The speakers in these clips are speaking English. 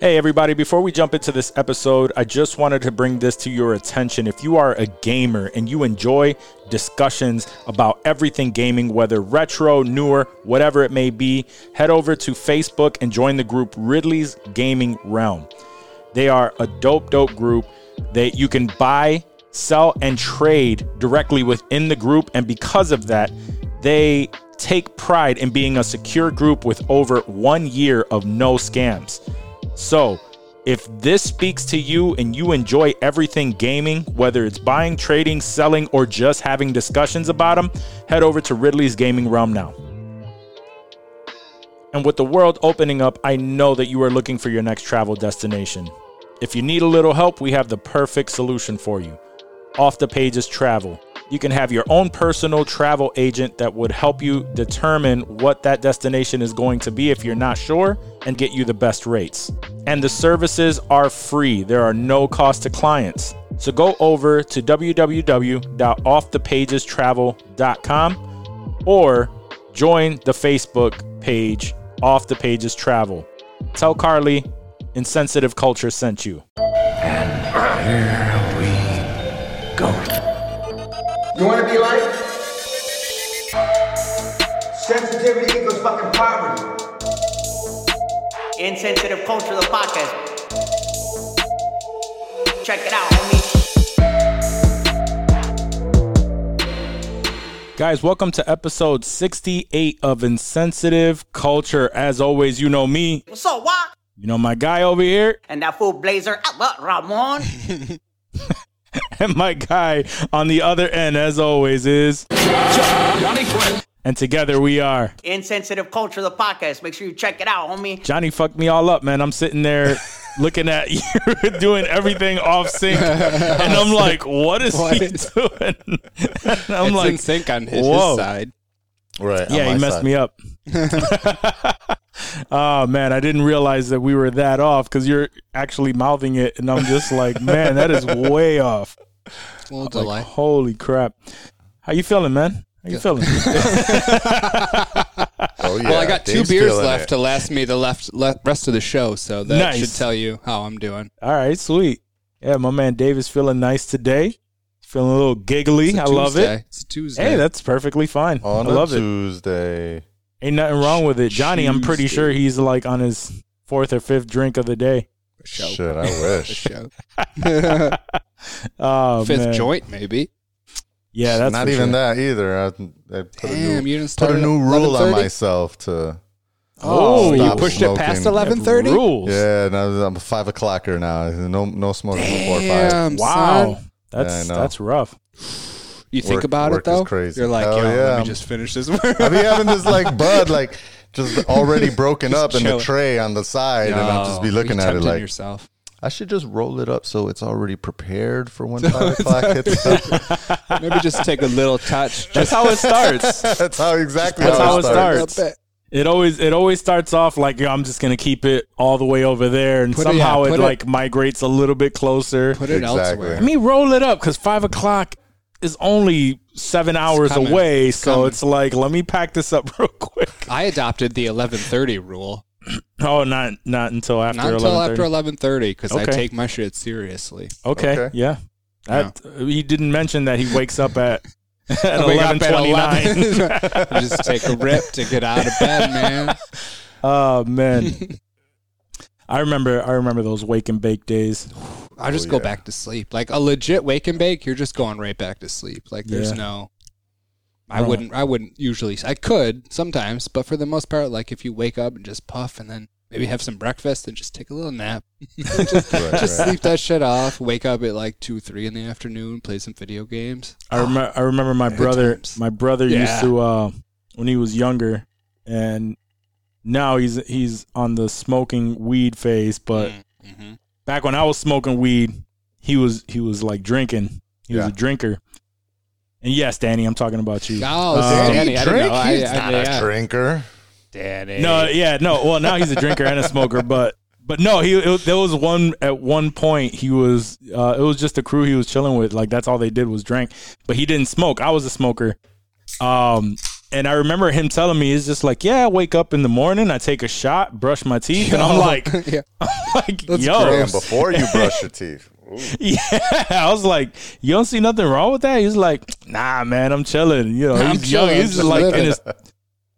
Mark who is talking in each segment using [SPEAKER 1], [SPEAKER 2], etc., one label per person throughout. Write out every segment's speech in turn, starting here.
[SPEAKER 1] Hey, everybody, before we jump into this episode, I just wanted to bring this to your attention. If you are a gamer and you enjoy discussions about everything gaming, whether retro, newer, whatever it may be, head over to Facebook and join the group Ridley's Gaming Realm. They are a dope, dope group that you can buy, sell, and trade directly within the group. And because of that, they take pride in being a secure group with over one year of no scams. So, if this speaks to you and you enjoy everything gaming, whether it's buying, trading, selling, or just having discussions about them, head over to Ridley's Gaming Realm now. And with the world opening up, I know that you are looking for your next travel destination. If you need a little help, we have the perfect solution for you. Off the Pages Travel. You can have your own personal travel agent that would help you determine what that destination is going to be if you're not sure and get you the best rates. And the services are free, there are no cost to clients. So go over to www.offthepagestravel.com or join the Facebook page Off the Pages Travel. Tell Carly Insensitive Culture sent you.
[SPEAKER 2] Here we go.
[SPEAKER 3] You wanna be like? Sensitivity equals fucking poverty.
[SPEAKER 4] Insensitive Culture, the podcast. Check it out, homie.
[SPEAKER 1] Guys, welcome to episode 68 of Insensitive Culture. As always, you know me,
[SPEAKER 4] What's up, Wop?
[SPEAKER 1] you know my guy over here,
[SPEAKER 4] And that fool Blazer, Albert Ramon.
[SPEAKER 1] and my guy on the other end, as always, is. And together we are.
[SPEAKER 4] Insensitive Culture, the podcast. Make sure you check it out, homie.
[SPEAKER 1] Johnny fucked me all up, man. I'm sitting there looking at you doing everything off sync. And I'm like, what is he doing? And I'm
[SPEAKER 5] it's
[SPEAKER 1] like,
[SPEAKER 5] in sync on his, his
[SPEAKER 1] whoa.
[SPEAKER 5] side.
[SPEAKER 2] Right. on
[SPEAKER 1] Yeah,
[SPEAKER 2] my
[SPEAKER 1] he messed
[SPEAKER 2] side.
[SPEAKER 1] me up. oh man, I didn't realize that we were that off because you're actually mouthing it, and I'm just like, man, that is way off.
[SPEAKER 5] Well,
[SPEAKER 1] Like, holy crap! How you feeling, man? How you feeling?
[SPEAKER 2] Oh, yeah.
[SPEAKER 5] Well, I got
[SPEAKER 2] Dave's
[SPEAKER 5] two beers
[SPEAKER 2] feeling
[SPEAKER 5] left
[SPEAKER 2] it.
[SPEAKER 5] to last me the left le- rest of the show, so that
[SPEAKER 1] Nice.
[SPEAKER 5] should tell you how I'm doing.
[SPEAKER 1] All right, sweet. Yeah, my man Dave is feeling nice today. Feeling a little giggly.
[SPEAKER 5] It's a
[SPEAKER 1] I love
[SPEAKER 5] Tuesday.
[SPEAKER 1] it.
[SPEAKER 5] It's a Tuesday.
[SPEAKER 1] Hey, that's perfectly fine.
[SPEAKER 2] On
[SPEAKER 1] I
[SPEAKER 2] a
[SPEAKER 1] love it.
[SPEAKER 2] Tuesday.
[SPEAKER 1] Ain't nothing wrong with it. Johnny, I'm pretty
[SPEAKER 5] Tuesday.
[SPEAKER 1] sure he's like on his fourth or fifth drink of the day.
[SPEAKER 5] show.
[SPEAKER 2] Shit, I
[SPEAKER 5] The
[SPEAKER 2] wish.
[SPEAKER 5] show.
[SPEAKER 1] Oh,
[SPEAKER 5] Fifth
[SPEAKER 1] man.
[SPEAKER 5] joint, maybe.
[SPEAKER 1] Yeah, that's
[SPEAKER 2] Not
[SPEAKER 1] for
[SPEAKER 2] even
[SPEAKER 1] sure.
[SPEAKER 2] that either. I, I put a
[SPEAKER 5] Damn,
[SPEAKER 2] new,
[SPEAKER 5] you didn't
[SPEAKER 2] put
[SPEAKER 5] start
[SPEAKER 2] a
[SPEAKER 5] at
[SPEAKER 2] new rule on
[SPEAKER 5] 11:30?
[SPEAKER 2] myself to.
[SPEAKER 5] Oh, you
[SPEAKER 2] Stop
[SPEAKER 5] pushed it past
[SPEAKER 2] smoking.
[SPEAKER 5] 11:30.
[SPEAKER 1] Rules.
[SPEAKER 2] Yeah, now I'm a five o'clocker now. No, no smoking before five.
[SPEAKER 5] Damn,
[SPEAKER 1] Wow,
[SPEAKER 5] son.
[SPEAKER 1] that's
[SPEAKER 2] Yeah, I know.
[SPEAKER 1] that's rough.
[SPEAKER 5] You think
[SPEAKER 2] Work-
[SPEAKER 5] about
[SPEAKER 2] work
[SPEAKER 5] it
[SPEAKER 2] is
[SPEAKER 5] though.
[SPEAKER 2] crazy.
[SPEAKER 5] You're like,
[SPEAKER 2] Hell
[SPEAKER 5] yo,
[SPEAKER 2] yeah,
[SPEAKER 5] let me
[SPEAKER 2] I'm-
[SPEAKER 5] just finish this.
[SPEAKER 2] I be having this like bud, like just already broken up in the
[SPEAKER 5] chilling.
[SPEAKER 2] tray on the side, and I'll just be
[SPEAKER 5] No,
[SPEAKER 2] looking
[SPEAKER 5] you're
[SPEAKER 2] at it
[SPEAKER 5] tempting
[SPEAKER 2] like
[SPEAKER 5] yourself.
[SPEAKER 2] I should just roll it up so it's already prepared for when five o'clock hits.
[SPEAKER 5] Maybe just take a little touch.
[SPEAKER 1] That's
[SPEAKER 5] Just
[SPEAKER 1] how it starts.
[SPEAKER 2] That's how exactly.
[SPEAKER 1] That's how it
[SPEAKER 5] a
[SPEAKER 1] starts.
[SPEAKER 5] little bit.
[SPEAKER 1] It always it always starts off like yo, I'm just gonna keep it all the way over there, and
[SPEAKER 5] Put it- yeah,
[SPEAKER 1] somehow it,
[SPEAKER 5] put it-
[SPEAKER 1] like migrates a little bit closer.
[SPEAKER 5] Put it
[SPEAKER 2] Exactly.
[SPEAKER 1] I
[SPEAKER 5] elsewhere.
[SPEAKER 1] mean, roll it up because five o'clock is only seven hours
[SPEAKER 5] coming.
[SPEAKER 1] away.
[SPEAKER 5] It's
[SPEAKER 1] so
[SPEAKER 5] coming.
[SPEAKER 1] it's like let me pack this up real quick.
[SPEAKER 5] I adopted the 11:30 rule.
[SPEAKER 1] Oh, not not until after
[SPEAKER 5] Not until after
[SPEAKER 1] 11:30.
[SPEAKER 5] 11:30 because I
[SPEAKER 1] Okay.
[SPEAKER 5] take my shit seriously.
[SPEAKER 1] Okay,
[SPEAKER 2] Okay.
[SPEAKER 1] yeah. That, He didn't mention that he wakes up at at
[SPEAKER 5] I wake up
[SPEAKER 1] eleven
[SPEAKER 5] at
[SPEAKER 1] twenty nine.
[SPEAKER 5] 11. I just take a rip to get out of bed, man.
[SPEAKER 1] Oh man. I remember, I remember those wake and bake days.
[SPEAKER 5] I just
[SPEAKER 2] Oh,
[SPEAKER 5] go
[SPEAKER 2] yeah.
[SPEAKER 5] back to sleep. Like a legit wake and bake, you're just going right back to sleep. Like there's
[SPEAKER 1] Yeah. Uh-huh.
[SPEAKER 5] no. I
[SPEAKER 1] Right.
[SPEAKER 5] wouldn't. I wouldn't usually. I could sometimes, but for the most part, like if you wake up and just puff, and then maybe have some breakfast and just take a little nap, just,
[SPEAKER 2] Right,
[SPEAKER 5] just
[SPEAKER 2] right.
[SPEAKER 5] sleep that shit off. Wake up at like two, three in the afternoon, play some video games.
[SPEAKER 1] I remember. I remember my brother.
[SPEAKER 5] times.
[SPEAKER 1] My brother used
[SPEAKER 5] Yeah.
[SPEAKER 1] to uh, when he was younger, and now he's he's on the smoking weed phase. But
[SPEAKER 5] Mm-hmm.
[SPEAKER 1] back when I was smoking weed, he was he was like drinking. He was
[SPEAKER 2] Yeah.
[SPEAKER 1] a drinker. And yes, Danny, I'm talking about you.
[SPEAKER 5] Oh,
[SPEAKER 1] Um,
[SPEAKER 5] Danny,
[SPEAKER 2] Danny
[SPEAKER 5] I didn't
[SPEAKER 2] drink?
[SPEAKER 5] know. I-
[SPEAKER 2] He's
[SPEAKER 5] I-
[SPEAKER 2] not
[SPEAKER 5] yeah.
[SPEAKER 2] a drinker.
[SPEAKER 5] Danny.
[SPEAKER 1] No, yeah, no. Well, now he's a drinker and a smoker, but but no, he it, was- there was one at one point he was uh, it was just the crew he was chilling with. Like that's all they did was drink, but he didn't smoke. I was a smoker, um, And I remember him telling me, "It's just like, yeah, I wake up in the morning, I take a shot, brush my teeth, and I'm
[SPEAKER 5] Yo.
[SPEAKER 1] like,
[SPEAKER 5] yeah.
[SPEAKER 1] like,
[SPEAKER 5] That's
[SPEAKER 1] yo,
[SPEAKER 5] gross.
[SPEAKER 2] Damn, before you brush your teeth. Ooh.
[SPEAKER 1] yeah." I was like, "You don't see nothing wrong with that?" He's like, "Nah, man, I'm chilling." You know,
[SPEAKER 5] I'm
[SPEAKER 1] he's young.
[SPEAKER 5] chilling, I'm
[SPEAKER 1] He's just
[SPEAKER 5] just
[SPEAKER 1] like in
[SPEAKER 5] living.
[SPEAKER 1] his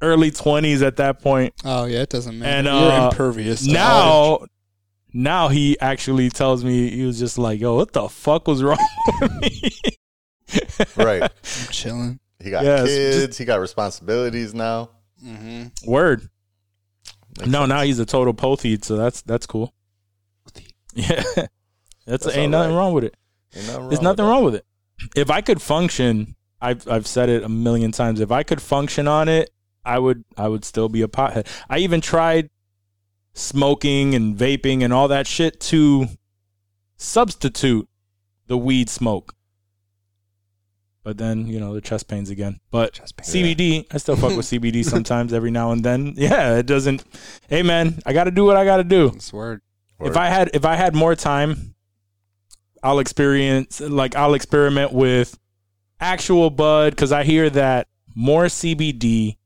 [SPEAKER 1] early twenties at that point.
[SPEAKER 5] Oh yeah, it doesn't matter.
[SPEAKER 1] And,
[SPEAKER 5] You're
[SPEAKER 1] uh,
[SPEAKER 5] impervious. to all
[SPEAKER 1] Now, now he actually tells me he was just like, "Yo, what the fuck was wrong with me?"
[SPEAKER 2] Right.
[SPEAKER 5] that. I'm chilling.
[SPEAKER 2] He got
[SPEAKER 1] Yes,
[SPEAKER 2] kids. he got responsibilities now.
[SPEAKER 5] Mm-hmm.
[SPEAKER 1] Word. No, now he's a total pothied, so that's that's cool. Yeah, that's,
[SPEAKER 2] That's
[SPEAKER 1] ain't
[SPEAKER 2] all
[SPEAKER 1] nothing
[SPEAKER 2] right.
[SPEAKER 1] wrong with it.
[SPEAKER 2] Ain't nothing
[SPEAKER 1] There's
[SPEAKER 2] with
[SPEAKER 1] nothing
[SPEAKER 2] that.
[SPEAKER 1] wrong with it. If I could function, I've I've said it a million times. If I could function on it, I would I would still be a pothead. I even tried smoking and vaping and all that shit to substitute the weed smoke. But then you know the chest pains again. But
[SPEAKER 5] Chest pains.
[SPEAKER 1] CBD, I still fuck with CBD sometimes every now and then. Yeah, it doesn't. Hey man, I got to do what I got to do
[SPEAKER 5] This word.
[SPEAKER 1] if I had if I had more time, I'll experience like I'll experiment with actual bud because I hear that more CBD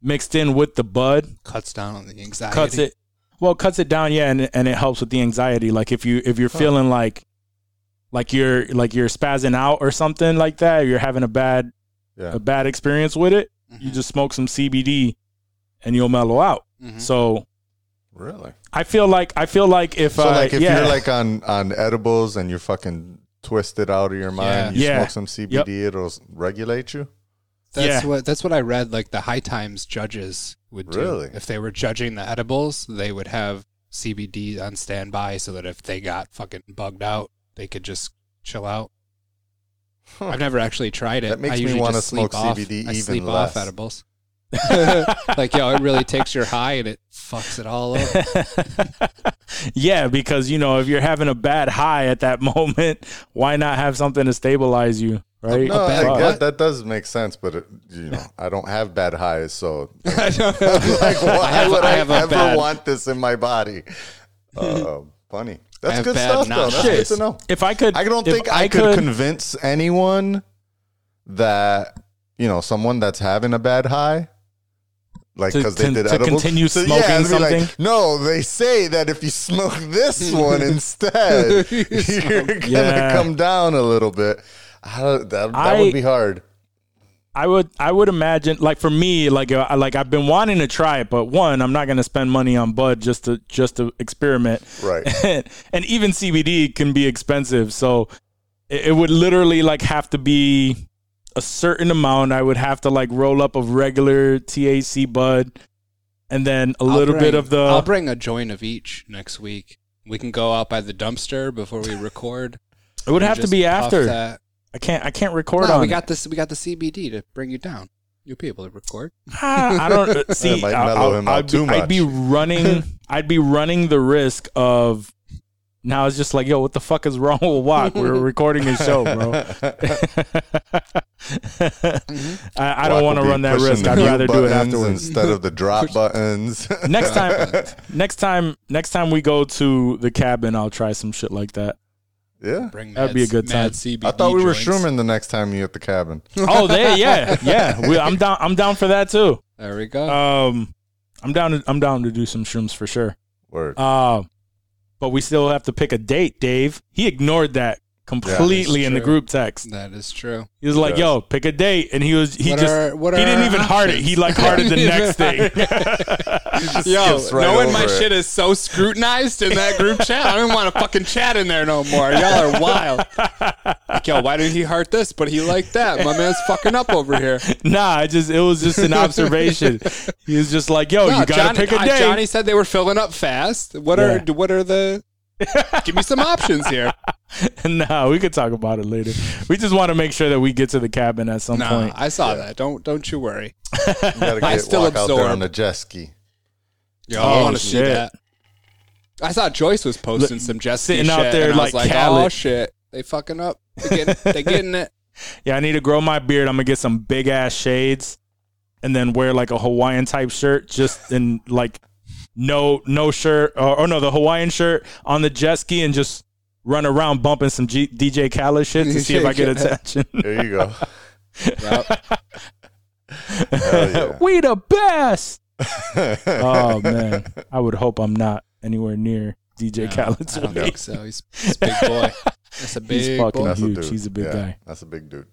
[SPEAKER 1] mixed in with the bud
[SPEAKER 5] Cuts down on the anxiety.
[SPEAKER 1] cuts it well cuts it down yeah and, and it helps with the anxiety like if you if you're feeling like like you're like you're spazzing out or something like that you're having a bad
[SPEAKER 2] Yeah. Mm-hmm.
[SPEAKER 1] a bad experience with it you
[SPEAKER 5] Mhm.
[SPEAKER 1] just smoke some CBD and you'll mellow out
[SPEAKER 2] Mm-hmm.
[SPEAKER 5] Mhm.
[SPEAKER 1] so
[SPEAKER 2] Really?
[SPEAKER 1] I feel like I feel like if
[SPEAKER 2] So
[SPEAKER 1] I
[SPEAKER 2] like if
[SPEAKER 1] yeah.
[SPEAKER 2] you're like on on edibles and you're fucking twisted out of your mind,
[SPEAKER 1] Yeah.
[SPEAKER 2] you
[SPEAKER 1] Yeah.
[SPEAKER 2] smoke some CBD, it'll s- regulate you.
[SPEAKER 5] That's
[SPEAKER 1] Yeah.
[SPEAKER 5] what that's what I read. Like the High Times judges would do.
[SPEAKER 2] Really?
[SPEAKER 5] If they were judging the edibles, they would have CBD on standby so that if they got fucking bugged out, they could just chill out.
[SPEAKER 2] Huh.
[SPEAKER 5] I've never actually tried it.
[SPEAKER 2] That makes
[SPEAKER 5] I
[SPEAKER 2] me
[SPEAKER 5] usually
[SPEAKER 2] wanna
[SPEAKER 5] just sleep
[SPEAKER 2] smoke
[SPEAKER 5] off.
[SPEAKER 2] CBD
[SPEAKER 5] I
[SPEAKER 2] even
[SPEAKER 5] sleep off
[SPEAKER 2] less.
[SPEAKER 5] edibles. like yo, it really takes your high and it fucks it all up.
[SPEAKER 1] yeah, because you know if you're having a bad high at that moment, why not have something to stabilize you, right?
[SPEAKER 2] No,
[SPEAKER 5] A bad
[SPEAKER 2] I
[SPEAKER 5] what?
[SPEAKER 2] get, that does make sense, but it, you know, I don't have bad highs, so
[SPEAKER 5] I don't know.
[SPEAKER 2] like, why
[SPEAKER 5] I have-
[SPEAKER 2] would
[SPEAKER 5] I
[SPEAKER 2] I,
[SPEAKER 5] have a
[SPEAKER 2] ever
[SPEAKER 5] bad-
[SPEAKER 2] want this in my body? Uh, funny.
[SPEAKER 5] I
[SPEAKER 2] That's
[SPEAKER 5] have
[SPEAKER 2] good
[SPEAKER 5] bad
[SPEAKER 2] stuff, though. That's good
[SPEAKER 1] Shit.
[SPEAKER 2] to know.
[SPEAKER 1] If I could,
[SPEAKER 2] I don't
[SPEAKER 1] if
[SPEAKER 2] think I, could, convince anyone that you know someone that's having a bad high, like
[SPEAKER 1] To
[SPEAKER 2] because they
[SPEAKER 1] con-
[SPEAKER 2] did
[SPEAKER 1] to
[SPEAKER 2] edibles,
[SPEAKER 1] continue
[SPEAKER 2] So,
[SPEAKER 1] smoking
[SPEAKER 2] it'd be
[SPEAKER 1] something?
[SPEAKER 2] no, they say that if you smoke this one instead,
[SPEAKER 5] You
[SPEAKER 2] you're gonna
[SPEAKER 1] Yeah.
[SPEAKER 2] come down a little bit. I don't, that that
[SPEAKER 1] I-
[SPEAKER 2] would be hard.
[SPEAKER 1] I would, I would imagine, like for me, like uh, I- like I've been wanting to try it, but one, I'm not going to spend money on bud just to just to experiment,
[SPEAKER 2] Right.
[SPEAKER 1] and, and even CBD can be expensive, so it, it would literally like have to be a certain amount. I would have to like roll up of regular THC bud, and then a
[SPEAKER 5] I'll
[SPEAKER 1] little bit
[SPEAKER 5] bring-
[SPEAKER 1] of the
[SPEAKER 5] I'll bring a joint of each next week. We can go out by the dumpster before we record.
[SPEAKER 1] It would
[SPEAKER 5] and
[SPEAKER 1] have to
[SPEAKER 5] just
[SPEAKER 1] be
[SPEAKER 5] puff
[SPEAKER 1] after.
[SPEAKER 5] that.
[SPEAKER 1] I can't. I can't record
[SPEAKER 5] No,
[SPEAKER 1] on.
[SPEAKER 5] we
[SPEAKER 1] it.
[SPEAKER 5] got this. We got the CBD to bring you down. You'll be able to record.
[SPEAKER 1] Ah, I don't uh, see.
[SPEAKER 2] might
[SPEAKER 1] I'll-
[SPEAKER 2] mellow
[SPEAKER 1] I'll-
[SPEAKER 2] him out
[SPEAKER 1] I'd be-
[SPEAKER 2] too
[SPEAKER 1] I'd be
[SPEAKER 2] much.
[SPEAKER 1] running. I'd be running the risk of. Now it's just like, yo, what the fuck is wrong with Walk? We're recording his show, bro. I, I don't
[SPEAKER 2] Block
[SPEAKER 1] want to
[SPEAKER 2] will be
[SPEAKER 1] run that
[SPEAKER 2] pushing
[SPEAKER 1] risk.
[SPEAKER 2] the
[SPEAKER 1] I'd
[SPEAKER 2] mute
[SPEAKER 1] rather do it
[SPEAKER 2] buttons
[SPEAKER 1] afterwards.
[SPEAKER 2] instead of the drop buttons.
[SPEAKER 1] next time, next time, next time we go to the cabin, I'll try some shit like that.
[SPEAKER 2] yeah.
[SPEAKER 5] Bring
[SPEAKER 1] That'd be
[SPEAKER 5] Mads-
[SPEAKER 1] a good time.
[SPEAKER 5] Mads CBD
[SPEAKER 2] I thought we were
[SPEAKER 5] joints.
[SPEAKER 2] shrooming the next time you at the cabin.
[SPEAKER 1] Oh, there, yeah, yeah. We, I'm down. I'm down for that too.
[SPEAKER 5] There we go.
[SPEAKER 1] Um, I'm down. To, I'm down to do some shrooms for sure.
[SPEAKER 2] Word.
[SPEAKER 1] Uh, but we still have to pick a date, Dave. He ignored that completely in the
[SPEAKER 5] true.
[SPEAKER 1] group text.
[SPEAKER 5] that is true.
[SPEAKER 1] He was like, "Yo, pick a date," and he was he
[SPEAKER 5] What
[SPEAKER 1] just
[SPEAKER 5] are- what
[SPEAKER 1] he
[SPEAKER 5] are
[SPEAKER 1] didn't
[SPEAKER 5] our
[SPEAKER 1] even heart it. He like
[SPEAKER 5] options?
[SPEAKER 1] hearted the
[SPEAKER 5] He didn't
[SPEAKER 1] next thing.
[SPEAKER 5] Yo,
[SPEAKER 2] skips right
[SPEAKER 5] knowing my
[SPEAKER 2] over it.
[SPEAKER 5] shit is so scrutinized in that group chat, I don't want to fucking chat in there no more. Y'all are wild. Like, yo, why did he heart this, but he liked that? My man's fucking up over here.
[SPEAKER 1] nah, I just it was just an observation. he was just like, "Yo,
[SPEAKER 5] No,
[SPEAKER 1] Oh, you gotta
[SPEAKER 5] Johnny-
[SPEAKER 1] pick a
[SPEAKER 5] uh,
[SPEAKER 1] date."
[SPEAKER 5] Johnny said they were filling up fast. What are
[SPEAKER 1] Yeah.
[SPEAKER 5] what are the? Give me some options here.
[SPEAKER 1] nah, we could talk about it later. We just want to make sure that we get to the cabin at some
[SPEAKER 5] Nah,
[SPEAKER 1] point.
[SPEAKER 5] I saw that. Don't don't you worry.
[SPEAKER 2] You gotta
[SPEAKER 5] I
[SPEAKER 2] get
[SPEAKER 5] still
[SPEAKER 2] walk out there
[SPEAKER 5] absorb.
[SPEAKER 2] on the jet ski.
[SPEAKER 1] Oh,
[SPEAKER 5] Yo, I want to see
[SPEAKER 1] shit.
[SPEAKER 5] that. I saw Joyce was posting some jet ski
[SPEAKER 1] sitting out
[SPEAKER 5] shit,
[SPEAKER 1] there
[SPEAKER 5] and I
[SPEAKER 1] like
[SPEAKER 5] was like, oh
[SPEAKER 1] Khaled.
[SPEAKER 5] shit, they fucking up. They getting, they getting it.
[SPEAKER 1] Yeah, I need to grow my beard. I'm gonna get some big ass shades, and then wear like a Hawaiian type shirt, just in like no no shirt or, or no the Hawaiian shirt on the jet ski, and just run around bumping some G- DJ Khaled shit to see if I get attention.
[SPEAKER 2] There you go.
[SPEAKER 5] Yup.
[SPEAKER 2] Hell
[SPEAKER 1] We the best.
[SPEAKER 2] yeah.
[SPEAKER 1] Oh man, I would hope I'm not anywhere near DJ Khaled's
[SPEAKER 5] I don't
[SPEAKER 1] weight.
[SPEAKER 5] think so. He's, he's a big boy. That's a big
[SPEAKER 1] He's fucking
[SPEAKER 5] boy.
[SPEAKER 2] That's a
[SPEAKER 1] Oh, huge.
[SPEAKER 2] dude.
[SPEAKER 1] He's a big
[SPEAKER 2] Yeah,
[SPEAKER 1] guy.
[SPEAKER 2] That's a big dude.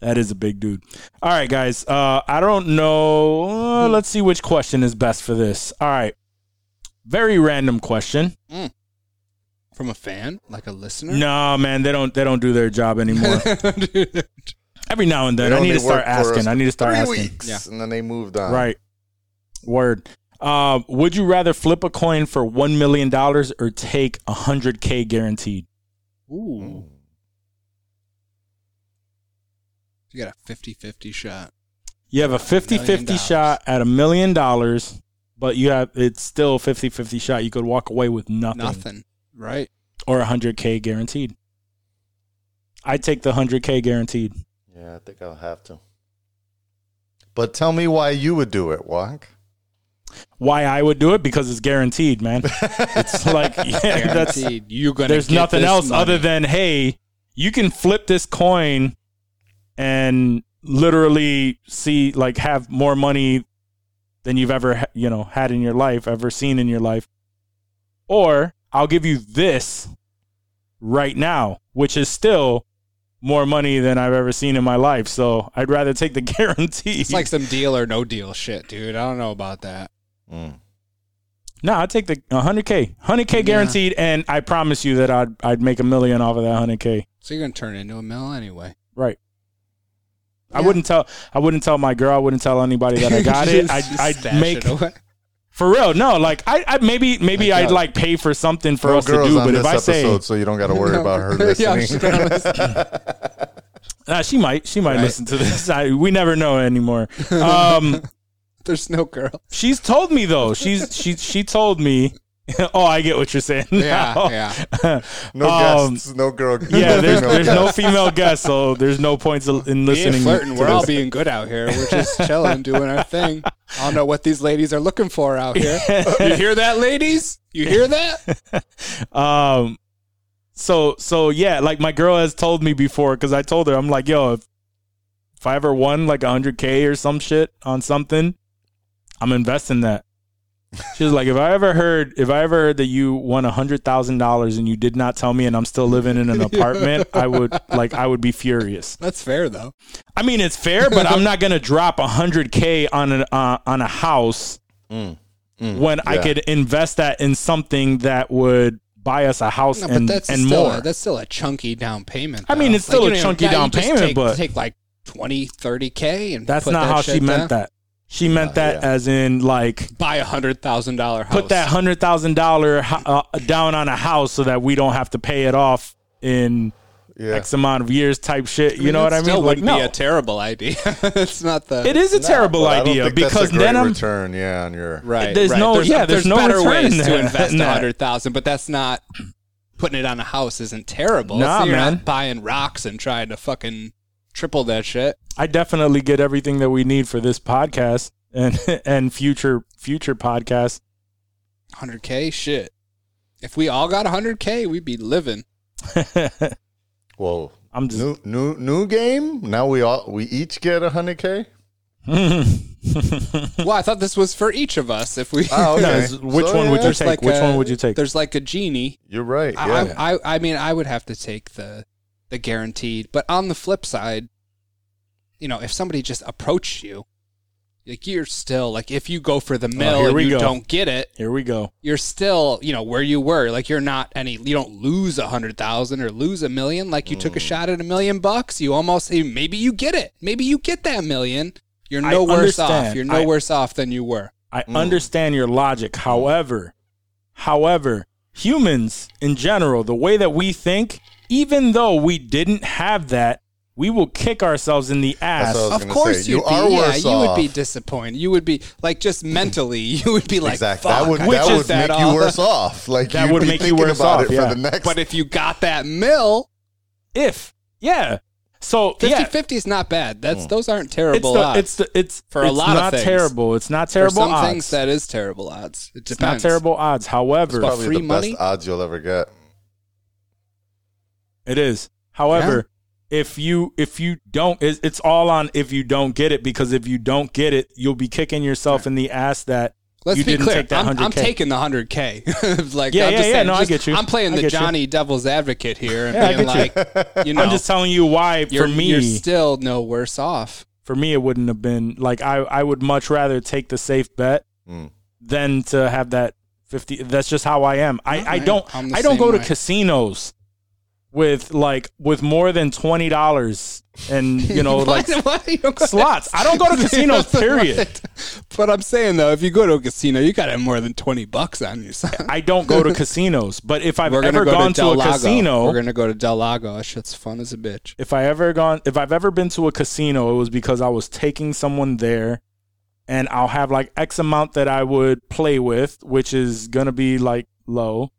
[SPEAKER 1] That is a big dude. All right, guys. Uh, I don't know. Uh, let's see which question is best for this. All right. Very random question.
[SPEAKER 5] From a fan? Like a
[SPEAKER 2] Mm-hmm.
[SPEAKER 5] listener?
[SPEAKER 1] No, man, they don't. They don't do their job anymore.
[SPEAKER 5] Dude.
[SPEAKER 1] Every now and then,
[SPEAKER 2] They
[SPEAKER 1] I need
[SPEAKER 2] only
[SPEAKER 1] to start
[SPEAKER 2] work for
[SPEAKER 1] asking.
[SPEAKER 2] us
[SPEAKER 1] I need to start
[SPEAKER 2] three
[SPEAKER 1] asking.
[SPEAKER 2] Weeks,
[SPEAKER 5] Yeah.
[SPEAKER 2] And then they moved on.
[SPEAKER 1] Right. Word. Uh, would you rather flip a coin for one million dollars or take a hundred k guaranteed?
[SPEAKER 5] Ooh. You got a 50-50 shot.
[SPEAKER 1] You have a 50
[SPEAKER 5] Million
[SPEAKER 1] 50
[SPEAKER 5] dollars.
[SPEAKER 1] shot at a million dollars, but you have it's still 50 50 shot. You could walk away with nothing,
[SPEAKER 5] Nothing. Right.
[SPEAKER 1] or 100K guaranteed. I take the 100K guaranteed.
[SPEAKER 2] Yeah, I think I'll have to. But tell me why you would do it, Wonk.
[SPEAKER 1] Why I would do it? Because it's guaranteed, man. it's like, yeah, that's,
[SPEAKER 5] Guaranteed. You're gonna
[SPEAKER 1] there's
[SPEAKER 5] get
[SPEAKER 1] nothing
[SPEAKER 5] this
[SPEAKER 1] else
[SPEAKER 5] money.
[SPEAKER 1] other than, hey, you can flip this coin and literally see, like, have more money than you've ever, ha- you know, had in your life, ever seen in your life. Or I'll give you this right now, which is still more money than I've ever seen in my life. So I'd rather take the guarantee.
[SPEAKER 5] It's like some deal or no deal shit, dude. I don't know about that.
[SPEAKER 2] Mm.
[SPEAKER 1] No, I take the 100k, 100k guaranteed, and I promise you that I'd I'd make a million off of that 100k.
[SPEAKER 5] So you're gonna turn it into a mill anyway.
[SPEAKER 1] Right. I wouldn't tell. I wouldn't tell my girl. I wouldn't tell anybody that I got it.
[SPEAKER 5] Just
[SPEAKER 1] I'd, I'd
[SPEAKER 5] stash
[SPEAKER 1] make
[SPEAKER 5] it away.
[SPEAKER 1] for real. No, like I, I maybe maybe
[SPEAKER 5] Like,
[SPEAKER 1] I'd
[SPEAKER 5] uh,
[SPEAKER 1] like pay for something for
[SPEAKER 2] No
[SPEAKER 1] us to do. But if I say
[SPEAKER 2] episode, so you don't got to worry about her
[SPEAKER 5] Yeah, I'm
[SPEAKER 2] listening.
[SPEAKER 5] just gonna listen.
[SPEAKER 1] uh, she might, she might
[SPEAKER 5] Right.
[SPEAKER 1] listen to this. I, we never know anymore. Um,
[SPEAKER 5] There's no girl.
[SPEAKER 1] she's told me though. She's she she told me. oh, I get what you're saying.
[SPEAKER 5] Yeah,
[SPEAKER 1] now.
[SPEAKER 5] yeah.
[SPEAKER 2] no
[SPEAKER 1] Um,
[SPEAKER 2] guests, no girl.
[SPEAKER 1] Yeah,
[SPEAKER 2] no
[SPEAKER 1] there's,
[SPEAKER 2] female
[SPEAKER 1] there's no
[SPEAKER 2] guests.
[SPEAKER 1] female guest, so there's no points in
[SPEAKER 5] We ain't
[SPEAKER 1] listening.
[SPEAKER 5] flirting.
[SPEAKER 1] to
[SPEAKER 5] We're all
[SPEAKER 1] this.
[SPEAKER 5] being good out here. We're just chilling, doing our thing. I don't know what these ladies are looking for out here. You hear that, ladies? You hear that?
[SPEAKER 1] Um, so so yeah, like my girl has told me before because I told her I'm like, yo, if, if I ever won like 100k or some shit on something, I'm investing that. She was like, if I ever heard, if I ever heard that you won hundred thousand dollars and you did not tell me, and I'm still living in an apartment, I would like, I would be furious.
[SPEAKER 5] That's fair though.
[SPEAKER 1] I mean, it's fair, but I'm not gonna drop hundred k on an uh, on a house when I
[SPEAKER 2] Mm, yeah.
[SPEAKER 1] could invest that in something that would buy us a house
[SPEAKER 5] No,
[SPEAKER 1] and,
[SPEAKER 5] but that's
[SPEAKER 1] and
[SPEAKER 5] still
[SPEAKER 1] more.
[SPEAKER 5] A, that's still a chunky down payment.
[SPEAKER 1] I mean,
[SPEAKER 5] though.
[SPEAKER 1] it's still
[SPEAKER 5] you
[SPEAKER 1] a
[SPEAKER 5] don't even-
[SPEAKER 1] chunky
[SPEAKER 5] yeah, you
[SPEAKER 1] down
[SPEAKER 5] just
[SPEAKER 1] payment,
[SPEAKER 5] take,
[SPEAKER 1] but-
[SPEAKER 5] take like 20, 30 k, and
[SPEAKER 1] That's
[SPEAKER 5] put
[SPEAKER 1] not
[SPEAKER 5] that
[SPEAKER 1] how
[SPEAKER 5] shit
[SPEAKER 1] she meant
[SPEAKER 5] down.
[SPEAKER 1] that. She meant that
[SPEAKER 2] yeah.
[SPEAKER 1] as in like
[SPEAKER 5] Buy a hundred thousand dollar house.
[SPEAKER 1] put that hundred thousand dollar uh, down on a house so that we don't have to pay it off in
[SPEAKER 2] Yeah.
[SPEAKER 1] X amount of years type shit. You know
[SPEAKER 5] it
[SPEAKER 1] what I mean?
[SPEAKER 5] Still
[SPEAKER 1] Like
[SPEAKER 5] wouldn't be
[SPEAKER 1] no,
[SPEAKER 5] a terrible idea. it's not the.
[SPEAKER 1] it is a
[SPEAKER 2] Nah,
[SPEAKER 1] terrible
[SPEAKER 2] but I don't
[SPEAKER 1] idea
[SPEAKER 2] think that's a
[SPEAKER 1] because
[SPEAKER 2] great
[SPEAKER 1] then I'm
[SPEAKER 2] return. Yeah, on your
[SPEAKER 5] right.
[SPEAKER 1] There's
[SPEAKER 5] right.
[SPEAKER 1] no- yeah, there's no
[SPEAKER 5] better
[SPEAKER 1] return
[SPEAKER 5] ways
[SPEAKER 1] there
[SPEAKER 5] to invest
[SPEAKER 1] in
[SPEAKER 5] a
[SPEAKER 1] that.
[SPEAKER 5] hundred thousand, but that's not putting it on a house isn't terrible.
[SPEAKER 1] Nah,
[SPEAKER 5] so you're
[SPEAKER 1] man.
[SPEAKER 5] not buying rocks and trying to fucking triple that shit.
[SPEAKER 1] I definitely get everything that we need for this podcast and and future future podcasts.
[SPEAKER 5] Hundred k, shit. If we all got hundred k, we'd be living.
[SPEAKER 2] Whoa.
[SPEAKER 1] I'm just
[SPEAKER 2] New new new game. Now we all we each get a hundred k.
[SPEAKER 5] well, I thought this was for each of us. If we,
[SPEAKER 2] Oh, okay.
[SPEAKER 1] No, it's- which
[SPEAKER 2] So,
[SPEAKER 1] one would
[SPEAKER 2] yeah,
[SPEAKER 1] you
[SPEAKER 5] there's
[SPEAKER 1] take?
[SPEAKER 5] like
[SPEAKER 1] which
[SPEAKER 5] a-
[SPEAKER 1] one would you take?
[SPEAKER 5] There's like a genie.
[SPEAKER 2] You're right. Yeah.
[SPEAKER 5] I- I, I, I mean, I would have to take the the guaranteed. But on the flip side, you know, if somebody just approached you, like you're still like if you go for
[SPEAKER 2] Oh,
[SPEAKER 5] the mill
[SPEAKER 1] here
[SPEAKER 5] and
[SPEAKER 1] we
[SPEAKER 5] you
[SPEAKER 1] go.
[SPEAKER 5] don't get it,
[SPEAKER 1] Here we go.
[SPEAKER 5] you're still you know where you were. Like you're not any. You don't lose a hundred thousand or lose a million. Like you took
[SPEAKER 2] Mm.
[SPEAKER 5] a shot at a million bucks. You almost you- maybe you get it. Maybe you get that million. You're
[SPEAKER 1] I
[SPEAKER 5] no worse off.
[SPEAKER 1] understand.
[SPEAKER 5] You're no
[SPEAKER 1] I-
[SPEAKER 5] worse off than you were.
[SPEAKER 1] I understand your logic. However, however, humans in general, the way that we think, even though we didn't have that, we will kick ourselves in the ass.
[SPEAKER 2] That's what I was
[SPEAKER 5] Of
[SPEAKER 2] gonna
[SPEAKER 5] course,
[SPEAKER 2] say,
[SPEAKER 5] you'd
[SPEAKER 2] you are
[SPEAKER 5] be,
[SPEAKER 2] worse
[SPEAKER 5] yeah, you would be
[SPEAKER 2] off.
[SPEAKER 5] disappointed. You would be like just mentally, you would be like,
[SPEAKER 2] exactly.
[SPEAKER 5] Fuck,
[SPEAKER 2] that would
[SPEAKER 5] I
[SPEAKER 2] that
[SPEAKER 5] took
[SPEAKER 2] would make
[SPEAKER 5] all."
[SPEAKER 2] you worse off. Like
[SPEAKER 1] uh, That
[SPEAKER 2] you'd
[SPEAKER 1] would
[SPEAKER 2] be
[SPEAKER 1] make you
[SPEAKER 2] thinking
[SPEAKER 1] worse
[SPEAKER 2] about
[SPEAKER 1] off,
[SPEAKER 2] it
[SPEAKER 1] yeah.
[SPEAKER 2] for the next.
[SPEAKER 5] But if you got that mill,
[SPEAKER 1] if yeah, so
[SPEAKER 5] 50
[SPEAKER 1] yeah, Hmm.
[SPEAKER 5] 50 is not bad. That's those aren't
[SPEAKER 1] it's
[SPEAKER 5] terrible
[SPEAKER 1] the
[SPEAKER 5] odds.
[SPEAKER 1] it's the it's
[SPEAKER 5] For a
[SPEAKER 1] it's
[SPEAKER 5] lot of
[SPEAKER 1] not
[SPEAKER 5] things.
[SPEAKER 1] terrible. It's not
[SPEAKER 5] For
[SPEAKER 1] terrible
[SPEAKER 5] some
[SPEAKER 1] odds.
[SPEAKER 5] things that is terrible odds. It
[SPEAKER 1] it's not
[SPEAKER 5] depends.
[SPEAKER 1] terrible odds. However,
[SPEAKER 5] It's
[SPEAKER 2] probably
[SPEAKER 5] free
[SPEAKER 2] the
[SPEAKER 5] money?
[SPEAKER 2] best odds you'll ever get.
[SPEAKER 1] It is. However, if you if you don't it's, it's all on if you don't get it because if you don't get it you'll be kicking yourself in the ass that
[SPEAKER 5] Let's
[SPEAKER 1] you
[SPEAKER 5] be
[SPEAKER 1] didn't
[SPEAKER 5] clear.
[SPEAKER 1] take that
[SPEAKER 5] I'm, I'm
[SPEAKER 1] 100K.
[SPEAKER 5] taking the hundred k. like
[SPEAKER 1] Yeah, yeah,
[SPEAKER 5] I'm just
[SPEAKER 1] yeah.
[SPEAKER 5] saying,
[SPEAKER 1] No, I
[SPEAKER 5] just-
[SPEAKER 1] get you.
[SPEAKER 5] I'm playing
[SPEAKER 1] I
[SPEAKER 5] the
[SPEAKER 1] get you.
[SPEAKER 5] Johnny Devil's advocate here and
[SPEAKER 1] Yeah, I
[SPEAKER 5] being like, you. know,
[SPEAKER 1] I'm just telling you why
[SPEAKER 5] you're,
[SPEAKER 1] for me
[SPEAKER 5] you're still no worse off.
[SPEAKER 1] for me it wouldn't have been like I I would much rather take the safe bet
[SPEAKER 2] Mm.
[SPEAKER 1] than to have that 50 that's just how I am. I I
[SPEAKER 5] Alright,
[SPEAKER 1] don't
[SPEAKER 5] I'm the
[SPEAKER 1] I don't
[SPEAKER 5] same
[SPEAKER 1] go to
[SPEAKER 5] way.
[SPEAKER 1] casinos with like with more than $20 and you know
[SPEAKER 5] What?
[SPEAKER 1] like
[SPEAKER 5] What? You don't go-
[SPEAKER 1] slots. I don't go to casinos period.
[SPEAKER 5] But I'm saying though, if you go to a casino, you got to have more than twenty bucks on you. son.
[SPEAKER 1] I don't go to casinos, but if I've
[SPEAKER 5] We're gonna
[SPEAKER 1] ever
[SPEAKER 5] go
[SPEAKER 1] gone
[SPEAKER 5] to
[SPEAKER 1] to,
[SPEAKER 5] Del
[SPEAKER 1] a
[SPEAKER 5] Lago.
[SPEAKER 1] casino,
[SPEAKER 5] We're gonna go to Del Lago. That shit's fun as a bitch.
[SPEAKER 1] if I ever gone, if I've ever been to a casino, it was because I was taking someone there, and I'll have like X amount that I would play with, which is gonna be like low.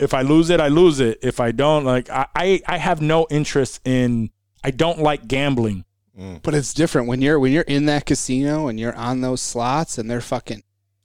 [SPEAKER 1] If I lose it, I lose it. If I don't, like I, I, I have no interest in. I don't like gambling.
[SPEAKER 5] But it's different when you're when you're in that casino and you're on those slots and they're fucking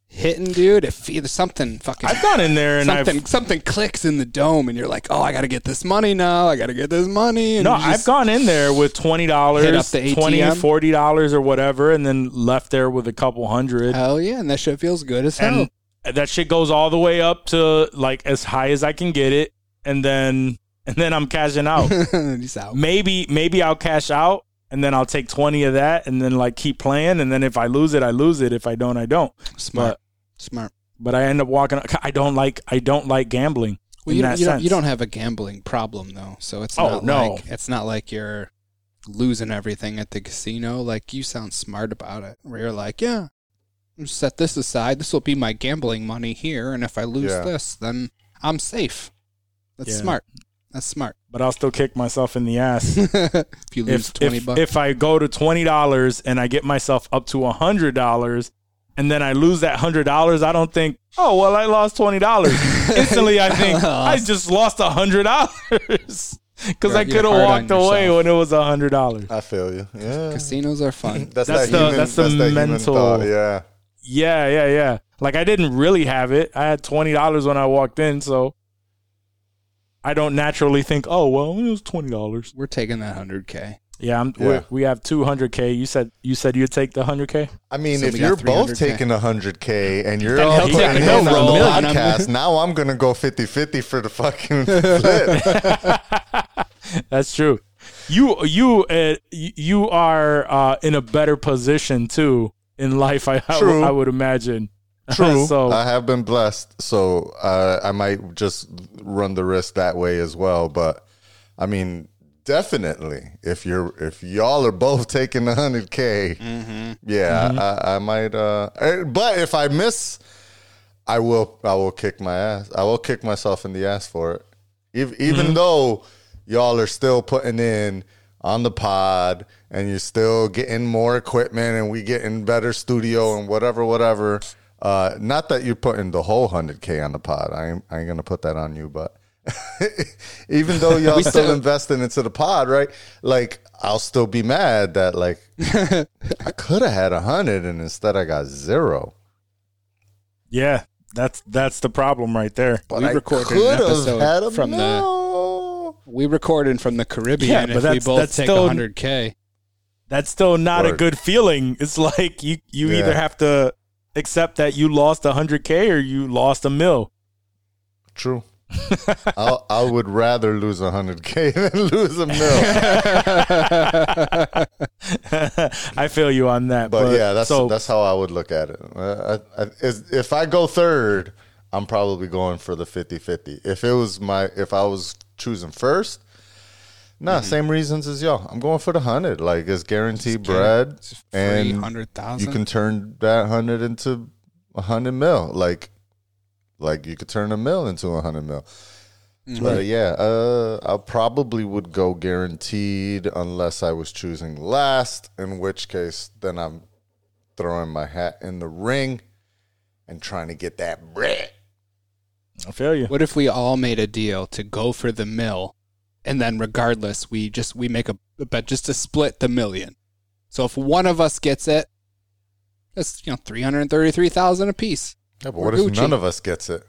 [SPEAKER 5] hitting, dude. It feels something fucking.
[SPEAKER 1] I've gone in there and
[SPEAKER 5] something
[SPEAKER 1] I've
[SPEAKER 5] something clicks in the dome and you're like, oh, I gotta get this money now. I gotta get this money. And
[SPEAKER 1] no,
[SPEAKER 5] you just-
[SPEAKER 1] I've gone in there with twenty
[SPEAKER 5] Hit up
[SPEAKER 1] dollars,
[SPEAKER 5] the
[SPEAKER 1] twenty,
[SPEAKER 5] ATM.
[SPEAKER 1] forty dollars or whatever, and then left there with a couple hundred.
[SPEAKER 5] Hell yeah, and that shit feels good as hell.
[SPEAKER 1] and that shit goes all the way up to like as high as I can get it, and then and then I'm cashing out.
[SPEAKER 5] He's out.
[SPEAKER 1] maybe maybe I'll cash out, and then I'll take twenty of that, and then like keep playing, and then if I lose it, I lose it. If I don't, I don't.
[SPEAKER 5] Smart, smart.
[SPEAKER 1] But I end up walking. I don't like I don't like gambling.
[SPEAKER 5] Well,
[SPEAKER 1] in
[SPEAKER 5] you, don't-
[SPEAKER 1] that
[SPEAKER 5] you don't,
[SPEAKER 1] sense.
[SPEAKER 5] you don't have a gambling problem though, so it's
[SPEAKER 1] Oh,
[SPEAKER 5] not
[SPEAKER 1] no.
[SPEAKER 5] like it's not like you're losing everything at the casino. Like you sound smart about it, where you're like, yeah, I'll set this aside. This will be my gambling money here, and if I lose
[SPEAKER 2] Yeah.
[SPEAKER 5] this, then I'm safe. That's
[SPEAKER 1] Yeah.
[SPEAKER 5] smart. That's smart.
[SPEAKER 1] But I'll still kick myself in the ass.
[SPEAKER 5] if you lose
[SPEAKER 1] if,
[SPEAKER 5] twenty
[SPEAKER 1] if,
[SPEAKER 5] bucks,
[SPEAKER 1] if I go to twenty dollars and I get myself up to hundred dollars, and then I lose that hundred dollars, I don't think, oh well, I lost twenty dollars. Instantly, I think I just lost hundred dollars because I
[SPEAKER 5] You're-
[SPEAKER 1] could have
[SPEAKER 5] you're hard on
[SPEAKER 1] walked away
[SPEAKER 5] yourself.
[SPEAKER 1] when it was hundred dollars.
[SPEAKER 2] I feel you. Yeah.
[SPEAKER 5] casinos are fun.
[SPEAKER 1] That's
[SPEAKER 2] That's, that
[SPEAKER 1] the-
[SPEAKER 2] human,
[SPEAKER 1] that's the
[SPEAKER 2] that human
[SPEAKER 1] mental-
[SPEAKER 2] thought, Yeah.
[SPEAKER 1] Yeah, yeah, yeah. Like I didn't really have it. I had twenty dollars when I walked in, so I don't naturally think, oh well, it was twenty dollars.
[SPEAKER 5] We're taking that hundred k.
[SPEAKER 1] Yeah, I'm,
[SPEAKER 2] Yeah.
[SPEAKER 1] We're, we have two hundred k. You said you said you'd take the hundred k.
[SPEAKER 2] I mean,
[SPEAKER 5] So
[SPEAKER 2] if
[SPEAKER 5] we got
[SPEAKER 2] you're both
[SPEAKER 5] 300K.
[SPEAKER 2] taking 100K and you're
[SPEAKER 1] Then
[SPEAKER 2] all
[SPEAKER 1] he'll
[SPEAKER 2] putting
[SPEAKER 1] take
[SPEAKER 2] in
[SPEAKER 1] the
[SPEAKER 2] on the
[SPEAKER 1] roll. And I'm-
[SPEAKER 2] podcast, now I'm going to go 50 50 for the fucking flip.
[SPEAKER 1] That's true. You you uh, y- you are uh, in a better position too in life. I I,
[SPEAKER 2] True.
[SPEAKER 1] I would imagine.
[SPEAKER 2] True. Uh,
[SPEAKER 1] so
[SPEAKER 2] I have been blessed. So uh, I might just run the risk that way as well. But I mean, definitely if you're if y'all are both taking 100K, yeah, I, I might. Uh, eh, but if I miss, I will. I will kick my ass. I will kick myself in the ass for it. Ev- Even though y'all are still putting in on the pod, and you're still getting more equipment, and we getting better studio and whatever, whatever. Uh, not that you're putting the whole hundred k on the pod. I ain't, I ain't gonna put that on you, but even though y'all still,
[SPEAKER 5] still-
[SPEAKER 2] investing into the pod, right? Like I'll still be mad that like I could have had a hundred and instead I got zero.
[SPEAKER 1] yeah, that's that's the problem right there.
[SPEAKER 2] But
[SPEAKER 5] We
[SPEAKER 2] I
[SPEAKER 5] recorded an
[SPEAKER 2] could have
[SPEAKER 5] episode
[SPEAKER 2] had a
[SPEAKER 5] from the-
[SPEAKER 2] mil.
[SPEAKER 5] We recorded from the
[SPEAKER 1] Yeah,
[SPEAKER 5] Caribbean
[SPEAKER 1] but
[SPEAKER 5] if we
[SPEAKER 1] that's-
[SPEAKER 5] both
[SPEAKER 1] that's
[SPEAKER 5] take
[SPEAKER 1] still-
[SPEAKER 5] hundred k.
[SPEAKER 1] That's still not a
[SPEAKER 2] Word.
[SPEAKER 1] good feeling. It's like you you
[SPEAKER 2] Yeah.
[SPEAKER 1] either have to accept that you lost hundred k or you lost a mil.
[SPEAKER 2] True. I I would rather lose a hundred k than lose a mil.
[SPEAKER 1] I feel you on that.
[SPEAKER 2] But,
[SPEAKER 1] But,
[SPEAKER 2] yeah, that's
[SPEAKER 1] so
[SPEAKER 2] that's how I would look at it. Uh, I, I, is- if I go third, I'm probably going for the 50-50. If it was my if I was choosing first. Nah, same reasons as y'all. I'm going for the hundred. Like it's guaranteed bread,
[SPEAKER 5] Three
[SPEAKER 2] and
[SPEAKER 5] hundred
[SPEAKER 2] you
[SPEAKER 5] thousand.
[SPEAKER 2] can turn that hundred into a hundred mil. Like, like you could turn a mil into a hundred mil.
[SPEAKER 5] Mm-hmm.
[SPEAKER 2] But yeah, uh, I probably would go guaranteed unless I was choosing last, in which case then I'm throwing my hat in the ring and trying to get that bread.
[SPEAKER 1] I feel you.
[SPEAKER 5] What if we all made a deal to go for the mill, and then regardless, we just we make a bet just to split the million. So if one of us gets it, that's you know three hundred thirty-three thousand apiece.
[SPEAKER 2] Yeah, but
[SPEAKER 5] Or
[SPEAKER 2] what if
[SPEAKER 5] Gucci.
[SPEAKER 2] none of us gets it?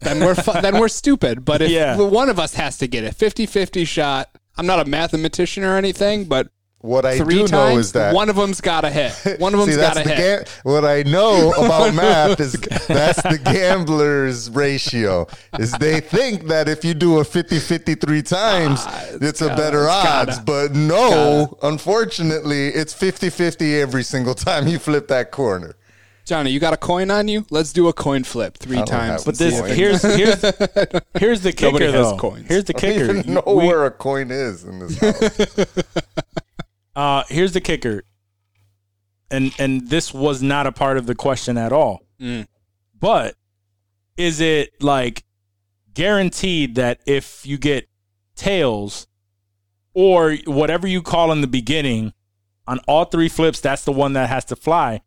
[SPEAKER 5] Then we're fu- then we're stupid. But if
[SPEAKER 1] Yeah.
[SPEAKER 5] one of us has to get it, 50-50 shot, I'm not a mathematician or anything, but
[SPEAKER 2] What I
[SPEAKER 5] three
[SPEAKER 2] do
[SPEAKER 5] times,
[SPEAKER 2] know is that
[SPEAKER 5] one of them's got to hit. One of
[SPEAKER 2] See,
[SPEAKER 5] them's got
[SPEAKER 2] that's
[SPEAKER 5] to
[SPEAKER 2] the
[SPEAKER 5] hit.
[SPEAKER 2] ga- what I know about math is that's the gambler's ratio. Is they think that if you do a 50-50 three times, it's, a better
[SPEAKER 5] Ah, gotta-
[SPEAKER 2] odds. but no, unfortunately, it's 50-50 every single time you flip that corner.
[SPEAKER 5] Johnny, you got a coin on you? Let's do a coin flip three
[SPEAKER 2] don't
[SPEAKER 5] times.
[SPEAKER 2] have
[SPEAKER 5] and
[SPEAKER 1] But this
[SPEAKER 5] see if it-
[SPEAKER 1] here's here's here's the kicker
[SPEAKER 5] Nobody has
[SPEAKER 1] though.
[SPEAKER 5] coins.
[SPEAKER 1] Here's the
[SPEAKER 2] I don't
[SPEAKER 1] kicker.
[SPEAKER 2] even
[SPEAKER 1] You-
[SPEAKER 2] know
[SPEAKER 1] we-
[SPEAKER 2] where a coin is in this house.
[SPEAKER 1] Uh, here's the kicker, and and this was not a part of the question at all.
[SPEAKER 5] Mm.
[SPEAKER 1] But is it like guaranteed that if you get tails or whatever you call in the beginning on all three flips, that's the one that has to fly,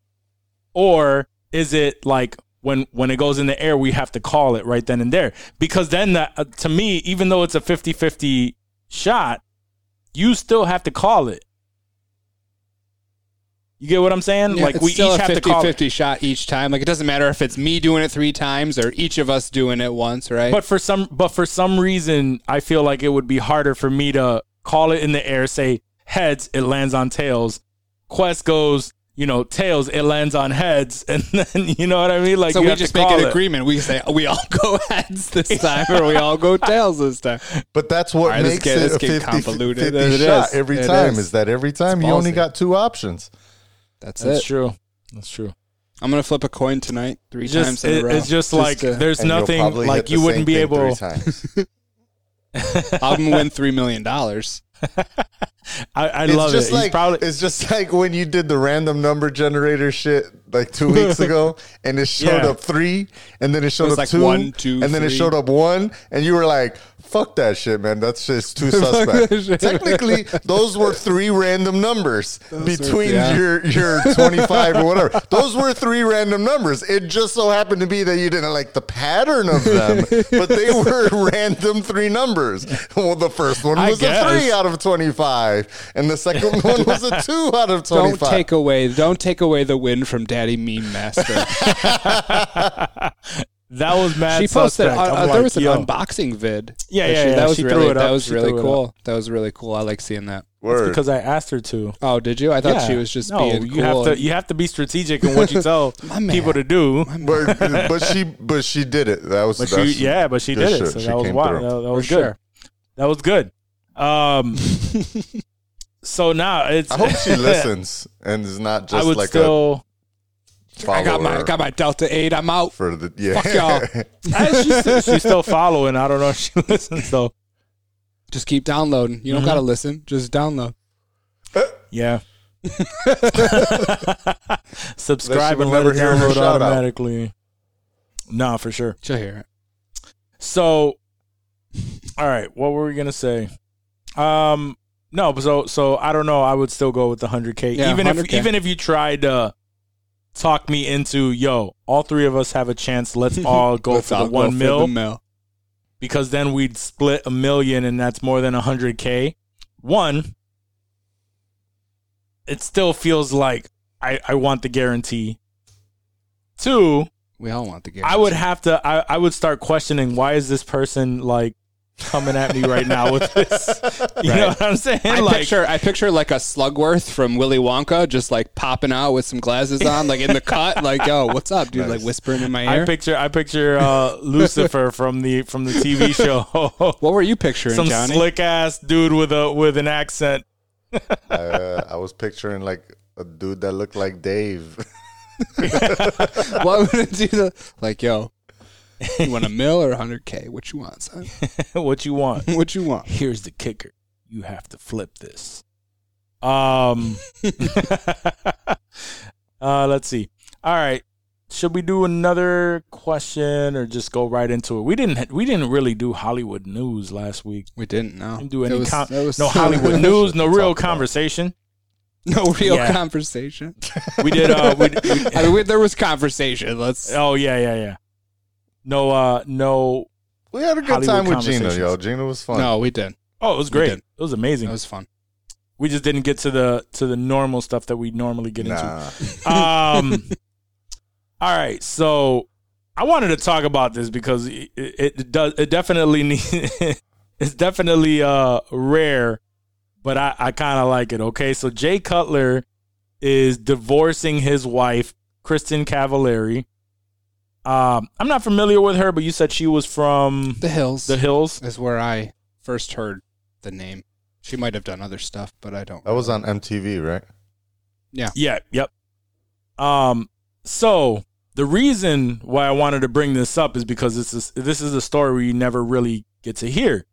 [SPEAKER 1] or is it like when when it goes in the air, we have to call it right then and there? Because then that, uh, to me, even though it's a 50-50 shot, you still have to call it. You get what I'm saying?
[SPEAKER 5] Yeah,
[SPEAKER 1] like
[SPEAKER 5] it's
[SPEAKER 1] we each
[SPEAKER 5] still a
[SPEAKER 1] have to call it.
[SPEAKER 5] 50 shot each time. Like it doesn't matter if it's me doing it three times or each of us doing it once, right?
[SPEAKER 1] But for some, but for some reason, I feel like it would be harder for me to call it in the air. Say heads, it lands on tails. Quest goes, you know, tails, it lands on heads, and then you know what I mean. Like
[SPEAKER 5] so
[SPEAKER 1] you
[SPEAKER 5] we
[SPEAKER 1] have
[SPEAKER 5] just
[SPEAKER 1] to
[SPEAKER 5] make
[SPEAKER 1] call
[SPEAKER 5] an
[SPEAKER 1] it.
[SPEAKER 5] agreement. We say we all go heads this time or we all go tails this time.
[SPEAKER 2] But that's what
[SPEAKER 5] All right, let's
[SPEAKER 2] makes
[SPEAKER 5] get-
[SPEAKER 2] it
[SPEAKER 5] let's
[SPEAKER 2] a
[SPEAKER 5] get
[SPEAKER 2] 50,
[SPEAKER 5] convoluted.
[SPEAKER 2] 50
[SPEAKER 5] It is.
[SPEAKER 2] shot every
[SPEAKER 5] It
[SPEAKER 2] time.
[SPEAKER 5] is.
[SPEAKER 2] Is. that every time
[SPEAKER 5] It's
[SPEAKER 2] you only
[SPEAKER 5] ballsy.
[SPEAKER 2] got two options?
[SPEAKER 5] That's,
[SPEAKER 1] That's
[SPEAKER 5] it.
[SPEAKER 1] true. That's true.
[SPEAKER 5] I'm gonna flip a coin tonight three times
[SPEAKER 1] Just
[SPEAKER 5] in
[SPEAKER 1] it-
[SPEAKER 5] a row.
[SPEAKER 1] it's just, like
[SPEAKER 5] to-
[SPEAKER 1] there's
[SPEAKER 2] And you'll
[SPEAKER 1] nothing
[SPEAKER 2] probably hit
[SPEAKER 1] like
[SPEAKER 2] the
[SPEAKER 1] you wouldn't
[SPEAKER 2] same
[SPEAKER 1] be
[SPEAKER 2] thing three
[SPEAKER 1] able.
[SPEAKER 2] times.
[SPEAKER 5] I'm gonna win three million dollars.
[SPEAKER 1] I, I
[SPEAKER 2] It's
[SPEAKER 1] love
[SPEAKER 2] just
[SPEAKER 1] it. He's
[SPEAKER 2] like
[SPEAKER 1] probably
[SPEAKER 2] it's just like when you did the random number generator shit like two weeks ago, and it showed
[SPEAKER 1] Yeah.
[SPEAKER 2] up three, and then it showed
[SPEAKER 5] was
[SPEAKER 2] up
[SPEAKER 5] like
[SPEAKER 2] two,
[SPEAKER 5] one, two,
[SPEAKER 2] and then it
[SPEAKER 5] three.
[SPEAKER 2] showed up one, and you were like, "Fuck that shit, man. That's just too suspect."
[SPEAKER 5] that shit.
[SPEAKER 2] Technically, those were three random numbers between
[SPEAKER 5] yeah.
[SPEAKER 2] your your twenty five or whatever. Those were three random numbers. It just so happened to be that you didn't like the pattern of them, but they were random three numbers. Well, the first one
[SPEAKER 1] I
[SPEAKER 2] was a
[SPEAKER 1] guess.
[SPEAKER 2] three out of 25 and the second one was a 2 out of 25
[SPEAKER 5] Don't take away don't take away the win from Daddy Meme Master.
[SPEAKER 1] that was mad.
[SPEAKER 5] she posted.
[SPEAKER 1] suspect.
[SPEAKER 5] uh,
[SPEAKER 1] I'm
[SPEAKER 5] uh, there
[SPEAKER 1] like,
[SPEAKER 5] was an
[SPEAKER 1] yo.
[SPEAKER 5] unboxing vid.
[SPEAKER 1] Yeah,
[SPEAKER 5] that
[SPEAKER 1] yeah,
[SPEAKER 5] she-
[SPEAKER 1] yeah.
[SPEAKER 5] That was
[SPEAKER 1] She threw
[SPEAKER 5] really
[SPEAKER 1] it up.
[SPEAKER 5] that was
[SPEAKER 1] She
[SPEAKER 5] really
[SPEAKER 1] threw it
[SPEAKER 5] cool. That was really cool. I like seeing that.
[SPEAKER 2] Word.
[SPEAKER 1] because I asked her to.
[SPEAKER 5] Oh, did you? I thought
[SPEAKER 1] Yeah.
[SPEAKER 5] she was just
[SPEAKER 1] no,
[SPEAKER 5] being
[SPEAKER 1] you
[SPEAKER 5] cool.
[SPEAKER 1] have to you have to be strategic in what you tell
[SPEAKER 5] My man.
[SPEAKER 1] people to do.
[SPEAKER 2] Word. but, she but she did it that was
[SPEAKER 1] But she,
[SPEAKER 2] that's-
[SPEAKER 1] yeah, but she
[SPEAKER 2] good
[SPEAKER 1] did it.
[SPEAKER 2] shit.
[SPEAKER 1] So
[SPEAKER 2] She
[SPEAKER 1] that was
[SPEAKER 2] came
[SPEAKER 1] wild.
[SPEAKER 2] through.
[SPEAKER 1] That, that
[SPEAKER 5] For
[SPEAKER 1] was good.
[SPEAKER 5] sure.
[SPEAKER 1] That was good. Um, so now it's.
[SPEAKER 2] I hope she listens and is not
[SPEAKER 1] I
[SPEAKER 2] just
[SPEAKER 1] would
[SPEAKER 2] like
[SPEAKER 1] still.
[SPEAKER 2] a follower
[SPEAKER 5] I got my I got my Delta Eight. I'm out.
[SPEAKER 2] for the yeah
[SPEAKER 5] Fuck y'all.
[SPEAKER 1] I- she's, still she's still following. I don't know if she listens though.
[SPEAKER 5] Just keep downloading. You don't gotta listen. Just download.
[SPEAKER 1] Yeah.
[SPEAKER 2] That
[SPEAKER 1] Subscribe
[SPEAKER 2] she would
[SPEAKER 1] and let it
[SPEAKER 2] never hear her
[SPEAKER 1] download
[SPEAKER 2] shout out.
[SPEAKER 1] automatically. Nah, for sure.
[SPEAKER 5] She'll hear it.
[SPEAKER 1] So, all right, what were we gonna say? Um, no, but so so I don't know. I would still go with the hundred k,
[SPEAKER 5] Yeah,
[SPEAKER 1] even
[SPEAKER 5] 100K.
[SPEAKER 1] if even if you tried to talk me into yo, all three of us have a chance. Let's all go
[SPEAKER 5] Let's
[SPEAKER 1] for the
[SPEAKER 5] all
[SPEAKER 1] one
[SPEAKER 5] for
[SPEAKER 1] mil
[SPEAKER 5] the mil.
[SPEAKER 1] because then we'd split a million, and that's more than hundred k. One, it still feels like I I want the guarantee. Two,
[SPEAKER 5] We all want the game.
[SPEAKER 1] I would have to. I, I would start questioning why is this person like coming at me right now with this? You know what I'm saying?
[SPEAKER 5] I
[SPEAKER 1] like,
[SPEAKER 5] picture I picture like a Slugworth from Willy Wonka just like popping out with some glasses on, like in the cut, like yo, what's up, dude? Like whispering in my ear.
[SPEAKER 1] I picture. I picture uh, Lucifer from the from the TV show.
[SPEAKER 5] what were you picturing,
[SPEAKER 1] Some
[SPEAKER 5] Johnny?
[SPEAKER 1] slick ass dude with a with an accent.
[SPEAKER 2] uh, I was picturing like a dude that looked like Dave
[SPEAKER 5] Why would it do the like yo? You want a mil or hundred k? What you want, son?
[SPEAKER 1] what you want?
[SPEAKER 5] What you want?
[SPEAKER 1] Here's the kicker. You have to flip this. Um. uh, let's see. All right. Should we do another question or just go right into it? We didn't. We didn't really do Hollywood news last week.
[SPEAKER 5] We didn't know.
[SPEAKER 1] Didn't do any
[SPEAKER 5] was-
[SPEAKER 1] con-
[SPEAKER 5] that was
[SPEAKER 1] no
[SPEAKER 5] so-
[SPEAKER 1] Hollywood news, no real
[SPEAKER 2] Talk about.
[SPEAKER 1] conversation.
[SPEAKER 5] no real
[SPEAKER 1] Yeah.
[SPEAKER 5] conversation.
[SPEAKER 1] We did. Uh, we, d- we,
[SPEAKER 5] I mean, we, there was conversation. Let's.
[SPEAKER 1] oh yeah, yeah, yeah. No, uh, no.
[SPEAKER 2] we had a good
[SPEAKER 1] Hollywood
[SPEAKER 2] time with Gina
[SPEAKER 1] conversations.
[SPEAKER 2] yo Gina was fun
[SPEAKER 5] No, we did.
[SPEAKER 1] Oh, it was
[SPEAKER 5] We
[SPEAKER 1] great.
[SPEAKER 5] did.
[SPEAKER 1] It was amazing.
[SPEAKER 5] That was fun.
[SPEAKER 1] we just didn't get to the to the normal stuff that we normally get into.
[SPEAKER 2] nah
[SPEAKER 1] Um, all right, so I wanted to talk about this because it, it does it definitely need, it's definitely uh rare, but I, I kind of like it. Okay, so Jay Cutler is divorcing his wife, Kristen Cavallari. Um, I'm not familiar with her, but you said she was from
[SPEAKER 5] The Hills
[SPEAKER 1] the Hills.
[SPEAKER 5] is where I first heard the name. She might have done other stuff, but I don't.
[SPEAKER 2] That was on MTV, right?
[SPEAKER 1] Yeah, yep. Um, so the reason why I wanted to bring this up is because this is this is a story we never really get to hear.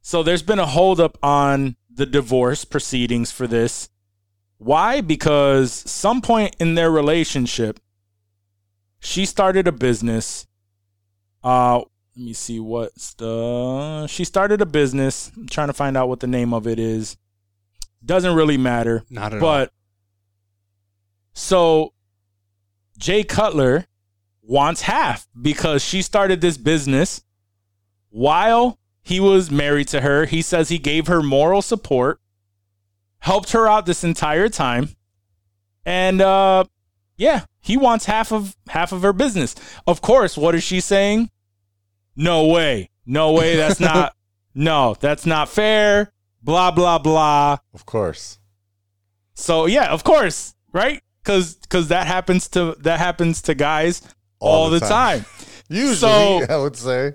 [SPEAKER 1] So there's been a holdup on the divorce proceedings for this. Why? Because some point in their relationship, she started a business. Uh, let me see what's the she started a business. I'm trying to find out what the name of it is. Doesn't really matter.
[SPEAKER 5] Not at all.
[SPEAKER 1] but so Jay Cutler wants half because she started this business while he was married to her. He says he gave her moral support, helped her out this entire time, and uh, yeah, he wants half of half of her business. Of course, what is she saying? No way, no way. That's not. no, that's not fair. Blah blah blah.
[SPEAKER 2] Of course.
[SPEAKER 1] So yeah, of course, right? Because because that happens to that happens to guys all, the, time.
[SPEAKER 2] Usually,
[SPEAKER 1] So-
[SPEAKER 2] I would say.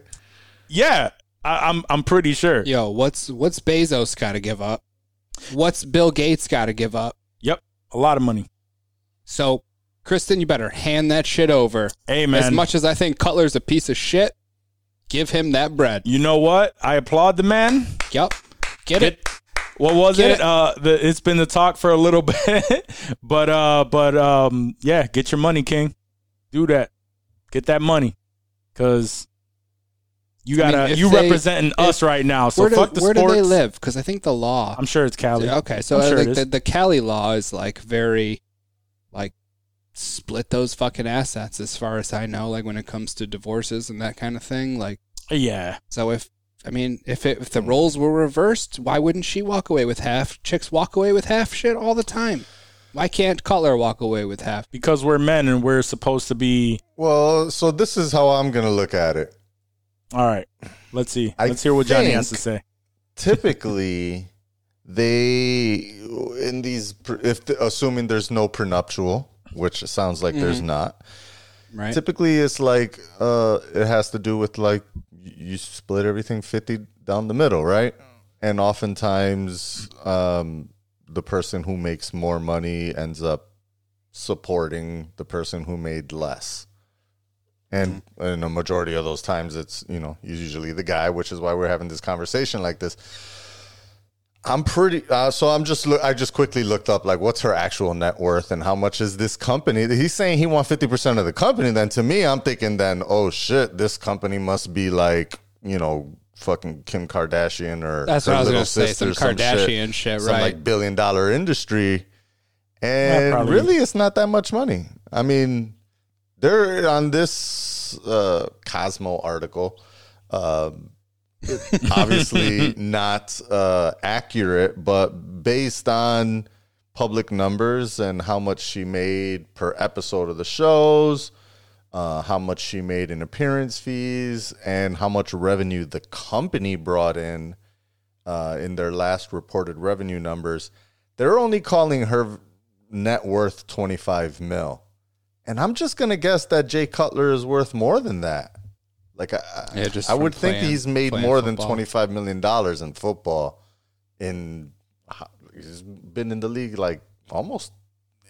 [SPEAKER 1] Yeah, I, I'm I'm pretty sure.
[SPEAKER 5] Yo, what's what's Bezos got to give up? What's Bill Gates got to give up?
[SPEAKER 1] Yep, a lot of money.
[SPEAKER 5] So, Kristen, you better hand that shit over.
[SPEAKER 1] Hey man,
[SPEAKER 5] As much as I think Cutler's a piece of shit, give him that bread.
[SPEAKER 1] you know what? I applaud the man.
[SPEAKER 5] Yep. Get, it.
[SPEAKER 1] What was
[SPEAKER 5] Get
[SPEAKER 1] it?
[SPEAKER 5] it.
[SPEAKER 1] Uh, the, it's been the talk for a little bit, but uh, but um, yeah, get your money, King. Do that. Get that money, cause you
[SPEAKER 5] I mean,
[SPEAKER 1] gotta
[SPEAKER 5] if
[SPEAKER 1] you
[SPEAKER 5] they-
[SPEAKER 1] representing us
[SPEAKER 5] if-
[SPEAKER 1] right now. So
[SPEAKER 5] where do,
[SPEAKER 1] fuck the
[SPEAKER 5] where do
[SPEAKER 1] sports.
[SPEAKER 5] they live? Because I think the law.
[SPEAKER 1] I'm sure it's Cali.
[SPEAKER 5] Oh, Okay, so
[SPEAKER 1] I'm
[SPEAKER 5] I
[SPEAKER 1] sure it
[SPEAKER 5] like
[SPEAKER 1] is.
[SPEAKER 5] the, the Cali law is like very, like, split those fucking assets as far as I know. Like when it comes to divorces and that kind of thing. Like
[SPEAKER 1] Yeah,
[SPEAKER 5] so, if I mean, if it, if
[SPEAKER 1] Hmm.
[SPEAKER 5] the roles were reversed, why wouldn't she walk away with half? Chicks walk away with half shit all the time. Why can't Cutler walk away with half?
[SPEAKER 1] because we're men and we're supposed to be
[SPEAKER 2] Well, so this is how I'm going to look at it.
[SPEAKER 1] All right. Let's see.
[SPEAKER 2] I
[SPEAKER 1] Let's hear what Johnny has to say.
[SPEAKER 2] think- Typically, they in these if assuming there's no prenuptial, which sounds like there's not.
[SPEAKER 5] Right.
[SPEAKER 2] Typically, it's like uh, it has to do with like you split everything fifty down the middle, right? And oftentimes, um, the person who makes more money ends up supporting the person who made less. And
[SPEAKER 5] Mm-hmm.
[SPEAKER 2] in a majority of those times, it's you know usually the guy, which is why we're having this conversation like this. I'm pretty. Uh, so I'm just. Look, I just quickly looked up like what's her actual net worth and how much is this company. He's saying he wants fifty percent of the company. Then to me, I'm thinking then, oh shit, this company must be like you know fucking Kim Kardashian or
[SPEAKER 5] That's
[SPEAKER 2] her
[SPEAKER 5] what I was
[SPEAKER 2] little
[SPEAKER 5] gonna say,
[SPEAKER 2] sister,
[SPEAKER 5] some Kardashian shit,
[SPEAKER 2] some
[SPEAKER 5] right.
[SPEAKER 2] like billion dollar industry.
[SPEAKER 1] Yeah,
[SPEAKER 2] And
[SPEAKER 1] probably.
[SPEAKER 2] really, it's not that much money. I mean, they're on this uh, Cosmo article. Um, obviously not uh, accurate, but based on public numbers and how much she made per episode of the shows, uh, how much she made in appearance fees, and how much revenue the company brought in uh, in their last reported revenue numbers, they're only calling her net worth 25 mil. And I'm just going to guess that Jay Cutler is worth more than that. Like I, I-
[SPEAKER 5] Yeah, just
[SPEAKER 2] I
[SPEAKER 5] from
[SPEAKER 2] would think
[SPEAKER 5] playing-
[SPEAKER 2] he's made
[SPEAKER 5] playing
[SPEAKER 2] more than
[SPEAKER 5] football.
[SPEAKER 2] 25 million dollars in football in he's been in the league like almost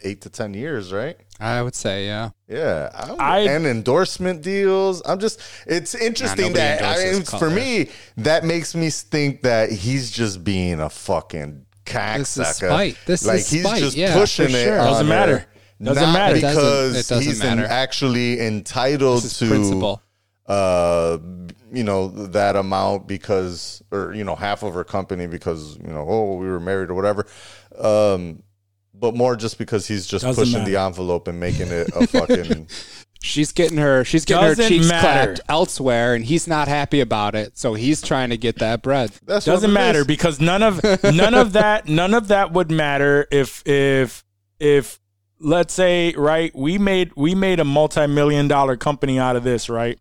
[SPEAKER 2] 8 to 10 years, right?
[SPEAKER 5] I would say, yeah.
[SPEAKER 2] Yeah, I'm,
[SPEAKER 1] I-
[SPEAKER 2] and endorsement deals. I'm just. It's interesting
[SPEAKER 5] nobody
[SPEAKER 2] that I
[SPEAKER 5] endorses
[SPEAKER 2] mean, for me that makes me think that he's just being a fucking cocksucker.
[SPEAKER 5] This is spite. This is
[SPEAKER 2] like he's
[SPEAKER 5] spite,
[SPEAKER 2] just
[SPEAKER 5] yeah,
[SPEAKER 2] pushing
[SPEAKER 5] for
[SPEAKER 2] it.
[SPEAKER 5] sure.
[SPEAKER 2] on
[SPEAKER 1] Doesn't
[SPEAKER 2] her.
[SPEAKER 1] matter. Doesn't
[SPEAKER 2] Not
[SPEAKER 1] matter. It
[SPEAKER 5] doesn't-
[SPEAKER 2] because
[SPEAKER 5] it doesn't
[SPEAKER 2] he's en-
[SPEAKER 5] matter.
[SPEAKER 2] actually entitled
[SPEAKER 5] This is
[SPEAKER 2] to
[SPEAKER 5] principle.
[SPEAKER 2] uh, you know, that amount because, or, you know, half of her company because, you know, oh, we were married or whatever. Um, but more just because he's just
[SPEAKER 1] Doesn't
[SPEAKER 2] pushing
[SPEAKER 1] matter.
[SPEAKER 2] the envelope and making it a fucking.
[SPEAKER 5] She's getting her she's getting
[SPEAKER 1] Doesn't
[SPEAKER 5] her cheeks
[SPEAKER 1] matter.
[SPEAKER 5] clapped elsewhere and he's not happy about it. So he's trying to get that bread.
[SPEAKER 2] That's what
[SPEAKER 1] Doesn't
[SPEAKER 2] it
[SPEAKER 1] matter
[SPEAKER 2] is.
[SPEAKER 1] because none of none of that none of that would matter if if if let's say right we made we made a multi-million dollar company out of this, right?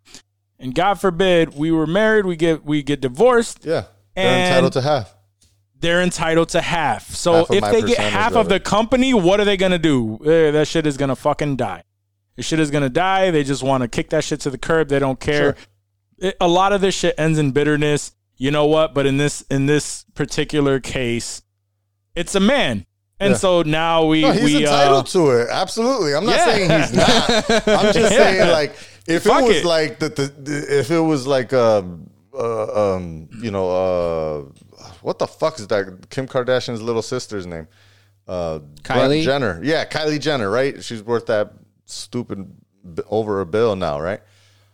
[SPEAKER 1] and God forbid we were married, we get we get divorced,
[SPEAKER 2] Yeah. They're
[SPEAKER 1] And-
[SPEAKER 2] entitled to half.
[SPEAKER 1] they're entitled to half. So
[SPEAKER 2] Half of
[SPEAKER 1] if
[SPEAKER 2] my
[SPEAKER 1] they get
[SPEAKER 2] percentage
[SPEAKER 1] half
[SPEAKER 2] of
[SPEAKER 1] of the
[SPEAKER 2] it.
[SPEAKER 1] company, what are they gonna do? Eh, that shit is gonna fucking die. This shit is gonna die. They just want to kick that shit to the curb. They don't care.
[SPEAKER 2] Sure.
[SPEAKER 1] It- a lot of this shit ends in bitterness. You know what? But in this in this particular case, it's a man, and
[SPEAKER 2] Yeah.
[SPEAKER 1] so now we
[SPEAKER 2] No, he's
[SPEAKER 1] we
[SPEAKER 2] entitled
[SPEAKER 1] uh,
[SPEAKER 2] to it. Absolutely. I'm not
[SPEAKER 1] Yeah.
[SPEAKER 2] saying he's not. I'm just
[SPEAKER 1] Yeah.
[SPEAKER 2] saying like if
[SPEAKER 1] Fuck
[SPEAKER 2] it was
[SPEAKER 1] it.
[SPEAKER 2] like the, the, the if it was like um uh, um you know uh what the fuck is that Kim Kardashian's little sister's name? Uh Brett
[SPEAKER 5] Kylie?
[SPEAKER 2] Jenner. Yeah, Kylie Jenner, right? She's worth that stupid b- over a bill now, right?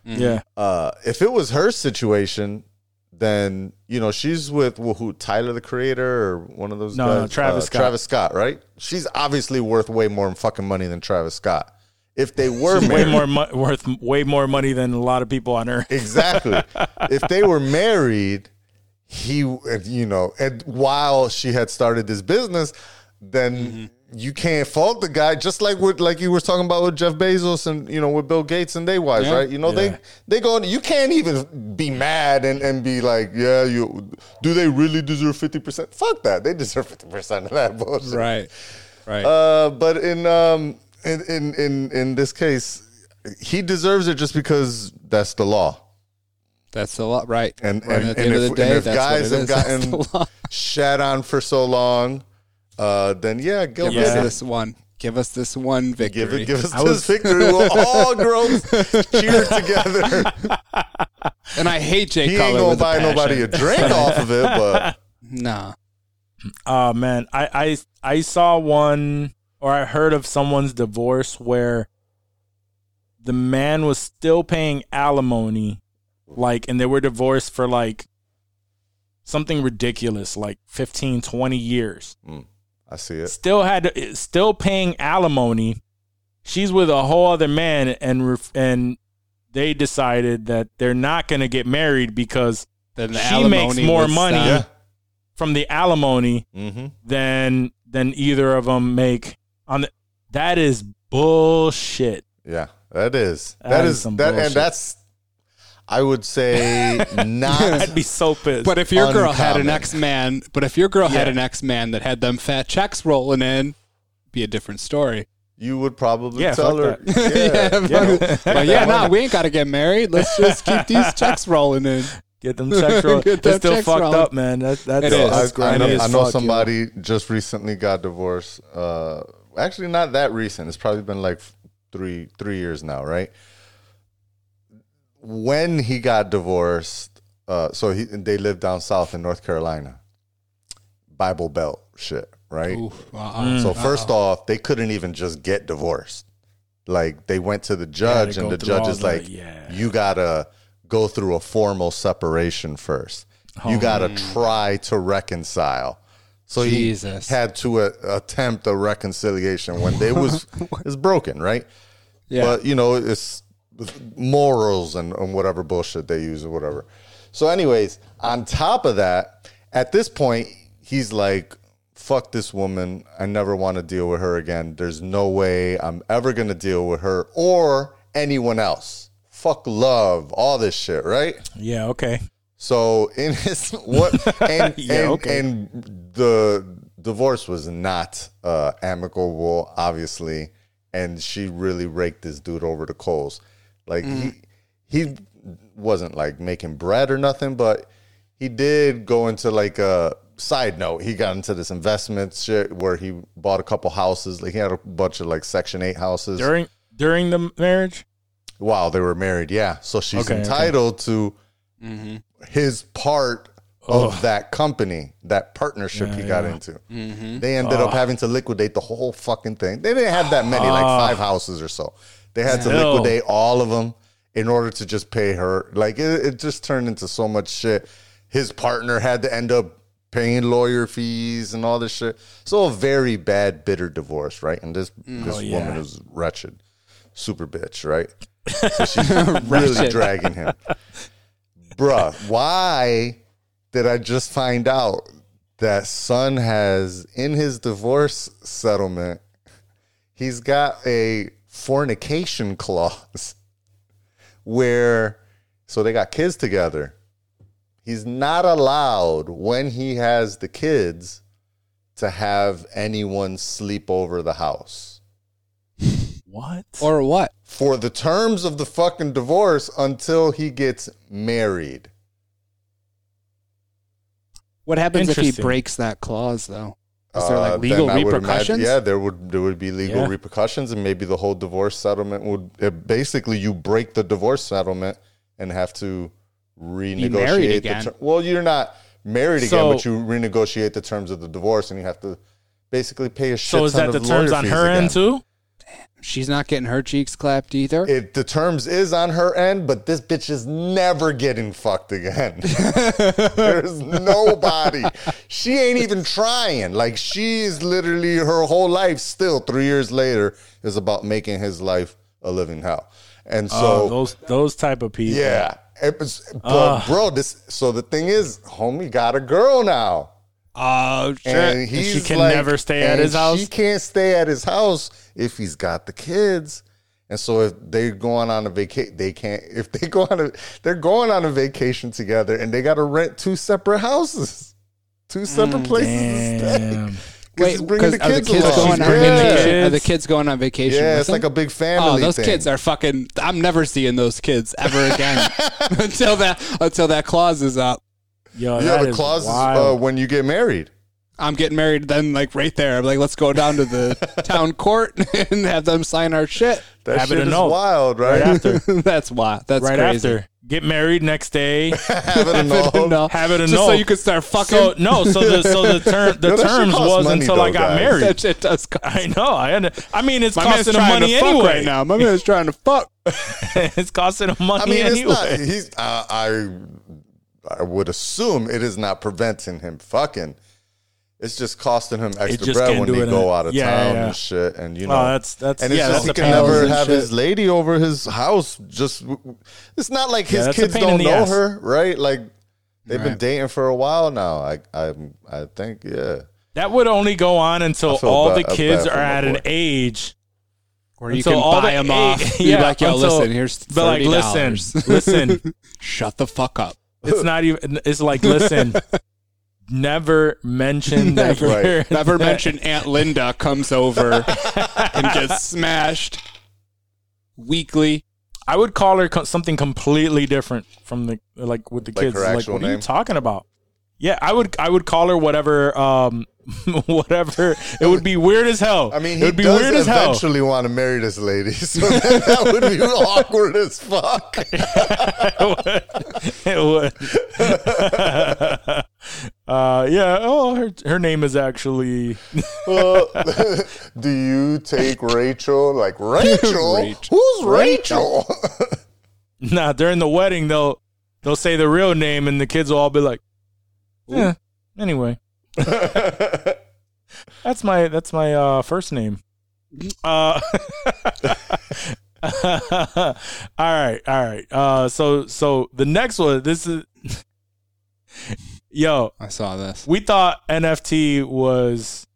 [SPEAKER 1] yeah
[SPEAKER 2] uh, if it was her situation, then you know she's with well, who Tyler the Creator or one of those.
[SPEAKER 1] No,
[SPEAKER 2] guys?
[SPEAKER 1] no, Travis
[SPEAKER 2] Uh,
[SPEAKER 1] Scott.
[SPEAKER 2] Travis Scott, right? She's obviously worth way more fucking money than Travis Scott. If they were
[SPEAKER 1] way
[SPEAKER 2] married,
[SPEAKER 1] more mo- worth way more money than a lot of people on earth.
[SPEAKER 2] exactly. if they were married, he and, you know, and while she had started this business, then.
[SPEAKER 5] Mm-hmm.
[SPEAKER 2] You can't fault the guy, just like with like you were talking about with Jeff Bezos and you know with Bill Gates and they wise,
[SPEAKER 5] Yeah.
[SPEAKER 2] right? You know
[SPEAKER 1] Yeah.
[SPEAKER 2] they they go. You can't even be mad and, and be like, yeah, you do they really deserve fifty percent? Fuck that, they deserve fifty percent of that bullshit.
[SPEAKER 5] Right. Right.
[SPEAKER 2] Uh, but in um in, in in in this case, he deserves it just because that's the law.
[SPEAKER 5] that's a lot. Right.
[SPEAKER 2] And
[SPEAKER 5] Right,
[SPEAKER 2] and,
[SPEAKER 5] at the
[SPEAKER 2] and
[SPEAKER 5] end
[SPEAKER 2] if,
[SPEAKER 5] of the day,
[SPEAKER 2] and if
[SPEAKER 5] that's
[SPEAKER 2] guys
[SPEAKER 5] what
[SPEAKER 2] have
[SPEAKER 5] it is. That's
[SPEAKER 2] gotten
[SPEAKER 5] the law.
[SPEAKER 2] shat on for so long, uh, then yeah, go
[SPEAKER 5] Give us
[SPEAKER 1] Yeah.
[SPEAKER 2] yeah.
[SPEAKER 5] this one. Give us this one victory.
[SPEAKER 2] Give it, give us
[SPEAKER 1] I
[SPEAKER 2] this
[SPEAKER 1] was-
[SPEAKER 2] victory. We'll all grow cheer together.
[SPEAKER 5] and I hate Jay
[SPEAKER 2] He
[SPEAKER 5] Cutler
[SPEAKER 2] ain't gonna
[SPEAKER 5] with a
[SPEAKER 2] buy
[SPEAKER 5] passion.
[SPEAKER 2] nobody a drink off of it, but
[SPEAKER 5] Nah.
[SPEAKER 1] Oh man, I, I I saw one or I heard of someone's divorce where the man was still paying alimony, like, and they were divorced for like something ridiculous, like 15, 20 years.
[SPEAKER 2] I see it.
[SPEAKER 1] Still had still paying alimony. She's with a whole other man, and ref- and they decided that they're not gonna get married because
[SPEAKER 5] Then the
[SPEAKER 1] She makes
[SPEAKER 5] alimony
[SPEAKER 1] more
[SPEAKER 5] would
[SPEAKER 1] money.
[SPEAKER 5] stop.
[SPEAKER 1] Yeah. from the alimony
[SPEAKER 2] Mm-hmm.
[SPEAKER 1] than than either of them make on the, that is bullshit
[SPEAKER 2] Yeah, that is
[SPEAKER 1] That
[SPEAKER 2] that
[SPEAKER 1] is
[SPEAKER 2] is
[SPEAKER 1] some
[SPEAKER 2] that,
[SPEAKER 1] bullshit.
[SPEAKER 2] and that's I would say not
[SPEAKER 1] i'd be so pissed
[SPEAKER 5] But if your girl had an
[SPEAKER 2] Uncommon.
[SPEAKER 5] ex man, but if your girl had
[SPEAKER 1] Yeah.
[SPEAKER 5] an ex man that had them fat checks rolling in, be a different story.
[SPEAKER 2] you would probably
[SPEAKER 1] Yeah,
[SPEAKER 2] tell her.
[SPEAKER 1] fuck
[SPEAKER 2] Yeah.
[SPEAKER 5] but, but yeah, nah, we ain't got to get married. Let's just keep these checks rolling in.
[SPEAKER 1] get them checks roll-
[SPEAKER 5] Get
[SPEAKER 1] they're
[SPEAKER 5] them
[SPEAKER 1] still
[SPEAKER 5] checks
[SPEAKER 1] fucked
[SPEAKER 5] rolling.
[SPEAKER 1] up man that, that's
[SPEAKER 5] It is.
[SPEAKER 2] I,
[SPEAKER 1] that's
[SPEAKER 5] That's
[SPEAKER 2] I
[SPEAKER 1] grimy
[SPEAKER 2] know,
[SPEAKER 1] as
[SPEAKER 2] I know
[SPEAKER 1] fuck, yo.
[SPEAKER 2] somebody just recently got divorced. Uh, actually, not that recent. It's probably been like three three years now, right? When he got divorced, uh, so he they lived down south in North Carolina, Bible Belt shit, right?
[SPEAKER 5] Ooh, uh-uh.
[SPEAKER 2] So
[SPEAKER 1] Mm.
[SPEAKER 2] first off, they couldn't even just get divorced. Like they went to the judge,
[SPEAKER 1] go
[SPEAKER 2] and the
[SPEAKER 1] through
[SPEAKER 2] judge
[SPEAKER 1] all
[SPEAKER 2] is
[SPEAKER 1] the-
[SPEAKER 2] like,
[SPEAKER 1] yeah.
[SPEAKER 2] "You gotta go through a formal separation first.
[SPEAKER 1] Oh.
[SPEAKER 2] You gotta try to reconcile." So
[SPEAKER 5] Jesus.
[SPEAKER 2] he had to uh, attempt a reconciliation when they was is broken, right?
[SPEAKER 5] Yeah.
[SPEAKER 2] But you know, it's morals and, and whatever bullshit they use or whatever. So, anyways, on top of that, at this point, he's like, fuck this woman. I never want to deal with her again. There's no way I'm ever going to deal with her or anyone else. Fuck love, all this shit, right?
[SPEAKER 1] yeah okay
[SPEAKER 2] So in his what and
[SPEAKER 1] Yeah,
[SPEAKER 2] and,
[SPEAKER 1] okay.
[SPEAKER 2] and the divorce was not uh, amicable, obviously, and she really raked this dude over the coals. Like
[SPEAKER 1] Mm.
[SPEAKER 2] he he wasn't like making bread or nothing, but he did go into like a side note. He got into this investment shit where he bought a couple houses. Like he had a bunch of like Section Eight houses
[SPEAKER 1] during during the marriage
[SPEAKER 2] while they were married. Yeah, so she's
[SPEAKER 1] Okay, okay.
[SPEAKER 2] entitled to his part of that company, that partnership he got into. They ended up having to liquidate the whole fucking thing. They didn't have that many, like five houses or so. They had to
[SPEAKER 1] Still.
[SPEAKER 2] liquidate all of them in order to just pay her. Like it, it just turned into so much shit. His partner had to end up paying lawyer fees and all this shit. So a very bad, bitter divorce, right? And this this woman is wretched, super bitch, right? So she's really
[SPEAKER 5] Wretched.
[SPEAKER 2] dragging him. Bruh, why did I just find out that Son has in his divorce settlement, he's got a fornication clause where So they got kids together. He's not allowed when he has the kids to have anyone sleep over the house.
[SPEAKER 1] What?
[SPEAKER 5] Or what?
[SPEAKER 2] For the terms of the fucking divorce until he gets married.
[SPEAKER 5] What happens if he
[SPEAKER 1] Interesting.
[SPEAKER 5] breaks that clause, though? Is there
[SPEAKER 2] Uh,
[SPEAKER 5] like legal
[SPEAKER 2] then I would imagine-
[SPEAKER 5] repercussions?
[SPEAKER 2] yeah, there would there would be legal
[SPEAKER 1] Yeah.
[SPEAKER 2] repercussions, and maybe the whole divorce settlement would it, basically you break the divorce settlement and have to renegotiate
[SPEAKER 5] again.
[SPEAKER 2] the ter- Well, you're not married
[SPEAKER 1] So-
[SPEAKER 2] again, but you renegotiate the terms of the divorce, and you have to basically pay a shit
[SPEAKER 1] So is
[SPEAKER 2] ton
[SPEAKER 1] that the
[SPEAKER 2] of lawyer
[SPEAKER 1] terms on
[SPEAKER 2] fees
[SPEAKER 1] her
[SPEAKER 2] again.
[SPEAKER 1] end too?
[SPEAKER 5] She's not getting her cheeks clapped either.
[SPEAKER 2] It, the terms is on her end, but this bitch is never getting fucked again. There's nobody. She ain't even trying. Like she is literally her whole life still three years later is about making his life a living hell. And
[SPEAKER 1] oh,
[SPEAKER 2] so
[SPEAKER 1] those those type of people.
[SPEAKER 2] yeah, it was, but bro, this. So the thing is, homie got a girl now.
[SPEAKER 1] Oh shit.
[SPEAKER 2] And
[SPEAKER 1] And
[SPEAKER 2] he's
[SPEAKER 1] she can
[SPEAKER 2] like-
[SPEAKER 1] never stay at
[SPEAKER 2] and
[SPEAKER 1] his house.
[SPEAKER 2] She can't stay at his house if he's got the kids. And so if they're going on a vacation, they can't. If they go on a, they're going on a vacation together, and they got to rent two separate houses, two
[SPEAKER 1] Mm,
[SPEAKER 2] separate places to stay.
[SPEAKER 1] Damn.
[SPEAKER 2] 'Cause he's bringing
[SPEAKER 5] 'cause
[SPEAKER 2] the
[SPEAKER 5] are the
[SPEAKER 2] kids
[SPEAKER 5] kids
[SPEAKER 2] along.
[SPEAKER 5] going on
[SPEAKER 2] Yeah.
[SPEAKER 5] vacation? Are the
[SPEAKER 1] Kids.
[SPEAKER 5] kids going on vacation?
[SPEAKER 2] Yeah,
[SPEAKER 5] with
[SPEAKER 2] it's like
[SPEAKER 5] him?
[SPEAKER 2] a big family.
[SPEAKER 5] Oh, those
[SPEAKER 2] thing.
[SPEAKER 5] kids are fucking. I'm never seeing those kids ever again until that until that clause is up.
[SPEAKER 1] Yo,
[SPEAKER 2] Yeah,
[SPEAKER 1] that
[SPEAKER 2] the
[SPEAKER 1] is
[SPEAKER 2] clause is uh,
[SPEAKER 1] wild.
[SPEAKER 2] when you get married.
[SPEAKER 5] I'm getting married. Then like right there, I'm like, let's go down to the town court and have them sign our shit.
[SPEAKER 2] That
[SPEAKER 1] Have it
[SPEAKER 2] shit is
[SPEAKER 1] annulled.
[SPEAKER 2] wild,
[SPEAKER 1] right
[SPEAKER 2] right?
[SPEAKER 1] after.
[SPEAKER 5] that's why. That's
[SPEAKER 1] right
[SPEAKER 5] crazy.
[SPEAKER 1] after. Get married next day.
[SPEAKER 2] Have it annulled.
[SPEAKER 5] No.
[SPEAKER 1] Have it
[SPEAKER 5] Just
[SPEAKER 1] annulled.
[SPEAKER 5] so you could start fucking.
[SPEAKER 1] So no, so the so the term the
[SPEAKER 2] Yo, that shit
[SPEAKER 1] terms
[SPEAKER 2] costs
[SPEAKER 1] was
[SPEAKER 2] money,
[SPEAKER 1] until I
[SPEAKER 2] though,
[SPEAKER 1] got
[SPEAKER 2] guys.
[SPEAKER 1] married.
[SPEAKER 5] that shit does cost.
[SPEAKER 1] I know. I under, I mean, it's
[SPEAKER 5] My man's
[SPEAKER 1] costing him
[SPEAKER 5] trying
[SPEAKER 1] money
[SPEAKER 5] to fuck
[SPEAKER 1] anyway.
[SPEAKER 5] right now. My man's trying to fuck.
[SPEAKER 1] it's costing him money
[SPEAKER 2] I mean, it's
[SPEAKER 1] anyway.
[SPEAKER 2] not. He's. Uh, I. I would assume it is not preventing him fucking. It's just costing him extra
[SPEAKER 1] just
[SPEAKER 2] bread
[SPEAKER 1] can't
[SPEAKER 2] when
[SPEAKER 1] do
[SPEAKER 2] they
[SPEAKER 1] it in
[SPEAKER 2] go
[SPEAKER 1] a-
[SPEAKER 2] out of
[SPEAKER 1] Yeah, yeah,
[SPEAKER 2] town
[SPEAKER 1] yeah.
[SPEAKER 2] and shit, and you know.
[SPEAKER 1] Oh, that's- that's-
[SPEAKER 2] and it's
[SPEAKER 1] yeah,
[SPEAKER 2] just
[SPEAKER 1] that's
[SPEAKER 2] he
[SPEAKER 1] a
[SPEAKER 2] can
[SPEAKER 1] pain in the
[SPEAKER 2] never
[SPEAKER 5] ass.
[SPEAKER 2] have
[SPEAKER 5] Shit.
[SPEAKER 2] his lady over his house. Just it's not like
[SPEAKER 1] Yeah,
[SPEAKER 2] his
[SPEAKER 1] that's a
[SPEAKER 2] kids
[SPEAKER 1] pain in
[SPEAKER 2] don't
[SPEAKER 1] the
[SPEAKER 2] know
[SPEAKER 1] ass.
[SPEAKER 2] her, right? Like they've been
[SPEAKER 5] Right.
[SPEAKER 2] dating for a while now. I I I think yeah.
[SPEAKER 1] That would only go on until
[SPEAKER 2] I feel
[SPEAKER 1] all
[SPEAKER 2] bad-
[SPEAKER 1] the
[SPEAKER 2] I
[SPEAKER 1] kids
[SPEAKER 2] feel
[SPEAKER 1] are
[SPEAKER 2] bad
[SPEAKER 1] at
[SPEAKER 2] for my
[SPEAKER 1] an
[SPEAKER 2] boy.
[SPEAKER 1] age.
[SPEAKER 5] Or you
[SPEAKER 1] until
[SPEAKER 5] can
[SPEAKER 1] all
[SPEAKER 5] buy
[SPEAKER 1] the
[SPEAKER 5] them
[SPEAKER 1] eight-
[SPEAKER 5] off.
[SPEAKER 1] yeah,
[SPEAKER 5] You're like, yo,
[SPEAKER 1] until-
[SPEAKER 5] listen, here's
[SPEAKER 1] But like,
[SPEAKER 5] thirty
[SPEAKER 1] listen, listen.
[SPEAKER 5] Shut the fuck up.
[SPEAKER 1] It's not even. It's like, listen. never mention that.
[SPEAKER 5] Never.
[SPEAKER 1] you're-
[SPEAKER 5] Never mention Aunt Linda comes over and gets smashed weekly.
[SPEAKER 1] I would call her co- something completely different from the like with the
[SPEAKER 2] Like
[SPEAKER 1] kids.
[SPEAKER 2] her
[SPEAKER 1] Like,
[SPEAKER 2] actual
[SPEAKER 1] what are you
[SPEAKER 2] name?
[SPEAKER 1] talking about? Yeah, I would. I would call her whatever. Um, whatever. It would be weird as hell.
[SPEAKER 2] I mean,
[SPEAKER 1] it
[SPEAKER 2] he
[SPEAKER 1] would be
[SPEAKER 2] does
[SPEAKER 1] weird as hell.
[SPEAKER 2] eventually want to marry this lady, so then that would be awkward as fuck.
[SPEAKER 1] it would. uh, yeah. Oh, her her name is actually.
[SPEAKER 2] Uh, do you take Rachel? Like Rachel?
[SPEAKER 5] Rachel.
[SPEAKER 2] Who's Rachel?
[SPEAKER 1] Nah, during the wedding they'll they'll say the real name and the kids will all be like, "Yeah." Anyway, that's my that's my uh, first name. Uh, all right, all right. Uh, so so the next one, this is, yo,
[SPEAKER 5] I saw this.
[SPEAKER 1] we thought NFT was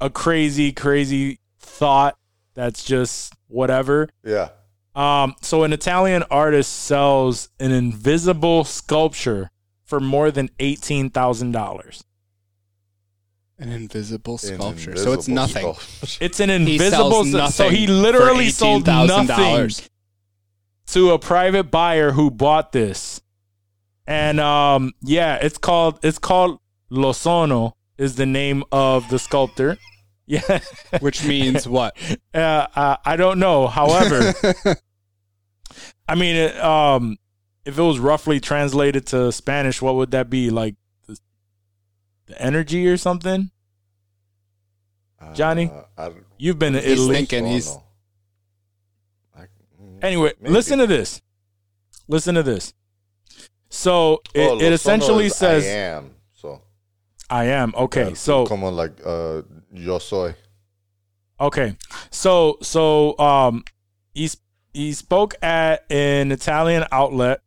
[SPEAKER 1] a crazy, crazy thought that's just whatever.
[SPEAKER 2] yeah.
[SPEAKER 1] Um, so an Italian artist sells an invisible sculpture for more than eighteen thousand dollars.
[SPEAKER 5] An invisible sculpture. so it's
[SPEAKER 2] Invisible
[SPEAKER 5] nothing.
[SPEAKER 2] sculpture.
[SPEAKER 1] It's an
[SPEAKER 5] He
[SPEAKER 1] invisible.
[SPEAKER 5] sells
[SPEAKER 1] so-
[SPEAKER 5] nothing.
[SPEAKER 1] so he
[SPEAKER 5] for
[SPEAKER 1] literally sold nothing
[SPEAKER 5] $18,000.
[SPEAKER 1] to a private buyer who bought this. And um, yeah, it's called it's called Losono is the name of the sculptor. Yeah,
[SPEAKER 5] Which means what?
[SPEAKER 1] uh, uh, I don't know. However, I mean, it, um, if it was roughly translated to Spanish, what would that be like? The, the energy or something? Johnny?
[SPEAKER 2] Uh, I don't-
[SPEAKER 1] You've been to
[SPEAKER 5] He's
[SPEAKER 1] Italy.
[SPEAKER 5] thinking
[SPEAKER 2] don't
[SPEAKER 5] he's-
[SPEAKER 2] know. I- mm,
[SPEAKER 1] Anyway,
[SPEAKER 2] maybe.
[SPEAKER 1] listen to this. Listen to this. So it,
[SPEAKER 2] Oh,
[SPEAKER 1] it
[SPEAKER 2] Lozano
[SPEAKER 1] essentially
[SPEAKER 2] is
[SPEAKER 1] says,
[SPEAKER 2] I am. So,
[SPEAKER 1] I am. Okay.
[SPEAKER 2] uh,
[SPEAKER 1] so,
[SPEAKER 2] come on, like, uh, yo soy.
[SPEAKER 1] Okay. So so um he sp- he spoke at an Italian outlet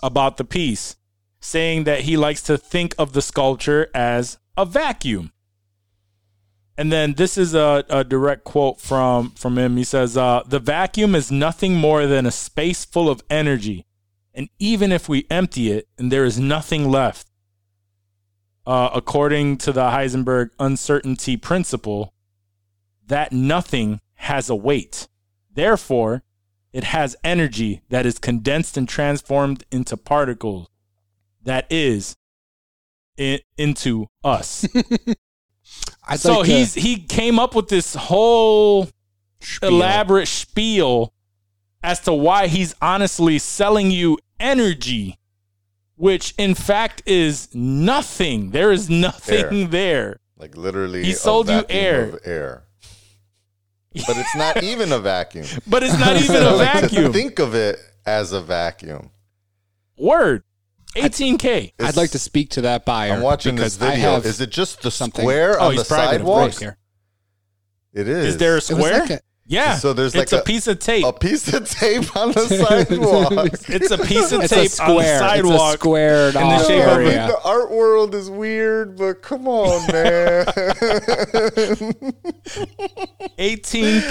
[SPEAKER 1] about the piece, saying that he likes to think of the sculpture as a vacuum. And then this is a, a direct quote from from him. He says, uh, "The vacuum is nothing more than a space full of energy, And even if we empty it and there is nothing left, uh, according to the Heisenberg uncertainty principle, that nothing has a weight. Therefore, it has energy that is condensed and transformed into particles. That is i- into us.
[SPEAKER 5] I'd
[SPEAKER 1] so
[SPEAKER 5] like to-
[SPEAKER 1] he's he came up with this whole
[SPEAKER 5] Spiel.
[SPEAKER 1] elaborate spiel as to why he's honestly selling you energy, which in fact is nothing. There is nothing there.
[SPEAKER 2] Like literally,
[SPEAKER 1] He
[SPEAKER 2] a
[SPEAKER 1] sold you
[SPEAKER 2] vacuum
[SPEAKER 1] air.
[SPEAKER 2] of air. But it's not even a vacuum.
[SPEAKER 1] But it's not even a
[SPEAKER 2] Like, to
[SPEAKER 1] vacuum.
[SPEAKER 2] think of it as a vacuum.
[SPEAKER 1] Word. 18K.
[SPEAKER 5] I'd like to speak to that buyer.
[SPEAKER 2] I'm watching
[SPEAKER 5] because
[SPEAKER 2] this
[SPEAKER 5] I
[SPEAKER 2] video.
[SPEAKER 5] have
[SPEAKER 2] Is it just the
[SPEAKER 5] something-
[SPEAKER 2] square
[SPEAKER 1] Oh,
[SPEAKER 2] on
[SPEAKER 1] he's
[SPEAKER 2] the
[SPEAKER 1] private, of
[SPEAKER 2] sidewalk?
[SPEAKER 1] course.
[SPEAKER 5] here.
[SPEAKER 2] It is.
[SPEAKER 1] Is there a
[SPEAKER 5] It was
[SPEAKER 1] square?
[SPEAKER 5] like a-
[SPEAKER 1] yeah.
[SPEAKER 2] So there's
[SPEAKER 1] it's
[SPEAKER 2] like
[SPEAKER 1] a,
[SPEAKER 2] a-
[SPEAKER 1] piece of tape.
[SPEAKER 2] a piece of tape on the sidewalk?
[SPEAKER 1] it's a piece of
[SPEAKER 5] It's
[SPEAKER 1] tape
[SPEAKER 5] a square.
[SPEAKER 1] on the sidewalk.
[SPEAKER 5] it's a squared
[SPEAKER 1] in the
[SPEAKER 5] off
[SPEAKER 1] shape
[SPEAKER 2] I
[SPEAKER 1] of
[SPEAKER 2] mean,
[SPEAKER 5] area.
[SPEAKER 2] the art world is weird, but come on, man. That's gotta
[SPEAKER 1] 18K.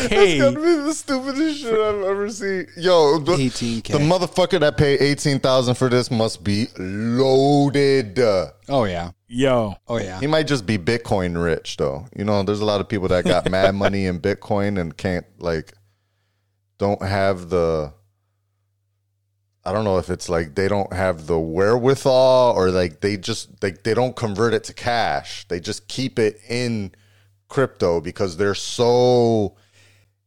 [SPEAKER 2] be the stupidest shit I've ever seen. Yo, the,
[SPEAKER 5] 18K.
[SPEAKER 2] the motherfucker that paid eighteen thousand for this must be loaded. Uh,
[SPEAKER 5] Oh yeah.
[SPEAKER 1] Yo.
[SPEAKER 5] Oh yeah.
[SPEAKER 2] He might just be Bitcoin rich, though. You know, there's a lot of people that got mad money in Bitcoin and can't like, don't have the. I don't know if it's like they don't have the wherewithal or like they just like they don't convert it to cash. They just keep it in crypto because they're so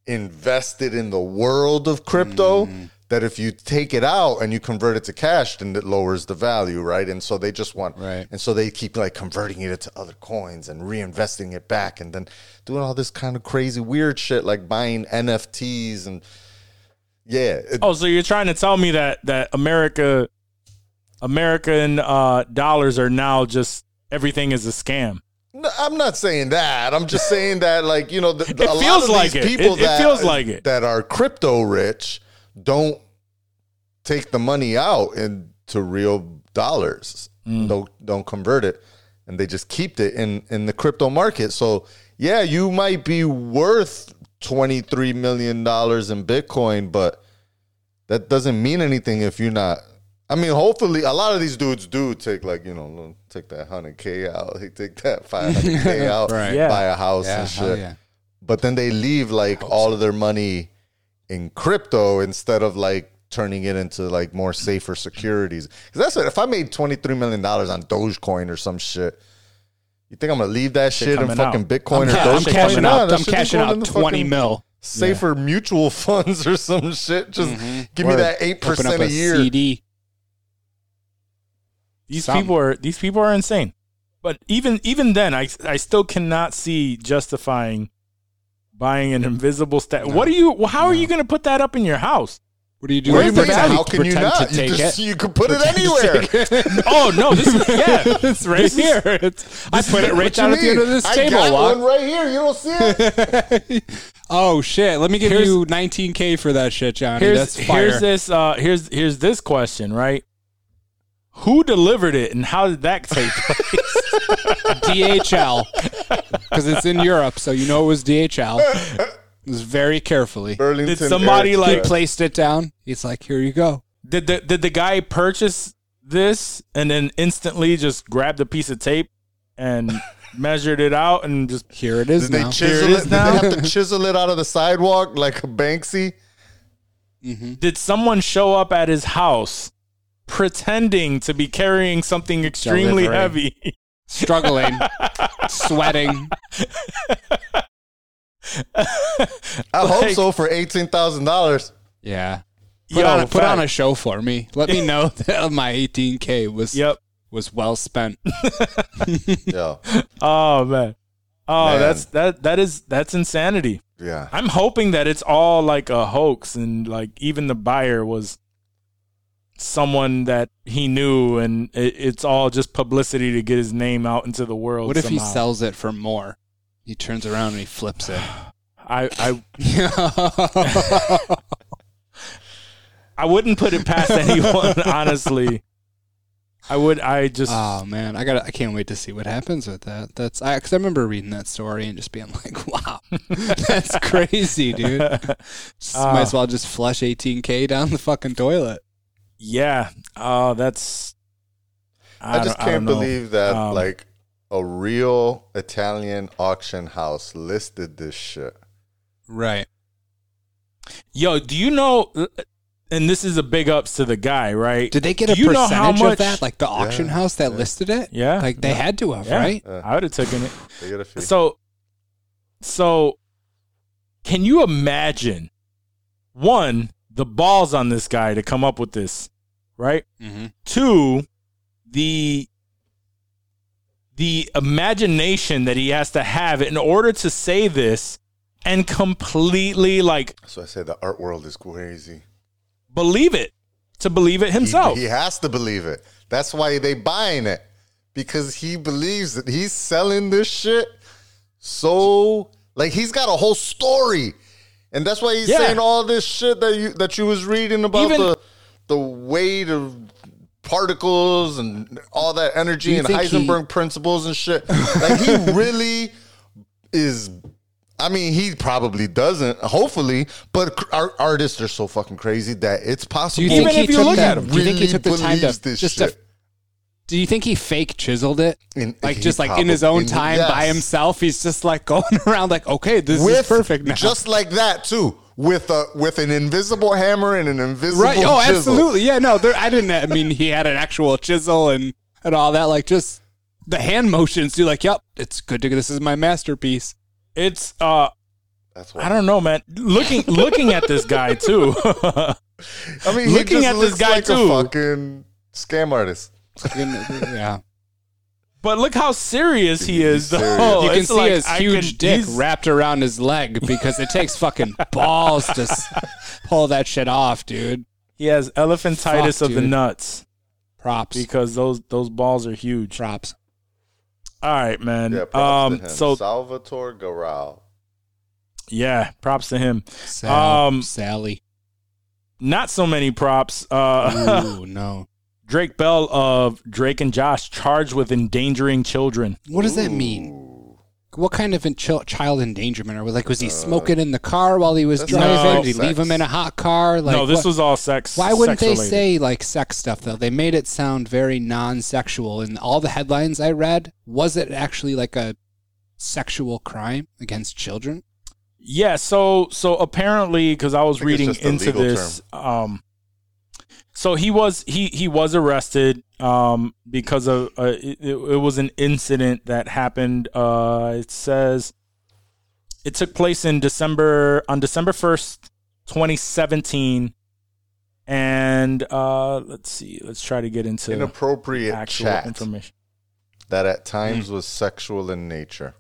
[SPEAKER 2] invested in the world of crypto that if you take it out and you convert it to cash, then it lowers the value, right? And so they just want,
[SPEAKER 5] Right.
[SPEAKER 2] and so they keep like converting it to other coins and reinvesting it back, and then doing all this kind of crazy weird shit like buying NFTs and yeah, it-
[SPEAKER 1] Oh, so you're trying to tell me that that America American uh dollars are now just everything is a scam.
[SPEAKER 2] No, I'm not saying that. I'm just saying that, like you know, the, the-
[SPEAKER 1] It feels
[SPEAKER 2] a lot of
[SPEAKER 1] like
[SPEAKER 2] these
[SPEAKER 1] it.
[SPEAKER 2] people
[SPEAKER 1] It- it
[SPEAKER 2] that
[SPEAKER 1] feels like it.
[SPEAKER 2] that are crypto rich don't take the money out into real dollars.
[SPEAKER 1] Mm.
[SPEAKER 2] Don't don't convert it, and they just keep it in in the crypto market. So yeah, you might be worth twenty three million dollars in Bitcoin, but that doesn't mean anything if you're not. I mean, hopefully, a lot of these dudes do take like you know, take that hundred k out, they take that five hundred k out,
[SPEAKER 5] Right.
[SPEAKER 1] Yeah.
[SPEAKER 2] buy a house
[SPEAKER 5] Yeah,
[SPEAKER 2] and
[SPEAKER 5] hell
[SPEAKER 2] shit.
[SPEAKER 5] yeah.
[SPEAKER 2] But then they leave like all of their money in crypto instead of like turning it into like more safer securities. Because that's what if I made twenty three million dollars on Dogecoin or some shit. You think I'm gonna leave that shit in
[SPEAKER 1] coming
[SPEAKER 2] fucking
[SPEAKER 1] out.
[SPEAKER 2] Bitcoin or
[SPEAKER 5] Yeah,
[SPEAKER 2] Dogecoin?
[SPEAKER 5] I'm cashing
[SPEAKER 2] Nah,
[SPEAKER 5] out.
[SPEAKER 2] that
[SPEAKER 5] I'm
[SPEAKER 2] shit is
[SPEAKER 5] cashing
[SPEAKER 2] going in
[SPEAKER 5] out
[SPEAKER 2] the
[SPEAKER 5] twenty
[SPEAKER 2] fucking-
[SPEAKER 5] mil.
[SPEAKER 2] safer mutual funds or some shit. Just give me
[SPEAKER 5] Word.
[SPEAKER 2] that eight
[SPEAKER 5] Mm-hmm. Open up
[SPEAKER 2] percent a year.
[SPEAKER 5] CD.
[SPEAKER 1] These
[SPEAKER 5] Some-
[SPEAKER 1] people are these people are insane. But even even then, I I still cannot see justifying buying an invisible stat. What are you? well, How are you going to put that up in your house?
[SPEAKER 5] What do you do?
[SPEAKER 2] What do you
[SPEAKER 5] with the
[SPEAKER 2] mean?
[SPEAKER 5] value?
[SPEAKER 2] How can you
[SPEAKER 5] Pretend
[SPEAKER 2] not?
[SPEAKER 5] To
[SPEAKER 2] You,
[SPEAKER 5] take
[SPEAKER 2] just,
[SPEAKER 5] it.
[SPEAKER 2] you can put it anywhere.
[SPEAKER 5] Pretend to take it.
[SPEAKER 1] Oh no! This is yeah.
[SPEAKER 5] it's right
[SPEAKER 1] This is-
[SPEAKER 5] here. It's, I put it right
[SPEAKER 2] What you
[SPEAKER 5] down at the end
[SPEAKER 2] mean?
[SPEAKER 5] of this
[SPEAKER 2] I
[SPEAKER 5] table.
[SPEAKER 2] got
[SPEAKER 5] Locke.
[SPEAKER 2] one right here. You don't see it.
[SPEAKER 5] oh shit! Let me give
[SPEAKER 1] Here's-
[SPEAKER 5] you 19k for that shit, Johnny.
[SPEAKER 1] Here's
[SPEAKER 5] That's fire.
[SPEAKER 1] here's this uh, here's here's this question right. Who delivered it and how did that take place?
[SPEAKER 5] DHL because it's in Europe, so you know it was DHL. It was very carefully.
[SPEAKER 2] Burlington.
[SPEAKER 1] Did somebody
[SPEAKER 5] He
[SPEAKER 2] Air
[SPEAKER 1] like
[SPEAKER 2] Express.
[SPEAKER 5] placed it down. He's like, "Here you go."
[SPEAKER 1] did the did the guy purchase this and then instantly just grabbed a piece of tape and measured it out and just
[SPEAKER 5] Here it is
[SPEAKER 2] Did they
[SPEAKER 5] now.
[SPEAKER 1] Here
[SPEAKER 2] chisel
[SPEAKER 1] it
[SPEAKER 2] it?
[SPEAKER 1] is
[SPEAKER 2] Did
[SPEAKER 1] now.
[SPEAKER 2] they have to chisel it out of the sidewalk like a Banksy?
[SPEAKER 1] did someone show up at his house pretending to be carrying something extremely
[SPEAKER 5] Delivering.
[SPEAKER 1] heavy?
[SPEAKER 5] Struggling, sweating.
[SPEAKER 2] I hope
[SPEAKER 1] Like-
[SPEAKER 2] so for eighteen thousand dollars.
[SPEAKER 5] Yeah. Put,
[SPEAKER 1] Yo,
[SPEAKER 5] on, a- put on a
[SPEAKER 1] fact.
[SPEAKER 5] show for me. Let me know that my 18k was
[SPEAKER 1] Yep.
[SPEAKER 5] was well spent.
[SPEAKER 2] Yeah,
[SPEAKER 1] Oh man. Oh,
[SPEAKER 2] Man.
[SPEAKER 1] that's that that is that's insanity.
[SPEAKER 2] yeah.
[SPEAKER 1] I'm hoping that it's all like a hoax and like even the buyer was someone that he knew and it, it's all just publicity to get his name out into the world.
[SPEAKER 5] What if he
[SPEAKER 1] somehow.
[SPEAKER 5] sells it for more? He turns around and he flips it.
[SPEAKER 1] I, I
[SPEAKER 5] yeah.
[SPEAKER 1] I wouldn't put it past anyone, honestly. I would I just
[SPEAKER 5] Oh man, I got I can't wait to see what happens with that. That's I cuz I remember reading that story and just being like, "Wow. that's
[SPEAKER 1] Ah.
[SPEAKER 5] crazy, dude." Just might as well just flush 18k down the fucking toilet.
[SPEAKER 1] Yeah. Uh, that's. I,
[SPEAKER 2] I just
[SPEAKER 1] don't- I
[SPEAKER 2] can't
[SPEAKER 1] don't know.
[SPEAKER 2] believe that
[SPEAKER 1] Um,
[SPEAKER 2] like a real Italian auction house listed this shit.
[SPEAKER 5] Right.
[SPEAKER 1] Yo, do you know? And this is a big ups to the guy, right?
[SPEAKER 5] Did they get
[SPEAKER 1] Do
[SPEAKER 5] a
[SPEAKER 1] you know
[SPEAKER 5] percentage
[SPEAKER 1] how much-
[SPEAKER 5] of that? Like the auction
[SPEAKER 2] Yeah,
[SPEAKER 5] house that
[SPEAKER 2] yeah.
[SPEAKER 5] listed it?
[SPEAKER 1] Yeah,
[SPEAKER 5] Like they had to have,
[SPEAKER 1] Yeah.
[SPEAKER 5] right?
[SPEAKER 2] Uh,
[SPEAKER 1] I would have taken it.
[SPEAKER 2] they get a fee.
[SPEAKER 1] So, so can you imagine one the balls on this guy to come up with this, right?
[SPEAKER 5] Mm-hmm.
[SPEAKER 1] Two, the the imagination that he has to have in order to say this and completely like
[SPEAKER 2] so I said the art world is crazy.
[SPEAKER 1] believe it to believe it
[SPEAKER 2] He-
[SPEAKER 1] himself.
[SPEAKER 2] He, has to believe it. That's why they buying it because he believes that he's selling this shit. So like he's got a whole story, and that's why he's
[SPEAKER 1] Yeah.
[SPEAKER 2] saying all this shit that you that you was reading about
[SPEAKER 1] Even-
[SPEAKER 2] the the weight of particles and all that
[SPEAKER 5] Do
[SPEAKER 2] energy
[SPEAKER 5] you
[SPEAKER 2] and
[SPEAKER 5] think he-
[SPEAKER 2] Heisenberg principles and shit. Like he really is. I mean, he probably doesn't. Hopefully, but cr- our artists are so fucking crazy that it's possible.
[SPEAKER 5] Do you think
[SPEAKER 1] Even
[SPEAKER 5] he
[SPEAKER 1] if you
[SPEAKER 5] took
[SPEAKER 1] look
[SPEAKER 5] the,
[SPEAKER 1] at him,
[SPEAKER 5] Do you think he
[SPEAKER 2] really
[SPEAKER 5] took the time
[SPEAKER 2] believes
[SPEAKER 5] to
[SPEAKER 2] this
[SPEAKER 5] just to,
[SPEAKER 2] shit.
[SPEAKER 5] Do you think he fake chiseled it?
[SPEAKER 2] In-
[SPEAKER 5] like
[SPEAKER 2] he
[SPEAKER 5] just like in his
[SPEAKER 2] probably-
[SPEAKER 5] own time by
[SPEAKER 2] yes.
[SPEAKER 5] himself, he's just like going around like, okay, this is perfect now.
[SPEAKER 2] Just like that too, with a with an invisible hammer and an invisible
[SPEAKER 5] right? Oh,
[SPEAKER 2] chisel.
[SPEAKER 5] absolutely. Yeah, no, there, I didn't. I mean, he had an actual chisel and and all that. Like just the hand motions. You're like, yep, it's good to. This is my masterpiece.
[SPEAKER 1] It's uh
[SPEAKER 2] That's
[SPEAKER 1] I don't know, man. Looking looking at this guy too.
[SPEAKER 2] I mean,
[SPEAKER 1] looking
[SPEAKER 2] he just
[SPEAKER 1] at this
[SPEAKER 2] looks
[SPEAKER 1] guy,
[SPEAKER 2] like
[SPEAKER 1] too.
[SPEAKER 2] a fucking scam artist.
[SPEAKER 5] yeah,
[SPEAKER 1] but look how serious he is though.
[SPEAKER 2] serious.
[SPEAKER 5] you
[SPEAKER 1] Oh,
[SPEAKER 5] can
[SPEAKER 1] It's
[SPEAKER 5] see
[SPEAKER 1] like,
[SPEAKER 5] his
[SPEAKER 1] I
[SPEAKER 5] huge
[SPEAKER 1] can-
[SPEAKER 5] dick
[SPEAKER 1] he's-
[SPEAKER 5] wrapped around his leg because it takes fucking balls to s- pull that shit off, dude.
[SPEAKER 1] He has elephantitis
[SPEAKER 5] Fuck,
[SPEAKER 1] of the
[SPEAKER 5] dude.
[SPEAKER 1] nuts
[SPEAKER 5] Props,
[SPEAKER 1] because those those balls are huge. All
[SPEAKER 5] props.
[SPEAKER 1] right, man.
[SPEAKER 2] Yeah, props
[SPEAKER 1] um,
[SPEAKER 2] to him.
[SPEAKER 1] so
[SPEAKER 2] Salvatore Garral.
[SPEAKER 1] yeah, props to him.
[SPEAKER 5] Sal,
[SPEAKER 1] Um,
[SPEAKER 5] Sally.
[SPEAKER 1] Not so many props. Uh,
[SPEAKER 5] Ooh, no.
[SPEAKER 1] Drake Bell of Drake and Josh charged with endangering children.
[SPEAKER 5] What does that mean?
[SPEAKER 2] Ooh.
[SPEAKER 5] What kind of enchil- child endangerment? Or like, was
[SPEAKER 1] Uh,
[SPEAKER 5] he smoking in the car while he was
[SPEAKER 2] that's
[SPEAKER 5] driving?
[SPEAKER 2] all
[SPEAKER 5] Did he
[SPEAKER 2] sex.
[SPEAKER 5] leave him in a hot car? Like,
[SPEAKER 1] no, this
[SPEAKER 5] what-
[SPEAKER 1] was all sex.
[SPEAKER 5] Why wouldn't they
[SPEAKER 1] sex-related.
[SPEAKER 5] say like sex stuff though? They made it sound very non-sexual, and all the headlines I read was it actually like a sexual crime against children?
[SPEAKER 1] Yeah, so so apparently because I was
[SPEAKER 2] think it's
[SPEAKER 1] reading
[SPEAKER 2] just a
[SPEAKER 1] into
[SPEAKER 2] legal
[SPEAKER 1] this, um, so he was he he was arrested um because of uh, it, it it was an incident that happened. Uh, it says it took place in December on December first, twenty seventeen, and uh, let's see, let's try to get into
[SPEAKER 2] Inappropriate
[SPEAKER 1] actual
[SPEAKER 2] chat
[SPEAKER 1] information.
[SPEAKER 2] that at
[SPEAKER 5] Mm.
[SPEAKER 2] times was sexual in nature.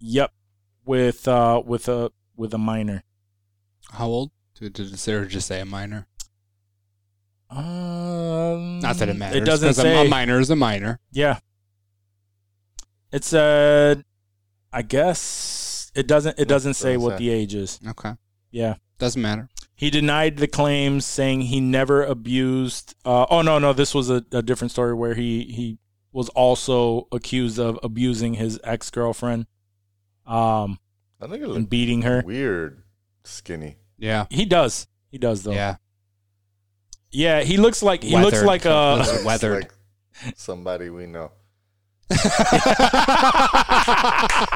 [SPEAKER 1] Yep, with uh with a with a minor.
[SPEAKER 5] How old? Did, did Sarah just say a minor?
[SPEAKER 1] Um,
[SPEAKER 5] Not that it matters.
[SPEAKER 1] It doesn't
[SPEAKER 5] 'cause a-
[SPEAKER 1] say.
[SPEAKER 5] a minor is a minor.
[SPEAKER 1] Yeah. It said, I guess it doesn't. It doesn't say what the age is.
[SPEAKER 5] Okay,
[SPEAKER 1] Yeah.
[SPEAKER 5] doesn't matter.
[SPEAKER 1] He denied the claims, saying he never abused. Uh, oh no, no, this was a, a different story where he he was also accused of abusing his ex girlfriend, um,
[SPEAKER 2] I think it
[SPEAKER 1] and
[SPEAKER 2] looked
[SPEAKER 1] beating her.
[SPEAKER 2] weird, skinny.
[SPEAKER 5] Yeah,
[SPEAKER 1] He does. He does though.
[SPEAKER 5] yeah.
[SPEAKER 1] Yeah, He looks like he looks
[SPEAKER 5] Weathered.
[SPEAKER 1] like uh, a.
[SPEAKER 5] Looks weathered.
[SPEAKER 2] Like somebody we know.
[SPEAKER 5] Yo.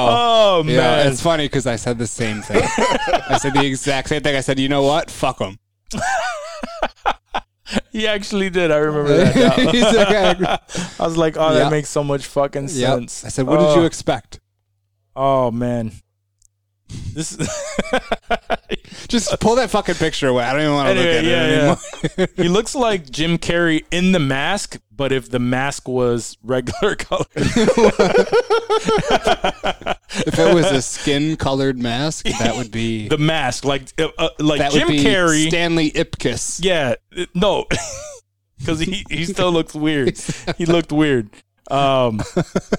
[SPEAKER 1] Oh man.
[SPEAKER 5] Yeah, it's funny because I said the same thing. I said the exact same thing. I said, you know what? Fuck them.
[SPEAKER 1] He actually did. I remember that. now. I was like, oh,
[SPEAKER 5] Yeah.
[SPEAKER 1] that makes so much fucking sense.
[SPEAKER 5] I said, what did
[SPEAKER 1] Oh,
[SPEAKER 5] you expect?
[SPEAKER 1] Oh man, this.
[SPEAKER 5] Just pull that fucking picture away. I don't even want to look
[SPEAKER 1] anyway,
[SPEAKER 5] at it
[SPEAKER 1] yeah,
[SPEAKER 5] anymore.
[SPEAKER 1] yeah. he looks like Jim Carrey in the mask, but if the mask was regular color,
[SPEAKER 5] If it was a skin colored mask, that would be
[SPEAKER 1] the mask like uh, uh, like
[SPEAKER 5] that
[SPEAKER 1] Jim
[SPEAKER 5] would be
[SPEAKER 1] Carrey.
[SPEAKER 5] Stanley Ipkiss.
[SPEAKER 1] yeah, uh, no, because he he still looks weird. he looked weird. Um,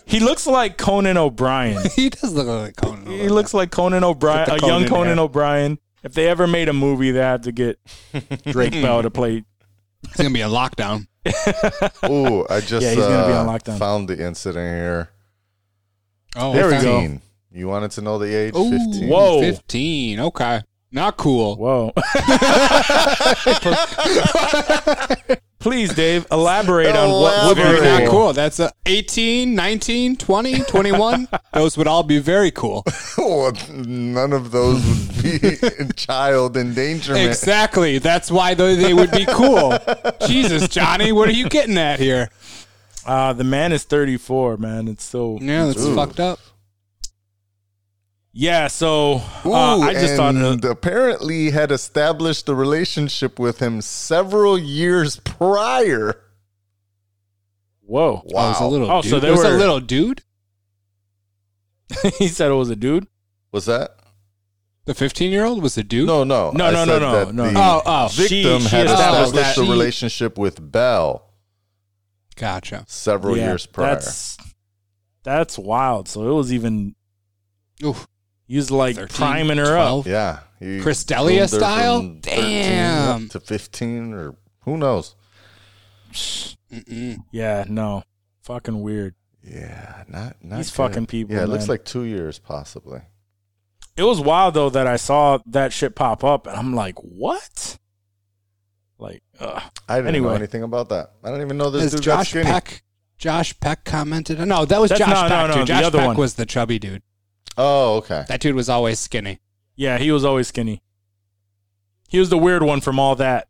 [SPEAKER 1] he looks like Conan O'Brien.
[SPEAKER 5] He does look like Conan.
[SPEAKER 1] He looks like Conan O'Brien,
[SPEAKER 5] Get
[SPEAKER 1] a
[SPEAKER 5] the
[SPEAKER 1] young
[SPEAKER 5] Conan
[SPEAKER 1] Conan
[SPEAKER 5] hair.
[SPEAKER 1] O'Brien. If they ever made a movie, they have to get Drake Bell to play.
[SPEAKER 5] He's gonna be in lockdown.
[SPEAKER 2] Ooh, I just
[SPEAKER 1] Yeah, he's gonna be
[SPEAKER 2] uh,
[SPEAKER 1] on lockdown.
[SPEAKER 2] found the incident here.
[SPEAKER 5] Oh,
[SPEAKER 1] There we go.
[SPEAKER 2] 15. You wanted to know the age?
[SPEAKER 5] Ooh,
[SPEAKER 2] 15.
[SPEAKER 1] Whoa.
[SPEAKER 5] 15. Okay. Not cool.
[SPEAKER 1] Whoa. Please, Dave, elaborate on what would
[SPEAKER 5] Very
[SPEAKER 1] be
[SPEAKER 2] Elaborate.
[SPEAKER 5] not
[SPEAKER 1] cool.
[SPEAKER 5] cool. That's a 18, 19, 20, 21. Those would all be very cool.
[SPEAKER 2] Well, none of those would be child endangerment.
[SPEAKER 5] Exactly. That's why tho- they would be cool. Jesus, Johnny, what are you getting at here?
[SPEAKER 1] Uh, the man is 34, man. It's so.
[SPEAKER 5] Yeah, that's
[SPEAKER 2] Ooh.
[SPEAKER 5] fucked up.
[SPEAKER 1] Yeah, so
[SPEAKER 2] Ooh,
[SPEAKER 1] uh, I just thought.
[SPEAKER 2] and
[SPEAKER 1] of-
[SPEAKER 2] apparently had established a relationship with him several years prior.
[SPEAKER 1] whoa.
[SPEAKER 5] Oh, it was a
[SPEAKER 2] Wow.
[SPEAKER 5] little
[SPEAKER 1] Oh,
[SPEAKER 5] dude.
[SPEAKER 1] so they
[SPEAKER 5] it was a
[SPEAKER 1] were-
[SPEAKER 5] little dude?
[SPEAKER 1] he said it was a dude?
[SPEAKER 2] Was that?
[SPEAKER 5] The 15 year old was a dude?
[SPEAKER 2] No, no,
[SPEAKER 1] No,
[SPEAKER 2] I
[SPEAKER 1] no, no,
[SPEAKER 2] said
[SPEAKER 1] no,
[SPEAKER 2] that
[SPEAKER 1] no.
[SPEAKER 2] the
[SPEAKER 5] Oh, oh.
[SPEAKER 1] She-
[SPEAKER 2] victim
[SPEAKER 1] she
[SPEAKER 2] had
[SPEAKER 1] established
[SPEAKER 2] established
[SPEAKER 1] that.
[SPEAKER 2] a relationship with Bell
[SPEAKER 5] Gotcha.
[SPEAKER 2] several
[SPEAKER 1] Yeah,
[SPEAKER 2] years prior.
[SPEAKER 1] That's, that's wild. So it was even.
[SPEAKER 5] Oof.
[SPEAKER 1] He was like
[SPEAKER 5] 13,
[SPEAKER 1] priming her up.
[SPEAKER 5] 12.
[SPEAKER 2] yeah, he
[SPEAKER 5] Chris D'Elia
[SPEAKER 2] groomed her
[SPEAKER 5] style?
[SPEAKER 2] from 13
[SPEAKER 5] Damn.
[SPEAKER 2] up to fifteen or who knows?
[SPEAKER 5] Mm-mm.
[SPEAKER 1] Yeah, no. Fucking weird.
[SPEAKER 2] Yeah, not not
[SPEAKER 1] These
[SPEAKER 2] good.
[SPEAKER 1] fucking people,
[SPEAKER 2] Yeah, it looks
[SPEAKER 1] man.
[SPEAKER 2] like two years possibly.
[SPEAKER 1] It was wild though that I saw that shit pop up, and I'm like, what? Like, ugh.
[SPEAKER 2] I didn't know
[SPEAKER 1] Anyway.
[SPEAKER 2] anything about that. I don't even know this
[SPEAKER 5] Is
[SPEAKER 2] dude got
[SPEAKER 5] Josh
[SPEAKER 2] skinny.
[SPEAKER 5] Peck. Josh Peck commented. No, that was
[SPEAKER 1] That's-
[SPEAKER 5] Josh
[SPEAKER 1] no, no,
[SPEAKER 5] Peck.
[SPEAKER 1] no,
[SPEAKER 5] too.
[SPEAKER 1] the
[SPEAKER 5] Josh
[SPEAKER 1] other
[SPEAKER 5] Peck
[SPEAKER 1] one.
[SPEAKER 5] was the chubby dude.
[SPEAKER 2] Oh, okay.
[SPEAKER 5] That dude was always skinny.
[SPEAKER 1] yeah, he was always skinny. He was the weird one from all that.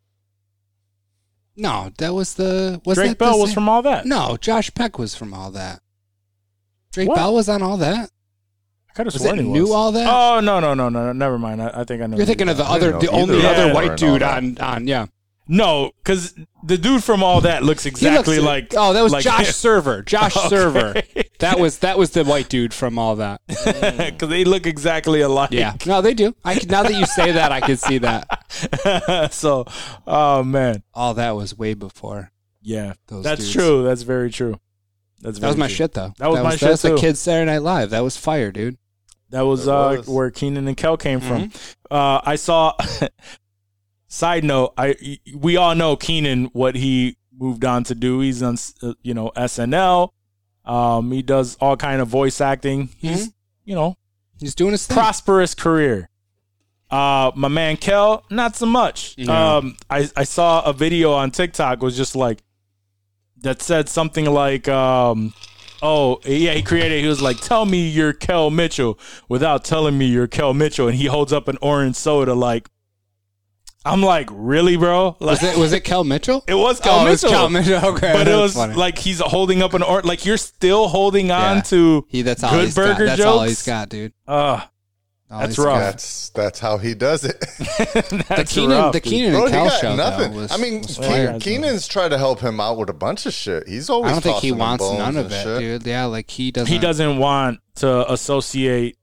[SPEAKER 5] No, that was the was
[SPEAKER 1] Drake
[SPEAKER 5] that the
[SPEAKER 1] Bell was
[SPEAKER 5] same-
[SPEAKER 1] from all that.
[SPEAKER 5] No, Josh Peck was from all that. Drake
[SPEAKER 1] What?
[SPEAKER 5] Bell was on all that.
[SPEAKER 1] I could have
[SPEAKER 5] Was
[SPEAKER 1] sworn
[SPEAKER 5] it
[SPEAKER 1] he
[SPEAKER 5] Knew
[SPEAKER 1] was.
[SPEAKER 5] All That?
[SPEAKER 1] Oh no no no no! no, Never mind. I, I think I know.
[SPEAKER 5] You're thinking of the
[SPEAKER 2] I
[SPEAKER 5] other,
[SPEAKER 2] didn't
[SPEAKER 5] the
[SPEAKER 2] know either
[SPEAKER 5] only
[SPEAKER 2] of
[SPEAKER 5] other
[SPEAKER 1] them
[SPEAKER 2] were in
[SPEAKER 5] white dude
[SPEAKER 2] all that.
[SPEAKER 5] on on yeah.
[SPEAKER 1] no, because the dude from all that looks
[SPEAKER 5] He looks-
[SPEAKER 1] exactly like.
[SPEAKER 5] oh, that was
[SPEAKER 1] like
[SPEAKER 5] Josh Server. Josh Server. That was that was the white dude from all that.
[SPEAKER 1] because they look exactly alike.
[SPEAKER 5] Yeah. No, they do. I can, now that you say that, I can see that.
[SPEAKER 1] so, oh man,
[SPEAKER 5] All that was way before.
[SPEAKER 1] yeah,
[SPEAKER 5] Those
[SPEAKER 1] that's
[SPEAKER 5] dudes.
[SPEAKER 1] true. That's very true. That's
[SPEAKER 5] That was
[SPEAKER 1] very
[SPEAKER 5] my
[SPEAKER 1] true.
[SPEAKER 5] shit though.
[SPEAKER 1] That was my
[SPEAKER 5] That
[SPEAKER 1] shit,
[SPEAKER 5] was the
[SPEAKER 1] too.
[SPEAKER 5] kids Saturday Night Live. That was fire, dude.
[SPEAKER 1] That was,
[SPEAKER 2] There
[SPEAKER 1] uh,
[SPEAKER 2] was.
[SPEAKER 1] where Keenan and Kel came from. Uh, I saw. side note: I we all know Keenan what he moved on to do. He's on uh, you know SNL. Um, he does all kind of voice acting. He's you know
[SPEAKER 5] He's doing his thing.
[SPEAKER 1] prosperous career. Uh, my man Kel, not so much.
[SPEAKER 5] Yeah.
[SPEAKER 1] Um, I I saw a video on TikTok was just like that said something like um. Oh yeah, he created. He was like, "Tell me you're Kel Mitchell," without telling me you're Kel Mitchell, and he holds up an orange soda. Like, I'm like, really, bro? Like,
[SPEAKER 5] was it was it Kel Mitchell?
[SPEAKER 1] it was Kel
[SPEAKER 5] oh, it was
[SPEAKER 1] Mitchell,
[SPEAKER 5] Kel Mitchell. Okay,
[SPEAKER 1] but it
[SPEAKER 5] that's
[SPEAKER 1] was
[SPEAKER 5] funny.
[SPEAKER 1] like he's holding up an orange. Like you're still holding on
[SPEAKER 5] Yeah.
[SPEAKER 1] to
[SPEAKER 5] he. That's all
[SPEAKER 1] Good
[SPEAKER 5] he's got.
[SPEAKER 1] Burger
[SPEAKER 5] That's all
[SPEAKER 1] jokes?
[SPEAKER 5] he's got, dude.
[SPEAKER 1] uh,
[SPEAKER 5] All
[SPEAKER 1] That's
[SPEAKER 5] he's
[SPEAKER 1] rough.
[SPEAKER 5] got.
[SPEAKER 2] That's that's how he does it.
[SPEAKER 5] The
[SPEAKER 1] that's
[SPEAKER 5] Keenan,
[SPEAKER 1] rough,
[SPEAKER 5] the
[SPEAKER 1] dude.
[SPEAKER 5] Keenan
[SPEAKER 2] Bro,
[SPEAKER 5] and
[SPEAKER 2] he
[SPEAKER 5] Kel
[SPEAKER 2] got
[SPEAKER 5] show.
[SPEAKER 2] nothing.
[SPEAKER 5] Though, was,
[SPEAKER 2] I mean,
[SPEAKER 5] was
[SPEAKER 2] Ke-
[SPEAKER 5] fire.
[SPEAKER 1] fire.
[SPEAKER 2] Keenan's tried to help him out with a bunch of shit. He's always.
[SPEAKER 5] I don't think he
[SPEAKER 2] tossing him
[SPEAKER 5] wants
[SPEAKER 2] bones
[SPEAKER 5] none
[SPEAKER 2] and
[SPEAKER 5] of it,
[SPEAKER 2] shit.
[SPEAKER 5] dude. Yeah, like he doesn't.
[SPEAKER 1] he doesn't want to associate,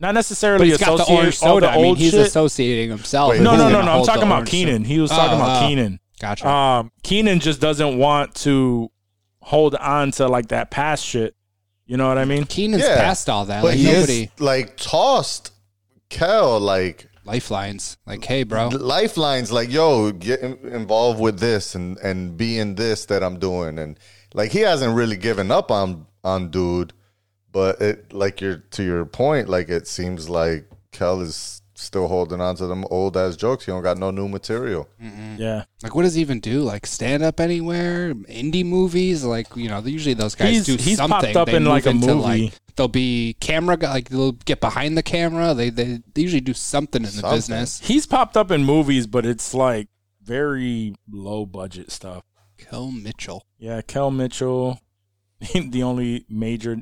[SPEAKER 1] not
[SPEAKER 5] But
[SPEAKER 1] necessarily
[SPEAKER 5] he's got
[SPEAKER 1] associate
[SPEAKER 5] the orange soda.
[SPEAKER 1] all
[SPEAKER 5] I
[SPEAKER 1] the
[SPEAKER 5] mean,
[SPEAKER 1] old
[SPEAKER 5] he's
[SPEAKER 1] shit.
[SPEAKER 5] associating himself.
[SPEAKER 2] Wait,
[SPEAKER 5] with
[SPEAKER 1] no,
[SPEAKER 5] who's
[SPEAKER 1] no, no,
[SPEAKER 5] gonna
[SPEAKER 1] no. I'm
[SPEAKER 5] hold
[SPEAKER 1] talking
[SPEAKER 5] the
[SPEAKER 1] about
[SPEAKER 5] orange
[SPEAKER 1] Keenan. He was
[SPEAKER 5] Oh,
[SPEAKER 1] talking about
[SPEAKER 5] oh.
[SPEAKER 1] Keenan.
[SPEAKER 5] soda. Gotcha.
[SPEAKER 1] Um, Keenan just doesn't want to hold on to like that past shit. You know what I mean?
[SPEAKER 5] Keenan's
[SPEAKER 2] Yeah,
[SPEAKER 5] past all that.
[SPEAKER 2] But
[SPEAKER 5] like
[SPEAKER 2] he's
[SPEAKER 5] nobody
[SPEAKER 2] like tossed Kel like
[SPEAKER 5] lifelines. Like, hey, bro.
[SPEAKER 2] lifelines, like yo, get in- involved with this and and be in this that I'm doing, and like he hasn't really given up on on dude, but it like your to your point, like it seems like Kel is still holding on to them old ass jokes. He don't got no new material.
[SPEAKER 5] Mm.
[SPEAKER 1] Yeah.
[SPEAKER 5] Like, what does he even do? Like, stand up anywhere? Indie movies? Like, you know, usually those guys
[SPEAKER 1] He's-
[SPEAKER 5] do
[SPEAKER 1] he's
[SPEAKER 5] something.
[SPEAKER 1] popped up
[SPEAKER 5] They
[SPEAKER 1] in,
[SPEAKER 5] move
[SPEAKER 1] like, a
[SPEAKER 5] into,
[SPEAKER 1] movie.
[SPEAKER 5] Like, they'll be camera. guy- Like, they'll get behind the camera. They they, they usually do something in the
[SPEAKER 2] Something.
[SPEAKER 5] business.
[SPEAKER 1] He's popped up in movies, but it's like very low budget stuff.
[SPEAKER 5] Kel Mitchell.
[SPEAKER 1] Yeah, Kel Mitchell. the only major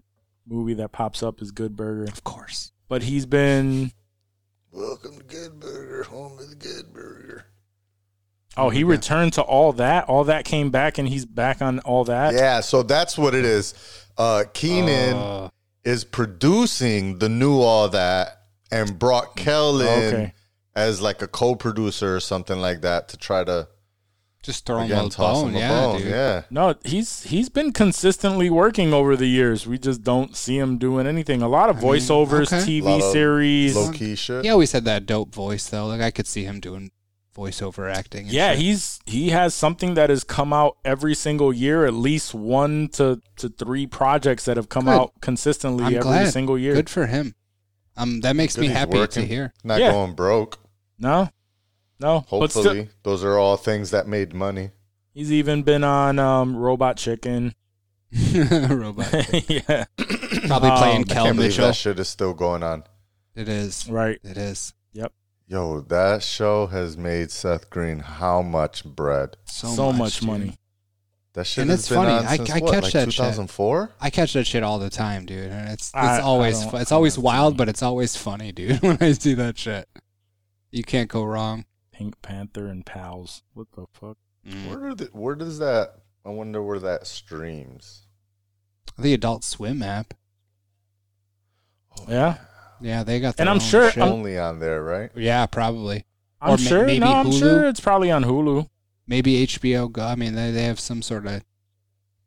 [SPEAKER 1] movie that pops up is Good Burger,
[SPEAKER 5] Of course.
[SPEAKER 1] but he's been.
[SPEAKER 2] Welcome to Good Burger, home of the Good Burger.
[SPEAKER 1] Oh, he returned to all that. All that came back, and he's back on all that.
[SPEAKER 2] Yeah, so that's what it is. Uh, Keenan
[SPEAKER 5] Uh,
[SPEAKER 2] is producing the new all that and brought Kel in
[SPEAKER 1] Okay.
[SPEAKER 2] as like a co-producer or something like that to try to
[SPEAKER 5] just throw him
[SPEAKER 2] again
[SPEAKER 5] a
[SPEAKER 2] toss
[SPEAKER 5] bone.
[SPEAKER 2] him a
[SPEAKER 5] yeah,
[SPEAKER 2] bone.
[SPEAKER 5] dude.
[SPEAKER 2] Yeah,
[SPEAKER 1] No, he's he's been consistently working over the years. We just don't see him doing anything. A lot of voiceovers,
[SPEAKER 5] okay.
[SPEAKER 1] TV
[SPEAKER 2] Lot of
[SPEAKER 1] series.
[SPEAKER 2] low key shit.
[SPEAKER 5] He always had that dope voice though. Like I could see him doing voiceover acting. and
[SPEAKER 1] Yeah,
[SPEAKER 5] shit.
[SPEAKER 1] he's he has something that has come out every single year, at least one to to three projects that have come
[SPEAKER 5] Good.
[SPEAKER 1] out consistently
[SPEAKER 5] I'm
[SPEAKER 1] every
[SPEAKER 5] glad.
[SPEAKER 1] single year.
[SPEAKER 5] Good for him. Um, that makes
[SPEAKER 2] Good
[SPEAKER 5] me
[SPEAKER 2] he's
[SPEAKER 5] happy to
[SPEAKER 2] working,
[SPEAKER 5] hear.
[SPEAKER 2] Not
[SPEAKER 1] Yeah.
[SPEAKER 2] going broke.
[SPEAKER 1] No, no. But still-
[SPEAKER 2] Hopefully, those are all things that made money.
[SPEAKER 1] he's even been on um, Robot Chicken.
[SPEAKER 5] Robot.
[SPEAKER 1] yeah,
[SPEAKER 5] Probably
[SPEAKER 1] Um,
[SPEAKER 5] playing
[SPEAKER 1] I
[SPEAKER 2] I
[SPEAKER 5] Kel
[SPEAKER 2] can't believe
[SPEAKER 5] Mitchell.
[SPEAKER 2] that shit is still going on.
[SPEAKER 5] It is.
[SPEAKER 1] right.
[SPEAKER 5] It is.
[SPEAKER 2] Yo, that show has made Seth Green how much bread?
[SPEAKER 5] So,
[SPEAKER 1] So,
[SPEAKER 5] much,
[SPEAKER 1] much,
[SPEAKER 5] dude.
[SPEAKER 1] money.
[SPEAKER 2] That shit
[SPEAKER 5] And
[SPEAKER 2] has
[SPEAKER 5] it's
[SPEAKER 2] been
[SPEAKER 5] funny,
[SPEAKER 2] on
[SPEAKER 5] I-
[SPEAKER 2] since
[SPEAKER 5] I
[SPEAKER 2] what,
[SPEAKER 5] catch
[SPEAKER 2] like
[SPEAKER 5] that shit.
[SPEAKER 2] 2004?
[SPEAKER 5] I catch that shit all the time, dude. And it's it's
[SPEAKER 1] I- I
[SPEAKER 5] always
[SPEAKER 1] don't-
[SPEAKER 5] fu- it's always wild, but it's always funny, dude. When I see that shit, you can't go wrong.
[SPEAKER 1] Pink Panther and pals. What the fuck?
[SPEAKER 2] Where, are the, where does that? I wonder where that streams.
[SPEAKER 5] The Adult Swim app.
[SPEAKER 1] Oh, Yeah,
[SPEAKER 5] Yeah, they got.
[SPEAKER 1] And
[SPEAKER 5] their
[SPEAKER 1] I'm
[SPEAKER 5] own
[SPEAKER 1] sure-
[SPEAKER 5] shit.
[SPEAKER 1] I'm-
[SPEAKER 2] Only on there, right?
[SPEAKER 5] yeah, probably.
[SPEAKER 1] I'm
[SPEAKER 5] Or ma-
[SPEAKER 1] sure.
[SPEAKER 5] maybe
[SPEAKER 1] no, I'm
[SPEAKER 5] Hulu?
[SPEAKER 1] sure it's probably on Hulu.
[SPEAKER 5] Maybe HBO Go. I mean, they they have some sort of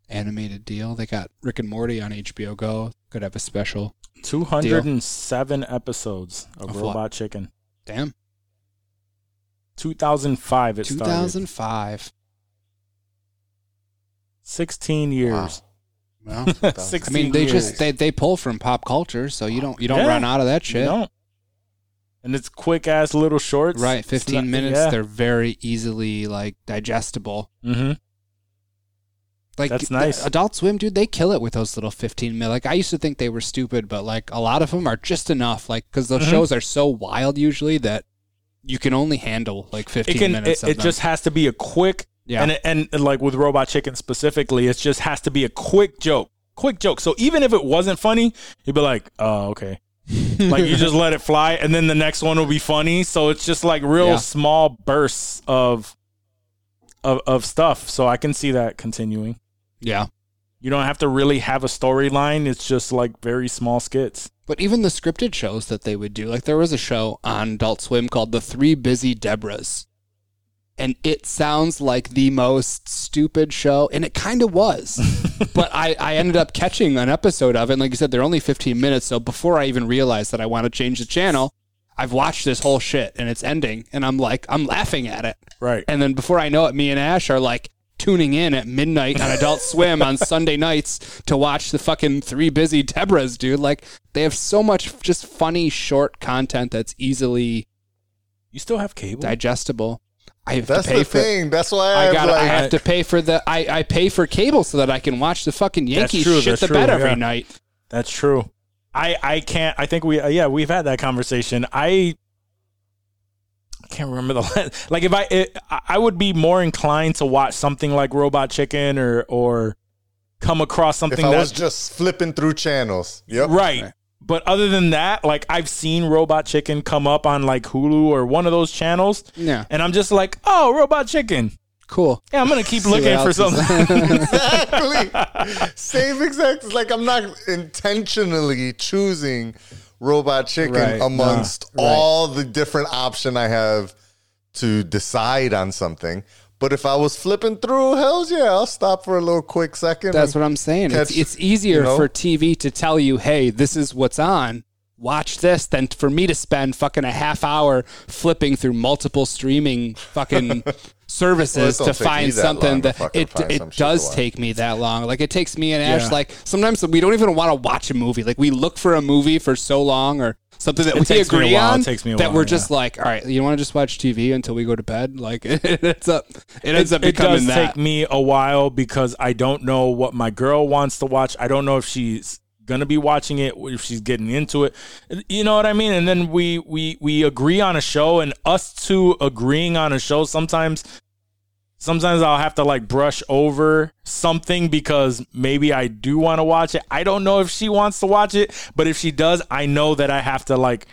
[SPEAKER 5] animated deal. They got Rick and Morty on HBO Go. Could have a special.
[SPEAKER 1] Two hundred and seven episodes of,
[SPEAKER 5] Of what?
[SPEAKER 1] Robot Chicken.
[SPEAKER 5] Damn.
[SPEAKER 1] Two thousand five. It started.
[SPEAKER 5] 2005.
[SPEAKER 1] Sixteen years.
[SPEAKER 5] Well, I
[SPEAKER 1] Sixteen.
[SPEAKER 5] mean, they
[SPEAKER 1] years.
[SPEAKER 5] just they, they pull from pop culture, so you don't you don't
[SPEAKER 1] Yeah.
[SPEAKER 5] run out of that
[SPEAKER 1] You
[SPEAKER 5] shit.
[SPEAKER 1] don't. And it's quick ass little shorts.
[SPEAKER 5] Right,
[SPEAKER 1] It's
[SPEAKER 5] 15
[SPEAKER 1] not-
[SPEAKER 5] minutes.
[SPEAKER 1] yeah.
[SPEAKER 5] They're very easily like digestible.
[SPEAKER 1] Mm-hmm.
[SPEAKER 5] Like
[SPEAKER 1] That's
[SPEAKER 5] the
[SPEAKER 1] nice.
[SPEAKER 5] Adult Swim, dude, they kill it with those little 15 minute. Like I used to think they were stupid, but like a lot of them are just enough. Like because those
[SPEAKER 1] Mhm.
[SPEAKER 5] shows are so wild usually that you can only handle like 15
[SPEAKER 1] It can.
[SPEAKER 5] minutes.
[SPEAKER 1] It,
[SPEAKER 5] of
[SPEAKER 1] it
[SPEAKER 5] them.
[SPEAKER 1] just has to be a quick.
[SPEAKER 5] Yeah.
[SPEAKER 1] And, and and like with Robot Chicken specifically, it just has to be a quick joke. Quick joke. So even if it wasn't funny, you'd be like, oh okay. like you just let it fly, and then the next one will be funny. So it's just like real
[SPEAKER 5] Yeah.
[SPEAKER 1] small bursts of. Of, of stuff, so I can see that continuing.
[SPEAKER 5] yeah.
[SPEAKER 1] You don't have to really have a storyline. It's just like very small skits.
[SPEAKER 5] But even the scripted shows that they would do, like there was a show on Adult Swim called The Three Busy Debras. And it sounds like the most stupid show, and it kind of was. but I, I ended up catching an episode of it. And like you said, they're only 15 minutes. So before I even realized that I want to change the channel, I've watched this whole shit and it's ending. And I'm like, I'm laughing at it.
[SPEAKER 1] Right.
[SPEAKER 5] And then before I know it, me and Ash are like tuning in at midnight on Adult Swim on Sunday nights to watch the fucking three busy Debras, dude. Like they have so much just funny short content that's easily
[SPEAKER 1] You still have cable.
[SPEAKER 5] digestible. I have
[SPEAKER 2] That's
[SPEAKER 5] to pay
[SPEAKER 2] the
[SPEAKER 5] for.
[SPEAKER 2] thing. That's why
[SPEAKER 5] I
[SPEAKER 2] I,
[SPEAKER 5] got.
[SPEAKER 2] Like,
[SPEAKER 5] I have to pay for the. I, I pay for cable so that I can watch the fucking Yankees
[SPEAKER 1] true,
[SPEAKER 5] shit
[SPEAKER 1] that's
[SPEAKER 5] the
[SPEAKER 1] true,
[SPEAKER 5] bed every
[SPEAKER 1] yeah.
[SPEAKER 5] night.
[SPEAKER 1] That's true. I I can't. I think we uh, yeah we've had that conversation. I I can't remember the last. Like if I it, I I would be more inclined to watch something like Robot Chicken or or come across something
[SPEAKER 2] if I
[SPEAKER 1] that
[SPEAKER 2] was just flipping through channels. Yep.
[SPEAKER 1] right. But other than that, like I've seen Robot Chicken come up on like Hulu or one of those channels,
[SPEAKER 5] Yeah,
[SPEAKER 1] and I'm just like, oh, Robot Chicken.
[SPEAKER 5] cool.
[SPEAKER 1] Yeah, I'm gonna keep
[SPEAKER 5] what
[SPEAKER 1] looking for
[SPEAKER 5] else is
[SPEAKER 1] something.
[SPEAKER 2] exactly. Same exact. It's like I'm not intentionally choosing robot chicken
[SPEAKER 5] Right,
[SPEAKER 2] amongst
[SPEAKER 5] nah, right.
[SPEAKER 2] all the different option I have to decide on something. But if I was flipping through, hells yeah, I'll stop for a little quick second.
[SPEAKER 5] That's what I'm saying. it's,
[SPEAKER 2] Catch-
[SPEAKER 5] it's easier
[SPEAKER 2] you know?
[SPEAKER 5] for TV to tell you, hey, this is what's on. Watch this than for me to spend fucking a half hour flipping through multiple streaming fucking services
[SPEAKER 2] Well, it
[SPEAKER 5] to
[SPEAKER 2] don't take me
[SPEAKER 5] find
[SPEAKER 2] that
[SPEAKER 5] something
[SPEAKER 2] long to
[SPEAKER 5] that
[SPEAKER 2] fucking
[SPEAKER 5] it
[SPEAKER 2] find some
[SPEAKER 5] it
[SPEAKER 2] shit to
[SPEAKER 5] does
[SPEAKER 2] watch.
[SPEAKER 5] take me that long. Like it takes me and Ash
[SPEAKER 1] Yeah.
[SPEAKER 5] like sometimes we don't even want to watch a movie. Like we look for a movie for so long or something that
[SPEAKER 1] It
[SPEAKER 5] we
[SPEAKER 1] takes me a
[SPEAKER 5] agree
[SPEAKER 1] while. It
[SPEAKER 5] on
[SPEAKER 1] takes me a
[SPEAKER 5] that
[SPEAKER 1] while,
[SPEAKER 5] we're
[SPEAKER 1] yeah.
[SPEAKER 5] just like, all right, you want to just watch TV until we go to bed? Like it ends up it ends up becoming
[SPEAKER 1] does
[SPEAKER 5] that.
[SPEAKER 1] take me a while because I don't know what my girl wants to watch. I don't know if she's gonna be watching it, if she's getting into it. You know what I mean? And then we we we agree on a show, and us two agreeing on a show sometimes. Sometimes I'll have to like brush over something because maybe I do want to watch it. I don't know if she wants to watch it, but if she does, I know that I have to like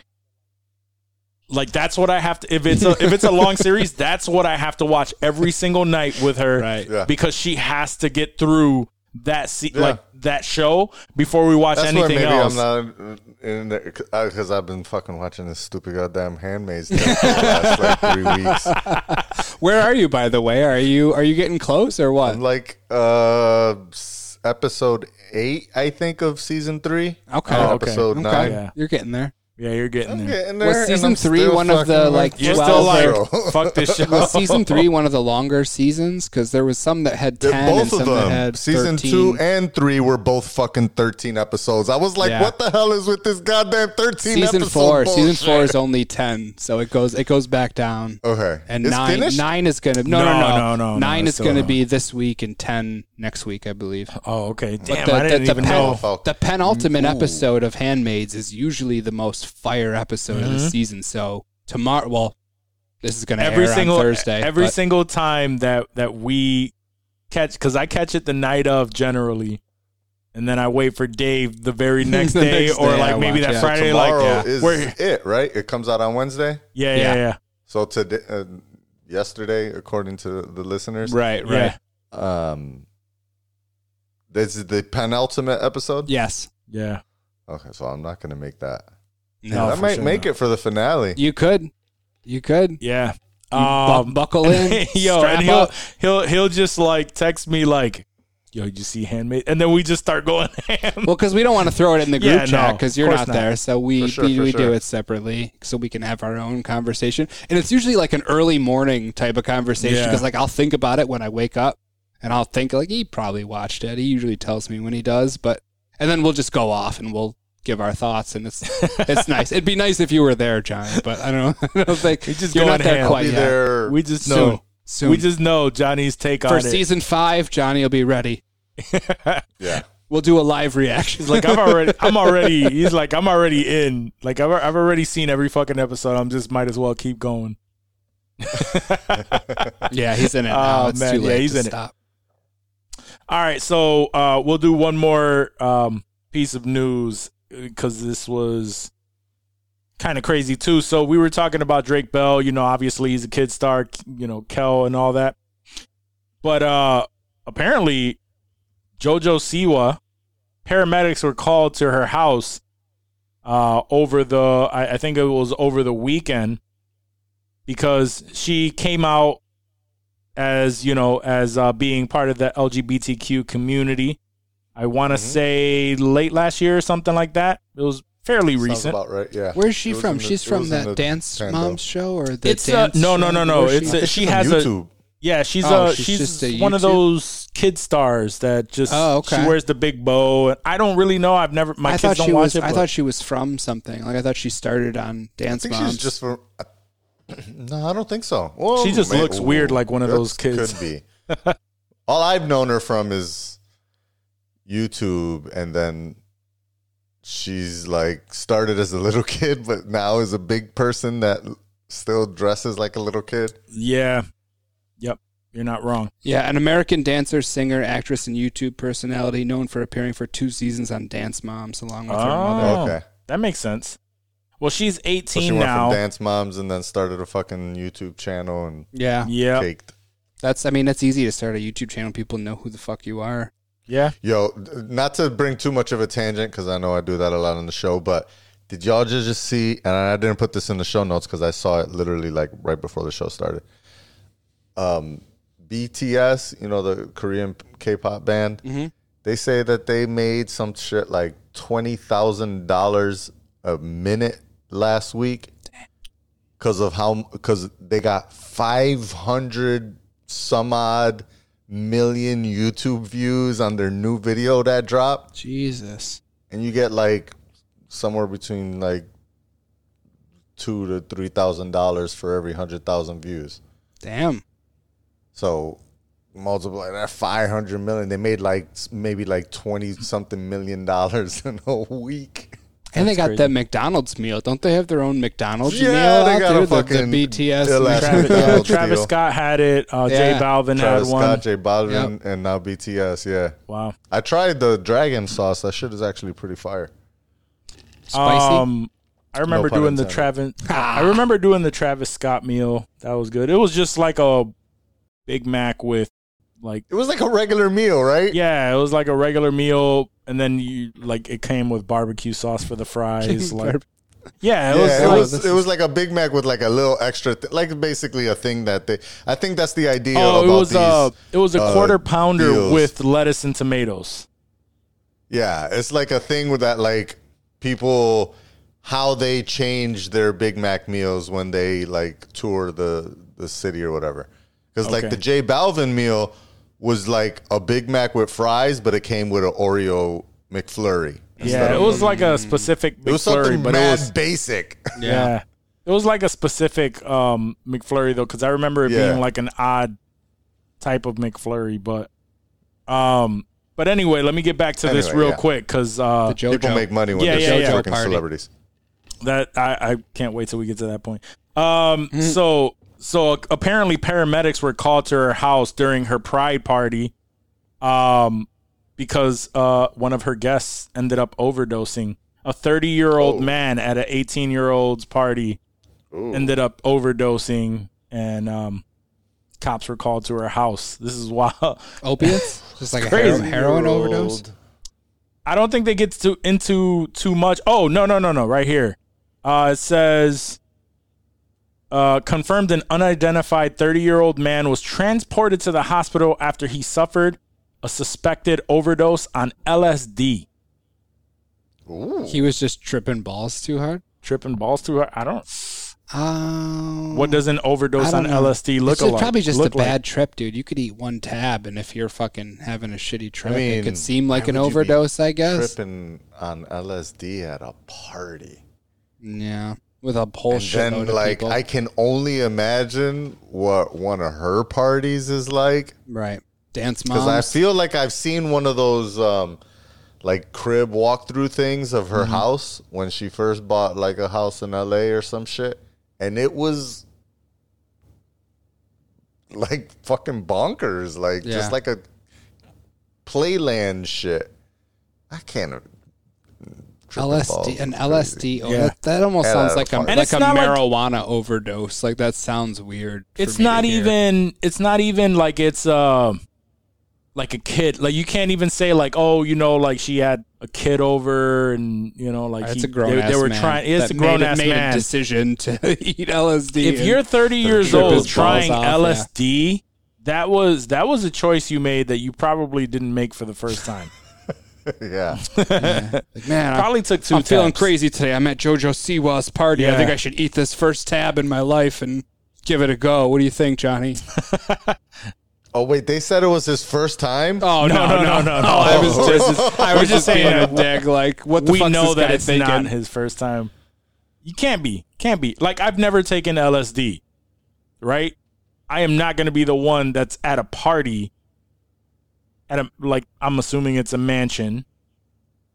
[SPEAKER 1] like that's what I have to if it's a if it's a long series, that's what I have to watch every single night with her
[SPEAKER 5] Right.
[SPEAKER 2] Yeah.
[SPEAKER 1] because she has to get through that se-
[SPEAKER 2] Yeah.
[SPEAKER 1] like that show before we watch
[SPEAKER 2] That's why
[SPEAKER 1] anything
[SPEAKER 2] maybe
[SPEAKER 1] else.
[SPEAKER 2] I'm not in there because I've been fucking watching this stupid goddamn Handmaid's Tale for the last like three weeks.
[SPEAKER 5] Where are you, by the way? Are you are you getting close or what?
[SPEAKER 2] I'm like uh s- episode eight, I think, of season three.
[SPEAKER 5] Okay.
[SPEAKER 2] Uh,
[SPEAKER 1] Oh, okay.
[SPEAKER 2] episode
[SPEAKER 5] Okay.
[SPEAKER 2] nine.
[SPEAKER 1] Yeah.
[SPEAKER 5] You're getting there.
[SPEAKER 1] Yeah, you're getting
[SPEAKER 2] I'm
[SPEAKER 1] there.
[SPEAKER 2] getting there.
[SPEAKER 5] Was
[SPEAKER 2] and
[SPEAKER 5] season
[SPEAKER 2] I'm
[SPEAKER 5] three
[SPEAKER 2] still
[SPEAKER 5] one of the,
[SPEAKER 2] fucking
[SPEAKER 5] like,
[SPEAKER 1] You're
[SPEAKER 5] Well,
[SPEAKER 1] still like,
[SPEAKER 2] zero.
[SPEAKER 1] fuck this show.
[SPEAKER 5] Was season three one of the longer seasons? Because there was some that had
[SPEAKER 2] They're
[SPEAKER 5] ten, and
[SPEAKER 2] both
[SPEAKER 5] some
[SPEAKER 2] of
[SPEAKER 5] that
[SPEAKER 2] them.
[SPEAKER 5] had
[SPEAKER 2] Season
[SPEAKER 5] 13.
[SPEAKER 2] two and three were both fucking 13 episodes. I was like,
[SPEAKER 5] Yeah.
[SPEAKER 2] what the hell is with this goddamn 13
[SPEAKER 5] season
[SPEAKER 2] episode
[SPEAKER 5] four. Season four
[SPEAKER 2] bullshit?
[SPEAKER 5] is only ten, so it goes it goes back down.
[SPEAKER 2] Okay.
[SPEAKER 5] And
[SPEAKER 2] It's
[SPEAKER 5] nine
[SPEAKER 2] finished?
[SPEAKER 5] nine is gonna no no
[SPEAKER 1] No,
[SPEAKER 5] no
[SPEAKER 1] no, no, no,
[SPEAKER 5] nine
[SPEAKER 1] it's
[SPEAKER 5] is gonna
[SPEAKER 1] still-
[SPEAKER 5] be this week and ten next week, I believe.
[SPEAKER 1] Oh, okay. Damn,
[SPEAKER 5] the,
[SPEAKER 1] I didn't
[SPEAKER 5] the,
[SPEAKER 1] even
[SPEAKER 5] the,
[SPEAKER 1] know.
[SPEAKER 5] pen, the penultimate episode of Handmaids is usually the most fire episode of the season. So tomorrow, well, this is going to
[SPEAKER 1] Mm-hmm. every
[SPEAKER 5] air
[SPEAKER 1] single
[SPEAKER 5] on Thursday.
[SPEAKER 1] every
[SPEAKER 5] but
[SPEAKER 1] single time that that we catch because I catch it the night of generally, and then I wait for Dave the very next
[SPEAKER 5] The
[SPEAKER 1] day
[SPEAKER 5] next
[SPEAKER 1] or
[SPEAKER 5] day
[SPEAKER 1] like
[SPEAKER 5] I
[SPEAKER 1] maybe
[SPEAKER 5] watch,
[SPEAKER 1] that
[SPEAKER 5] yeah.
[SPEAKER 1] Friday like
[SPEAKER 2] Tomorrow
[SPEAKER 1] yeah.
[SPEAKER 2] is
[SPEAKER 1] We're-
[SPEAKER 2] it, right? It comes out on Wednesday.
[SPEAKER 1] yeah yeah
[SPEAKER 5] Yeah.
[SPEAKER 1] yeah
[SPEAKER 2] So today, uh, yesterday, according to the listeners,
[SPEAKER 5] right, right,
[SPEAKER 1] yeah.
[SPEAKER 2] um, this is the penultimate episode.
[SPEAKER 5] yes,
[SPEAKER 1] yeah.
[SPEAKER 2] Okay, so I'm not gonna make that.
[SPEAKER 1] No,
[SPEAKER 2] I
[SPEAKER 1] for
[SPEAKER 2] might
[SPEAKER 1] sure
[SPEAKER 2] make
[SPEAKER 1] not.
[SPEAKER 2] it for the finale.
[SPEAKER 5] you could, you could.
[SPEAKER 1] Yeah.
[SPEAKER 5] You bu-
[SPEAKER 1] Um,
[SPEAKER 5] buckle in,
[SPEAKER 1] yo,
[SPEAKER 5] strap
[SPEAKER 1] and he'll
[SPEAKER 5] up.
[SPEAKER 1] he'll he'll just like text me like, yo, you see handmade, and then we just start going ham.
[SPEAKER 5] Well, because we don't want to throw it in the group
[SPEAKER 1] Yeah,
[SPEAKER 5] chat
[SPEAKER 1] no,
[SPEAKER 5] chat because you're
[SPEAKER 1] of course
[SPEAKER 5] not,
[SPEAKER 1] not.
[SPEAKER 5] there, so we
[SPEAKER 2] For sure,
[SPEAKER 5] we,
[SPEAKER 2] for
[SPEAKER 5] we do
[SPEAKER 2] sure.
[SPEAKER 5] it separately so we can have our own conversation. And it's usually like an early morning type of conversation
[SPEAKER 1] Yeah.
[SPEAKER 5] because like I'll think about it when I wake up, and I'll think like he probably watched it. He usually tells me when he does, but and then we'll just go off and we'll give our thoughts, and it's it's nice. It'd be nice if you were there, John, but I don't I don't think
[SPEAKER 1] We just
[SPEAKER 5] you're
[SPEAKER 1] go
[SPEAKER 5] not
[SPEAKER 1] in
[SPEAKER 5] there
[SPEAKER 1] hand.
[SPEAKER 2] I'll
[SPEAKER 5] quite
[SPEAKER 2] be
[SPEAKER 5] yet.
[SPEAKER 2] there.
[SPEAKER 1] we just
[SPEAKER 5] Soon,
[SPEAKER 1] know
[SPEAKER 5] soon.
[SPEAKER 1] we just know Johnny's take
[SPEAKER 5] for
[SPEAKER 1] on it.
[SPEAKER 5] season five, Johnny will be ready.
[SPEAKER 2] Yeah.
[SPEAKER 5] We'll do a live reaction.
[SPEAKER 1] He's like, I've already, I'm already. He's like, I'm already in. Like, I've, I've already seen every fucking episode. I'm just might as well keep going.
[SPEAKER 5] yeah, he's in it. Now.
[SPEAKER 1] Oh,
[SPEAKER 5] it's
[SPEAKER 1] man,
[SPEAKER 5] too
[SPEAKER 1] yeah,
[SPEAKER 5] late
[SPEAKER 1] he's
[SPEAKER 5] to
[SPEAKER 1] in it.
[SPEAKER 5] stop.
[SPEAKER 1] All right, so uh, we'll do one more um, piece of news because this was kind of crazy too. So we were talking about Drake Bell. You know, obviously he's a kid star. You know, Kel and all that. But uh, apparently, JoJo Siwa paramedics were called to her house uh, over the. I, I think it was over the weekend because she came out as you know as uh, being part of the LGBTQ community. I want to say late last year or something like that. It was fairly
[SPEAKER 2] Sounds
[SPEAKER 1] recent.
[SPEAKER 2] about right. Yeah.
[SPEAKER 5] Where's she
[SPEAKER 2] It was
[SPEAKER 5] from?
[SPEAKER 2] in the-
[SPEAKER 5] She's
[SPEAKER 2] it
[SPEAKER 5] from
[SPEAKER 2] was in
[SPEAKER 5] that
[SPEAKER 2] the
[SPEAKER 5] dance
[SPEAKER 2] Tango.
[SPEAKER 5] mom's show or the
[SPEAKER 1] It's a,
[SPEAKER 5] dance
[SPEAKER 1] no, no,
[SPEAKER 5] show?
[SPEAKER 1] no, no.
[SPEAKER 5] Where's she
[SPEAKER 1] It's
[SPEAKER 5] on?
[SPEAKER 1] a, she has a
[SPEAKER 2] YouTube.
[SPEAKER 1] yeah. She's
[SPEAKER 5] Oh,
[SPEAKER 1] a
[SPEAKER 5] she's
[SPEAKER 1] she's,
[SPEAKER 5] just a
[SPEAKER 1] one of
[SPEAKER 5] YouTube?
[SPEAKER 1] those kid stars that just
[SPEAKER 5] Oh, okay.
[SPEAKER 1] she wears the big bow. And I don't really know. I've never my
[SPEAKER 5] I
[SPEAKER 1] kids
[SPEAKER 5] thought
[SPEAKER 1] don't
[SPEAKER 5] she
[SPEAKER 1] watch
[SPEAKER 5] was.
[SPEAKER 1] it.
[SPEAKER 5] I
[SPEAKER 1] but-
[SPEAKER 5] thought she was from something. Like I thought she started on
[SPEAKER 2] I
[SPEAKER 5] Dance
[SPEAKER 2] think
[SPEAKER 5] Moms.
[SPEAKER 2] she's just from. No, I don't think so. Well,
[SPEAKER 1] She just looks weird like one of
[SPEAKER 2] that
[SPEAKER 1] those kids.
[SPEAKER 2] Could be. All I've known her from is YouTube, and then she's like started as a little kid, but now is a big person that still dresses like a little kid.
[SPEAKER 1] yeah, yep. You're not wrong.
[SPEAKER 5] yeah, an American dancer, singer, actress, and YouTube personality known for appearing for two seasons on Dance Moms along with her mother.
[SPEAKER 1] Oh,
[SPEAKER 2] Okay.
[SPEAKER 1] that makes sense. Well, she's 18
[SPEAKER 2] So she went
[SPEAKER 1] now.
[SPEAKER 2] from Dance Moms and then started a fucking YouTube channel and
[SPEAKER 5] Yeah,
[SPEAKER 1] yeah,
[SPEAKER 2] caked.
[SPEAKER 5] that's. I mean, that's easy to start a YouTube channel. People know who the fuck you are.
[SPEAKER 1] yeah.
[SPEAKER 2] Yo, d- not to bring too much of a tangent because I know I do that a lot on the show, but did y'all just just see? And I didn't put this in the show notes because I saw it literally like right before the show started. Um, BTS, you know the Korean K-pop band, they say that they made some shit like twenty thousand dollars a minute last week because of how because they got 500 some odd million YouTube views on their new video that dropped,
[SPEAKER 5] Jesus.
[SPEAKER 2] and you get like somewhere between like two to three thousand dollars for every hundred thousand views.
[SPEAKER 5] Damn.
[SPEAKER 2] So multiply that 500 million they made like s- maybe like 20 something million dollars in a week
[SPEAKER 5] And they got
[SPEAKER 1] crazy.
[SPEAKER 5] that McDonald's meal. Don't they have their own McDonald's
[SPEAKER 2] Yeah,
[SPEAKER 5] meal?
[SPEAKER 2] they
[SPEAKER 5] out
[SPEAKER 2] got
[SPEAKER 5] there? The-
[SPEAKER 2] a
[SPEAKER 5] the
[SPEAKER 2] fucking
[SPEAKER 5] BTS.
[SPEAKER 2] ill-ass
[SPEAKER 1] Travis,
[SPEAKER 2] Yeah,
[SPEAKER 1] yeah,
[SPEAKER 2] I'll
[SPEAKER 1] Travis
[SPEAKER 2] deal.
[SPEAKER 1] Scott had it. Uh, J
[SPEAKER 5] Yeah.
[SPEAKER 1] Balvin
[SPEAKER 2] Travis
[SPEAKER 1] had one.
[SPEAKER 2] Scott, J Balvin, and now BTS. Yeah,
[SPEAKER 1] Wow.
[SPEAKER 2] I tried the dragon sauce. That shit is actually pretty fire.
[SPEAKER 5] Spicy.
[SPEAKER 1] Um, I remember
[SPEAKER 2] pun
[SPEAKER 1] doing the
[SPEAKER 2] intended.
[SPEAKER 1] Travis. I remember doing the Travis Scott meal. That was good. It was just like a Big Mac with like
[SPEAKER 2] It was like a regular meal, right?
[SPEAKER 1] yeah, it was like a regular meal, and then you like it came with barbecue sauce for the fries. like yeah, it
[SPEAKER 2] Yeah,
[SPEAKER 1] was.
[SPEAKER 2] it
[SPEAKER 1] like,
[SPEAKER 2] was, it was like a Big Mac with like a little extra, th- like basically a thing that they. I think that's the idea.
[SPEAKER 1] Oh, it
[SPEAKER 2] about
[SPEAKER 1] was
[SPEAKER 2] these,
[SPEAKER 1] a it was a
[SPEAKER 2] uh,
[SPEAKER 1] quarter pounder
[SPEAKER 2] deals.
[SPEAKER 1] with lettuce and tomatoes.
[SPEAKER 2] Yeah, it's like a thing with that like people how they change their Big Mac meals when they like tour the the city or whatever. Because like
[SPEAKER 1] Okay.
[SPEAKER 2] the J Balvin meal was like a Big Mac with fries, but it came with an Oreo McFlurry.
[SPEAKER 1] Yeah, it was like a specific McFlurry,
[SPEAKER 2] It was something
[SPEAKER 1] but
[SPEAKER 2] mad
[SPEAKER 1] it was
[SPEAKER 2] basic.
[SPEAKER 1] yeah. it was like a specific um, McFlurry though, because I remember it
[SPEAKER 2] Yeah.
[SPEAKER 1] being like an odd type of McFlurry. But, um, but anyway, let me get back to this
[SPEAKER 2] Anyway,
[SPEAKER 1] real
[SPEAKER 2] yeah.
[SPEAKER 1] quick 'cause quick because uh,
[SPEAKER 5] The JoJo.
[SPEAKER 2] People make money when
[SPEAKER 1] Yeah,
[SPEAKER 2] they're
[SPEAKER 1] yeah, yeah.
[SPEAKER 2] freaking
[SPEAKER 5] Party.
[SPEAKER 2] celebrities.
[SPEAKER 1] that I, I can't wait till we get to that point. Um, so so uh, apparently paramedics were called to her house during her pride party, um, because uh one of her guests ended up overdosing. A 30 year old man at an 18 year old's party ended up overdosing, and um, cops were called to her house. This is wild.
[SPEAKER 5] Opiates? Just like a hero,
[SPEAKER 1] Crazy
[SPEAKER 5] heroin overdose?
[SPEAKER 1] I don't think they get to into too much. Oh no no no no! Right here, uh, it says uh, confirmed an unidentified 30 year old man was transported to the hospital after he suffered a suspected overdose on LSD.
[SPEAKER 5] He was just tripping balls too hard?
[SPEAKER 1] Tripping balls through her. I don't.
[SPEAKER 5] Um,
[SPEAKER 1] What does an
[SPEAKER 5] I
[SPEAKER 1] overdose on
[SPEAKER 5] don't know.
[SPEAKER 1] LSD look
[SPEAKER 5] it's just
[SPEAKER 1] like?
[SPEAKER 5] probably just
[SPEAKER 1] look
[SPEAKER 5] a
[SPEAKER 1] like?
[SPEAKER 5] bad trip, dude. You could eat one tab, and if you're fucking having a shitty trip, it
[SPEAKER 2] mean,
[SPEAKER 5] could seem like
[SPEAKER 2] why
[SPEAKER 5] an
[SPEAKER 2] would you be
[SPEAKER 5] overdose, I guess.
[SPEAKER 2] Tripping on LSD at a party.
[SPEAKER 5] Yeah. With a whole
[SPEAKER 2] And
[SPEAKER 5] shitload
[SPEAKER 2] then,
[SPEAKER 5] of
[SPEAKER 2] like,
[SPEAKER 5] people.
[SPEAKER 2] I can only imagine what one of her parties is like.
[SPEAKER 5] right. Dance
[SPEAKER 2] Because I
[SPEAKER 5] moms.
[SPEAKER 2] feel like I've seen one of those, um, like, crib walkthrough things of
[SPEAKER 5] Mm-hmm.
[SPEAKER 2] her house when she first bought, like, a house in LA or some shit. And it was, like, fucking bonkers. Like,
[SPEAKER 5] Yeah.
[SPEAKER 2] just like a playland shit. I can't. tripping balls
[SPEAKER 5] LSD, an
[SPEAKER 2] is crazy.
[SPEAKER 5] LSD. Oh,
[SPEAKER 1] Yeah.
[SPEAKER 5] that, that almost
[SPEAKER 2] Yeah,
[SPEAKER 5] sounds like
[SPEAKER 2] that's
[SPEAKER 5] a
[SPEAKER 2] hard.
[SPEAKER 1] And
[SPEAKER 5] like
[SPEAKER 1] it's
[SPEAKER 5] a
[SPEAKER 1] not like-
[SPEAKER 5] marijuana overdose. Like that sounds weird. for
[SPEAKER 1] it's
[SPEAKER 5] me to
[SPEAKER 1] not
[SPEAKER 5] hear.
[SPEAKER 1] even it's not even like it's uh like a kid like you can't even say like oh you know like she had a kid over and you know like
[SPEAKER 5] It's
[SPEAKER 1] he-
[SPEAKER 5] a grown.
[SPEAKER 1] they, they were trying it's a grown ass
[SPEAKER 5] made
[SPEAKER 1] man
[SPEAKER 5] a decision to eat LSD.
[SPEAKER 1] if
[SPEAKER 5] and-
[SPEAKER 1] you're 30 years
[SPEAKER 5] trip his
[SPEAKER 1] old
[SPEAKER 5] balls
[SPEAKER 1] trying
[SPEAKER 5] off, yeah.
[SPEAKER 1] LSD that was that was a choice you made that you probably didn't make for the first time
[SPEAKER 2] Yeah.
[SPEAKER 5] like, man, I-
[SPEAKER 1] probably took two
[SPEAKER 5] I'm feeling
[SPEAKER 1] taps.
[SPEAKER 5] crazy today. I'm at JoJo Siwa's party. I
[SPEAKER 1] Yeah.
[SPEAKER 5] think I should eat this first tab in my life and give it a go. What do you think, Johnny?
[SPEAKER 2] Oh wait, they said it was his first time.
[SPEAKER 5] Oh
[SPEAKER 1] No, no, no, no, no.
[SPEAKER 5] Oh, I was
[SPEAKER 1] This
[SPEAKER 5] just,
[SPEAKER 1] is-
[SPEAKER 5] I
[SPEAKER 1] we're
[SPEAKER 5] was
[SPEAKER 1] just
[SPEAKER 5] just being
[SPEAKER 1] saying
[SPEAKER 5] a
[SPEAKER 1] that
[SPEAKER 5] dick. Like, what the
[SPEAKER 1] we
[SPEAKER 5] fuck's
[SPEAKER 1] know
[SPEAKER 5] this
[SPEAKER 1] that
[SPEAKER 5] guy
[SPEAKER 1] it's
[SPEAKER 5] thinking?
[SPEAKER 1] not his first time. You can't be, can't be. Like I've never taken LSD, right? I am not going to be the one that's at a party. At a like, I'm assuming it's a mansion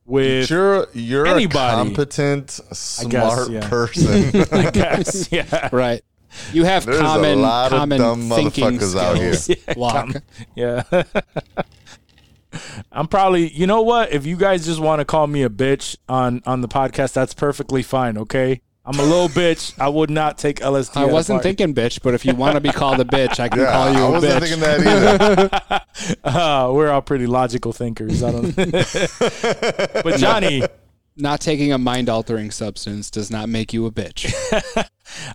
[SPEAKER 1] with.
[SPEAKER 2] You're you're
[SPEAKER 1] anybody-
[SPEAKER 2] a competent,
[SPEAKER 1] I
[SPEAKER 2] smart
[SPEAKER 1] guess, yeah.
[SPEAKER 2] person.
[SPEAKER 1] I guess, yeah,
[SPEAKER 5] right. You have
[SPEAKER 2] There's a
[SPEAKER 5] common,
[SPEAKER 2] lot of
[SPEAKER 5] common
[SPEAKER 2] dumb
[SPEAKER 5] thinking
[SPEAKER 2] motherfuckers out here.
[SPEAKER 5] skills. Locke.
[SPEAKER 1] yeah. I'm probably. You know what? If you guys just want to call me a bitch on on the podcast, that's perfectly fine. Okay, I'm a little bitch. I would not take LSD.
[SPEAKER 5] I
[SPEAKER 1] at a
[SPEAKER 5] wasn't
[SPEAKER 1] party.
[SPEAKER 5] thinking bitch, but if you want to be called a bitch, I can
[SPEAKER 2] yeah,
[SPEAKER 5] call you
[SPEAKER 2] I
[SPEAKER 5] a
[SPEAKER 2] wasn't
[SPEAKER 5] bitch.
[SPEAKER 2] thinking that either.
[SPEAKER 1] Uh, we're all pretty logical thinkers. I don't. but Johnny,
[SPEAKER 5] Not taking a mind altering substance does not make you a bitch.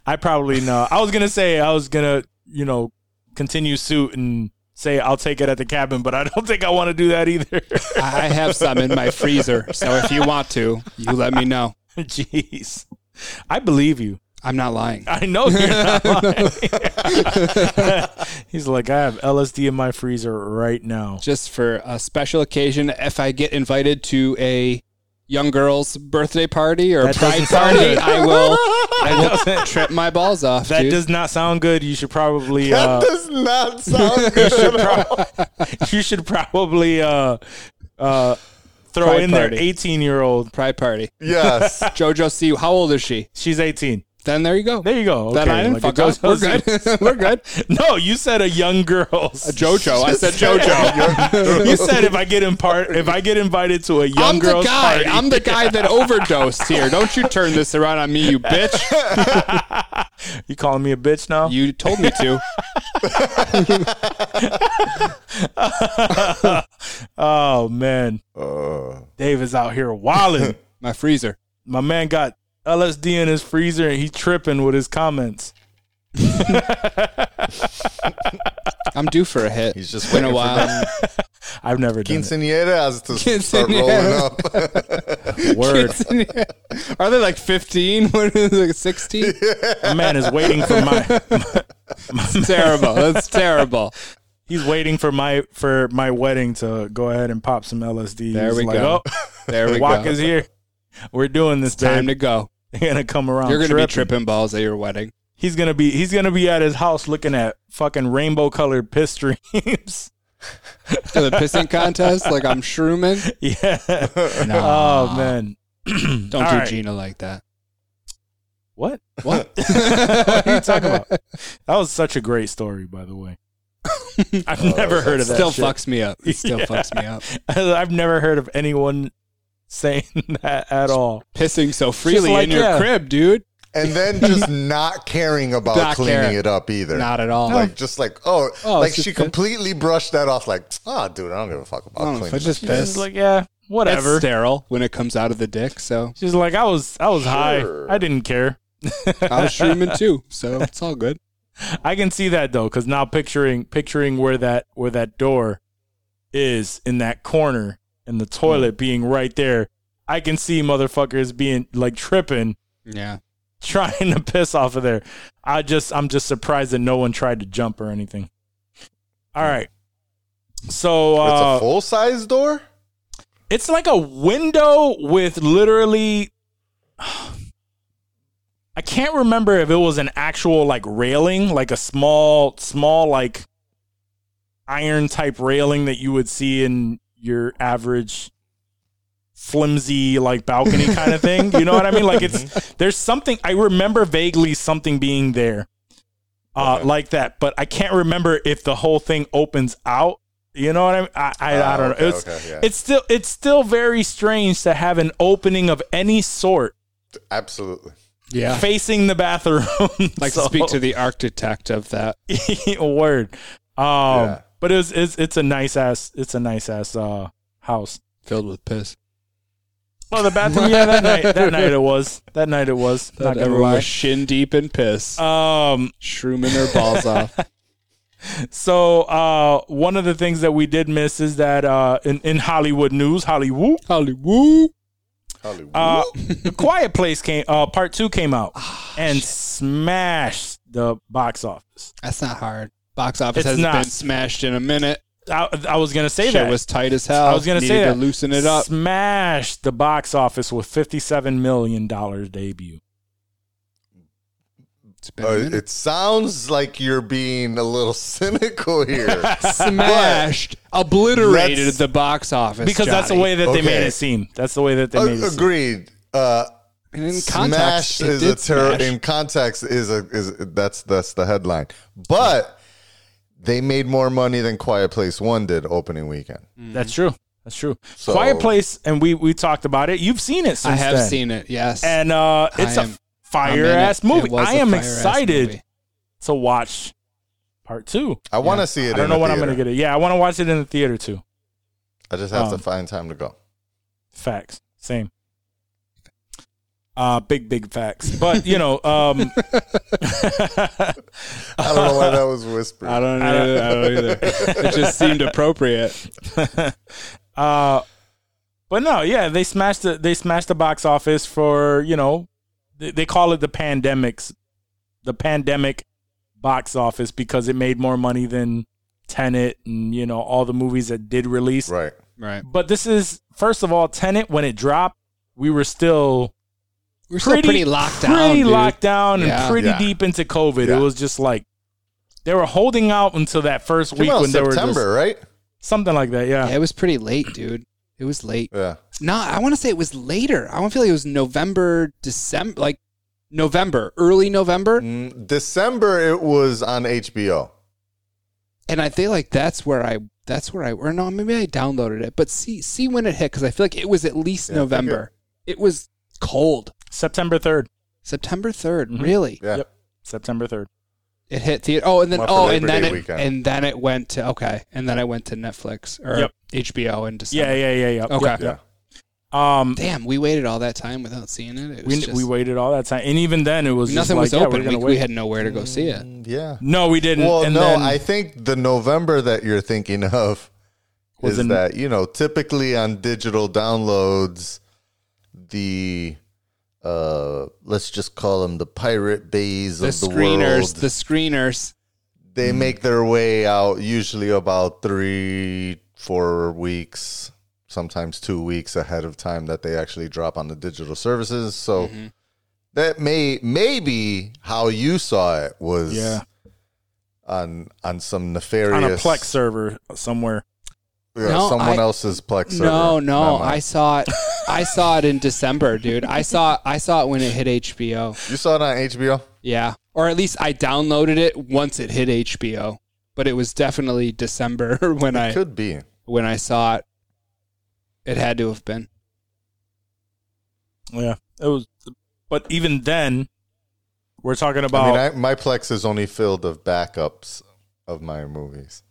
[SPEAKER 1] I probably know. I was gonna say I was gonna, you know, continue suit and say I'll take it at the cabin, but I don't think I want to do that either.
[SPEAKER 5] I I have some in my freezer, so if you want to, you let me know.
[SPEAKER 1] Jeez, I believe you.
[SPEAKER 5] I'm not lying.
[SPEAKER 1] I know you're not lying. He's like, I have LSD in my freezer right now.
[SPEAKER 5] Just for a special occasion, if I get invited to a young girl's birthday party or
[SPEAKER 1] That
[SPEAKER 5] pride
[SPEAKER 1] doesn't sound
[SPEAKER 5] party,
[SPEAKER 1] good.
[SPEAKER 5] I will, I will
[SPEAKER 1] doesn't-
[SPEAKER 5] trip my balls off.
[SPEAKER 1] That
[SPEAKER 5] dude.
[SPEAKER 1] does not sound good. You should probably.
[SPEAKER 2] that
[SPEAKER 1] Uh,
[SPEAKER 2] does not sound good. at all.
[SPEAKER 1] you should probably uh, uh, throw
[SPEAKER 5] Pride
[SPEAKER 1] in
[SPEAKER 5] party.
[SPEAKER 1] their 18 year old.
[SPEAKER 5] pride party.
[SPEAKER 2] yes,
[SPEAKER 5] JoJo, see how old is she?
[SPEAKER 1] She's 18.
[SPEAKER 5] Then there you go.
[SPEAKER 1] There you go.
[SPEAKER 5] Then
[SPEAKER 1] Okay,
[SPEAKER 5] I didn't
[SPEAKER 1] like
[SPEAKER 5] fuck
[SPEAKER 1] a
[SPEAKER 5] up. We're
[SPEAKER 1] JoJo's-
[SPEAKER 5] good. We're good.
[SPEAKER 1] No, you said a young girl's.
[SPEAKER 5] A JoJo. I said JoJo.
[SPEAKER 1] you said if I get in part, if I get invited to a young
[SPEAKER 5] I'm the
[SPEAKER 1] girl's
[SPEAKER 5] guy.
[SPEAKER 1] party,
[SPEAKER 5] I'm the guy that overdosed here. Don't you turn this around on me, you bitch.
[SPEAKER 1] you calling me a bitch now?
[SPEAKER 5] You told me to.
[SPEAKER 1] oh man,
[SPEAKER 5] Uh.
[SPEAKER 1] Dave is out here wilding.
[SPEAKER 5] My freezer.
[SPEAKER 1] My man got LSD in his freezer and he tripping with his comments.
[SPEAKER 5] I'm due for a hit.
[SPEAKER 2] he's just
[SPEAKER 5] Been a
[SPEAKER 2] waiting for
[SPEAKER 5] while.
[SPEAKER 2] them
[SPEAKER 1] I've never done it.
[SPEAKER 2] Quinceañera has to start rolling
[SPEAKER 5] Quinceañera.
[SPEAKER 2] up.
[SPEAKER 1] Word.
[SPEAKER 5] Are they like 15? What is it, 16?
[SPEAKER 1] My man is waiting for my,
[SPEAKER 5] That's terrible. That's terrible.
[SPEAKER 1] he's waiting for my for my wedding to go ahead and pop some LSD.
[SPEAKER 5] There
[SPEAKER 1] He's
[SPEAKER 5] we
[SPEAKER 1] like,
[SPEAKER 5] go.
[SPEAKER 1] "Oh,
[SPEAKER 5] There we
[SPEAKER 1] Walk
[SPEAKER 5] go.
[SPEAKER 1] is here. We're doing this
[SPEAKER 5] Time
[SPEAKER 1] time.
[SPEAKER 5] to go.
[SPEAKER 1] You're gonna come around.
[SPEAKER 5] You're going to be
[SPEAKER 1] tripping.
[SPEAKER 5] tripping balls at your wedding.
[SPEAKER 1] He's gonna be he's gonna be at his house looking at fucking rainbow colored piss streams.
[SPEAKER 5] To the pissing contest, like I'm shrooming.
[SPEAKER 1] yeah.
[SPEAKER 5] No.
[SPEAKER 1] Oh man.
[SPEAKER 5] Don't do
[SPEAKER 1] All right.
[SPEAKER 5] Gina like that.
[SPEAKER 1] What?
[SPEAKER 5] What?
[SPEAKER 1] What are you talking about? That was such a great story, by the way. I've never heard of that.
[SPEAKER 5] Oh, Still
[SPEAKER 1] shit.
[SPEAKER 5] fucks me up. It still
[SPEAKER 1] Yeah.
[SPEAKER 5] fucks me up.
[SPEAKER 1] I've never heard of anyone saying that at all.
[SPEAKER 5] Pissing so freely
[SPEAKER 1] like,
[SPEAKER 5] in your
[SPEAKER 1] yeah.
[SPEAKER 5] crib, dude.
[SPEAKER 2] and then just not caring about
[SPEAKER 5] Not
[SPEAKER 2] cleaning
[SPEAKER 5] caring.
[SPEAKER 2] it up either.
[SPEAKER 5] Not at all.
[SPEAKER 2] like just like oh,
[SPEAKER 5] Oh,
[SPEAKER 2] like
[SPEAKER 5] it's just
[SPEAKER 2] she
[SPEAKER 5] piss.
[SPEAKER 2] completely brushed that off. Like ah, dude, I don't give a fuck about
[SPEAKER 5] I don't know,
[SPEAKER 2] cleaning.
[SPEAKER 5] it's Oh, just
[SPEAKER 2] up."
[SPEAKER 5] piss.
[SPEAKER 1] It's like, yeah,
[SPEAKER 5] It's
[SPEAKER 1] whatever.
[SPEAKER 5] sterile when it comes out of the dick. So
[SPEAKER 1] She's like, I was, I was
[SPEAKER 2] Sure.
[SPEAKER 1] high. I didn't care.
[SPEAKER 5] I was shrooming too. So it's all good.
[SPEAKER 1] I can see that though, because now picturing, picturing where that, where that door is in that corner, and the
[SPEAKER 5] Hmm.
[SPEAKER 1] toilet being right there, I can see motherfuckers being like tripping,
[SPEAKER 5] Yeah.
[SPEAKER 1] trying to piss off of there. I just, I'm just surprised that no one tried to jump or anything. All right. So
[SPEAKER 2] It's
[SPEAKER 1] uh,
[SPEAKER 2] a full size door.
[SPEAKER 1] It's like a window with literally. I can't remember if it was an actual like railing, like a small, small like iron type railing that you would see in your average flimsy like balcony kind of thing. You know what I mean? Like
[SPEAKER 2] Mm-hmm.
[SPEAKER 1] it's there's something I remember vaguely something being there. Uh, like that, but I can't remember if the whole thing opens out. You know what I mean? I, I, I
[SPEAKER 2] Oh,
[SPEAKER 1] don't
[SPEAKER 2] okay,
[SPEAKER 1] know. It's
[SPEAKER 2] okay, yeah.
[SPEAKER 1] it's still it's still very strange to have an opening of any sort
[SPEAKER 2] Absolutely.
[SPEAKER 5] Yeah.
[SPEAKER 1] facing the bathroom.
[SPEAKER 5] Like to speak to the architect of that.
[SPEAKER 1] the word. Um,
[SPEAKER 2] Yeah.
[SPEAKER 1] but it's it's it's a nice ass it's a nice ass uh house.
[SPEAKER 5] Filled with piss.
[SPEAKER 1] Well, the bathroom. Yeah, that night that night it was that night it was. Not gonna
[SPEAKER 5] Everyone was
[SPEAKER 1] lie.
[SPEAKER 5] shin deep in piss.
[SPEAKER 1] Um,
[SPEAKER 5] shrooming their balls off.
[SPEAKER 1] so uh, one of the things that we did miss is that uh, in in Hollywood news, Hollywood,
[SPEAKER 5] Hollywood.
[SPEAKER 2] Hollywood.
[SPEAKER 1] uh, the Quiet Place came. Uh, part two came out
[SPEAKER 5] Ah,
[SPEAKER 1] and smashed the box office.
[SPEAKER 5] That's not hard. Box office
[SPEAKER 1] It's
[SPEAKER 5] hasn't
[SPEAKER 1] not.
[SPEAKER 5] been smashed in a minute.
[SPEAKER 1] I, I was gonna say
[SPEAKER 5] Shit
[SPEAKER 1] that
[SPEAKER 5] was tight as hell.
[SPEAKER 1] I was gonna
[SPEAKER 5] Needed
[SPEAKER 1] say that
[SPEAKER 5] to loosen it up.
[SPEAKER 1] Smashed the box office with fifty-seven million dollars debut.
[SPEAKER 5] It's
[SPEAKER 2] Uh, it sounds like you're being a little cynical here.
[SPEAKER 5] smashed, obliterated
[SPEAKER 2] Let's-
[SPEAKER 5] the box office
[SPEAKER 1] Because that's the
[SPEAKER 5] Johnny.
[SPEAKER 1] way that they
[SPEAKER 2] Okay.
[SPEAKER 1] made it seem. That's the way that they
[SPEAKER 2] A-
[SPEAKER 1] made it. Seem.
[SPEAKER 2] agreed. Uh,
[SPEAKER 5] And in context,
[SPEAKER 2] smash
[SPEAKER 5] it
[SPEAKER 2] is a
[SPEAKER 5] did
[SPEAKER 2] terror.
[SPEAKER 5] smash.
[SPEAKER 2] In context, is a is that's that's the headline. But they made more money than Quiet Place One did opening weekend.
[SPEAKER 1] That's true. That's true.
[SPEAKER 2] So-
[SPEAKER 1] Quiet Place, and we we talked about it. You've seen it. Since
[SPEAKER 5] I have
[SPEAKER 1] then.
[SPEAKER 5] seen it. Yes,
[SPEAKER 1] and uh, it's
[SPEAKER 5] I
[SPEAKER 1] a
[SPEAKER 5] am- I'm in
[SPEAKER 1] fire
[SPEAKER 5] it.
[SPEAKER 1] ass
[SPEAKER 5] It
[SPEAKER 1] movie.
[SPEAKER 5] was
[SPEAKER 1] I
[SPEAKER 5] a
[SPEAKER 1] am
[SPEAKER 5] fire-ass
[SPEAKER 1] excited
[SPEAKER 5] movie.
[SPEAKER 1] to watch part two.
[SPEAKER 2] I want to see it.
[SPEAKER 1] I don't
[SPEAKER 2] in
[SPEAKER 1] know
[SPEAKER 2] the
[SPEAKER 1] when I'm gonna
[SPEAKER 2] theater.
[SPEAKER 1] get it. Yeah, I want to watch it in the theater too.
[SPEAKER 2] I just have to
[SPEAKER 1] Um,
[SPEAKER 2] find time to go.
[SPEAKER 1] Facts. Same. Uh, big big facts. But you know, um,
[SPEAKER 2] I don't know why that was whispered.
[SPEAKER 5] I don't know. I don't either. it just seemed appropriate.
[SPEAKER 1] Uh, but no, yeah, they smashed the they smashed the box office for you know, they, they call it the pandemics, the pandemic box office because it made more money than Tenet and you know all the movies that did release.
[SPEAKER 2] right.
[SPEAKER 5] Right.
[SPEAKER 1] But this is first of all, Tenet when it dropped, we were still
[SPEAKER 5] We're still pretty, locked down.
[SPEAKER 1] pretty
[SPEAKER 5] dude.
[SPEAKER 1] locked down,
[SPEAKER 5] Yeah.
[SPEAKER 1] and pretty
[SPEAKER 2] Yeah.
[SPEAKER 1] deep into COVID.
[SPEAKER 2] Yeah.
[SPEAKER 1] It was just like they were holding out until that first
[SPEAKER 2] Came
[SPEAKER 1] week
[SPEAKER 2] out
[SPEAKER 1] when they were
[SPEAKER 2] September,
[SPEAKER 1] just,
[SPEAKER 2] right?
[SPEAKER 1] something like that. Yeah,
[SPEAKER 5] Yeah, it was pretty late, dude. It was late.
[SPEAKER 2] Yeah.
[SPEAKER 5] No, I want to say it was later. I want to feel like it was November, December, like November, early November.
[SPEAKER 2] Mm, December it was on HBO.
[SPEAKER 5] and I feel like that's where I that's where I or no maybe I downloaded it, but see see when it hit because I feel like it was at least
[SPEAKER 2] Yeah, I think
[SPEAKER 5] November. It was cold,
[SPEAKER 1] September third.
[SPEAKER 5] September 3rd
[SPEAKER 1] Mhm.
[SPEAKER 5] Really,
[SPEAKER 2] Yeah.
[SPEAKER 1] Yep. September third.
[SPEAKER 5] it hit theater. Oh, and then
[SPEAKER 2] Well, for
[SPEAKER 5] oh,
[SPEAKER 2] Labor
[SPEAKER 5] and then
[SPEAKER 2] Day
[SPEAKER 5] it,
[SPEAKER 2] weekend.
[SPEAKER 5] and then it went to okay, and then I went to Netflix or
[SPEAKER 1] Yep.
[SPEAKER 5] HBO in
[SPEAKER 1] Yeah,
[SPEAKER 5] December.
[SPEAKER 1] yeah, yeah, yeah.
[SPEAKER 5] Okay.
[SPEAKER 1] Yep, yep. Um,
[SPEAKER 5] Damn, we waited all that time without seeing it. It was
[SPEAKER 1] we
[SPEAKER 5] just,
[SPEAKER 1] we waited all that time, and even then it was
[SPEAKER 5] nothing was
[SPEAKER 1] just like, yeah, we're
[SPEAKER 5] open. we,
[SPEAKER 1] gonna
[SPEAKER 5] we
[SPEAKER 1] wait.
[SPEAKER 5] had nowhere to go see it.
[SPEAKER 2] Mm, Yeah.
[SPEAKER 1] no, we didn't.
[SPEAKER 2] Well,
[SPEAKER 1] and
[SPEAKER 2] no,
[SPEAKER 1] then-
[SPEAKER 2] I think the November that you're thinking of
[SPEAKER 1] Was
[SPEAKER 2] is
[SPEAKER 1] an-
[SPEAKER 2] that you know typically on digital downloads the uh let's just call them the pirate bays
[SPEAKER 5] The
[SPEAKER 2] of the
[SPEAKER 5] screeners,
[SPEAKER 2] world
[SPEAKER 5] the screeners.
[SPEAKER 2] they make their way out usually about three four weeks sometimes two weeks ahead of time that they actually drop on the digital services so that may maybe how you saw it was
[SPEAKER 1] Yeah.
[SPEAKER 2] on on some
[SPEAKER 1] on
[SPEAKER 2] nefarious
[SPEAKER 1] a Plex server somewhere.
[SPEAKER 2] yeah,
[SPEAKER 5] No,
[SPEAKER 2] someone
[SPEAKER 5] I-
[SPEAKER 2] else's Plex server.
[SPEAKER 5] No, no,
[SPEAKER 2] not mine.
[SPEAKER 5] I saw it. I saw it in December, dude. I saw I saw it when it hit HBO.
[SPEAKER 2] you saw it on HBO.
[SPEAKER 5] Yeah, or at least I downloaded it once it hit HBO. But it was definitely December when I
[SPEAKER 2] Could be.
[SPEAKER 5] when I saw it. It had to have been.
[SPEAKER 1] Yeah, it was. But even then, we're talking about
[SPEAKER 2] I mean, I, my Plex is only filled of backups of my movies.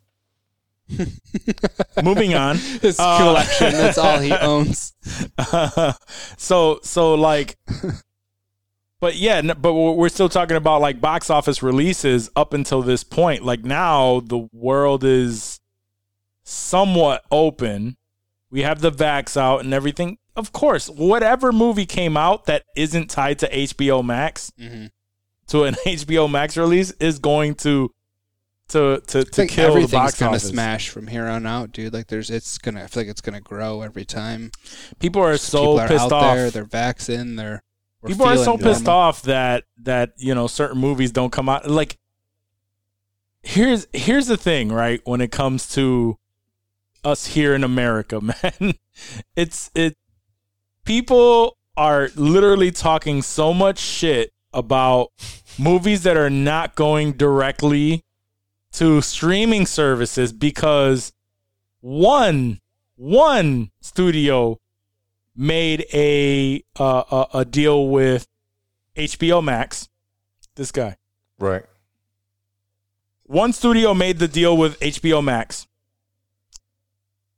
[SPEAKER 1] moving on.
[SPEAKER 5] His
[SPEAKER 1] Uh,
[SPEAKER 5] collection. That's all he owns.
[SPEAKER 1] so so like but yeah n- but we're we're still talking about like box office releases up until this point like now the world is somewhat open we have the vax out and everything of course whatever movie came out that isn't tied to hbo max
[SPEAKER 5] Mhm.
[SPEAKER 1] to an hbo max release is going to to to,
[SPEAKER 5] I
[SPEAKER 1] to
[SPEAKER 5] think
[SPEAKER 1] kill the
[SPEAKER 5] everything's
[SPEAKER 1] box
[SPEAKER 5] gonna
[SPEAKER 1] office
[SPEAKER 5] smash from here on out, dude. Like there's, it's gonna. I feel like it's gonna grow every time.
[SPEAKER 1] people are so
[SPEAKER 5] People are
[SPEAKER 1] pissed
[SPEAKER 5] out
[SPEAKER 1] off
[SPEAKER 5] there. They're vaccinated. They're we're
[SPEAKER 1] people are so
[SPEAKER 5] feeling
[SPEAKER 1] pissed
[SPEAKER 5] normal.
[SPEAKER 1] off that that you know certain movies don't come out like here's here's the thing right when it comes to us here in america man it's it people are literally talking so much shit about movies that are not going directly to streaming services because one one studio made a uh, a, a deal with HBO Max. This guy.
[SPEAKER 2] Right.
[SPEAKER 1] One studio made the deal with HBO Max.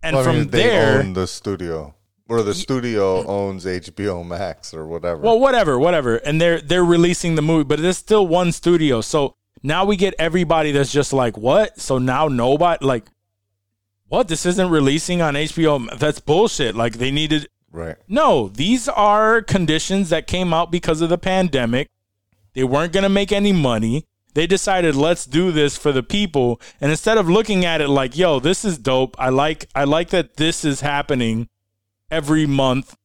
[SPEAKER 1] And
[SPEAKER 2] Well, I
[SPEAKER 1] from
[SPEAKER 2] mean, they
[SPEAKER 1] there
[SPEAKER 2] own the studio, or the studio owns HBO Max or whatever.
[SPEAKER 1] Well, whatever, whatever. And they're they're releasing the movie, but it's still one studio. So now we get everybody that's just like, what? So now nobody like what? This isn't releasing on HBO. That's bullshit. Like they needed
[SPEAKER 2] right.
[SPEAKER 1] No, these are conditions that came out because of the pandemic. They weren't going to make any money. They decided let's do this for the people and instead of looking at it like, yo, this is dope. I like I like that this is happening every month.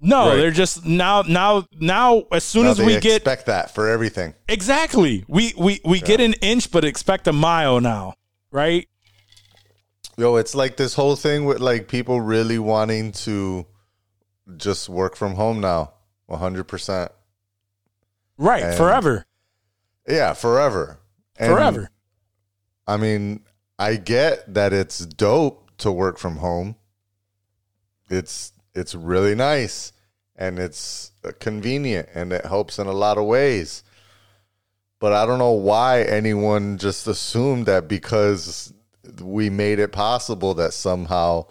[SPEAKER 1] No,
[SPEAKER 2] Right.
[SPEAKER 1] they're just now now now as soon
[SPEAKER 2] Now
[SPEAKER 1] as
[SPEAKER 2] they
[SPEAKER 1] we get
[SPEAKER 2] expect that for everything.
[SPEAKER 1] Exactly. We we we get an inch but expect a mile now, right?
[SPEAKER 2] Yo, it's like this whole thing with like people really wanting to just work from home now, one hundred percent.
[SPEAKER 1] Right,
[SPEAKER 2] And-
[SPEAKER 1] forever.
[SPEAKER 2] Yeah, forever. And,
[SPEAKER 1] Forever.
[SPEAKER 2] I mean, I get that it's dope to work from home. It's it's really nice and it's uh, convenient and it helps in a lot of ways. But I don't know why anyone just assumed that because we made it possible that somehow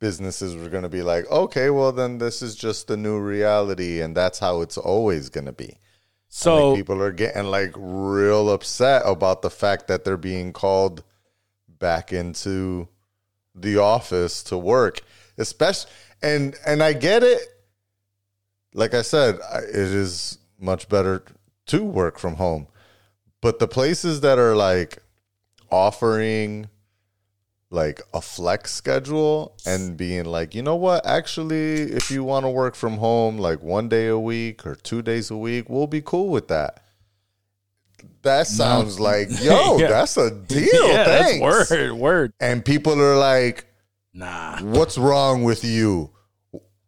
[SPEAKER 2] businesses were going to be like, "Okay, well then this is just the new reality and that's how it's always going to be."
[SPEAKER 1] So
[SPEAKER 2] like people are getting like real upset about the fact that they're being called back into the office to work especially and and i get it like i said I- it is much better to work from home but the places that are like offering like a flex schedule and being like, you know what, actually, if you want to work from home like one day a week or two days a week, we'll be cool with that. That sounds like, yo,
[SPEAKER 1] Yeah.
[SPEAKER 2] that's a deal.
[SPEAKER 1] yeah, that's
[SPEAKER 2] Thanks.
[SPEAKER 1] word word.
[SPEAKER 2] And people are like,
[SPEAKER 1] Nah.
[SPEAKER 2] what's wrong with you?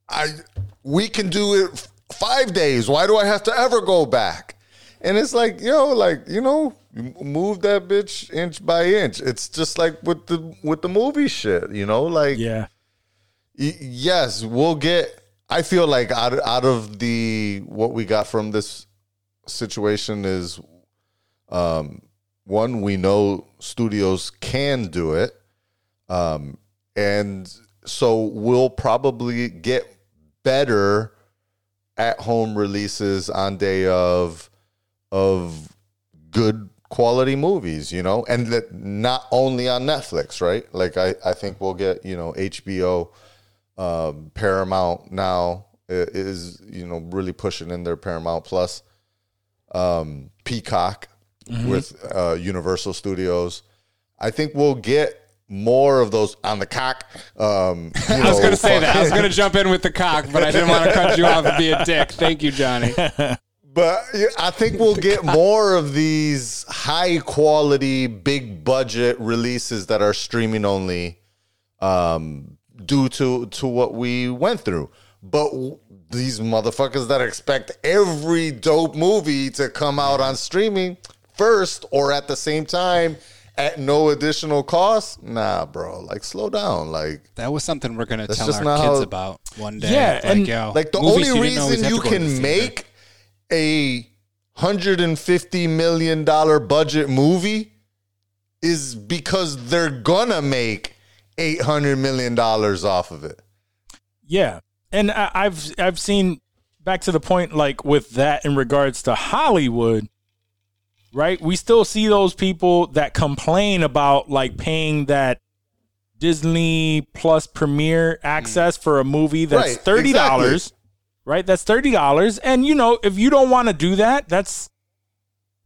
[SPEAKER 2] I we can do it f- five days. Why do I have to ever go back? And it's like, yo, like you know, m- move that bitch inch by inch. It's just like with the with the movie shit, you know, like
[SPEAKER 1] Yeah.
[SPEAKER 2] y- yes, we'll get. I feel like out out of the what we got from this situation is, um, one we know studios can do it, um, and so we'll probably get better at home releases on day of of good quality movies, you know, and that not only on Netflix, right? Like I, I think we'll get, you know, HBO, um, Paramount now i- is, you know, really pushing in their Paramount Plus, um, Peacock with uh, Universal Studios. I think we'll get more of those on the cock. Um, you
[SPEAKER 5] I was
[SPEAKER 2] know,
[SPEAKER 5] going to say that. I was
[SPEAKER 2] fucking-
[SPEAKER 5] going to jump in with the cock, but I didn't want to cut you off and be a dick. Thank you, Johnny.
[SPEAKER 2] But yeah, I think we'll get more of these high quality, big budget releases that are streaming only, um, due to to what we went through. But w- these motherfuckers that expect every dope movie to come out on streaming first or at the same time at no additional cost, nah, bro. Like, slow down. Like,
[SPEAKER 5] That was something we're going to tell
[SPEAKER 2] just
[SPEAKER 5] our
[SPEAKER 2] not
[SPEAKER 5] kids
[SPEAKER 2] how-
[SPEAKER 5] about one day.
[SPEAKER 1] Yeah, and,
[SPEAKER 5] yo,
[SPEAKER 2] like the
[SPEAKER 5] Oh, movies
[SPEAKER 2] only
[SPEAKER 5] didn't always
[SPEAKER 2] reason
[SPEAKER 5] have
[SPEAKER 2] you
[SPEAKER 5] to go to the
[SPEAKER 2] can
[SPEAKER 5] theater.
[SPEAKER 2] make a hundred and fifty million dollar budget movie is because they're gonna make eight hundred million dollars off of it.
[SPEAKER 1] Yeah, and I, I've I've seen back to the point like with that in regards to Hollywood, right? We still see those people that complain about like paying that Disney Plus premiere access for a movie that's
[SPEAKER 2] Right,
[SPEAKER 1] thirty dollars, right? That's thirty dollars, and you know if you don't want to do that, that's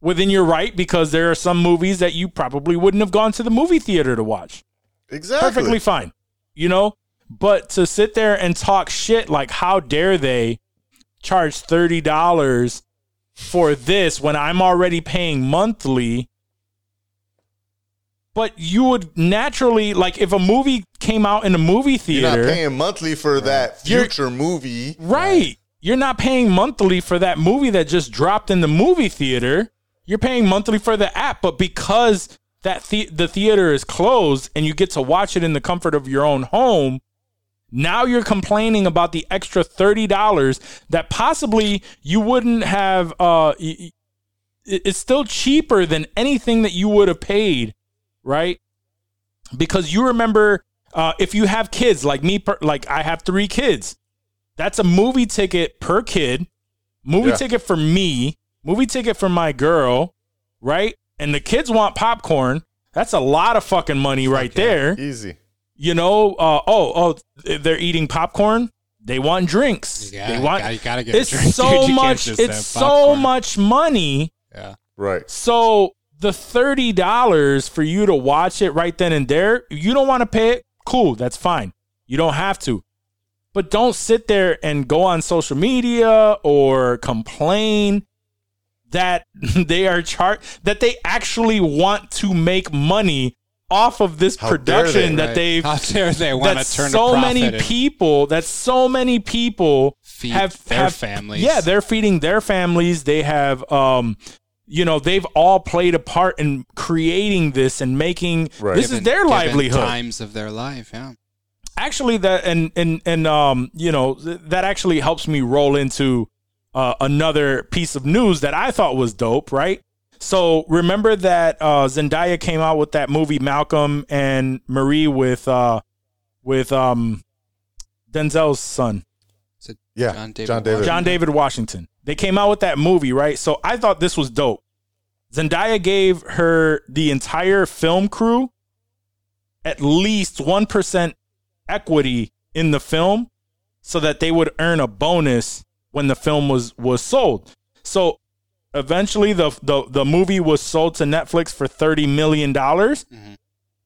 [SPEAKER 1] within your right because there are some movies that you probably wouldn't have gone to the movie theater to watch
[SPEAKER 2] Exactly.
[SPEAKER 1] perfectly fine, you know? But to sit there and talk shit like how dare they charge $30 for this when I'm already paying monthly? But you would naturally like if a movie came out in a movie
[SPEAKER 2] You're not
[SPEAKER 1] theater,
[SPEAKER 2] paying monthly for that
[SPEAKER 1] You're-
[SPEAKER 2] future movie.
[SPEAKER 1] right? You're not paying monthly for that movie that just dropped in the movie theater. You're paying monthly for the app, but because that the- the theater is closed and you get to watch it in the comfort of your own home, Now you're complaining about the extra thirty dollars that possibly you wouldn't have. Uh, y- y- it- it's still cheaper than anything that you would have paid, right? Because you remember, uh, if you have kids like me, per, like I have three kids, that's a movie ticket per kid, movie
[SPEAKER 2] Yeah.
[SPEAKER 1] ticket for me, movie ticket for my girl, right? And the kids want popcorn. That's a lot of fucking money right there
[SPEAKER 2] Easy.
[SPEAKER 1] you know, uh, oh, oh, they're eating popcorn. They want drinks.
[SPEAKER 5] Yeah,
[SPEAKER 1] they
[SPEAKER 5] you
[SPEAKER 1] want.
[SPEAKER 5] gotta- you gotta get
[SPEAKER 1] it's
[SPEAKER 5] a drink, dude. You
[SPEAKER 1] so
[SPEAKER 5] can't
[SPEAKER 1] much.
[SPEAKER 5] just
[SPEAKER 1] It's
[SPEAKER 5] have
[SPEAKER 1] so
[SPEAKER 5] popcorn.
[SPEAKER 1] much money.
[SPEAKER 5] Yeah.
[SPEAKER 2] Right.
[SPEAKER 1] So the thirty dollars for you to watch it right then and there. If You don't want to pay it. Cool, that's fine. You don't have to. But don't sit there and go on social media or complain that they are chart that they actually want to make money off of this
[SPEAKER 2] How dare they,
[SPEAKER 1] production that
[SPEAKER 5] Right.
[SPEAKER 1] they've
[SPEAKER 5] How dare they want
[SPEAKER 1] that
[SPEAKER 5] to turn
[SPEAKER 1] so
[SPEAKER 5] a profit
[SPEAKER 1] many
[SPEAKER 5] and-
[SPEAKER 1] people that so many people
[SPEAKER 5] Feed
[SPEAKER 1] have
[SPEAKER 5] their
[SPEAKER 1] have-
[SPEAKER 5] families.
[SPEAKER 1] Yeah, they're feeding their families. They have um you know, they've all played a part in creating this and making
[SPEAKER 2] Right.
[SPEAKER 1] this is
[SPEAKER 5] given-
[SPEAKER 1] their
[SPEAKER 5] given
[SPEAKER 1] livelihood.
[SPEAKER 5] Times of their life. Yeah.
[SPEAKER 1] Actually that and and and um you know, th- that actually helps me roll into uh, another piece of news that I thought was dope, right? So remember that uh, Zendaya came out with that movie Malcolm and Marie with uh, with um, Denzel's son,
[SPEAKER 5] It's a
[SPEAKER 2] Yeah.
[SPEAKER 5] John David
[SPEAKER 1] John David Washington. They came out with that movie, right? So I thought this was dope. Zendaya gave her the entire film crew at least 1% equity in the film so that they would earn a bonus when the film was was sold. So eventually the the, the movie was sold to Netflix for 30 million dollars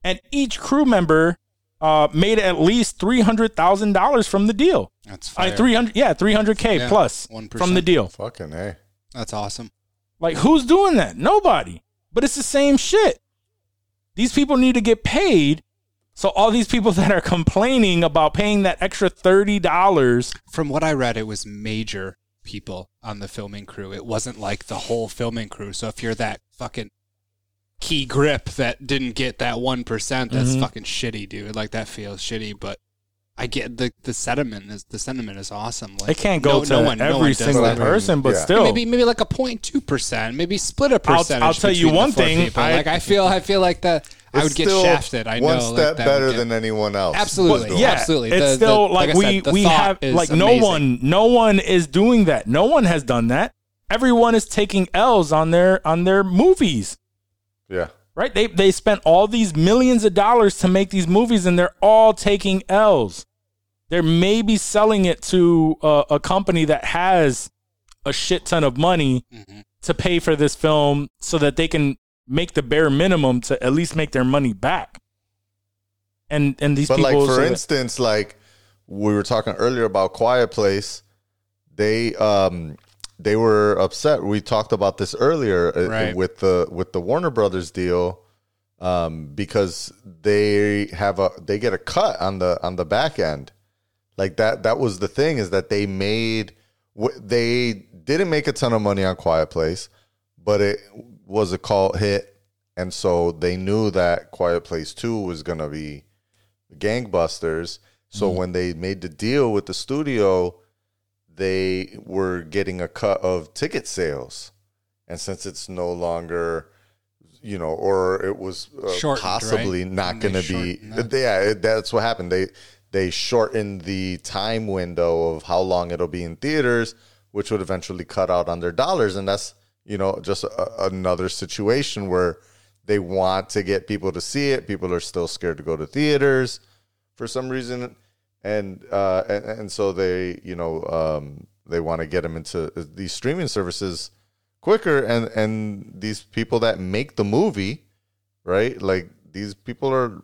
[SPEAKER 1] and each crew member uh, made at least three hundred thousand dollars from the deal.
[SPEAKER 5] That's fire.
[SPEAKER 1] I three hundred, yeah, three hundred k
[SPEAKER 5] Yeah,
[SPEAKER 1] plus
[SPEAKER 5] 1%.
[SPEAKER 1] from the deal.
[SPEAKER 2] Oh, Fucking hey.
[SPEAKER 5] That's awesome.
[SPEAKER 1] Like, who's doing that? Nobody. But it's the same shit. These people need to get paid. So all these people that are complaining about paying that extra thirty dollars,
[SPEAKER 5] From what I read, it was major people on the filming crew. It wasn't like the whole filming crew. So if you're that fucking key grip that didn't get that one percent, that's
[SPEAKER 1] Mm-hmm.
[SPEAKER 5] fucking shitty, dude. Like that feels shitty, but. I get the the sentiment is the sentiment is awesome. Like
[SPEAKER 1] they can't go
[SPEAKER 5] no,
[SPEAKER 1] to
[SPEAKER 5] no one, no
[SPEAKER 1] every
[SPEAKER 5] one does
[SPEAKER 1] single
[SPEAKER 5] that.
[SPEAKER 1] person. But
[SPEAKER 2] Yeah.
[SPEAKER 1] still,
[SPEAKER 5] maybe maybe like a 0.2 percent, maybe split a
[SPEAKER 1] I'll
[SPEAKER 5] percentage.
[SPEAKER 1] tell you
[SPEAKER 5] between the
[SPEAKER 1] one
[SPEAKER 5] four
[SPEAKER 1] thing,
[SPEAKER 5] people.
[SPEAKER 1] I-
[SPEAKER 5] like I feel, I feel like that. I would
[SPEAKER 2] It's
[SPEAKER 5] get
[SPEAKER 2] still
[SPEAKER 5] shafted. I
[SPEAKER 2] one
[SPEAKER 5] know. like,
[SPEAKER 2] step
[SPEAKER 5] that would
[SPEAKER 2] better
[SPEAKER 5] get-
[SPEAKER 2] than anyone else.
[SPEAKER 5] absolutely,
[SPEAKER 1] But yeah,
[SPEAKER 5] absolutely.
[SPEAKER 1] It's
[SPEAKER 5] The- the-
[SPEAKER 1] still like,
[SPEAKER 5] I
[SPEAKER 1] we
[SPEAKER 5] said, the
[SPEAKER 1] we
[SPEAKER 5] thought
[SPEAKER 1] have
[SPEAKER 5] is
[SPEAKER 1] like
[SPEAKER 5] amazing.
[SPEAKER 1] no one no one is doing that. No one has done that. Everyone is taking L's on their on their movies.
[SPEAKER 2] Yeah.
[SPEAKER 1] right? They they spent all these millions of dollars to make these movies, and they're all taking L's. They're maybe selling it to a, a company that has a shit ton of money
[SPEAKER 2] Mm-hmm.
[SPEAKER 1] to pay for this film, so that they can make the bare minimum to at least make their money back. And and these
[SPEAKER 2] But like
[SPEAKER 1] people,
[SPEAKER 2] for
[SPEAKER 1] so that-
[SPEAKER 2] instance, like we were talking earlier about Quiet Place, they um they were upset. We talked about this earlier uh,
[SPEAKER 5] Right.
[SPEAKER 2] with the with the Warner Brothers deal um because they have a they get a cut on the on the back end. Like that that was the thing is that they made wh- they didn't make a ton of money on Quiet Place, but it was a cult hit and so they knew that Quiet Place 2 was going to be gangbusters. So when they made the deal with the studio, they were getting a cut of ticket sales. And since it's no longer, you know, or it was uh,
[SPEAKER 5] Shortened,
[SPEAKER 2] possibly
[SPEAKER 5] right?
[SPEAKER 2] not
[SPEAKER 5] And they
[SPEAKER 2] going to be,
[SPEAKER 5] shortened
[SPEAKER 2] yeah, it, that's what happened. They they shortened the time window of how long it'll be in theaters, which would eventually cut out on their dollars. And that's you know just a, another situation where they want to get people to see it. People are still scared to go to theaters for some reason, and uh, and, and so they you know um, they want to get them into uh, these streaming services quicker, and and these people that make the movie, right? Like these people are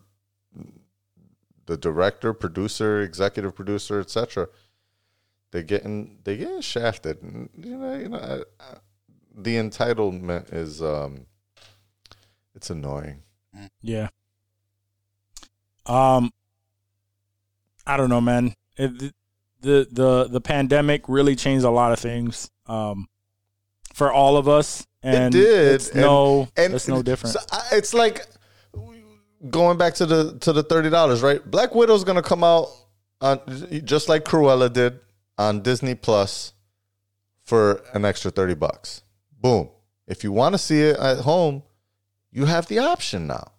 [SPEAKER 2] the director, producer, executive producer, etc. They getting they getting shafted. And, You know, you know, I, I, the entitlement is um, it's annoying.
[SPEAKER 1] Yeah. Um, I don't know, man. It, the the the pandemic really changed a lot of things. Um, for all of us, and
[SPEAKER 2] it did.
[SPEAKER 1] It's no,
[SPEAKER 2] and-
[SPEAKER 1] it's no different.
[SPEAKER 2] so I- it's like going back to the to the thirty dollars, right? Black Widow's gonna come out on just like Cruella did on Disney Plus for an extra thirty bucks. Boom! If you want to see it at home, you have the option now.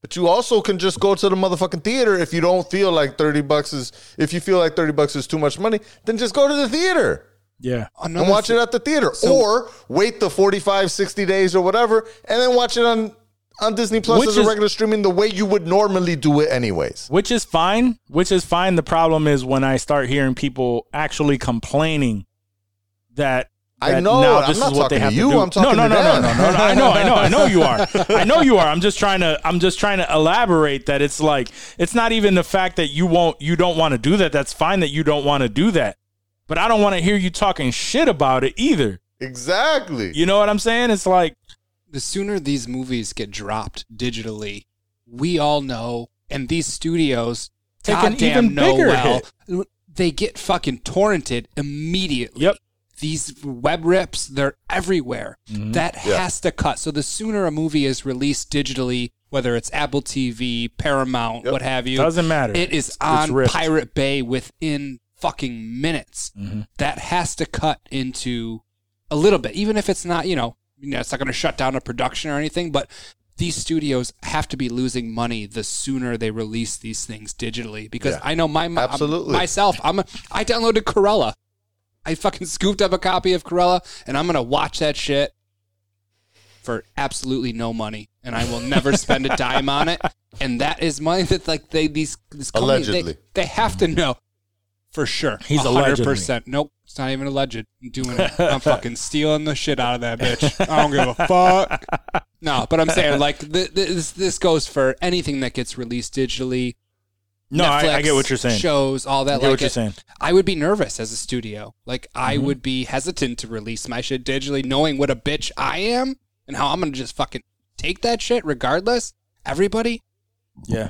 [SPEAKER 2] But you also can just go to the motherfucking theater if you don't feel like thirty bucks is. If you feel like thirty bucks is too much money, then just go to the theater
[SPEAKER 1] yeah,
[SPEAKER 5] Another
[SPEAKER 2] and watch
[SPEAKER 5] thi-
[SPEAKER 2] it at the theater or wait the 45 60 days or whatever and then watch it on on Disney Plus
[SPEAKER 1] Which
[SPEAKER 2] as a
[SPEAKER 1] is-
[SPEAKER 2] regular streaming the way you would normally do it anyways.
[SPEAKER 1] which is fine. Which is fine. The problem is when I start hearing people actually complaining that.
[SPEAKER 2] I
[SPEAKER 1] that
[SPEAKER 2] know.
[SPEAKER 1] Now
[SPEAKER 2] I'm
[SPEAKER 1] this
[SPEAKER 2] not
[SPEAKER 1] is what
[SPEAKER 2] talking
[SPEAKER 1] they
[SPEAKER 2] to
[SPEAKER 1] have
[SPEAKER 2] you.
[SPEAKER 1] do.
[SPEAKER 2] I'm talking
[SPEAKER 1] no, no,
[SPEAKER 2] to
[SPEAKER 1] no,
[SPEAKER 2] them.
[SPEAKER 1] no, no, no, no. I know, I know, I know you are. I know you are. I'm just trying to. I'm just trying to elaborate that it's like it's not even the fact that you won't, you don't want to do that. That's fine that you don't want to do that. But I don't want to hear you talking shit about it either.
[SPEAKER 2] Exactly.
[SPEAKER 1] You know what I'm saying? It's like
[SPEAKER 5] the sooner these movies get dropped digitally, we all know, and these studios
[SPEAKER 1] Take an
[SPEAKER 5] goddamn
[SPEAKER 1] even
[SPEAKER 5] know
[SPEAKER 1] bigger
[SPEAKER 5] well, they get fucking torrented immediately.
[SPEAKER 1] Yep.
[SPEAKER 5] These web rips, they're everywhere.
[SPEAKER 1] Mm-hmm.
[SPEAKER 5] That
[SPEAKER 2] Yeah.
[SPEAKER 5] has to cut. So the sooner a movie is released digitally, whether it's Apple TV, Paramount,
[SPEAKER 2] Yep.
[SPEAKER 5] what have you,
[SPEAKER 1] doesn't matter.
[SPEAKER 5] it is
[SPEAKER 1] It's
[SPEAKER 5] on
[SPEAKER 1] ripped.
[SPEAKER 5] Pirate Bay within fucking minutes.
[SPEAKER 1] Mm-hmm.
[SPEAKER 5] That has to cut into a little bit, even if it's not, you know, you know it's not going to shut down a production or anything, but these studios have to be losing money the sooner they release these things digitally because
[SPEAKER 2] Yeah.
[SPEAKER 5] I know my my-
[SPEAKER 2] Absolutely.
[SPEAKER 5] myself I'm a, I downloaded Corella. I fucking scooped up a copy of Corella and I'm going to watch that shit for absolutely no money and I will never spend a dime on it and that is money that like they these this company, they-
[SPEAKER 2] Allegedly.
[SPEAKER 5] they, have to know for sure.
[SPEAKER 1] He's
[SPEAKER 5] 100%. Nope, it's not even alleged. I'm doing it. I'm fucking stealing the shit out of that bitch. I don't give a fuck. No, but I'm saying like th- th- this this goes for anything that gets released digitally.
[SPEAKER 1] no, I, I
[SPEAKER 5] Netflix,
[SPEAKER 1] get what you're saying.
[SPEAKER 5] Shows, all that.
[SPEAKER 1] I get
[SPEAKER 5] like
[SPEAKER 1] what you're
[SPEAKER 5] it-
[SPEAKER 1] saying.
[SPEAKER 5] I would be nervous as a studio. Like I
[SPEAKER 1] Mm-hmm.
[SPEAKER 5] would be hesitant to release my shit digitally, knowing what a bitch I am and how I'm gonna just fucking take that shit regardless. Everybody,
[SPEAKER 1] Yeah.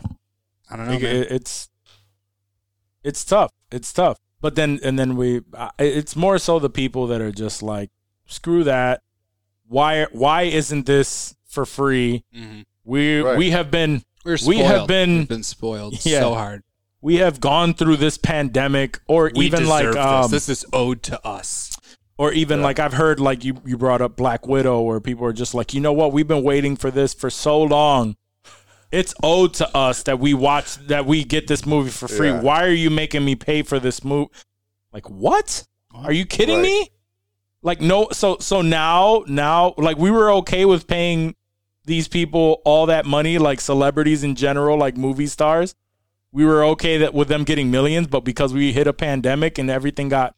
[SPEAKER 5] I don't know.
[SPEAKER 1] Like,
[SPEAKER 5] man.
[SPEAKER 1] it- it's it's tough. It's tough. But then and then we I- it's more so the people that are just like screw that. Why why isn't this for free?
[SPEAKER 5] Mhm.
[SPEAKER 1] We
[SPEAKER 2] Right.
[SPEAKER 1] we have been
[SPEAKER 5] We're
[SPEAKER 1] we have
[SPEAKER 5] spoiled.
[SPEAKER 1] been-
[SPEAKER 5] We've been spoiled
[SPEAKER 1] Yeah.
[SPEAKER 5] so hard.
[SPEAKER 1] we have gone through this pandemic or
[SPEAKER 5] We
[SPEAKER 1] even
[SPEAKER 5] deserve
[SPEAKER 1] like um,
[SPEAKER 5] this. This is owed to us.
[SPEAKER 1] or even like I've heard like you you brought up Black Widow where people are just like, "You know what? We've been waiting for this for so long." It's owed to us that we watch that we get this movie for free.
[SPEAKER 2] Yeah.
[SPEAKER 1] Why are you making me pay for this movie? Like what? Are you kidding
[SPEAKER 2] Right.
[SPEAKER 1] me? Like no so so now now like we were okay with paying these people all that money, like celebrities in general, like movie stars, we were okay that with them getting millions, but because we hit a pandemic and everything got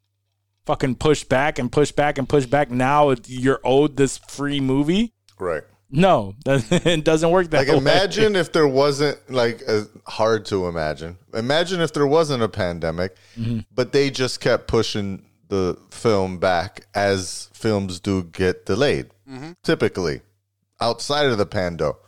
[SPEAKER 1] fucking pushed back and pushed back and pushed back, now it- you're owed this free movie.
[SPEAKER 2] Right.
[SPEAKER 1] No, that, it doesn't work that
[SPEAKER 2] Like
[SPEAKER 1] way.
[SPEAKER 2] imagine if there wasn't like uh, hard to imagine. Imagine if there wasn't a pandemic,
[SPEAKER 5] Mm-hmm.
[SPEAKER 2] but they just kept pushing the film back as films do get delayed.
[SPEAKER 5] Mm-hmm.
[SPEAKER 2] Typically, outside of the pando.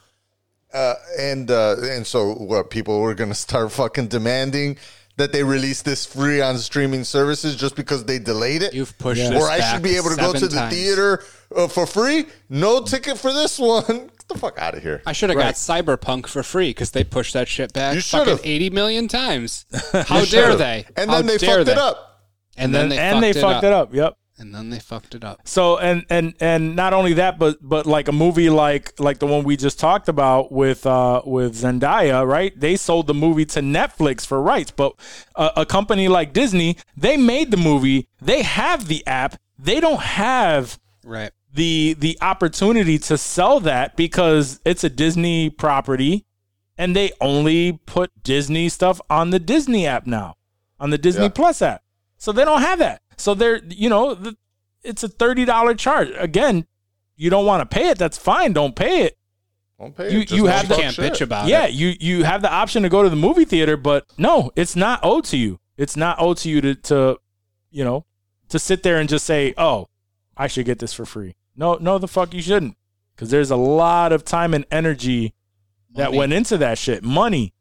[SPEAKER 2] Uh, and uh, and so what people were gonna start fucking demanding that they release this free on streaming services just because they delayed it.
[SPEAKER 5] You've pushed
[SPEAKER 2] or
[SPEAKER 5] this
[SPEAKER 2] I
[SPEAKER 5] back
[SPEAKER 2] should be able to go
[SPEAKER 5] seven
[SPEAKER 2] to the
[SPEAKER 5] times.
[SPEAKER 2] theater uh, for free. No ticket for this one. Get the fuck out of here.
[SPEAKER 5] I should have got Cyberpunk for free because they pushed that shit back
[SPEAKER 2] You
[SPEAKER 5] fucking
[SPEAKER 2] should've.
[SPEAKER 5] 80 million times. How dare
[SPEAKER 2] Should've.
[SPEAKER 5] they?
[SPEAKER 2] And
[SPEAKER 5] How
[SPEAKER 2] then they
[SPEAKER 5] dare
[SPEAKER 2] fucked it
[SPEAKER 5] they?
[SPEAKER 2] up.
[SPEAKER 5] And then they
[SPEAKER 1] and
[SPEAKER 5] fucked,
[SPEAKER 1] they
[SPEAKER 5] it,
[SPEAKER 1] fucked
[SPEAKER 5] up.
[SPEAKER 1] it up. Yep.
[SPEAKER 5] And then they fucked it up.
[SPEAKER 1] So and and and not only that, but but like a movie like like the one we just talked about with uh with Zendaya, right? They sold the movie to Netflix for rights, but a, a company like Disney, they made the movie, they have the app, they don't have
[SPEAKER 5] Right.
[SPEAKER 1] the the opportunity to sell that because it's a Disney property, and they only put Disney stuff on the Disney app now, on the Disney
[SPEAKER 2] Yeah.
[SPEAKER 1] Plus app. So they don't have that. So they're you know the, it's a thirty dollar charge. Again, you don't want to pay it. That's fine. Don't pay it.
[SPEAKER 2] Don't pay
[SPEAKER 1] You-
[SPEAKER 2] it. Just
[SPEAKER 1] you
[SPEAKER 2] don't
[SPEAKER 1] have
[SPEAKER 5] You
[SPEAKER 1] the-
[SPEAKER 2] talk
[SPEAKER 5] can't
[SPEAKER 2] shit.
[SPEAKER 5] bitch about
[SPEAKER 1] yeah,
[SPEAKER 5] it.
[SPEAKER 1] you you have the option to go to the movie theater, but no, it's not owed to you. It's not owed to you to to you know to sit there and just say, oh, I should get this for free. No, no, the fuck you shouldn't, because there's a lot of time and energy that
[SPEAKER 5] Money.
[SPEAKER 1] went into that shit, money.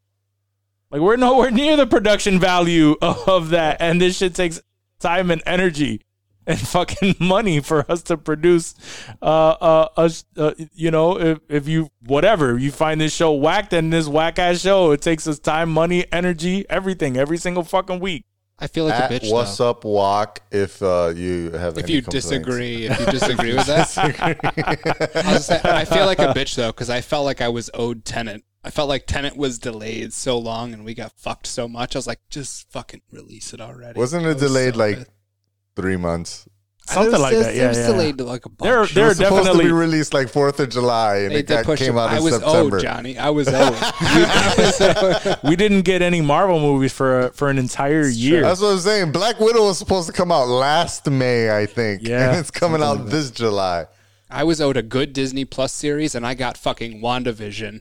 [SPEAKER 1] Like we're nowhere near the production value of, of that, and this shit takes time and energy and fucking money for us to produce. Uh, uh, us, uh you know, if if you whatever you find this show whack, then this whack ass show it takes us time, money, energy, everything, every single fucking week.
[SPEAKER 5] I feel like
[SPEAKER 2] At
[SPEAKER 5] a bitch.
[SPEAKER 2] what's
[SPEAKER 5] though.
[SPEAKER 2] up, walk? If uh, you have
[SPEAKER 5] If
[SPEAKER 2] any
[SPEAKER 5] you
[SPEAKER 2] complaints.
[SPEAKER 5] disagree, if you disagree with that, I, was saying, I feel like a bitch though because I felt like I was owed Tenant. I felt like Tenant was delayed so long and we got fucked so much. I was like, just fucking release it already.
[SPEAKER 2] wasn't
[SPEAKER 5] I
[SPEAKER 2] it
[SPEAKER 5] was
[SPEAKER 2] delayed
[SPEAKER 5] so
[SPEAKER 2] like
[SPEAKER 5] pissed.
[SPEAKER 2] three months?
[SPEAKER 1] Something
[SPEAKER 5] It was-
[SPEAKER 1] like
[SPEAKER 5] it was-
[SPEAKER 1] that.
[SPEAKER 5] it
[SPEAKER 1] Yeah,
[SPEAKER 5] was
[SPEAKER 1] yeah.
[SPEAKER 5] delayed like a bunch.
[SPEAKER 1] There-
[SPEAKER 2] It
[SPEAKER 1] there-
[SPEAKER 2] was supposed to
[SPEAKER 1] definitely-
[SPEAKER 2] be released like Fourth of July, and
[SPEAKER 5] They
[SPEAKER 2] it
[SPEAKER 5] did
[SPEAKER 2] got,
[SPEAKER 5] push
[SPEAKER 2] came
[SPEAKER 5] it.
[SPEAKER 2] out in
[SPEAKER 5] I was oh,
[SPEAKER 2] September.
[SPEAKER 5] owed, Johnny. I was owed. I was owed.
[SPEAKER 1] We didn't get any Marvel movies for for an entire year.
[SPEAKER 2] That's what I'm saying. Black Widow was supposed to come out last May, I think.
[SPEAKER 1] Yeah,
[SPEAKER 2] and it's coming out this July.
[SPEAKER 5] I was owed a good Disney Plus series, and I got fucking WandaVision.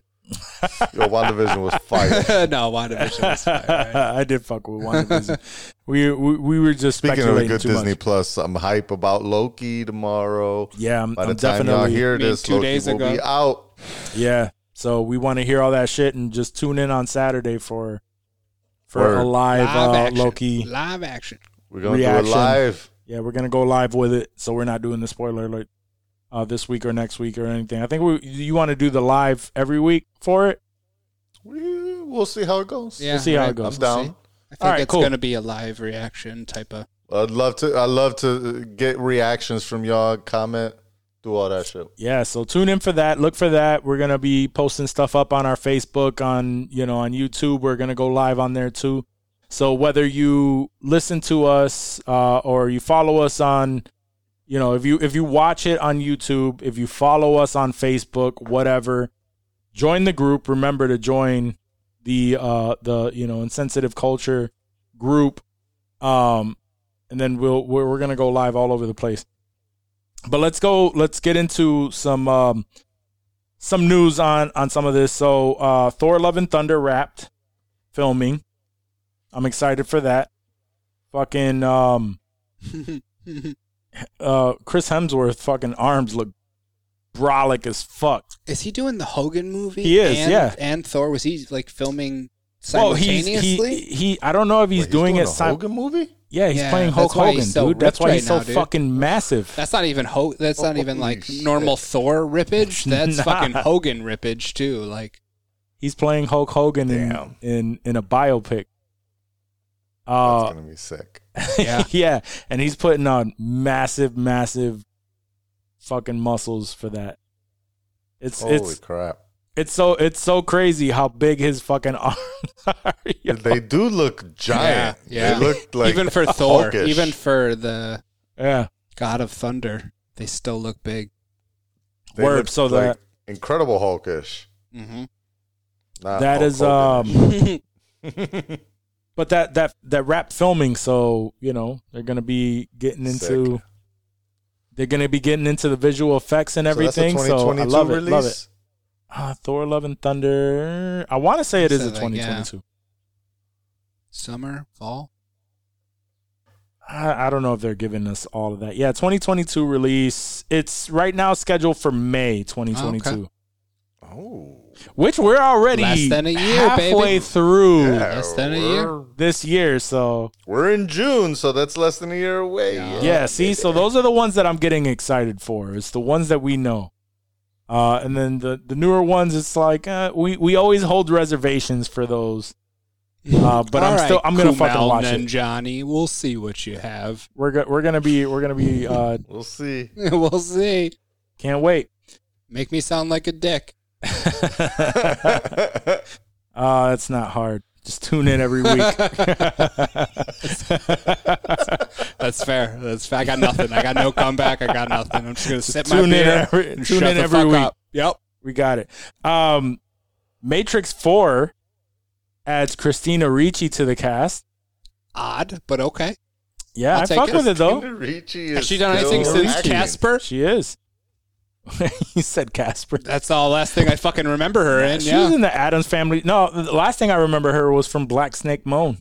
[SPEAKER 2] Yo, WandaVision was fire.
[SPEAKER 5] no, WandaVision was fire. Right?
[SPEAKER 1] I did fuck with WandaVision. we, we we were just
[SPEAKER 2] Speaking of
[SPEAKER 1] speculating
[SPEAKER 2] a good
[SPEAKER 1] too
[SPEAKER 2] Disney
[SPEAKER 1] much.
[SPEAKER 2] Plus, I'm hype about Loki tomorrow.
[SPEAKER 1] Yeah, I'm-
[SPEAKER 2] by the
[SPEAKER 1] I'm
[SPEAKER 2] time y'all
[SPEAKER 1] definitely-
[SPEAKER 2] hear
[SPEAKER 5] I mean,
[SPEAKER 2] this,
[SPEAKER 5] two
[SPEAKER 2] Loki
[SPEAKER 5] days
[SPEAKER 2] will
[SPEAKER 5] ago.
[SPEAKER 2] be out.
[SPEAKER 1] Yeah. So we want to hear all that shit and just tune in on Saturday for for a
[SPEAKER 2] Word.
[SPEAKER 1] live, uh,
[SPEAKER 5] action.
[SPEAKER 1] Loki.
[SPEAKER 5] Live action.
[SPEAKER 2] We're gonna do
[SPEAKER 1] Reaction.
[SPEAKER 2] it live.
[SPEAKER 1] Yeah, we're gonna go live with it. So we're not doing the spoiler alert uh, this week or next week or anything. I think we you want to do the live every week for it.
[SPEAKER 2] We- We'll see how it goes.
[SPEAKER 5] Yeah,
[SPEAKER 1] We'll see how
[SPEAKER 5] right.
[SPEAKER 1] it
[SPEAKER 2] I'm
[SPEAKER 1] goes.
[SPEAKER 2] down.
[SPEAKER 5] I think
[SPEAKER 1] All right,
[SPEAKER 5] it's
[SPEAKER 1] cool.
[SPEAKER 5] going to be a live reaction type of.
[SPEAKER 2] I'd love to. I love to uh, get reactions from y'all. Comment, do all that shit.
[SPEAKER 1] yeah so tune in for that look for that we're gonna be posting stuff up on our facebook on you know on youtube we're gonna go live on there too so whether you listen to us uh, or you follow us on you know if you if you watch it on youtube if you follow us on facebook whatever join the group remember to join the uh the you know insensitive culture group um and then we'll we're, we're gonna go live all over the place but let's go let's get into some um some news on on some of this so uh thor love and thunder wrapped filming i'm excited for that fucking um uh chris hemsworth fucking arms look brolic as fuck
[SPEAKER 5] Is he doing the Hogan movie?
[SPEAKER 1] He is,
[SPEAKER 5] And,
[SPEAKER 1] yeah.
[SPEAKER 5] And Thor was he like filming
[SPEAKER 1] well he's
[SPEAKER 5] simultaneously?
[SPEAKER 1] he, he i don't know if he's,
[SPEAKER 2] Wait,
[SPEAKER 1] doing, it
[SPEAKER 2] a
[SPEAKER 1] sim-
[SPEAKER 2] Hogan movie.
[SPEAKER 1] yeah he's
[SPEAKER 5] Yeah,
[SPEAKER 1] playing
[SPEAKER 5] that's
[SPEAKER 1] hulk
[SPEAKER 5] why
[SPEAKER 1] hogan
[SPEAKER 5] he's so
[SPEAKER 1] dude that's
[SPEAKER 5] ripped
[SPEAKER 1] why
[SPEAKER 5] right
[SPEAKER 1] he's so
[SPEAKER 5] now, dude.
[SPEAKER 1] fucking massive
[SPEAKER 5] that's not even Ho- That's not even
[SPEAKER 2] Holy
[SPEAKER 5] like
[SPEAKER 2] shit.
[SPEAKER 5] normal Thor rippage. That's
[SPEAKER 1] Nah.
[SPEAKER 5] fucking Hogan rippage too. Like
[SPEAKER 1] he's playing hulk hogan in,
[SPEAKER 2] Damn.
[SPEAKER 1] in in a biopic
[SPEAKER 2] That's
[SPEAKER 1] uh
[SPEAKER 2] gonna be sick.
[SPEAKER 5] Yeah.
[SPEAKER 1] yeah. And he's putting on massive, massive fucking muscles for that. It's
[SPEAKER 2] Holy
[SPEAKER 1] it's
[SPEAKER 2] crap!
[SPEAKER 1] it's so it's so crazy how big his fucking arms are. yo.
[SPEAKER 2] They do look giant.
[SPEAKER 5] Yeah, yeah.
[SPEAKER 2] They look like
[SPEAKER 5] even for Thor,
[SPEAKER 2] Hulkish.
[SPEAKER 5] even for the
[SPEAKER 1] yeah.
[SPEAKER 5] God of Thunder, they still look big.
[SPEAKER 2] They
[SPEAKER 1] Word,
[SPEAKER 2] look
[SPEAKER 1] so that-
[SPEAKER 2] Incredible Hulkish. Mm-hmm.
[SPEAKER 5] hmm
[SPEAKER 2] Not
[SPEAKER 1] That is
[SPEAKER 2] Hulk Hogan.
[SPEAKER 1] um but that that that rap filming so you know they're gonna be getting into
[SPEAKER 2] Sick.
[SPEAKER 1] they're gonna be getting into the visual effects and
[SPEAKER 2] So that's a
[SPEAKER 1] everything so, i
[SPEAKER 2] 2022
[SPEAKER 1] love it love it
[SPEAKER 2] release?
[SPEAKER 1] uh, thor love and thunder i want to say it is
[SPEAKER 5] So
[SPEAKER 1] a
[SPEAKER 5] that,
[SPEAKER 1] 2022
[SPEAKER 5] Summer, fall.
[SPEAKER 1] I, I don't know if they're giving us all of that yeah 2022 release it's right now scheduled for may 2022
[SPEAKER 5] Oh,
[SPEAKER 2] Oh,
[SPEAKER 1] which we're already
[SPEAKER 5] Less than a year, baby.
[SPEAKER 1] halfway through
[SPEAKER 2] Oh, yeah,
[SPEAKER 5] Less than a
[SPEAKER 2] we're-
[SPEAKER 5] year.
[SPEAKER 1] this year so
[SPEAKER 2] We're in June, so that's less than a year away.
[SPEAKER 5] Yeah.
[SPEAKER 1] Yeah, see, so those are the ones that I'm getting excited for. It's the ones that we know. Uh, and then the, the newer ones, it's like uh, we we always hold reservations for those. Uh, but I'm
[SPEAKER 5] All
[SPEAKER 1] still
[SPEAKER 5] right,
[SPEAKER 1] I'm gonna
[SPEAKER 5] Kumail
[SPEAKER 1] fucking watch it.
[SPEAKER 5] Nanjiani, We'll see what you have.
[SPEAKER 1] We're go- we're gonna be we're gonna be uh,
[SPEAKER 2] We'll see.
[SPEAKER 5] we'll see.
[SPEAKER 1] can't wait.
[SPEAKER 5] Make me sound like a dick.
[SPEAKER 1] Uh, it's not hard. Just tune in every week.
[SPEAKER 5] That's fair. That's fair. I got nothing. I got no comeback. I got nothing. I'm just gonna sip my
[SPEAKER 1] tune in
[SPEAKER 5] beer
[SPEAKER 1] every-
[SPEAKER 5] and
[SPEAKER 1] tune
[SPEAKER 5] shut
[SPEAKER 1] in
[SPEAKER 5] the
[SPEAKER 1] every
[SPEAKER 5] fuck
[SPEAKER 1] week.
[SPEAKER 5] up. Yep.
[SPEAKER 1] we got it. Um, Matrix Four adds Christina Ricci to the cast.
[SPEAKER 5] Odd, but okay.
[SPEAKER 1] Yeah,
[SPEAKER 5] I'll
[SPEAKER 1] i
[SPEAKER 5] take
[SPEAKER 1] fuck
[SPEAKER 5] it.
[SPEAKER 1] with it though.
[SPEAKER 2] Christina Ricci
[SPEAKER 5] Has
[SPEAKER 2] is
[SPEAKER 5] she done anything
[SPEAKER 2] still
[SPEAKER 5] since
[SPEAKER 2] acting.
[SPEAKER 5] Casper?
[SPEAKER 1] She is. you said Casper.
[SPEAKER 5] That's the last thing I fucking remember her in.
[SPEAKER 1] She
[SPEAKER 5] Yeah.
[SPEAKER 1] was in the Adams Family. No, the last thing I remember her was from Black Snake Moan.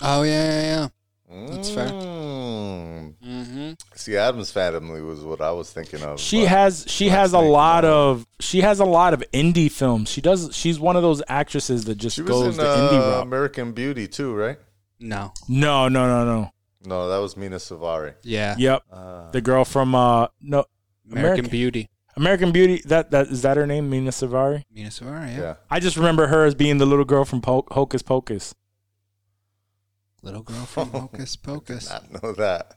[SPEAKER 5] oh yeah, yeah, That's fair.
[SPEAKER 2] Mm.
[SPEAKER 5] yeah. Mm-hmm.
[SPEAKER 2] See, Adam's Family was what I was thinking of.
[SPEAKER 1] She
[SPEAKER 2] but-
[SPEAKER 1] has she
[SPEAKER 2] Black
[SPEAKER 1] has a
[SPEAKER 2] Snake
[SPEAKER 1] lot
[SPEAKER 2] Moan.
[SPEAKER 1] of she has a lot of indie films. She does. She's one of those actresses that just
[SPEAKER 2] She
[SPEAKER 1] goes
[SPEAKER 2] was in
[SPEAKER 1] the indie
[SPEAKER 2] uh,
[SPEAKER 1] route.
[SPEAKER 2] American Beauty too, right?
[SPEAKER 5] No.
[SPEAKER 1] No, no, no, no.
[SPEAKER 2] No, that was Mina Savari.
[SPEAKER 5] Yeah.
[SPEAKER 1] Yep,
[SPEAKER 2] Uh,
[SPEAKER 1] the girl from uh no
[SPEAKER 5] American,
[SPEAKER 1] American
[SPEAKER 5] Beauty.
[SPEAKER 1] American Beauty. That that is that her name, Mina Savari.
[SPEAKER 5] Mina Savara, yeah.
[SPEAKER 2] yeah.
[SPEAKER 1] I just remember her as being the little girl from po- Hocus Pocus.
[SPEAKER 5] Little girl from Hocus Pocus.
[SPEAKER 2] I did not know that.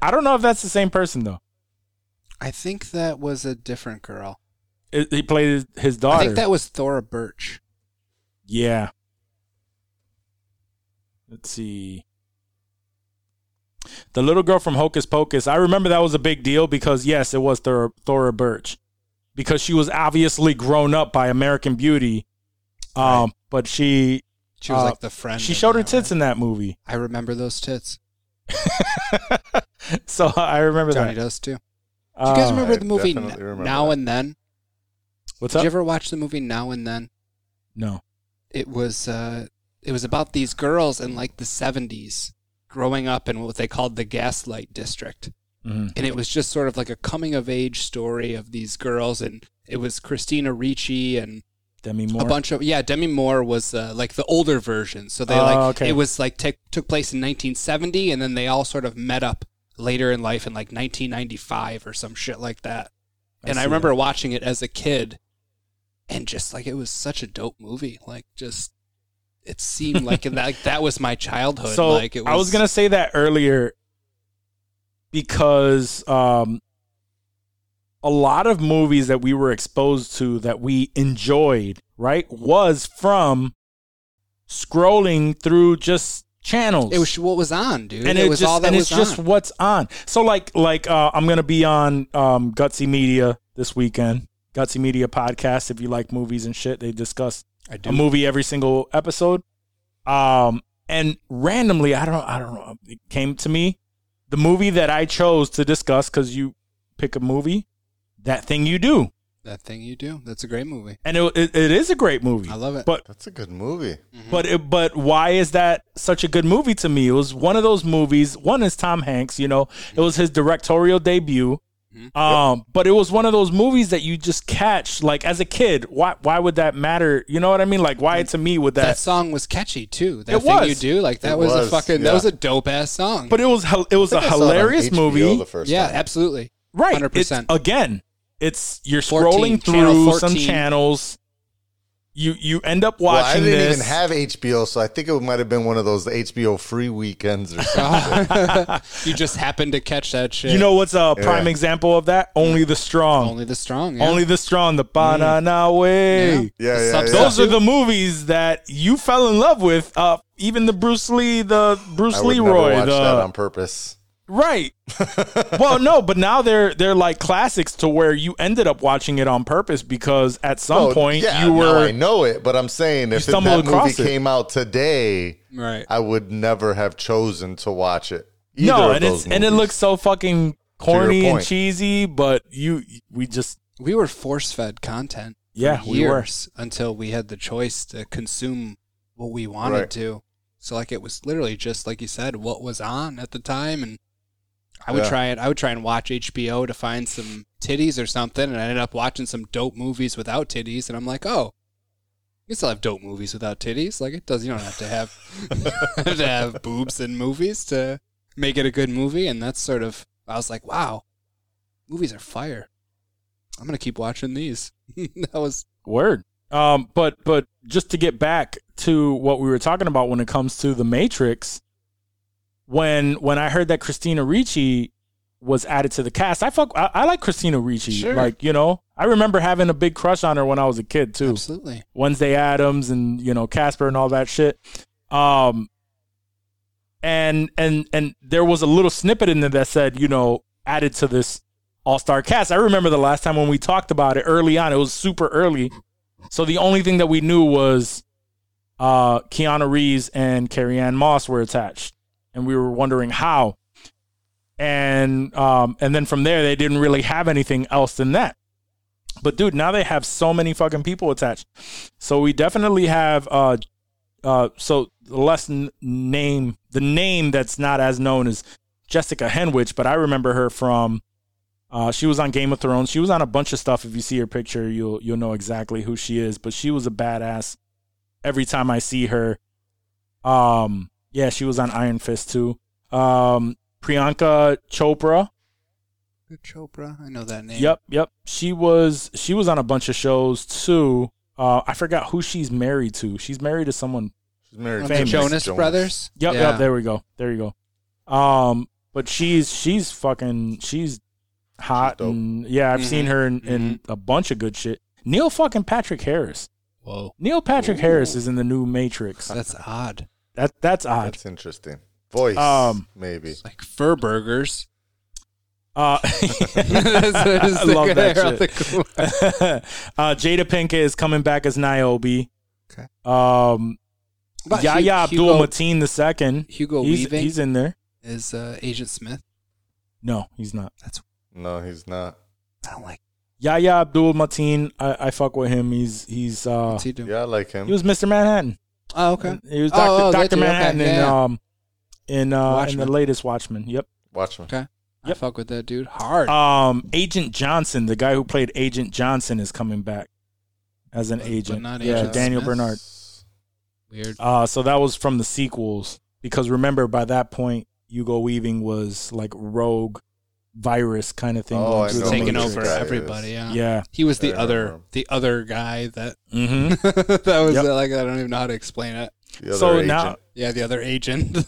[SPEAKER 1] I don't know if that's the same person though.
[SPEAKER 5] I think that was a different girl.
[SPEAKER 1] It, he played his, his daughter.
[SPEAKER 5] I think that was Thora Birch.
[SPEAKER 1] Yeah. Let's see. The little girl from Hocus Pocus. I remember that was a big deal because yes, it was Thora, Thora Birch, because she was obviously grown up by American Beauty, um, but she
[SPEAKER 5] She was
[SPEAKER 1] Uh,
[SPEAKER 5] like the friend.
[SPEAKER 1] she
[SPEAKER 5] of
[SPEAKER 1] showed her
[SPEAKER 5] that,
[SPEAKER 1] tits
[SPEAKER 5] right?
[SPEAKER 1] in that movie,
[SPEAKER 5] I remember those tits.
[SPEAKER 1] so I remember
[SPEAKER 5] Tony
[SPEAKER 1] that.
[SPEAKER 5] does too. Do you guys
[SPEAKER 1] Uh,
[SPEAKER 5] remember
[SPEAKER 2] I
[SPEAKER 5] the movie N-
[SPEAKER 2] definitely remember
[SPEAKER 5] Now
[SPEAKER 2] that.
[SPEAKER 5] and Then?
[SPEAKER 1] What's
[SPEAKER 5] Did
[SPEAKER 1] up?
[SPEAKER 5] you ever watch the movie Now and Then?
[SPEAKER 1] no.
[SPEAKER 5] It was uh, it was about these girls in like the seventies growing up in what they called the gaslight district.
[SPEAKER 1] Mhm.
[SPEAKER 5] and it was just sort of like a coming of age story of these girls and it was christina ricci and
[SPEAKER 1] Demi Moore.
[SPEAKER 5] a bunch of yeah demi moore was uh, like the older version so they
[SPEAKER 1] Oh,
[SPEAKER 5] like
[SPEAKER 1] okay.
[SPEAKER 5] it was like take took place in 1970 and then they all sort of met up later in life in like 1995 or some shit like that
[SPEAKER 1] I
[SPEAKER 5] and i
[SPEAKER 1] see
[SPEAKER 5] remember watching it as a kid and just like it was such a dope movie like just it seemed like that like, that was my childhood
[SPEAKER 1] So
[SPEAKER 5] like it was,
[SPEAKER 1] I was gonna say that earlier because um, a lot of movies that we were exposed to that we enjoyed, right, was from scrolling through just channels.
[SPEAKER 5] it was what was on dude
[SPEAKER 1] and
[SPEAKER 5] it, was
[SPEAKER 1] just,
[SPEAKER 5] all that
[SPEAKER 1] and
[SPEAKER 5] was
[SPEAKER 1] it's just
[SPEAKER 5] on.
[SPEAKER 1] what's on. So like like uh, I'm gonna be on um, Gutsy Media this weekend. Gutsy Media podcast. If you like movies and shit, they discuss
[SPEAKER 5] I do.
[SPEAKER 1] a movie every single episode. Um, and randomly, I don't, I don't know, it came to me the movie that I chose to discuss because you pick a movie, that thing you do,
[SPEAKER 5] That thing you do. That's a great movie.
[SPEAKER 1] and it, it, it is a great movie.
[SPEAKER 5] I love it. Mm-hmm.
[SPEAKER 1] But
[SPEAKER 2] That's a good movie.
[SPEAKER 1] but it, but why is that such a good movie to me? It was one of those movies. One is Tom Hanks, you know. It was his directorial debut.
[SPEAKER 5] Mm-hmm.
[SPEAKER 1] Um, but it was one of those movies that you just catch like as a kid. Why why would that matter? You know what I mean? Like why to me would
[SPEAKER 5] that song was catchy too. That
[SPEAKER 1] It
[SPEAKER 5] thing
[SPEAKER 1] was.
[SPEAKER 5] you do, like that
[SPEAKER 2] It
[SPEAKER 5] was, a
[SPEAKER 2] was,
[SPEAKER 5] fucking that
[SPEAKER 2] yeah.
[SPEAKER 5] was a dope ass song.
[SPEAKER 1] But it was hil- it was a
[SPEAKER 2] I think I saw it on
[SPEAKER 1] hilarious
[SPEAKER 2] HBO
[SPEAKER 1] movie,
[SPEAKER 2] The first
[SPEAKER 5] yeah,
[SPEAKER 2] time.
[SPEAKER 5] absolutely.
[SPEAKER 1] right?
[SPEAKER 5] hundred
[SPEAKER 1] it's-
[SPEAKER 5] percent.
[SPEAKER 1] again, it's you're
[SPEAKER 5] 14,
[SPEAKER 1] scrolling
[SPEAKER 5] channel
[SPEAKER 1] through some
[SPEAKER 5] 14.
[SPEAKER 1] channels. You you end up
[SPEAKER 2] Well, I
[SPEAKER 1] watching
[SPEAKER 2] didn't
[SPEAKER 1] this.
[SPEAKER 2] even have HBO, so I think it might have been one of those HBO free weekends or something.
[SPEAKER 5] you just happened to catch that shit.
[SPEAKER 1] you know what's a prime
[SPEAKER 2] Yeah.
[SPEAKER 1] example of that? Only the strong. Only,
[SPEAKER 5] only the strong. Yeah.
[SPEAKER 1] the strong. The banana way.
[SPEAKER 2] Mm. Yeah,
[SPEAKER 5] The
[SPEAKER 2] yeah,
[SPEAKER 5] subs-
[SPEAKER 2] yeah.
[SPEAKER 1] Those are the movies that you fell in love with. Uh, even the Bruce Lee, the Bruce
[SPEAKER 2] I would never
[SPEAKER 1] Leroy,
[SPEAKER 2] watch um.
[SPEAKER 1] the
[SPEAKER 2] that on purpose.
[SPEAKER 1] Right. well, no, but now they're they're like classics to where you ended up watching it on purpose because at some
[SPEAKER 2] Oh,
[SPEAKER 1] point
[SPEAKER 2] yeah,
[SPEAKER 1] you
[SPEAKER 2] now
[SPEAKER 1] were
[SPEAKER 2] I know it, but I'm saying if that
[SPEAKER 1] stumbled
[SPEAKER 2] movie
[SPEAKER 1] across it.
[SPEAKER 2] came out today,
[SPEAKER 5] Right.
[SPEAKER 2] I would never have chosen to watch it. Either
[SPEAKER 1] no,
[SPEAKER 2] of
[SPEAKER 1] and it's
[SPEAKER 2] those
[SPEAKER 1] and it
[SPEAKER 2] movies.
[SPEAKER 1] looks so fucking corny and
[SPEAKER 2] point.
[SPEAKER 1] cheesy, but you we just
[SPEAKER 5] we were force fed content. for
[SPEAKER 1] Yeah, we were.
[SPEAKER 5] years until we had the choice to consume what we wanted
[SPEAKER 2] Right.
[SPEAKER 5] to. So like it was literally just like you said, what was on at the time, and I would
[SPEAKER 2] Yeah.
[SPEAKER 5] try it. I would try and watch HBO to find some titties or something, and I ended up watching some dope movies without titties, and I'm like, oh. You can still have dope movies without titties. Like it does, you don't have to have, have to have boobs in movies to make it a good movie. And that's sort of, I was like, wow, movies are fire. I'm gonna keep watching these. that was
[SPEAKER 1] Word. Um, but but just to get back to what we were talking about when it comes to the Matrix, when when I heard that Christina Ricci was added to the cast, I fuck I, I like Christina Ricci.
[SPEAKER 5] Sure.
[SPEAKER 1] Like, you know, I remember having a big crush on her when I was a kid too.
[SPEAKER 5] absolutely
[SPEAKER 1] Wednesday Adams and you know Casper and all that shit. Um, and and and there was a little snippet in there that said you know added to this all star cast. I remember the last time when we talked about it early on. It was super early, so the only thing that we knew was uh, Keanu Reeves and Carrie Ann Moss were attached, and we were wondering how. And um, and then from there, they didn't really have anything else than that. But dude, now they have so many fucking people attached. So we definitely have uh uh so the less n- name the name that's not as known is Jessica Henwich, but I remember her from uh she was on Game of Thrones. She was on a bunch of stuff. If you see her picture, you'll you'll know exactly who she is, but she was a badass every time I see her. Um yeah, she was on Iron Fist too. Um Priyanka Chopra,
[SPEAKER 5] Chopra. I know that name.
[SPEAKER 1] Yep, yep. She was she was on a bunch of shows too. Uh, I forgot who she's married to. She's married to someone.
[SPEAKER 2] She's married
[SPEAKER 5] Of The
[SPEAKER 2] to
[SPEAKER 1] Famous.
[SPEAKER 5] Jonas, Brothers.
[SPEAKER 1] Yep,
[SPEAKER 5] Yeah.
[SPEAKER 1] yep. There we go. There you go. Um, but she's she's fucking she's hot
[SPEAKER 2] She's dope.
[SPEAKER 1] and yeah, I've
[SPEAKER 5] Mm-hmm.
[SPEAKER 1] seen her in, in a bunch of good shit. Neil fucking Patrick Harris.
[SPEAKER 5] Whoa,
[SPEAKER 1] Neil Patrick Harris is in the new Matrix.
[SPEAKER 5] that's odd.
[SPEAKER 1] That that's odd.
[SPEAKER 2] That's interesting. Voice,
[SPEAKER 1] Um,
[SPEAKER 2] maybe.
[SPEAKER 5] Like fur burgers.
[SPEAKER 1] Uh, I love that shit. uh, Jada Pinkett is coming back as Niobe.
[SPEAKER 5] Okay.
[SPEAKER 1] Um, Yahya Abdul Mateen the second.
[SPEAKER 5] Hugo
[SPEAKER 1] he's,
[SPEAKER 5] Weaving?
[SPEAKER 1] he's in there.
[SPEAKER 5] is uh, Agent Smith.
[SPEAKER 1] No, he's not.
[SPEAKER 2] No, he's not.
[SPEAKER 5] I don't
[SPEAKER 1] Oh,
[SPEAKER 5] like.
[SPEAKER 1] Yahya Abdul Mateen, I, I fuck with him. He's he's uh
[SPEAKER 5] What's he doing?
[SPEAKER 2] Yeah, I like him.
[SPEAKER 1] he was Mr. Manhattan.
[SPEAKER 5] Oh, okay.
[SPEAKER 1] He was
[SPEAKER 5] Oh,
[SPEAKER 1] Doctor
[SPEAKER 5] oh, that
[SPEAKER 1] Doctor
[SPEAKER 5] dude, okay,
[SPEAKER 1] Manhattan in
[SPEAKER 5] yeah, yeah.
[SPEAKER 1] um in uh in
[SPEAKER 5] Watchmen.
[SPEAKER 1] the latest Watchmen. Yep.
[SPEAKER 2] Watch him.
[SPEAKER 5] Okay. I
[SPEAKER 1] Yep.
[SPEAKER 5] fuck with that dude hard.
[SPEAKER 1] Um Agent Johnson, the guy who played Agent Johnson is coming back as an
[SPEAKER 5] But- but
[SPEAKER 1] agent.
[SPEAKER 5] not
[SPEAKER 1] yeah,
[SPEAKER 5] Agent
[SPEAKER 1] Daniel
[SPEAKER 5] Smith?
[SPEAKER 1] Bernard.
[SPEAKER 5] Weird.
[SPEAKER 1] Uh so that was from the sequels because remember by that point Hugo Weaving was like rogue virus kind of thing
[SPEAKER 2] Oh,
[SPEAKER 1] going
[SPEAKER 2] I
[SPEAKER 1] through the
[SPEAKER 2] know
[SPEAKER 5] Taking
[SPEAKER 2] who
[SPEAKER 1] Matrix.
[SPEAKER 5] over
[SPEAKER 2] this guy
[SPEAKER 5] everybody.
[SPEAKER 2] is.
[SPEAKER 5] Yeah.
[SPEAKER 1] Yeah.
[SPEAKER 5] He was
[SPEAKER 2] I
[SPEAKER 5] the other
[SPEAKER 2] remember.
[SPEAKER 5] the other guy that Mm-hmm.
[SPEAKER 1] Mhm.
[SPEAKER 5] that was
[SPEAKER 1] Yep.
[SPEAKER 5] uh, like I don't even know how to explain it.
[SPEAKER 2] The other
[SPEAKER 1] So
[SPEAKER 2] agent.
[SPEAKER 1] now
[SPEAKER 5] Yeah, the other agent.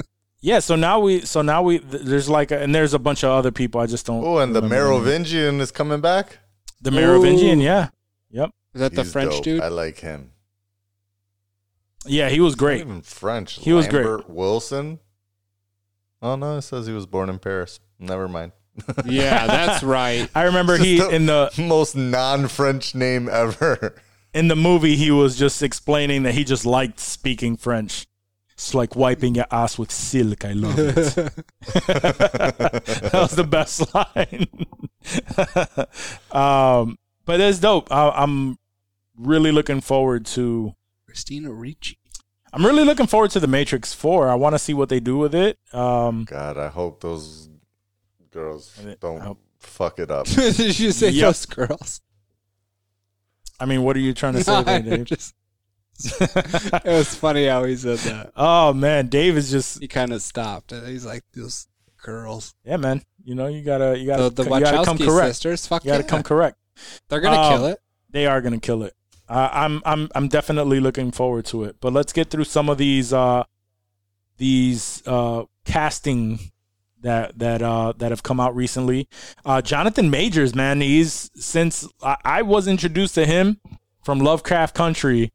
[SPEAKER 1] Yeah, so now we, so now we, th- there's like, a, and there's a bunch of other people. I just don't.
[SPEAKER 2] Oh, and the
[SPEAKER 1] remember them.
[SPEAKER 2] Merovingian is coming back.
[SPEAKER 1] the Merovingian,
[SPEAKER 5] Ooh.
[SPEAKER 1] yeah, yep,
[SPEAKER 5] Is that the
[SPEAKER 2] He's
[SPEAKER 5] French
[SPEAKER 2] dope.
[SPEAKER 5] dude?
[SPEAKER 2] I like him.
[SPEAKER 1] yeah, he was
[SPEAKER 2] Not
[SPEAKER 1] great.
[SPEAKER 2] even French.
[SPEAKER 1] He was great.
[SPEAKER 2] Lambert Wilson. Oh no, it says he was born in Paris. Never mind.
[SPEAKER 5] yeah, that's right.
[SPEAKER 1] I remember he
[SPEAKER 2] Just
[SPEAKER 1] in the
[SPEAKER 2] most non-French name ever.
[SPEAKER 1] in the movie he was just explaining that he just liked speaking French. It's like wiping your ass with silk. I love it. that was the best line. um, but that's dope. I, I'm really looking forward to
[SPEAKER 5] Christina Ricci.
[SPEAKER 1] I'm really looking forward to the Matrix Four. I want to see what they do with it. Um,
[SPEAKER 2] God, I hope those girls
[SPEAKER 1] And it-
[SPEAKER 2] don't
[SPEAKER 1] I hope-
[SPEAKER 2] fuck it up.
[SPEAKER 5] Did you say
[SPEAKER 1] Yep.
[SPEAKER 5] those girls?
[SPEAKER 1] I mean, what are you trying to say, there,
[SPEAKER 5] I
[SPEAKER 1] Dave?
[SPEAKER 5] just- it was funny how he said that.
[SPEAKER 1] Oh man, Dave is just
[SPEAKER 5] He kind of stopped. and He's like, those girls.
[SPEAKER 1] yeah, man. You know, you gotta you gotta
[SPEAKER 5] The, the
[SPEAKER 1] you gotta come
[SPEAKER 5] Wachowski
[SPEAKER 1] correct.
[SPEAKER 5] sisters. Fuck
[SPEAKER 1] You gotta
[SPEAKER 5] yeah.
[SPEAKER 1] come correct.
[SPEAKER 5] They're going to
[SPEAKER 1] Um,
[SPEAKER 5] kill it.
[SPEAKER 1] They are gonna kill it. Uh, I'm I'm I'm definitely looking forward to it. But let's get through some of these uh these uh casting that that uh that have come out recently. Uh Jonathan Majors, man, he's since I, I was introduced to him from Lovecraft Country.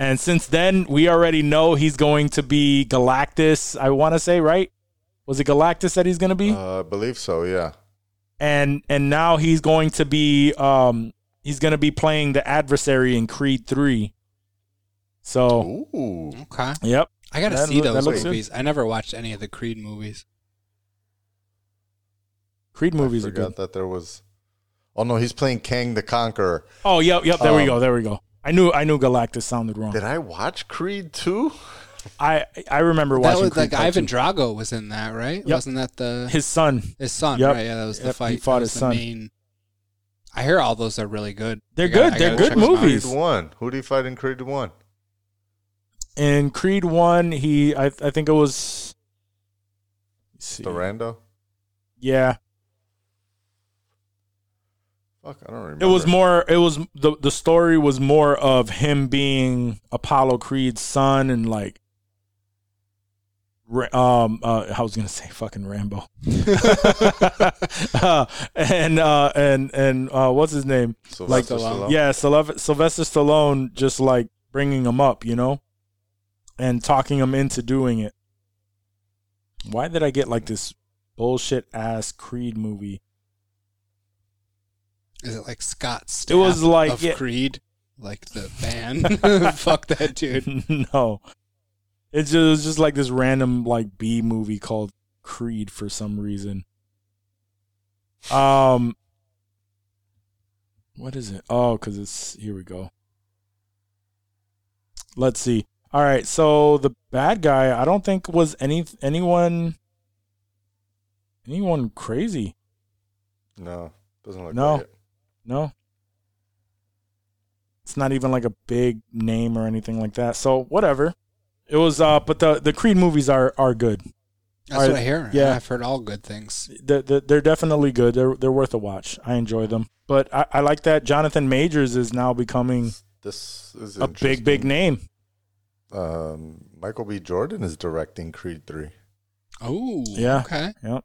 [SPEAKER 1] And since then, we already know he's going to be Galactus. I want to say, right? Was it Galactus that he's going to be?
[SPEAKER 2] Uh, I believe so. Yeah.
[SPEAKER 1] and and now he's going to be um he's going to be playing the adversary in Creed 3. So,
[SPEAKER 2] Ooh.
[SPEAKER 5] Okay.
[SPEAKER 1] yep.
[SPEAKER 5] I gotta
[SPEAKER 1] That
[SPEAKER 5] see
[SPEAKER 1] loo- that
[SPEAKER 5] those
[SPEAKER 1] looks good.
[SPEAKER 5] movies. I never watched any of the Creed movies.
[SPEAKER 1] Creed movies
[SPEAKER 2] I
[SPEAKER 1] are good.
[SPEAKER 2] forgot that there was. Oh no, he's playing Kang the Conqueror.
[SPEAKER 1] Oh, yep, yep, there we
[SPEAKER 2] Um,
[SPEAKER 1] go. There we go. I knew I knew Galactus sounded wrong.
[SPEAKER 2] Did I watch Creed too?
[SPEAKER 1] I I remember
[SPEAKER 5] That
[SPEAKER 1] watching
[SPEAKER 5] was
[SPEAKER 1] Creed
[SPEAKER 5] like
[SPEAKER 1] Part
[SPEAKER 5] Ivan
[SPEAKER 1] Two.
[SPEAKER 5] Drago was in that, right? Wasn't that the his,
[SPEAKER 1] his son.
[SPEAKER 5] son?
[SPEAKER 1] Yep.
[SPEAKER 5] Right. Yeah, that was the
[SPEAKER 1] Yep, he
[SPEAKER 5] fight. That
[SPEAKER 1] fought
[SPEAKER 5] was
[SPEAKER 1] his
[SPEAKER 5] the
[SPEAKER 1] son.
[SPEAKER 5] Main... I hear all those are really good.
[SPEAKER 1] They're
[SPEAKER 5] I gotta-
[SPEAKER 1] good.
[SPEAKER 5] I
[SPEAKER 1] They're
[SPEAKER 5] gotta
[SPEAKER 1] good
[SPEAKER 5] check 'em out.
[SPEAKER 1] movies.
[SPEAKER 2] Creed one. Who do you fight in Creed one?
[SPEAKER 1] In Creed 1, he I I think it was let's see.
[SPEAKER 2] Durando.
[SPEAKER 1] Yeah.
[SPEAKER 2] Fuck, I don't remember.
[SPEAKER 1] It was more. It was the the story was more of him being Apollo Creed's son and like, Ra- um, uh, I was gonna say fucking Rambo, Uh, and uh, and and uh, what's his name?
[SPEAKER 2] Sylvester
[SPEAKER 5] like-
[SPEAKER 2] Stallone.
[SPEAKER 1] Yeah, Sylv- Sylvester Stallone just like bringing him up, you know, and talking him into doing it. Why did I get like this bullshit ass Creed movie?
[SPEAKER 5] Is it like Scott? Stapp
[SPEAKER 1] It was like-
[SPEAKER 5] of
[SPEAKER 1] yeah.
[SPEAKER 5] Creed, like the band. Fuck that dude.
[SPEAKER 1] no. It's just, it was just like this random like B movie called Creed for some reason. Um What is it? Oh, cuz it's here we go. Let's see. All right, so the bad guy I don't think was any anyone anyone crazy.
[SPEAKER 2] No, doesn't look.
[SPEAKER 1] No.
[SPEAKER 2] Like it.
[SPEAKER 1] No. It's not even like a big name or anything like that. So whatever. It was uh but the the Creed movies are are good.
[SPEAKER 5] That's
[SPEAKER 1] Alright,
[SPEAKER 5] what I hear.
[SPEAKER 1] yeah.
[SPEAKER 5] I've heard all good things.
[SPEAKER 1] They're, they're, they're definitely good. They're they're worth a watch. I enjoy them. But I, I like that Jonathan Majors is now becoming
[SPEAKER 2] This is
[SPEAKER 1] Mm. a big big
[SPEAKER 2] interesting.
[SPEAKER 1] name.
[SPEAKER 2] Um, Michael B. Jordan is directing Creed three.
[SPEAKER 5] Oh,
[SPEAKER 1] Yeah.
[SPEAKER 5] Okay.
[SPEAKER 1] Yep.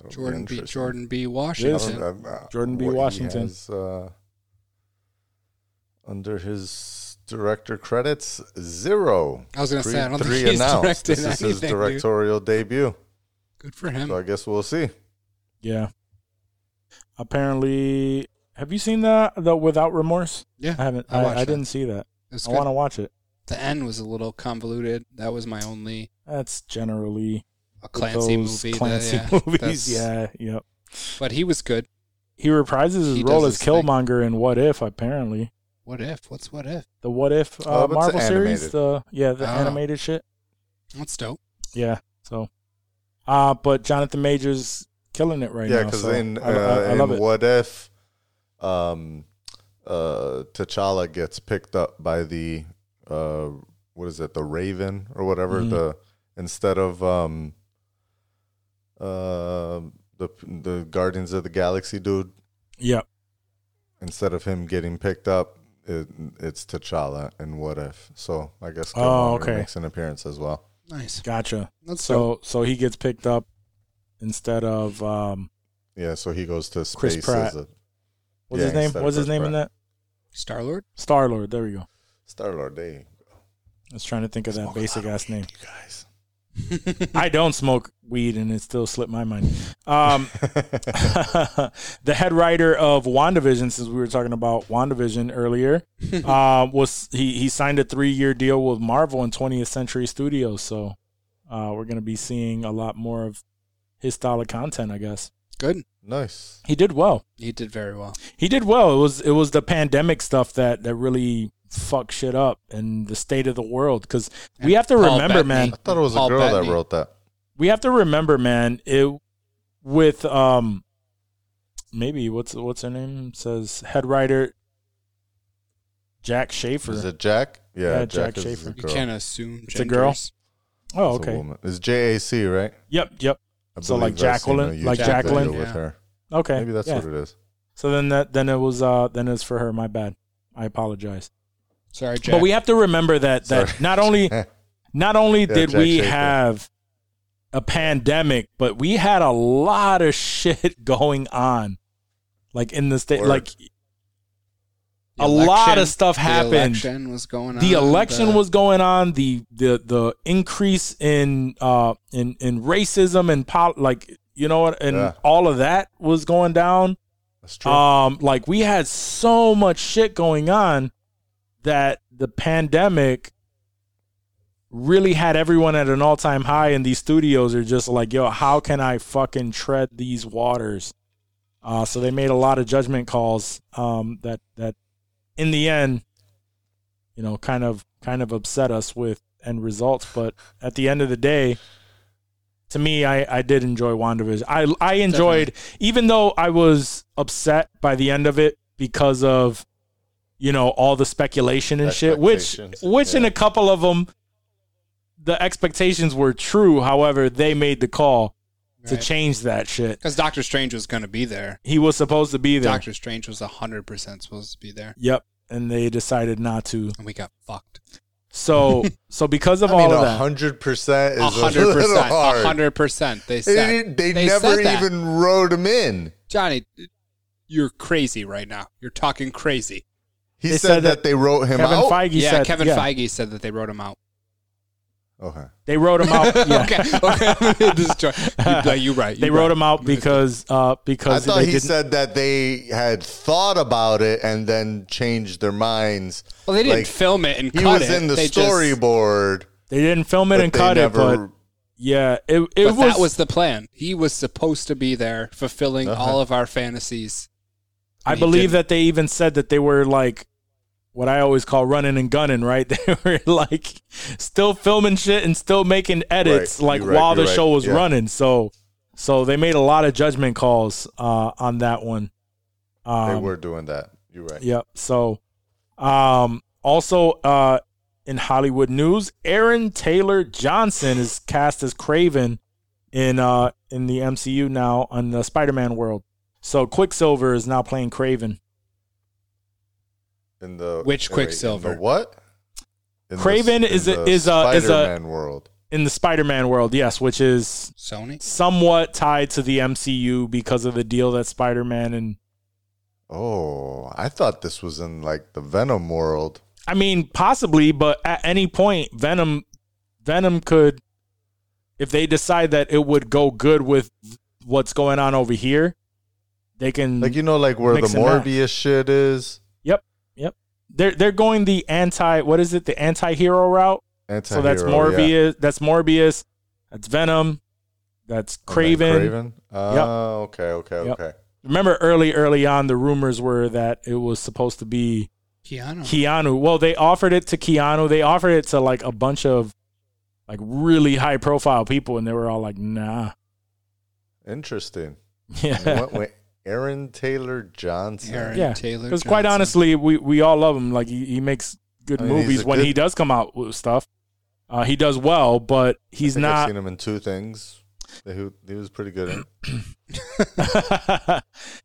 [SPEAKER 2] That'll be
[SPEAKER 5] Jordan B.
[SPEAKER 2] interesting.
[SPEAKER 5] Jordan B.
[SPEAKER 2] I
[SPEAKER 1] Yes.
[SPEAKER 5] Washington.
[SPEAKER 2] don't- I- I-
[SPEAKER 1] Jordan B.
[SPEAKER 2] what he
[SPEAKER 1] Washington.
[SPEAKER 2] has, uh, under his director credits, zero.
[SPEAKER 5] I was gonna say I
[SPEAKER 2] Creed
[SPEAKER 5] don't think
[SPEAKER 2] three
[SPEAKER 5] he's
[SPEAKER 2] announced.
[SPEAKER 5] directed
[SPEAKER 2] This is his
[SPEAKER 5] anything. dude.
[SPEAKER 2] directorial debut.
[SPEAKER 5] Good for him.
[SPEAKER 2] So I guess we'll see.
[SPEAKER 1] Yeah. Apparently, have you seen the the Without Remorse?
[SPEAKER 5] yeah,
[SPEAKER 1] I haven't.
[SPEAKER 5] I
[SPEAKER 1] I,
[SPEAKER 5] watched
[SPEAKER 1] I,
[SPEAKER 5] that.
[SPEAKER 1] didn't see that.
[SPEAKER 5] It's
[SPEAKER 1] I
[SPEAKER 5] good.
[SPEAKER 1] want to watch it.
[SPEAKER 5] the end was a little convoluted. That was my only
[SPEAKER 1] That's generally
[SPEAKER 5] a
[SPEAKER 1] with
[SPEAKER 5] Clancy
[SPEAKER 1] those
[SPEAKER 5] movie. that-
[SPEAKER 1] Clancy
[SPEAKER 5] yeah,
[SPEAKER 1] movies.
[SPEAKER 5] that's-
[SPEAKER 1] Yeah. Yep.
[SPEAKER 5] But he was good.
[SPEAKER 1] He reprises his
[SPEAKER 5] He does
[SPEAKER 1] role as
[SPEAKER 5] his thing.
[SPEAKER 1] Killmonger in What If, apparently.
[SPEAKER 5] What if? What's what if?
[SPEAKER 1] The What If uh,
[SPEAKER 2] Oh, but it's
[SPEAKER 1] Marvel
[SPEAKER 2] animated.
[SPEAKER 1] series, the yeah, the
[SPEAKER 5] Oh.
[SPEAKER 1] animated shit.
[SPEAKER 5] That's dope.
[SPEAKER 1] Yeah. So, uh but Jonathan Majors killing it right
[SPEAKER 2] yeah,
[SPEAKER 1] now.
[SPEAKER 2] because
[SPEAKER 1] so
[SPEAKER 2] in, uh,
[SPEAKER 1] I, I, I
[SPEAKER 2] in
[SPEAKER 1] love it.
[SPEAKER 2] What If, um, uh, T'Challa gets picked up by the uh, what is it, the Raven or whatever
[SPEAKER 1] Mhm.
[SPEAKER 2] the instead of um, uh, the the Guardians of the Galaxy dude.
[SPEAKER 1] Yeah.
[SPEAKER 2] Instead of him getting picked up, it, it's T'Challa and What If. So I guess
[SPEAKER 1] Oh,
[SPEAKER 2] Killmonger
[SPEAKER 1] okay.
[SPEAKER 2] makes an appearance as well.
[SPEAKER 5] Nice.
[SPEAKER 1] Gotcha.
[SPEAKER 5] That's dope.
[SPEAKER 1] So so he gets picked up instead of um
[SPEAKER 2] Yeah, so he goes to
[SPEAKER 1] Chris
[SPEAKER 2] space.
[SPEAKER 1] Pratt.
[SPEAKER 2] as a
[SPEAKER 1] what's
[SPEAKER 2] Yeah,
[SPEAKER 1] his name?
[SPEAKER 2] instead of
[SPEAKER 1] What's his
[SPEAKER 2] Chris
[SPEAKER 1] name in that?
[SPEAKER 5] Star Lord.
[SPEAKER 1] Star Lord. There we go.
[SPEAKER 2] Star Lord. There you
[SPEAKER 1] I was trying to think of that
[SPEAKER 2] Smoke a
[SPEAKER 1] basic
[SPEAKER 2] lot of
[SPEAKER 1] ass name.
[SPEAKER 2] guys.
[SPEAKER 1] I don't smoke weed, and it still slipped my mind. Um, the head writer of WandaVision, since we were talking about WandaVision earlier, uh, was he, he signed a three year deal with Marvel and 20th Century Studios. So uh, we're going to be seeing a lot more of his style of content, I guess.
[SPEAKER 5] Good.
[SPEAKER 2] Nice.
[SPEAKER 1] He did well.
[SPEAKER 5] He did very well.
[SPEAKER 1] He did well. It was it was the pandemic stuff that that really fucked shit up and the state of the world because we
[SPEAKER 5] And
[SPEAKER 1] have to
[SPEAKER 5] Paul
[SPEAKER 1] remember,
[SPEAKER 5] Bettany.
[SPEAKER 1] man.
[SPEAKER 2] I thought it was
[SPEAKER 5] Paul
[SPEAKER 2] a girl
[SPEAKER 5] Bettany.
[SPEAKER 2] that wrote that.
[SPEAKER 1] we have to remember, man. It with um maybe what's what's her name It says head writer Jack Schaefer.
[SPEAKER 2] Is it Jack? Yeah,
[SPEAKER 1] Yeah, Jack
[SPEAKER 2] is
[SPEAKER 1] Schaefer.
[SPEAKER 2] a
[SPEAKER 5] You
[SPEAKER 2] girl.
[SPEAKER 5] can't assume
[SPEAKER 1] It's a girl?
[SPEAKER 5] genders.
[SPEAKER 1] oh,
[SPEAKER 2] It's a
[SPEAKER 1] okay.
[SPEAKER 2] woman. It's JAC, right?
[SPEAKER 1] Yep, yep.
[SPEAKER 2] I
[SPEAKER 1] So, like
[SPEAKER 2] believe I've seen
[SPEAKER 1] Jacqueline?
[SPEAKER 2] a
[SPEAKER 1] Like
[SPEAKER 2] YouTube
[SPEAKER 1] Jacqueline?
[SPEAKER 2] video with
[SPEAKER 5] Yeah.
[SPEAKER 2] her.
[SPEAKER 1] Okay,
[SPEAKER 2] Maybe that's
[SPEAKER 1] yeah.
[SPEAKER 2] what it is.
[SPEAKER 1] So then that then it was uh then it's for her. My bad. I apologize.
[SPEAKER 5] Sorry, Jack.
[SPEAKER 1] But we have to remember that that
[SPEAKER 2] Sorry.
[SPEAKER 1] not only not only did
[SPEAKER 2] Jack
[SPEAKER 1] we
[SPEAKER 2] Schaefer.
[SPEAKER 1] have a pandemic, but we had a lot of shit going on, like in the state,
[SPEAKER 2] Word.
[SPEAKER 1] like
[SPEAKER 5] The
[SPEAKER 1] a lot
[SPEAKER 5] election-
[SPEAKER 1] of stuff happened.
[SPEAKER 5] The election was going on.
[SPEAKER 1] the election
[SPEAKER 5] the-
[SPEAKER 1] was going on the the the increase in uh in in racism and pol- like you know what and
[SPEAKER 2] Yeah.
[SPEAKER 1] all of that was going down
[SPEAKER 2] That's true.
[SPEAKER 1] um like we had so much shit going on that the pandemic really had everyone at an all-time high and these studios are just like yo how can i fucking tread these waters uh so they made a lot of judgment calls um that that in the end you know kind of kind of upset us with end results but at the end of the day to me i i did enjoy wandavision i i enjoyed even though i was upset by the end of it because of you know all the speculation and shit which
[SPEAKER 2] Expectations,
[SPEAKER 1] which in
[SPEAKER 2] yeah.
[SPEAKER 1] a couple of them the expectations were true however they made the call to
[SPEAKER 5] Right.
[SPEAKER 1] change that shit
[SPEAKER 5] because Doctor Strange was going to be there.
[SPEAKER 1] he was supposed to be there
[SPEAKER 5] Doctor Strange was hundred percent supposed to be there,
[SPEAKER 1] yep and they decided not to
[SPEAKER 5] and we got fucked.
[SPEAKER 1] so so because of
[SPEAKER 2] I mean,
[SPEAKER 1] all of that
[SPEAKER 2] hundred percent is a
[SPEAKER 5] hundred
[SPEAKER 2] little
[SPEAKER 5] percent,
[SPEAKER 2] hard.
[SPEAKER 5] hundred percent. They
[SPEAKER 2] They,
[SPEAKER 5] said
[SPEAKER 2] didn't- they
[SPEAKER 5] they
[SPEAKER 2] never
[SPEAKER 5] said that.
[SPEAKER 2] even wrote him in.
[SPEAKER 5] Johnny, you're crazy right now. You're talking crazy.
[SPEAKER 2] He
[SPEAKER 1] They
[SPEAKER 2] said,
[SPEAKER 1] said
[SPEAKER 2] that,
[SPEAKER 1] that
[SPEAKER 2] they wrote him
[SPEAKER 1] Kevin
[SPEAKER 2] out.
[SPEAKER 1] Feige
[SPEAKER 5] yeah,
[SPEAKER 1] said
[SPEAKER 5] Kevin
[SPEAKER 1] yeah,
[SPEAKER 5] Feige said that they wrote him out.
[SPEAKER 2] Okay.
[SPEAKER 1] They wrote him out. Yeah.
[SPEAKER 5] okay, okay. Just joking. you, no, you're right.
[SPEAKER 1] They wrote him out because uh,
[SPEAKER 2] I
[SPEAKER 1] because
[SPEAKER 2] thought
[SPEAKER 1] they
[SPEAKER 2] he
[SPEAKER 1] didn't.
[SPEAKER 2] said that they had thought about it and then changed their minds.
[SPEAKER 5] Well, they didn't
[SPEAKER 2] Like,
[SPEAKER 5] film it and
[SPEAKER 2] He
[SPEAKER 5] cut
[SPEAKER 2] was
[SPEAKER 5] it.
[SPEAKER 2] in the
[SPEAKER 5] They just-
[SPEAKER 2] storyboard,
[SPEAKER 1] they didn't film it
[SPEAKER 2] but
[SPEAKER 1] and
[SPEAKER 2] they
[SPEAKER 1] cut it,
[SPEAKER 2] never.
[SPEAKER 1] but yeah, it it
[SPEAKER 5] but
[SPEAKER 1] was,
[SPEAKER 5] that was the plan. He was supposed to be there, fulfilling
[SPEAKER 1] Uh-huh.
[SPEAKER 5] all of our fantasies.
[SPEAKER 1] I
[SPEAKER 5] and he
[SPEAKER 1] believe
[SPEAKER 5] didn't.
[SPEAKER 1] that they even said that they were like what I always call running and gunning, right? They were like still filming shit and still making edits
[SPEAKER 2] Right.
[SPEAKER 1] like
[SPEAKER 2] You're right.
[SPEAKER 1] while
[SPEAKER 2] You're
[SPEAKER 1] the
[SPEAKER 2] right.
[SPEAKER 1] show was
[SPEAKER 2] Yeah.
[SPEAKER 1] running. So so they made a lot of judgment calls uh, on that one.
[SPEAKER 2] they
[SPEAKER 1] Um,
[SPEAKER 2] were doing that. You're right.
[SPEAKER 1] Yep. So, um, also uh, in Hollywood news, Aaron Taylor Johnson is cast as Craven in uh, in the MCU now on the Spider-Man world. So Quicksilver is now playing Craven.
[SPEAKER 2] In the
[SPEAKER 5] Which
[SPEAKER 2] wait, in the
[SPEAKER 5] Quicksilver?
[SPEAKER 2] what? In the-
[SPEAKER 1] Craven
[SPEAKER 2] in
[SPEAKER 1] is a-
[SPEAKER 2] the
[SPEAKER 1] is a- is a-
[SPEAKER 2] Spider-Man world.
[SPEAKER 1] In the Spider-Man world, yes, which is
[SPEAKER 5] Sony.
[SPEAKER 1] somewhat tied to the MCU because of the deal that Spider-Man and
[SPEAKER 2] Oh, I thought this was in like the Venom world.
[SPEAKER 1] I mean, possibly, but at any point, Venom, Venom could, if they decide that it would go good with what's going on over here, they can.
[SPEAKER 2] Like you know, like where
[SPEAKER 1] Mix
[SPEAKER 2] the
[SPEAKER 1] and match.
[SPEAKER 2] Morbius shit is.
[SPEAKER 1] yep, yep. They're they're going the anti. What is it? The anti-hero route. so that's
[SPEAKER 2] Antihero, yeah.
[SPEAKER 1] Morbius. That's Morbius. That's Venom. That's
[SPEAKER 2] And then
[SPEAKER 1] Craven.
[SPEAKER 2] Craven. Oh, okay, okay,
[SPEAKER 1] Yep.
[SPEAKER 2] okay.
[SPEAKER 1] Remember, early early on, the rumors were that it was supposed to be
[SPEAKER 5] Keanu.
[SPEAKER 1] Keanu. Well, they offered it to Keanu. They offered it to like a bunch of like really high profile people, and they were all like, "Nah."
[SPEAKER 2] Interesting.
[SPEAKER 1] Yeah,
[SPEAKER 2] what, wait, Aaron Taylor Johnson.
[SPEAKER 5] Aaron
[SPEAKER 1] yeah.
[SPEAKER 5] Taylor.
[SPEAKER 1] Because quite
[SPEAKER 5] Johnson.
[SPEAKER 1] honestly, we we all love him. Like he, he makes good
[SPEAKER 2] I mean, he's
[SPEAKER 1] movies
[SPEAKER 2] a
[SPEAKER 1] when
[SPEAKER 2] good-
[SPEAKER 1] he does come out with stuff. Uh, he does well, but
[SPEAKER 2] I
[SPEAKER 1] he's
[SPEAKER 2] think I've
[SPEAKER 1] not.
[SPEAKER 2] seen him in two things. that He, he was pretty good in.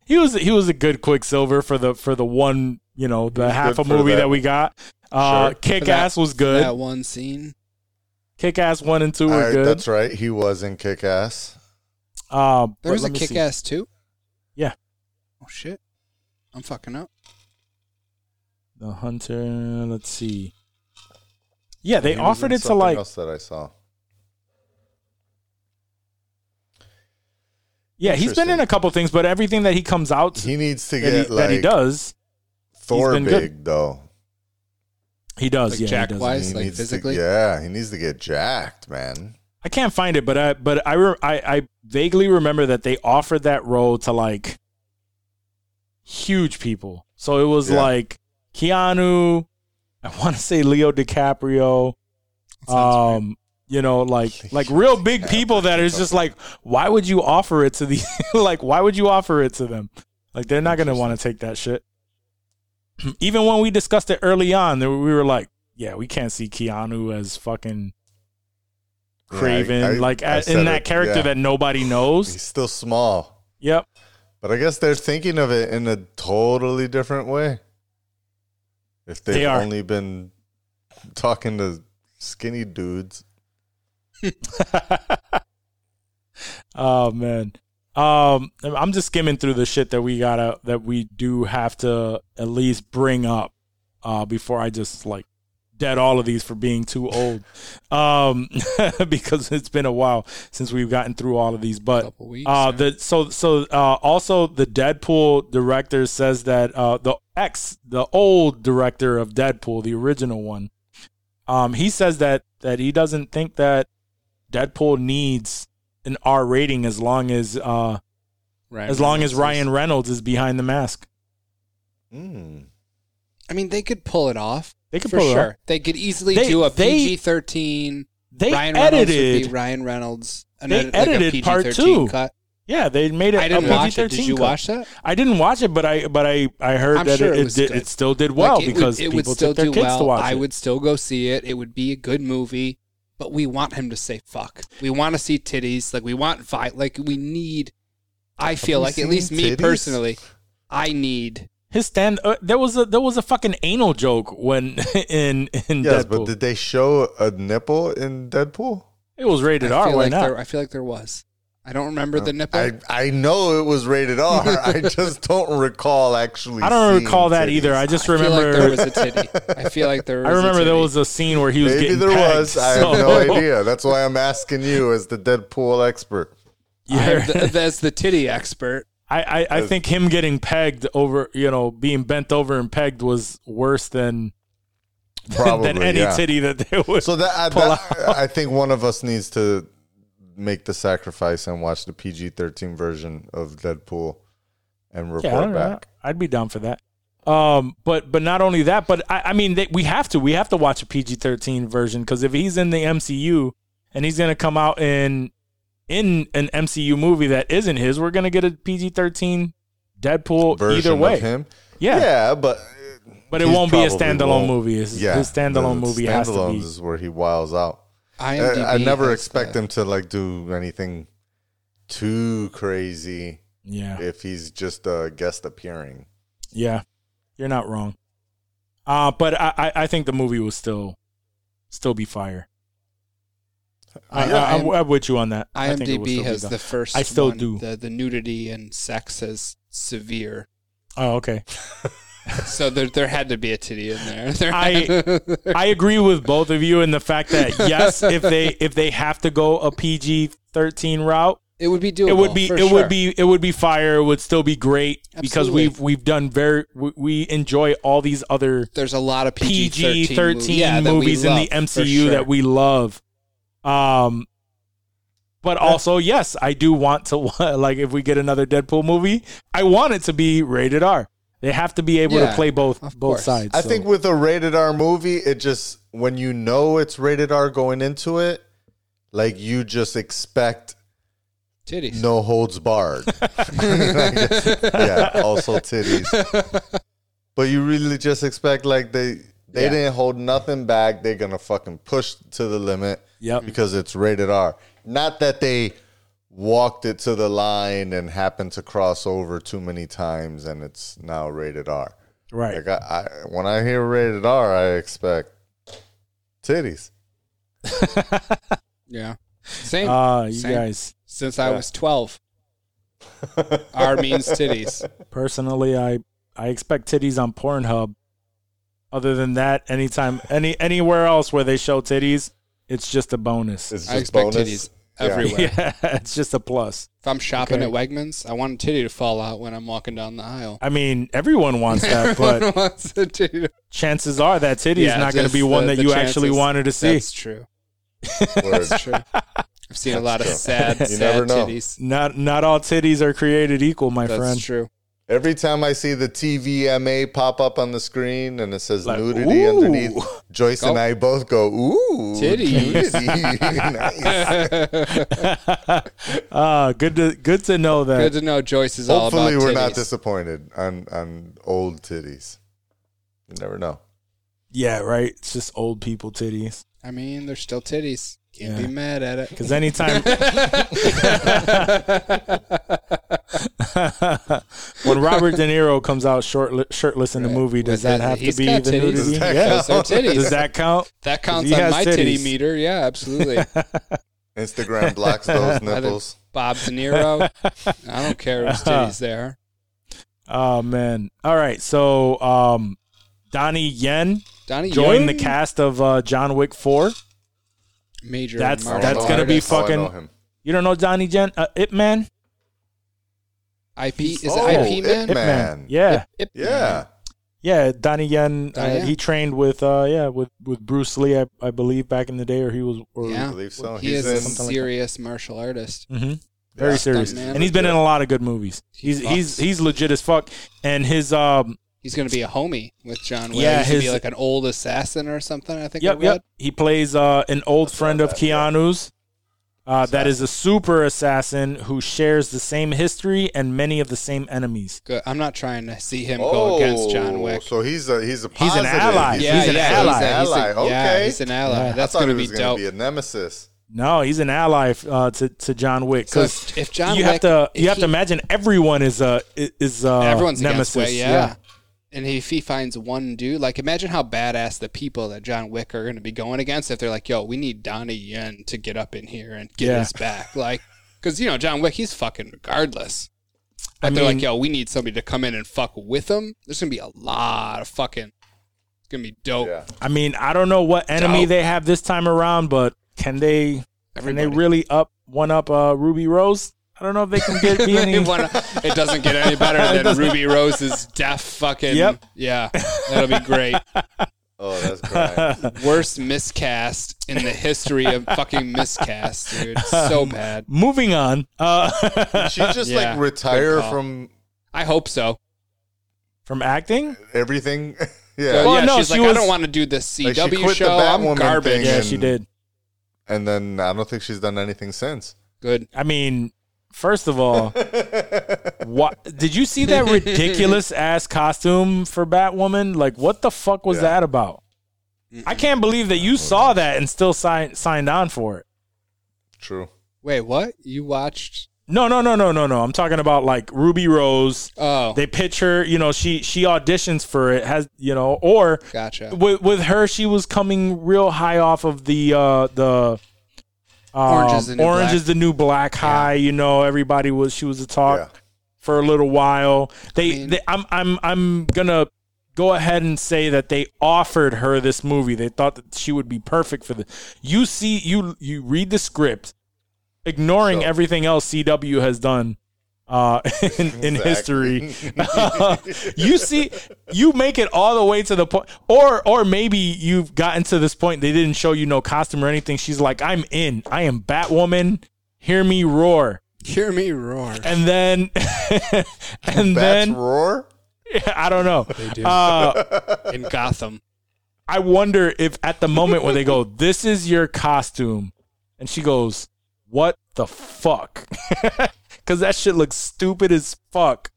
[SPEAKER 1] he was he was a good Quicksilver for the for the one you know the
[SPEAKER 2] was
[SPEAKER 1] half a
[SPEAKER 2] good for
[SPEAKER 1] movie that.
[SPEAKER 2] that.
[SPEAKER 1] we got. Uh,
[SPEAKER 2] Sure.
[SPEAKER 1] Kick
[SPEAKER 5] For that-
[SPEAKER 1] Ass was good.
[SPEAKER 5] That one scene.
[SPEAKER 1] Kick Ass one and two were
[SPEAKER 2] All right,
[SPEAKER 1] good.
[SPEAKER 2] That's right. He was in Kick Ass.
[SPEAKER 1] Uh, but
[SPEAKER 5] There was a
[SPEAKER 1] let me see.
[SPEAKER 5] kick ass too?
[SPEAKER 1] Yeah.
[SPEAKER 5] Oh shit. I'm fucking up.
[SPEAKER 1] The Hunter. Let's see. Yeah, they
[SPEAKER 2] He was
[SPEAKER 1] offered
[SPEAKER 2] in
[SPEAKER 1] it to
[SPEAKER 2] something
[SPEAKER 1] like
[SPEAKER 2] else that I saw.
[SPEAKER 1] yeah, he's been in
[SPEAKER 2] Interesting.
[SPEAKER 1] a couple things, but everything that he comes out
[SPEAKER 2] He needs to
[SPEAKER 1] that,
[SPEAKER 2] get
[SPEAKER 1] he,
[SPEAKER 2] like
[SPEAKER 1] that he does,
[SPEAKER 2] Thor
[SPEAKER 1] been
[SPEAKER 2] big
[SPEAKER 1] good.
[SPEAKER 2] though.
[SPEAKER 1] he does.
[SPEAKER 5] Like
[SPEAKER 1] yeah, he
[SPEAKER 5] Jack
[SPEAKER 1] does.
[SPEAKER 5] White. Guys,
[SPEAKER 2] He
[SPEAKER 5] like,
[SPEAKER 2] needs to-
[SPEAKER 5] physically?
[SPEAKER 2] yeah, he needs to get jacked, man.
[SPEAKER 1] I can't find it, but I but I, re- I I vaguely remember that they offered that role to like huge people. So it was
[SPEAKER 2] Yeah.
[SPEAKER 1] like Keanu, I want to say Leo DiCaprio, um, you know, like like real big people that is just like, why would you offer it to the like why would you offer it to them? Like they're not gonna want to take that shit. Even when we discussed it early on, there- we were like, yeah, we can't see Keanu as fucking
[SPEAKER 2] Yeah, I-
[SPEAKER 1] Craven,
[SPEAKER 2] I-
[SPEAKER 1] like
[SPEAKER 2] I
[SPEAKER 1] a-
[SPEAKER 2] said
[SPEAKER 1] in that
[SPEAKER 2] it,
[SPEAKER 1] character
[SPEAKER 2] yeah.
[SPEAKER 1] that nobody knows.
[SPEAKER 2] He's still small,
[SPEAKER 1] Yep.
[SPEAKER 2] but I guess they're thinking of it in a totally different way. If they've
[SPEAKER 1] They are.
[SPEAKER 2] only been talking to skinny dudes,
[SPEAKER 1] Oh man. Um, I'm just skimming through the shit that we gotta that we do have to at least bring up uh, before I just like dead all of these for being too old. um, because it's been a while since we've gotten through all of these. But
[SPEAKER 5] Couple weeks,
[SPEAKER 1] uh,
[SPEAKER 5] yeah.
[SPEAKER 1] the so so uh, also the Deadpool director says that uh, the ex the old director of Deadpool the original one, um, he says that that he doesn't think that Deadpool needs an R rating as long as uh,
[SPEAKER 5] Ryan
[SPEAKER 1] as long
[SPEAKER 5] Reynolds
[SPEAKER 1] as
[SPEAKER 5] is-
[SPEAKER 1] Ryan Reynolds is behind the mask.
[SPEAKER 2] Mm.
[SPEAKER 5] I mean, they could pull it off.
[SPEAKER 1] They could
[SPEAKER 5] for
[SPEAKER 1] pull it
[SPEAKER 5] sure.
[SPEAKER 1] off.
[SPEAKER 5] They could easily
[SPEAKER 1] They-
[SPEAKER 5] do a
[SPEAKER 1] they-
[SPEAKER 5] PG thirteen.
[SPEAKER 1] They
[SPEAKER 5] Ryan Reynolds would
[SPEAKER 1] edited,
[SPEAKER 5] be Ryan Reynolds. an
[SPEAKER 1] They
[SPEAKER 5] edit- like a
[SPEAKER 1] edited part
[SPEAKER 5] PG-13
[SPEAKER 1] two.
[SPEAKER 5] Cut.
[SPEAKER 1] yeah, they made it.
[SPEAKER 5] I didn't
[SPEAKER 1] a
[SPEAKER 5] watch it. Did
[SPEAKER 1] PG-13
[SPEAKER 5] you
[SPEAKER 1] cut.
[SPEAKER 5] watch that?
[SPEAKER 1] I didn't watch it, but I but I I heard
[SPEAKER 5] I'm
[SPEAKER 1] that
[SPEAKER 5] sure
[SPEAKER 1] it
[SPEAKER 5] it
[SPEAKER 1] it,
[SPEAKER 5] was
[SPEAKER 1] did,
[SPEAKER 5] good.
[SPEAKER 1] it still did well
[SPEAKER 5] Like, it would-
[SPEAKER 1] because
[SPEAKER 5] it
[SPEAKER 1] people
[SPEAKER 5] would still
[SPEAKER 1] took their
[SPEAKER 5] do
[SPEAKER 1] kids
[SPEAKER 5] well.
[SPEAKER 1] to watch
[SPEAKER 5] I
[SPEAKER 1] it.
[SPEAKER 5] would still go see it. It would be a good movie, but we want him to say fuck. We want to see titties. Like we want fight. Like we need. I feel
[SPEAKER 2] we
[SPEAKER 5] like at
[SPEAKER 2] seen
[SPEAKER 5] least me
[SPEAKER 2] titties?
[SPEAKER 5] personally, I need.
[SPEAKER 1] His stand uh, there was a there was a fucking anal joke when in in
[SPEAKER 2] Yes,
[SPEAKER 1] Deadpool.
[SPEAKER 2] but did they show a nipple in Deadpool?
[SPEAKER 1] it was rated
[SPEAKER 5] I
[SPEAKER 1] R.
[SPEAKER 5] feel
[SPEAKER 1] Why
[SPEAKER 5] like
[SPEAKER 1] not?
[SPEAKER 5] there. I feel like there was. I don't remember the nipple.
[SPEAKER 2] I, I know it was rated R. I just don't recall actually.
[SPEAKER 1] I don't
[SPEAKER 2] seeing
[SPEAKER 1] recall that
[SPEAKER 2] titties.
[SPEAKER 1] either. I just
[SPEAKER 5] I feel
[SPEAKER 1] remember
[SPEAKER 5] like there was a titty. I feel like there. Was
[SPEAKER 1] I
[SPEAKER 5] a
[SPEAKER 1] remember there
[SPEAKER 5] titty.
[SPEAKER 1] was a scene where he was
[SPEAKER 2] Maybe
[SPEAKER 1] getting
[SPEAKER 2] there
[SPEAKER 1] pegged,
[SPEAKER 2] was. I have
[SPEAKER 1] so-
[SPEAKER 2] no idea. That's why I'm asking you as the Deadpool expert.
[SPEAKER 1] Yeah.
[SPEAKER 5] I- th- As the titty expert,
[SPEAKER 1] I, I, I think him getting pegged over, you know, being bent over and pegged was worse than
[SPEAKER 2] Probably.
[SPEAKER 1] than any
[SPEAKER 2] yeah.
[SPEAKER 1] titty that they would.
[SPEAKER 2] So that, I,
[SPEAKER 1] pull
[SPEAKER 2] that I think one of us needs to make the sacrifice and watch the PG-13 version of Deadpool and report
[SPEAKER 1] yeah, I don't know.
[SPEAKER 2] back.
[SPEAKER 1] I'd be down for that. Um, but but not only that, but I, I mean, they, we have to we have to watch a PG thirteen version because if he's in the MCU and he's gonna come out in in an MCU movie that isn't his, we're gonna get a PG thirteen Deadpool
[SPEAKER 2] Version
[SPEAKER 1] either way.
[SPEAKER 2] of him.
[SPEAKER 1] Yeah.
[SPEAKER 2] but
[SPEAKER 1] But it
[SPEAKER 2] he's
[SPEAKER 1] won't be a
[SPEAKER 2] probably
[SPEAKER 1] standalone
[SPEAKER 2] won't.
[SPEAKER 1] movie. His, his standalone
[SPEAKER 2] the
[SPEAKER 1] movie has to
[SPEAKER 2] standalones
[SPEAKER 1] be.
[SPEAKER 2] is where he wiles out.
[SPEAKER 5] IMDb
[SPEAKER 2] I, I never
[SPEAKER 5] has
[SPEAKER 2] expect
[SPEAKER 5] the-
[SPEAKER 2] him to like do anything too crazy
[SPEAKER 1] Yeah.
[SPEAKER 2] if he's just a guest appearing.
[SPEAKER 1] Yeah, you're not wrong. Uh, but I, I, I think the movie will still still be fire. I,
[SPEAKER 5] Yeah,
[SPEAKER 1] I,
[SPEAKER 5] I'm-
[SPEAKER 1] am with you on that. I think it will
[SPEAKER 5] IMDb
[SPEAKER 1] still be
[SPEAKER 5] has
[SPEAKER 1] done.
[SPEAKER 5] the first.
[SPEAKER 1] I still
[SPEAKER 5] one,
[SPEAKER 1] do.
[SPEAKER 5] The, the nudity and sex is severe.
[SPEAKER 1] Oh, okay.
[SPEAKER 5] So there, there had to be a titty in there. There
[SPEAKER 1] I-
[SPEAKER 5] had-
[SPEAKER 1] I agree with both of you in the fact that yes, if they if they have to go a PG thirteen route,
[SPEAKER 5] it would be doable.
[SPEAKER 1] it would be
[SPEAKER 5] Oh, for
[SPEAKER 1] it
[SPEAKER 5] sure.
[SPEAKER 1] would be it would be fire. It would still be great because
[SPEAKER 5] Absolutely.
[SPEAKER 1] we've we've done very we, we enjoy all these other
[SPEAKER 5] There's a lot of PG
[SPEAKER 1] PG thirteen
[SPEAKER 5] yeah, that we
[SPEAKER 1] movies in the
[SPEAKER 5] love, for
[SPEAKER 1] MCU
[SPEAKER 5] sure.
[SPEAKER 1] that we love. Um, but also yes, I do want to wa- like if we get another Deadpool movie, I want it to be rated R. They have to be able to
[SPEAKER 5] Yeah,
[SPEAKER 1] play both
[SPEAKER 5] of
[SPEAKER 1] both
[SPEAKER 5] course.
[SPEAKER 1] sides.
[SPEAKER 2] I
[SPEAKER 1] so-
[SPEAKER 2] think with a rated R movie, it just when you know it's rated R going into it, like you just expect
[SPEAKER 5] titties.
[SPEAKER 2] no holds barred. yeah, also titties. But you really just expect like they they
[SPEAKER 5] Yeah.
[SPEAKER 2] didn't hold nothing back. They're gonna fucking push to the limit.
[SPEAKER 1] Yep.
[SPEAKER 5] Mm,
[SPEAKER 2] Because it's rated R. Not that they walked it to the line and happened to cross over too many times and it's now rated R.
[SPEAKER 1] right.
[SPEAKER 2] Like I, I when I hear rated R, I expect titties.
[SPEAKER 5] Yeah. Same.
[SPEAKER 1] Ah, you
[SPEAKER 5] Same.
[SPEAKER 1] guys.
[SPEAKER 5] Since I was 12. R means titties.
[SPEAKER 1] Personally, I I expect titties on Pornhub. Other than that, anytime any anywhere else where they show titties, it's just a bonus.
[SPEAKER 2] It's
[SPEAKER 5] I expect titties
[SPEAKER 2] Yeah.
[SPEAKER 5] everywhere.
[SPEAKER 1] yeah, it's just a plus.
[SPEAKER 5] If I'm shopping
[SPEAKER 1] Okay.
[SPEAKER 5] at Wegmans, I want a titty to fall out when I'm walking down the aisle.
[SPEAKER 1] I mean, everyone wants that, but
[SPEAKER 5] Everyone wants a titty to-
[SPEAKER 1] chances are that titty
[SPEAKER 5] Yeah,
[SPEAKER 1] is not going to
[SPEAKER 5] just
[SPEAKER 1] be one
[SPEAKER 5] the-
[SPEAKER 1] that
[SPEAKER 5] the
[SPEAKER 1] you actually
[SPEAKER 5] chances.
[SPEAKER 1] wanted to see.
[SPEAKER 5] That's true.
[SPEAKER 2] Word.
[SPEAKER 5] That's true. I've seen a lot of sad,
[SPEAKER 2] You never
[SPEAKER 5] sad
[SPEAKER 2] know.
[SPEAKER 5] titties.
[SPEAKER 1] Not not all titties are created equal, my
[SPEAKER 5] That's
[SPEAKER 1] friend.
[SPEAKER 5] true.
[SPEAKER 2] Every time I see the TVMA pop up on the screen and it says
[SPEAKER 1] Like,
[SPEAKER 2] nudity
[SPEAKER 1] ooh.
[SPEAKER 2] underneath, Joyce and
[SPEAKER 5] Go.
[SPEAKER 2] I both go, ooh,
[SPEAKER 5] Titties.
[SPEAKER 2] titty. nice.
[SPEAKER 1] Uh, good to good to know
[SPEAKER 5] Good
[SPEAKER 1] that.
[SPEAKER 5] to know Joyce is all about
[SPEAKER 2] Hopefully, we're not
[SPEAKER 5] titties.
[SPEAKER 2] disappointed on, on old titties. You never know.
[SPEAKER 1] Yeah, right. It's just old people titties.
[SPEAKER 5] I mean, they're still titties. Can't
[SPEAKER 1] Yeah.
[SPEAKER 5] be mad at it.
[SPEAKER 1] Because anytime when Robert De Niro comes out short, shirtless in the movie, does
[SPEAKER 5] With
[SPEAKER 1] that
[SPEAKER 5] his-
[SPEAKER 1] have to
[SPEAKER 5] he's
[SPEAKER 1] be
[SPEAKER 5] got
[SPEAKER 1] the
[SPEAKER 5] titties.
[SPEAKER 1] nudity?
[SPEAKER 5] Does
[SPEAKER 2] that
[SPEAKER 1] yeah.
[SPEAKER 5] Those are titties.
[SPEAKER 1] Does that count?
[SPEAKER 5] That counts
[SPEAKER 1] He
[SPEAKER 5] on
[SPEAKER 1] has
[SPEAKER 5] my
[SPEAKER 1] titties.
[SPEAKER 5] titty meter. Yeah, absolutely.
[SPEAKER 2] Instagram blocks those nipples.
[SPEAKER 5] Bob De Niro. I don't care whose titties there.
[SPEAKER 1] Oh man. All right. So um Donnie Yen
[SPEAKER 5] Donnie
[SPEAKER 1] joined the
[SPEAKER 5] Yen,
[SPEAKER 1] cast of uh, John Wick 4.
[SPEAKER 5] Major.
[SPEAKER 1] That's-
[SPEAKER 2] I don't
[SPEAKER 5] martial
[SPEAKER 1] that's
[SPEAKER 2] know
[SPEAKER 1] gonna
[SPEAKER 2] him.
[SPEAKER 1] be
[SPEAKER 5] artist.
[SPEAKER 2] Oh, I
[SPEAKER 1] fucking-
[SPEAKER 2] know him.
[SPEAKER 1] You don't know Donnie Yen? Uh, Ip Man?
[SPEAKER 5] IP. Is
[SPEAKER 2] Oh,
[SPEAKER 5] it IP man?
[SPEAKER 2] Ip Man.
[SPEAKER 1] Yeah.
[SPEAKER 5] Ip Man.
[SPEAKER 2] Yeah.
[SPEAKER 1] Yeah, Donnie Yen.
[SPEAKER 5] Donnie
[SPEAKER 1] uh,
[SPEAKER 5] Yen.
[SPEAKER 1] He trained with, uh, yeah, with, with Bruce Lee, I, I believe, back in the day, or he was, or
[SPEAKER 5] Yeah.
[SPEAKER 2] I believe so.
[SPEAKER 5] He
[SPEAKER 2] He's
[SPEAKER 5] is
[SPEAKER 2] in
[SPEAKER 5] a
[SPEAKER 2] something
[SPEAKER 1] like
[SPEAKER 5] serious martial artist.
[SPEAKER 1] Mhm. very
[SPEAKER 2] Yeah.
[SPEAKER 1] serious,
[SPEAKER 5] Stuntman.
[SPEAKER 1] and he's been in a lot of good movies. He's
[SPEAKER 5] He
[SPEAKER 1] he's
[SPEAKER 5] fucks.
[SPEAKER 1] he's legit as fuck, and his um
[SPEAKER 5] He's going to be a homie with John Wick.
[SPEAKER 1] Yeah,
[SPEAKER 5] Yeah, he used to
[SPEAKER 1] his-
[SPEAKER 5] be like an old assassin or something. I think.
[SPEAKER 1] Yep,
[SPEAKER 5] I read.
[SPEAKER 1] yep. He plays uh, an old friend of Keanu's. Uh, that is a super assassin who shares the same history and many of the same enemies.
[SPEAKER 5] Good. I'm not trying to see him go against John
[SPEAKER 2] Oh,
[SPEAKER 5] Wick.
[SPEAKER 2] So he's a he's a
[SPEAKER 1] He's an
[SPEAKER 2] positive.
[SPEAKER 1] ally.
[SPEAKER 5] yeah,
[SPEAKER 1] he's an
[SPEAKER 5] yeah,
[SPEAKER 1] ally.
[SPEAKER 5] He's, a, he's a-
[SPEAKER 2] Ally,
[SPEAKER 5] yeah,
[SPEAKER 2] okay.
[SPEAKER 5] he's an ally.
[SPEAKER 1] Yeah.
[SPEAKER 5] That's
[SPEAKER 2] I thought
[SPEAKER 5] going to
[SPEAKER 2] he
[SPEAKER 5] be
[SPEAKER 2] was gonna
[SPEAKER 5] dope.
[SPEAKER 2] be a nemesis.
[SPEAKER 1] No, he's an ally uh, to to John Wick
[SPEAKER 5] So
[SPEAKER 1] because
[SPEAKER 5] if, if John
[SPEAKER 1] you
[SPEAKER 5] Wick,
[SPEAKER 1] have to
[SPEAKER 5] if
[SPEAKER 1] you have to
[SPEAKER 5] he-
[SPEAKER 1] imagine everyone is a is a
[SPEAKER 5] everyone's
[SPEAKER 1] Oh, nemesis.
[SPEAKER 5] nemesis. Way, yeah. And if he finds one dude, like imagine how badass the people that John Wick are going to be going against if they're like, "Yo, we need Donnie Yen to get up in here and get
[SPEAKER 1] Yeah.
[SPEAKER 5] us back," like because you know John Wick, he's fucking regardless. But
[SPEAKER 1] I
[SPEAKER 5] they're
[SPEAKER 1] mean-
[SPEAKER 5] like, "Yo, we need somebody to come in and fuck with him." There's gonna be a lot of fucking. It's gonna be dope.
[SPEAKER 2] Yeah.
[SPEAKER 1] I mean, I don't know what enemy
[SPEAKER 5] Dope.
[SPEAKER 1] they have this time around, but can they
[SPEAKER 5] Everybody.
[SPEAKER 1] can they really up one up uh, Ruby Rose? I don't know if they can get be any.
[SPEAKER 5] Wanna- it doesn't get any better than Ruby Rose's deaf fucking.
[SPEAKER 1] Yep.
[SPEAKER 5] Yeah, that'll be great.
[SPEAKER 2] Oh, that's great.
[SPEAKER 5] Worst miscast in the history of fucking miscast, dude. So bad.
[SPEAKER 1] Moving on. Uh,
[SPEAKER 2] she just
[SPEAKER 5] Yeah,
[SPEAKER 2] like
[SPEAKER 5] good
[SPEAKER 2] retire
[SPEAKER 5] call.
[SPEAKER 2] from
[SPEAKER 5] I hope so.
[SPEAKER 1] from acting?
[SPEAKER 2] everything.
[SPEAKER 5] Yeah,
[SPEAKER 2] yeah.
[SPEAKER 1] Well,
[SPEAKER 5] yeah,
[SPEAKER 1] no,
[SPEAKER 5] she's
[SPEAKER 1] she
[SPEAKER 5] like, I
[SPEAKER 1] was-
[SPEAKER 5] don't want to do this
[SPEAKER 2] Like, she
[SPEAKER 5] CW
[SPEAKER 2] quit the
[SPEAKER 5] show. I'm
[SPEAKER 2] Batwoman
[SPEAKER 5] garbage.
[SPEAKER 2] thing
[SPEAKER 1] Yeah,
[SPEAKER 2] and-
[SPEAKER 1] she did.
[SPEAKER 2] And then I don't think she's done anything since.
[SPEAKER 5] Good.
[SPEAKER 1] I mean, first of all, what did you see that ridiculous ass costume for Batwoman? Like, what the fuck was that about? I can't believe that you saw that and still signed signed on for it.
[SPEAKER 2] True.
[SPEAKER 5] Wait, what? You watched?
[SPEAKER 1] No, no, no, no, no, no. I'm talking about like Ruby Rose.
[SPEAKER 5] Oh,
[SPEAKER 1] They pitch her, you know, she she auditions for it, has you know, or
[SPEAKER 5] gotcha.
[SPEAKER 1] with with her, she was coming real high off of the uh the um,
[SPEAKER 5] Orange is the New
[SPEAKER 1] Orange
[SPEAKER 5] Black.
[SPEAKER 1] is the new black high. You know, everybody was she was a talk
[SPEAKER 2] Yeah.
[SPEAKER 1] for a little while. They,
[SPEAKER 5] I mean-
[SPEAKER 1] they I'm I'm I'm gonna go ahead and say that they offered her this movie. They thought that she would be perfect for this. You see, you you read the script, ignoring
[SPEAKER 2] So-
[SPEAKER 1] everything else CW has done. Uh, in, in
[SPEAKER 2] Exactly.
[SPEAKER 1] history, you see, you make it all the way to the point, or or maybe you've gotten to this point. They didn't show you no costume or anything. She's like, "I'm in. I am Batwoman. Hear me roar."
[SPEAKER 5] Hear me roar.
[SPEAKER 1] and then and
[SPEAKER 2] Bats
[SPEAKER 1] then
[SPEAKER 2] roar.
[SPEAKER 1] I don't know. Uh,
[SPEAKER 5] In Gotham.
[SPEAKER 1] I wonder if at the moment when they go, "This is your costume," and she goes, "What the fuck?" Because that shit looks stupid as fuck.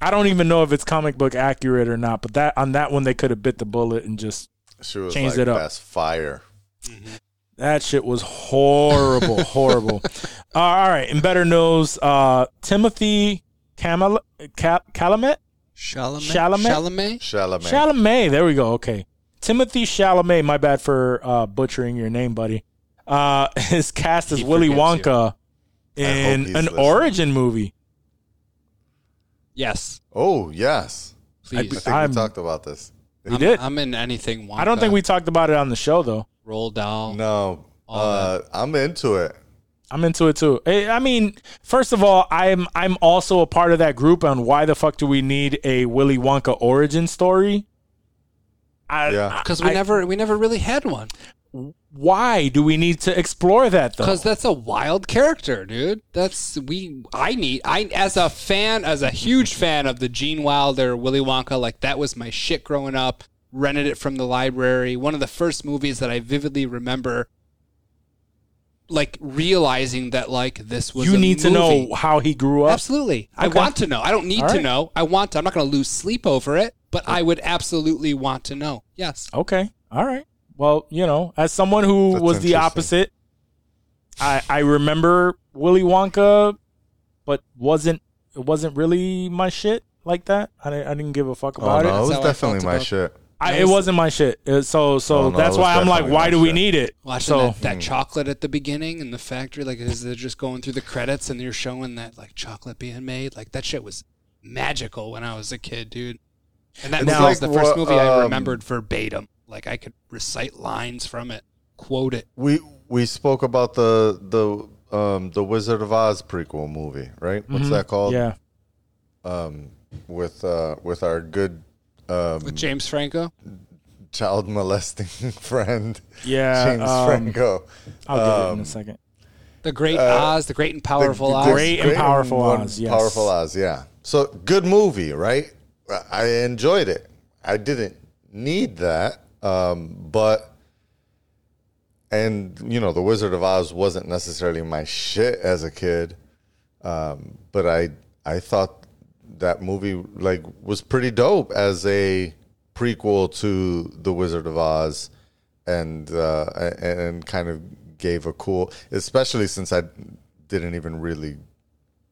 [SPEAKER 1] I don't even know if it's comic book accurate or not, but that on that one they could have bit the bullet and just
[SPEAKER 2] She was
[SPEAKER 1] Changed
[SPEAKER 2] like,
[SPEAKER 1] it up.
[SPEAKER 2] That's fire.
[SPEAKER 1] That shit was horrible, horrible. Uh, all right, and better knows uh, Timothy Camal- Cal- Calamet.
[SPEAKER 5] Chalamet.
[SPEAKER 1] Chalamet?
[SPEAKER 5] Chalamet.
[SPEAKER 2] Chalamet.
[SPEAKER 1] Chalamet. There we go. Okay. Timothy Chalamet. My bad for uh, butchering your name, buddy. Uh, is cast as
[SPEAKER 5] He
[SPEAKER 1] Willy
[SPEAKER 5] forgives
[SPEAKER 1] Wonka
[SPEAKER 2] I hope
[SPEAKER 1] in
[SPEAKER 2] he's
[SPEAKER 1] an
[SPEAKER 2] listening.
[SPEAKER 1] origin movie.
[SPEAKER 5] Yes.
[SPEAKER 2] oh yes. I
[SPEAKER 5] Please.
[SPEAKER 2] think
[SPEAKER 1] I'm-
[SPEAKER 2] we talked about this.
[SPEAKER 1] We did.
[SPEAKER 5] I'm in anything. Wonka.
[SPEAKER 1] I don't think we talked about it on the show though.
[SPEAKER 5] roll down.
[SPEAKER 2] No. Uh, I'm into it.
[SPEAKER 1] I'm into it too. Eh, I mean, first of all, I'm I'm also a part of that group on why the fuck do we need a Willy Wonka origin story? I,
[SPEAKER 2] Yeah.
[SPEAKER 5] Because we
[SPEAKER 1] I-
[SPEAKER 5] never we never really had one.
[SPEAKER 1] Why do we need to explore that though?
[SPEAKER 5] Because that's a wild character, dude. That's we. I need. I as a fan, as a huge fan of the Gene Wilder, Willy Wonka. Like that was my shit growing up. Rented it from the library. One of the first movies that I vividly remember. Like realizing that, like this was.
[SPEAKER 1] you
[SPEAKER 5] a
[SPEAKER 1] need to
[SPEAKER 5] movie.
[SPEAKER 1] know how he grew up.
[SPEAKER 5] Absolutely, I
[SPEAKER 1] Okay.
[SPEAKER 5] want to know. I don't need
[SPEAKER 1] All
[SPEAKER 5] to
[SPEAKER 1] right.
[SPEAKER 5] know. I want to. I'm not going to lose sleep over it, but I would absolutely want to know. Yes.
[SPEAKER 1] Okay. All right. Well, you know, as someone who
[SPEAKER 2] That's
[SPEAKER 1] was the
[SPEAKER 2] interesting.
[SPEAKER 1] opposite, I I remember Willy Wonka, but wasn't it wasn't really my shit like that. I didn't, I didn't give a fuck
[SPEAKER 2] Oh
[SPEAKER 1] about
[SPEAKER 2] no, it
[SPEAKER 1] it.
[SPEAKER 5] That's
[SPEAKER 2] was
[SPEAKER 5] how I
[SPEAKER 2] definitely
[SPEAKER 5] felt
[SPEAKER 2] my
[SPEAKER 5] about-
[SPEAKER 2] shit.
[SPEAKER 1] I, it wasn't my shit. Uh, So so
[SPEAKER 2] Oh, no,
[SPEAKER 1] that's
[SPEAKER 2] it was
[SPEAKER 1] why I'm like,
[SPEAKER 2] definitely
[SPEAKER 1] why
[SPEAKER 2] my
[SPEAKER 1] do we
[SPEAKER 2] shit.
[SPEAKER 1] need it?
[SPEAKER 5] Watching
[SPEAKER 1] so
[SPEAKER 5] that,
[SPEAKER 2] Hmm.
[SPEAKER 5] that chocolate at the beginning in the factory, like as they're just going through the credits and they're showing that like chocolate being made, like that shit was magical when I was a kid, dude. And that
[SPEAKER 2] It's
[SPEAKER 5] movie was the
[SPEAKER 2] like
[SPEAKER 5] first
[SPEAKER 2] what,
[SPEAKER 5] movie I
[SPEAKER 2] um,
[SPEAKER 5] remembered verbatim. Like I could recite lines from it, quote it.
[SPEAKER 2] We we spoke about the the um the Wizard of Oz prequel movie, right? What's that called?
[SPEAKER 1] Mm-hmm. yeah,
[SPEAKER 2] With uh with our good um
[SPEAKER 5] With James Franco,
[SPEAKER 2] child molesting friend
[SPEAKER 1] Yeah,
[SPEAKER 2] James
[SPEAKER 1] um,
[SPEAKER 2] Franco.
[SPEAKER 1] I'll get
[SPEAKER 2] um,
[SPEAKER 1] it in a second.
[SPEAKER 5] the Great Oz, the Great and Powerful
[SPEAKER 2] uh, The- the
[SPEAKER 5] Oz.
[SPEAKER 1] Great and powerful
[SPEAKER 2] one-
[SPEAKER 1] Oz, yes.
[SPEAKER 2] Powerful Oz, yeah. So good movie, right? I- I enjoyed it. I didn't need that, um, but and you know, The Wizard of Oz wasn't necessarily my shit as a kid, um, but I I thought that movie like was pretty dope as a prequel to The Wizard of Oz, and uh, and, and kind of gave a cool, especially since I didn't even really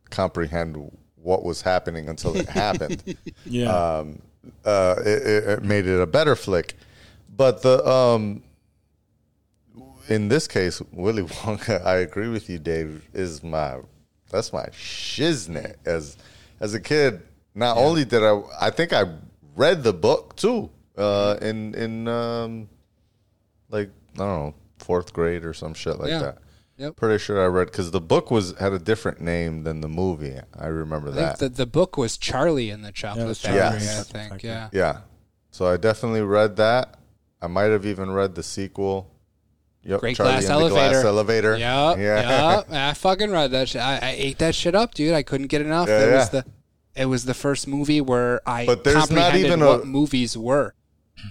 [SPEAKER 2] comprehend what was happening until it happened.
[SPEAKER 1] Yeah,
[SPEAKER 2] Uh, it, it, it made it a better flick, but the um, in this case, Willy Wonka. I agree with you, Dave. Is my that's my shiznit as as a kid. Not only did I, I think I read the book too. Uh, in in um, like I don't know fourth grade or some shit like
[SPEAKER 5] Yeah.
[SPEAKER 2] that.
[SPEAKER 5] Yep.
[SPEAKER 2] Pretty sure I read because the book was had a different name than the movie. I remember
[SPEAKER 5] I
[SPEAKER 2] that.
[SPEAKER 5] think the, the book was Charlie and the Chocolate
[SPEAKER 1] was
[SPEAKER 5] Factory.
[SPEAKER 2] Charlie
[SPEAKER 5] I
[SPEAKER 2] and
[SPEAKER 1] the
[SPEAKER 5] think,
[SPEAKER 1] Chocolate
[SPEAKER 5] yeah.
[SPEAKER 2] Yeah. So I definitely read that. I might have even read the sequel. Yep,
[SPEAKER 5] Great
[SPEAKER 2] Charlie
[SPEAKER 5] glass
[SPEAKER 2] and the
[SPEAKER 5] elevator.
[SPEAKER 2] Glass elevator.
[SPEAKER 5] Yep.
[SPEAKER 2] Yeah.
[SPEAKER 5] Yep. I fucking read that shit. I, I ate that shit up, dude. I couldn't get enough.
[SPEAKER 2] Yeah,
[SPEAKER 5] it was
[SPEAKER 2] yeah.
[SPEAKER 5] the it was the first movie where I
[SPEAKER 2] But there's not
[SPEAKER 5] comprehended
[SPEAKER 2] even a-
[SPEAKER 5] what movies were.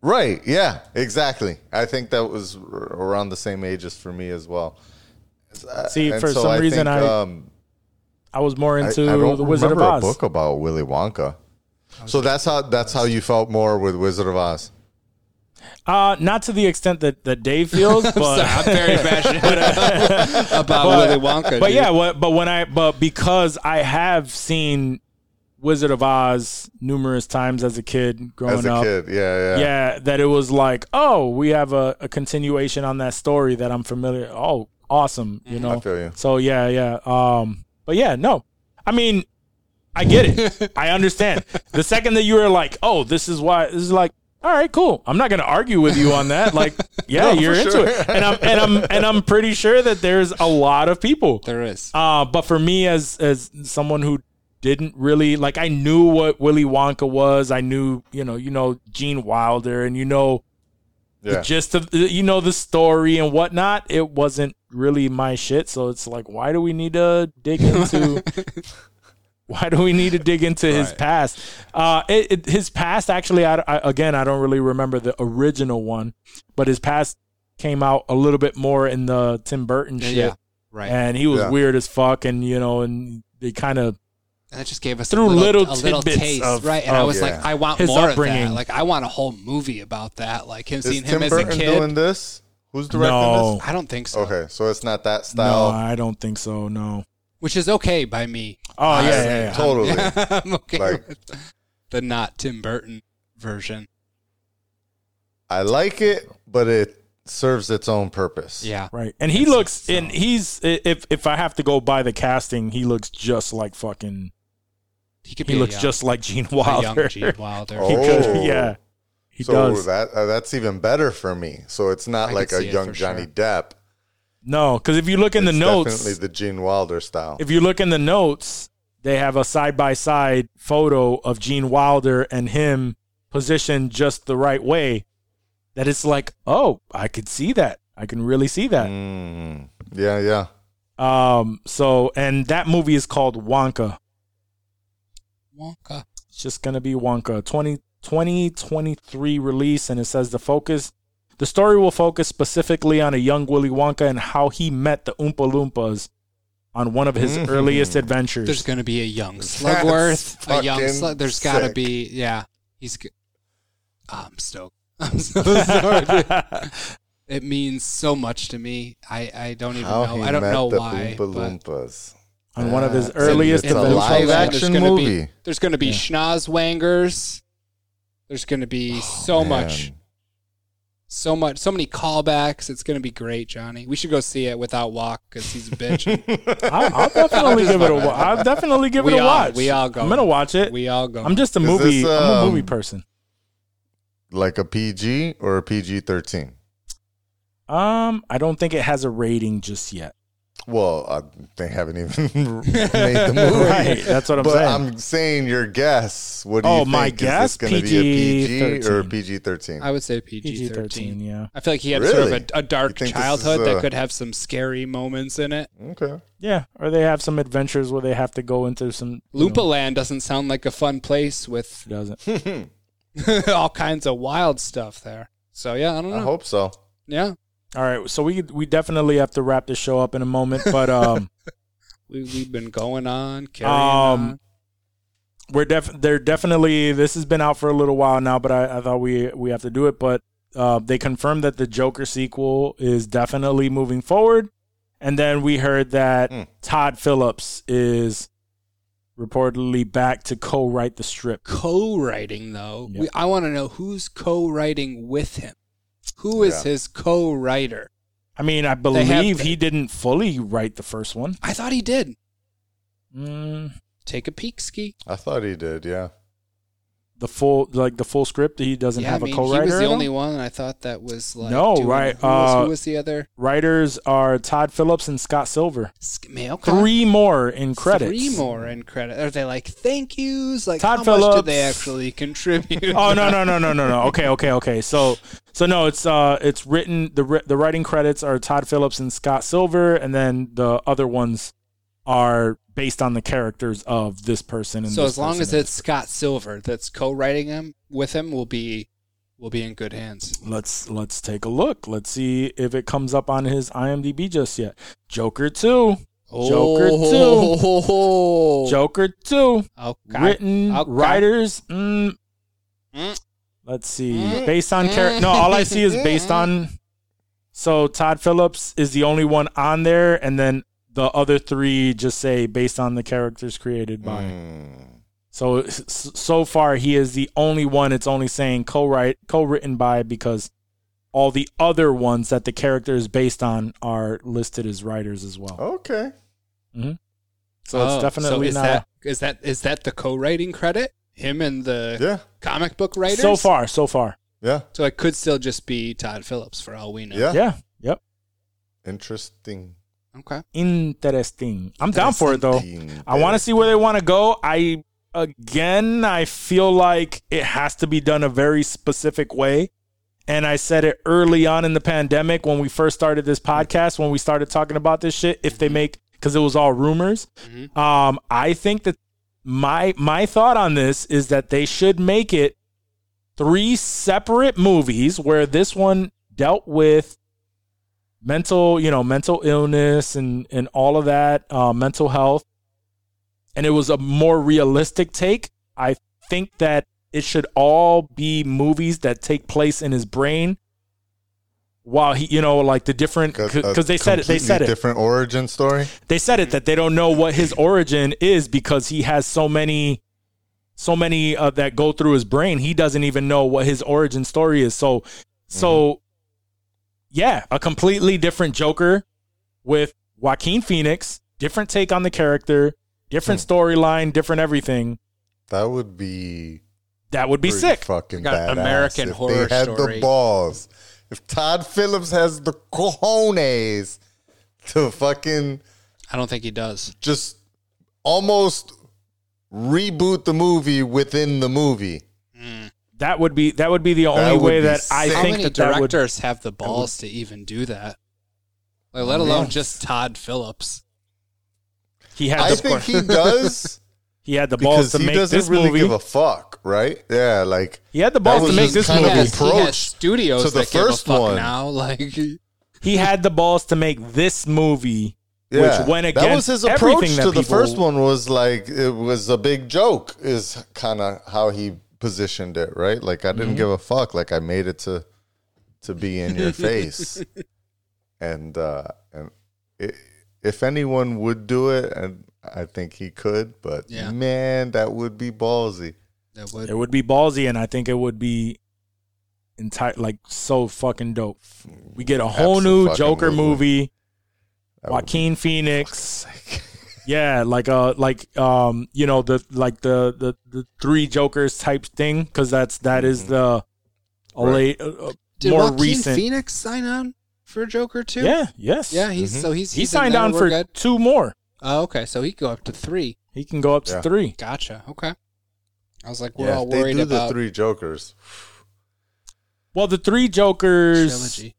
[SPEAKER 2] Right. Yeah. Exactly. I think that was r- around the same ages for me as well.
[SPEAKER 1] See,
[SPEAKER 2] uh, And
[SPEAKER 1] for
[SPEAKER 2] so
[SPEAKER 1] some reason,
[SPEAKER 2] think,
[SPEAKER 1] I-
[SPEAKER 2] um,
[SPEAKER 1] I was more
[SPEAKER 2] I,
[SPEAKER 1] into
[SPEAKER 2] I don't
[SPEAKER 1] the Wizard of
[SPEAKER 2] remember
[SPEAKER 1] Oz.
[SPEAKER 2] a book about Willy Wonka. So that's how that's how you felt more with Wizard of Oz.
[SPEAKER 1] Uh, not to the extent that, that Dave feels,
[SPEAKER 5] So
[SPEAKER 1] but uh,
[SPEAKER 5] I'm very passionate about Willy Wonka.
[SPEAKER 1] but
[SPEAKER 5] dude.
[SPEAKER 1] yeah, what, but when I but because I have seen Wizard of Oz numerous times as a kid growing
[SPEAKER 2] As a
[SPEAKER 1] up.
[SPEAKER 2] kid, yeah, yeah,
[SPEAKER 1] Yeah, that it was like, oh, we have a, a continuation on that story that I'm familiar. Oh, awesome, you know.
[SPEAKER 2] Mm-hmm. I feel you.
[SPEAKER 1] So yeah, yeah. Um, but yeah, no, I mean, I get it. I understand. The second that you were like, oh, this is why, this is like, all right, cool. I'm not gonna argue with you on that. Like, yeah, you're into
[SPEAKER 2] sure.
[SPEAKER 1] it, and I'm and I'm and I'm pretty sure that there's a lot of people.
[SPEAKER 5] there is.
[SPEAKER 1] Uh, but for me, as as someone who didn't really like, I knew what Willy Wonka was. I knew, you know, you know Gene Wilder, and you know
[SPEAKER 2] yeah.
[SPEAKER 1] the gist of you know the story and whatnot. It wasn't really my shit, so it's like, why do we need to dig into? why do we need to dig into his past? Uh, it, it, his past actually, I, I- again, I don't really remember the original one, but his past came out a little bit more in the Tim Burton shit
[SPEAKER 5] Yeah. Right. And,
[SPEAKER 1] and he was
[SPEAKER 2] Yeah.
[SPEAKER 1] weird as fuck, and you know, and they kind of
[SPEAKER 5] that just gave us
[SPEAKER 1] through
[SPEAKER 5] a little,
[SPEAKER 1] little
[SPEAKER 5] a little
[SPEAKER 1] tidbits
[SPEAKER 5] taste.
[SPEAKER 1] of-
[SPEAKER 5] right. And I
[SPEAKER 1] of
[SPEAKER 5] was like,
[SPEAKER 2] Yeah.
[SPEAKER 5] I want
[SPEAKER 1] his
[SPEAKER 5] more of
[SPEAKER 1] upbringing.
[SPEAKER 5] that. Like I want a whole movie about that. Like him
[SPEAKER 2] Is
[SPEAKER 5] seeing
[SPEAKER 2] Tim
[SPEAKER 5] him
[SPEAKER 2] Burton
[SPEAKER 5] as a kid.
[SPEAKER 2] doing this? Who's directing
[SPEAKER 1] No.
[SPEAKER 5] I don't think so.
[SPEAKER 2] this? Okay, so it's not that
[SPEAKER 1] no,
[SPEAKER 2] style.
[SPEAKER 1] I don't think so. No.
[SPEAKER 5] Which is okay by me.
[SPEAKER 1] Oh yeah,
[SPEAKER 5] Honestly.
[SPEAKER 1] yeah, yeah.
[SPEAKER 2] Totally.
[SPEAKER 5] I'm okay
[SPEAKER 2] Like-
[SPEAKER 5] with the not Tim Burton version.
[SPEAKER 2] I like it, but it serves its own purpose.
[SPEAKER 5] Yeah.
[SPEAKER 1] Right, and he looks, and he's i- if if I have to go by the casting, he looks just like fucking.
[SPEAKER 5] He could
[SPEAKER 1] He
[SPEAKER 5] be a
[SPEAKER 1] looks
[SPEAKER 5] young-
[SPEAKER 1] just like Gene
[SPEAKER 5] a
[SPEAKER 1] Wilder.
[SPEAKER 5] young Gene Wilder.
[SPEAKER 1] He
[SPEAKER 2] Oh.
[SPEAKER 1] could- yeah, he
[SPEAKER 2] so
[SPEAKER 1] does.
[SPEAKER 2] that uh, that's even better for me. So it's
[SPEAKER 5] I
[SPEAKER 2] not
[SPEAKER 5] could
[SPEAKER 2] like a
[SPEAKER 5] see it
[SPEAKER 2] young
[SPEAKER 5] for
[SPEAKER 2] Johnny
[SPEAKER 5] sure.
[SPEAKER 2] Depp.
[SPEAKER 1] no, because if you look in the
[SPEAKER 2] It's
[SPEAKER 1] notes,
[SPEAKER 2] definitely the Gene Wilder style.
[SPEAKER 1] if you look in the notes, they have a side by side photo of Gene Wilder and him positioned just the right way. That it's like, oh, I could see that. I can really see that.
[SPEAKER 2] Mm. yeah, yeah.
[SPEAKER 1] Um, so and that movie is called Wonka.
[SPEAKER 5] Wonka.
[SPEAKER 1] It's just gonna be Wonka 20, 2023 release, and it says the focus the story will focus specifically on a young Willy Wonka and how he met the Oompa Loompas on one of his
[SPEAKER 2] Mhm.
[SPEAKER 1] earliest adventures.
[SPEAKER 5] There's going to be a young Slugworth. A young
[SPEAKER 2] fucking
[SPEAKER 5] Slug. There's got to
[SPEAKER 2] sick.
[SPEAKER 5] be. Yeah. He's. g- Ah, I'm stoked. I'm so sorry. it means so much to me. I, I don't even
[SPEAKER 2] How
[SPEAKER 5] know.
[SPEAKER 2] he
[SPEAKER 5] I don't
[SPEAKER 2] met
[SPEAKER 5] know
[SPEAKER 2] the
[SPEAKER 5] why. but-
[SPEAKER 2] Oompa Loompas.
[SPEAKER 1] on one of his
[SPEAKER 5] Uh,
[SPEAKER 2] Yeah.
[SPEAKER 1] earliest
[SPEAKER 2] It's a
[SPEAKER 5] Oompa
[SPEAKER 1] adventures.
[SPEAKER 2] live
[SPEAKER 5] Loompas,
[SPEAKER 2] action
[SPEAKER 5] there's gonna
[SPEAKER 2] movie.
[SPEAKER 5] Be, there's going to be
[SPEAKER 1] Yeah.
[SPEAKER 5] schnoz wangers. There's going to be so much,
[SPEAKER 2] Oh, Man.
[SPEAKER 5] so much, so many callbacks. It's going to be great, Johnny. We should go see it without Walk because he's a bitch.
[SPEAKER 1] I'll, I'll definitely give it a. wa- I'll definitely give
[SPEAKER 5] We
[SPEAKER 1] it a
[SPEAKER 5] all-
[SPEAKER 1] watch.
[SPEAKER 5] we all go.
[SPEAKER 1] I'm gonna watch it.
[SPEAKER 5] we all go.
[SPEAKER 1] I'm just a
[SPEAKER 2] Is
[SPEAKER 1] movie.
[SPEAKER 2] this,
[SPEAKER 1] I'm a
[SPEAKER 2] um,
[SPEAKER 1] movie person.
[SPEAKER 2] Like a PG or a PG 13?
[SPEAKER 1] Um, I don't think it has a rating just yet.
[SPEAKER 2] Well, uh, they haven't even made the movie.
[SPEAKER 1] Right, that's what I'm
[SPEAKER 2] but
[SPEAKER 1] saying.
[SPEAKER 2] I'm saying your guess. What do
[SPEAKER 1] Oh,
[SPEAKER 2] you think?
[SPEAKER 1] my guess?
[SPEAKER 2] Is this going to be a PG or a
[SPEAKER 1] PG-13.
[SPEAKER 2] PG 13?
[SPEAKER 5] I would say PG
[SPEAKER 1] PG-13,
[SPEAKER 5] thirteen.
[SPEAKER 1] yeah,
[SPEAKER 5] I feel like he had sort
[SPEAKER 2] Really?
[SPEAKER 5] of a, a dark
[SPEAKER 2] You think this is, Mm.
[SPEAKER 5] childhood that
[SPEAKER 2] uh,
[SPEAKER 5] could have some scary moments in it.
[SPEAKER 2] Okay.
[SPEAKER 1] yeah. Or they have some adventures where they have to go into some you
[SPEAKER 5] Lupa
[SPEAKER 1] know,
[SPEAKER 5] Land doesn't sound like a fun place with
[SPEAKER 1] doesn't.
[SPEAKER 5] all kinds of wild stuff there. So yeah, I don't know.
[SPEAKER 2] I hope so.
[SPEAKER 5] yeah,
[SPEAKER 1] All right, so we we definitely have to wrap this show up in a moment, but um,
[SPEAKER 5] we we've been going on carrying
[SPEAKER 1] Um,
[SPEAKER 5] on.
[SPEAKER 1] we're def they're definitely this has been out for a little while now, but I, I thought we we have to do it. But uh, they confirmed that the Joker sequel is definitely moving forward, and then we heard that
[SPEAKER 2] Hmm.
[SPEAKER 1] Todd Phillips is reportedly back to co-write the strip.
[SPEAKER 5] co-writing though.
[SPEAKER 1] Yeah.
[SPEAKER 5] We, I want to know who's co-writing with him. Who is
[SPEAKER 2] Yeah.
[SPEAKER 5] his co-writer?
[SPEAKER 1] I mean, I
[SPEAKER 5] They have
[SPEAKER 1] believe
[SPEAKER 5] been.
[SPEAKER 1] he didn't fully write the first one.
[SPEAKER 5] I thought he did.
[SPEAKER 1] Mm,
[SPEAKER 5] Take a peek, ski.
[SPEAKER 2] I thought he did, yeah.
[SPEAKER 1] the full like the full script, he doesn't
[SPEAKER 5] yeah,
[SPEAKER 1] have
[SPEAKER 5] I mean,
[SPEAKER 1] a co-writer.
[SPEAKER 5] He was the
[SPEAKER 1] at all?
[SPEAKER 5] only one. I thought that was like
[SPEAKER 1] No,
[SPEAKER 5] doing-
[SPEAKER 1] right,
[SPEAKER 5] Who was, who
[SPEAKER 1] uh,
[SPEAKER 5] was the other?
[SPEAKER 1] Writers are Todd Phillips and Scott Silver.
[SPEAKER 5] Sk- Mail con-
[SPEAKER 1] Three more in credits.
[SPEAKER 5] Three more in credit. Are they like thank yous? Like
[SPEAKER 1] Todd
[SPEAKER 5] how much did
[SPEAKER 1] Phillips.
[SPEAKER 5] they actually contribute?
[SPEAKER 1] Oh no no no no no no. Okay okay okay. So so no, it's uh it's written the wri- the writing credits are Todd Phillips and Scott Silver, and then the other ones are based on the characters of this person. And
[SPEAKER 5] So
[SPEAKER 1] this
[SPEAKER 5] as long
[SPEAKER 1] person
[SPEAKER 5] as
[SPEAKER 1] and
[SPEAKER 5] it's Scott Silver that's co-writing him with him, we'll be we'll be in good hands.
[SPEAKER 1] Let's let's take a look. Let's see if it comes up on his IMDb just yet. Joker two, Joker two,
[SPEAKER 5] Oh.
[SPEAKER 1] Joker two,
[SPEAKER 5] Okay.
[SPEAKER 1] written
[SPEAKER 5] Okay.
[SPEAKER 1] writers. Mm,
[SPEAKER 5] Mm.
[SPEAKER 1] Let's see,
[SPEAKER 5] Mm.
[SPEAKER 1] based on character. No, all I see is based on. So Todd Phillips is the only one on there, and then the other three just say based on the characters created by.
[SPEAKER 2] Mm.
[SPEAKER 1] So s- so far he is the only one. It's only saying co-write co-written by because all the other ones that the character is based on are listed as writers as well.
[SPEAKER 2] Okay.
[SPEAKER 1] So it's
[SPEAKER 5] Oh,
[SPEAKER 1] definitely
[SPEAKER 5] is
[SPEAKER 1] not.
[SPEAKER 5] That, is that is that the co-writing credit? Him and the
[SPEAKER 2] Yeah.
[SPEAKER 5] comic book writers.
[SPEAKER 1] so far, so far,
[SPEAKER 2] Yeah.
[SPEAKER 5] so it could still just be Todd Phillips for all we know.
[SPEAKER 2] Yeah.
[SPEAKER 1] yeah, yep.
[SPEAKER 2] Interesting.
[SPEAKER 5] Okay.
[SPEAKER 1] Interesting. I'm down for it though.
[SPEAKER 2] Interesting.
[SPEAKER 1] I want to see where they want to go. I again, I feel like it has to be done a very specific way. And I said it early on in the pandemic when we first started this podcast, when we started talking about this shit. If they make, because it was all rumors. Um, I think that my my thought on this is that they should make it three separate movies where this one dealt with mental, you know, mental illness and and all of that, uh, mental health, and it was a more realistic take. I think that it should all be movies that take place in his brain while he, you know, like the different because they said it, they said it,
[SPEAKER 2] Different origin story.
[SPEAKER 1] they said it that they don't know what his origin is because he has so many so many uh, that go through his brain he doesn't even know what his origin story is so
[SPEAKER 2] Mm-hmm.
[SPEAKER 1] so yeah a completely different joker with joaquin phoenix different take on the character different
[SPEAKER 2] Mm.
[SPEAKER 1] storyline different everything
[SPEAKER 2] That would be
[SPEAKER 1] that would be
[SPEAKER 2] pretty
[SPEAKER 1] sick
[SPEAKER 2] Fucking
[SPEAKER 5] Like an
[SPEAKER 2] badass
[SPEAKER 5] American
[SPEAKER 2] if
[SPEAKER 5] Horror
[SPEAKER 2] they had
[SPEAKER 5] Story.
[SPEAKER 2] the balls. If Todd Phillips has the cojones to fucking
[SPEAKER 5] I don't think he does.
[SPEAKER 2] just almost reboot the movie within the movie.
[SPEAKER 1] that would be that would be the only
[SPEAKER 2] would
[SPEAKER 1] way
[SPEAKER 2] be
[SPEAKER 1] that i
[SPEAKER 2] sick.
[SPEAKER 5] How
[SPEAKER 1] think
[SPEAKER 5] many
[SPEAKER 1] that that would
[SPEAKER 5] directors have the balls to even do that? Like, let alone just Todd Phillips.
[SPEAKER 1] he had
[SPEAKER 2] I
[SPEAKER 1] the,
[SPEAKER 2] think he does
[SPEAKER 1] he had the balls
[SPEAKER 2] because
[SPEAKER 1] to
[SPEAKER 2] he
[SPEAKER 1] make
[SPEAKER 2] doesn't
[SPEAKER 1] this
[SPEAKER 2] really
[SPEAKER 1] movie
[SPEAKER 2] give a fuck, right? Yeah, like
[SPEAKER 1] he had the
[SPEAKER 2] That
[SPEAKER 1] balls
[SPEAKER 2] was
[SPEAKER 1] to make
[SPEAKER 2] his
[SPEAKER 1] this
[SPEAKER 2] kind
[SPEAKER 1] movie
[SPEAKER 2] of
[SPEAKER 5] He has, he has
[SPEAKER 2] approach
[SPEAKER 5] studios
[SPEAKER 2] to the
[SPEAKER 5] that give a
[SPEAKER 2] first
[SPEAKER 5] fuck
[SPEAKER 2] one.
[SPEAKER 5] now. Like,
[SPEAKER 1] he had the balls to make this movie,
[SPEAKER 2] yeah.
[SPEAKER 1] which went against
[SPEAKER 2] that was his approach
[SPEAKER 1] everything
[SPEAKER 2] to
[SPEAKER 1] that
[SPEAKER 2] the
[SPEAKER 1] people-
[SPEAKER 2] first one was like it was a big joke is kind of how he positioned it, right? Like I
[SPEAKER 1] Mm-hmm.
[SPEAKER 2] didn't give a fuck. Like I made it to to be in your face, and uh and i if anyone would do it, and I think he could, but
[SPEAKER 5] Yeah.
[SPEAKER 2] man, that would be ballsy.
[SPEAKER 5] That would
[SPEAKER 1] It would be ballsy, and I think it would be entire like so fucking dope. We get a whole new
[SPEAKER 2] fucking
[SPEAKER 1] Joker movie.
[SPEAKER 2] That would
[SPEAKER 1] Joaquin Phoenix.
[SPEAKER 2] be-
[SPEAKER 1] Yeah, like uh, like um, you know the like the the, the three Jokers type thing because that's that is
[SPEAKER 2] Mm-hmm.
[SPEAKER 1] the a late uh, uh,
[SPEAKER 5] Did
[SPEAKER 1] more
[SPEAKER 5] Joaquin
[SPEAKER 1] recent.
[SPEAKER 5] Phoenix sign on for Joker too?
[SPEAKER 1] Yeah. Yes.
[SPEAKER 5] yeah. He's
[SPEAKER 2] Mm-hmm.
[SPEAKER 5] so he's,
[SPEAKER 1] He
[SPEAKER 5] he's in
[SPEAKER 1] signed
[SPEAKER 5] there,
[SPEAKER 1] on
[SPEAKER 5] we're
[SPEAKER 1] for
[SPEAKER 5] good.
[SPEAKER 1] two more.
[SPEAKER 5] Oh, okay, so he could go up to three.
[SPEAKER 1] He can go up to
[SPEAKER 2] Yeah.
[SPEAKER 1] three.
[SPEAKER 5] Gotcha. Okay. I was like, we're
[SPEAKER 2] Yeah,
[SPEAKER 5] all
[SPEAKER 2] if they
[SPEAKER 5] worried
[SPEAKER 2] do
[SPEAKER 5] about
[SPEAKER 2] the three Jokers.
[SPEAKER 1] Well, the three Jokers.
[SPEAKER 5] trilogy.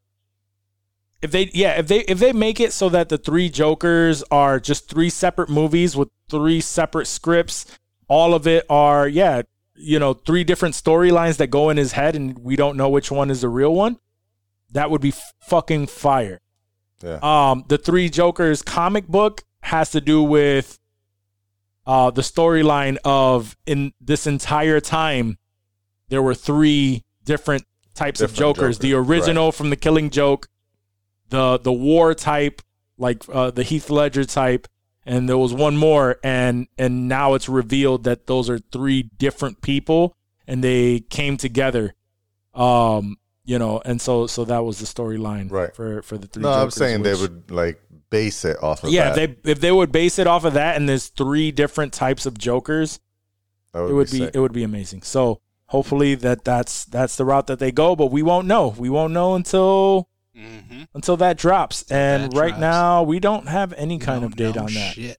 [SPEAKER 1] If they yeah, if they if they make it so that the three Jokers are just three separate movies with three separate scripts, all of it are yeah, you know, three different storylines that go in his head and we don't know which one is the real one. That would be fucking fire.
[SPEAKER 2] Yeah.
[SPEAKER 1] Um the three Jokers comic book has to do with uh the storyline of in this entire time there were three different types of
[SPEAKER 2] Different
[SPEAKER 1] jokers, the
[SPEAKER 2] Jokers, right.
[SPEAKER 1] original from the killing joke the the war type, like uh, the Heath Ledger type, and there was one more, and and now it's revealed that those are three different people, and they came together, um, you know, and so so that was the storyline,
[SPEAKER 2] Right.
[SPEAKER 1] For for the three.
[SPEAKER 2] No, I'm
[SPEAKER 1] Jokers,
[SPEAKER 2] saying they
[SPEAKER 1] which-
[SPEAKER 2] would like base it off of
[SPEAKER 1] Yeah,
[SPEAKER 2] that.
[SPEAKER 1] if they if they would base it off of that, and there's three different types of jokers,
[SPEAKER 2] That
[SPEAKER 1] it would be,
[SPEAKER 2] sick.
[SPEAKER 1] it would be amazing. So hopefully that that's that's the route that they go, but we won't know. We won't know until
[SPEAKER 5] Mm-hmm.
[SPEAKER 1] until that drops. And
[SPEAKER 5] that
[SPEAKER 1] right
[SPEAKER 5] drops.
[SPEAKER 1] now, we don't have any kind of date on that.
[SPEAKER 5] Shit.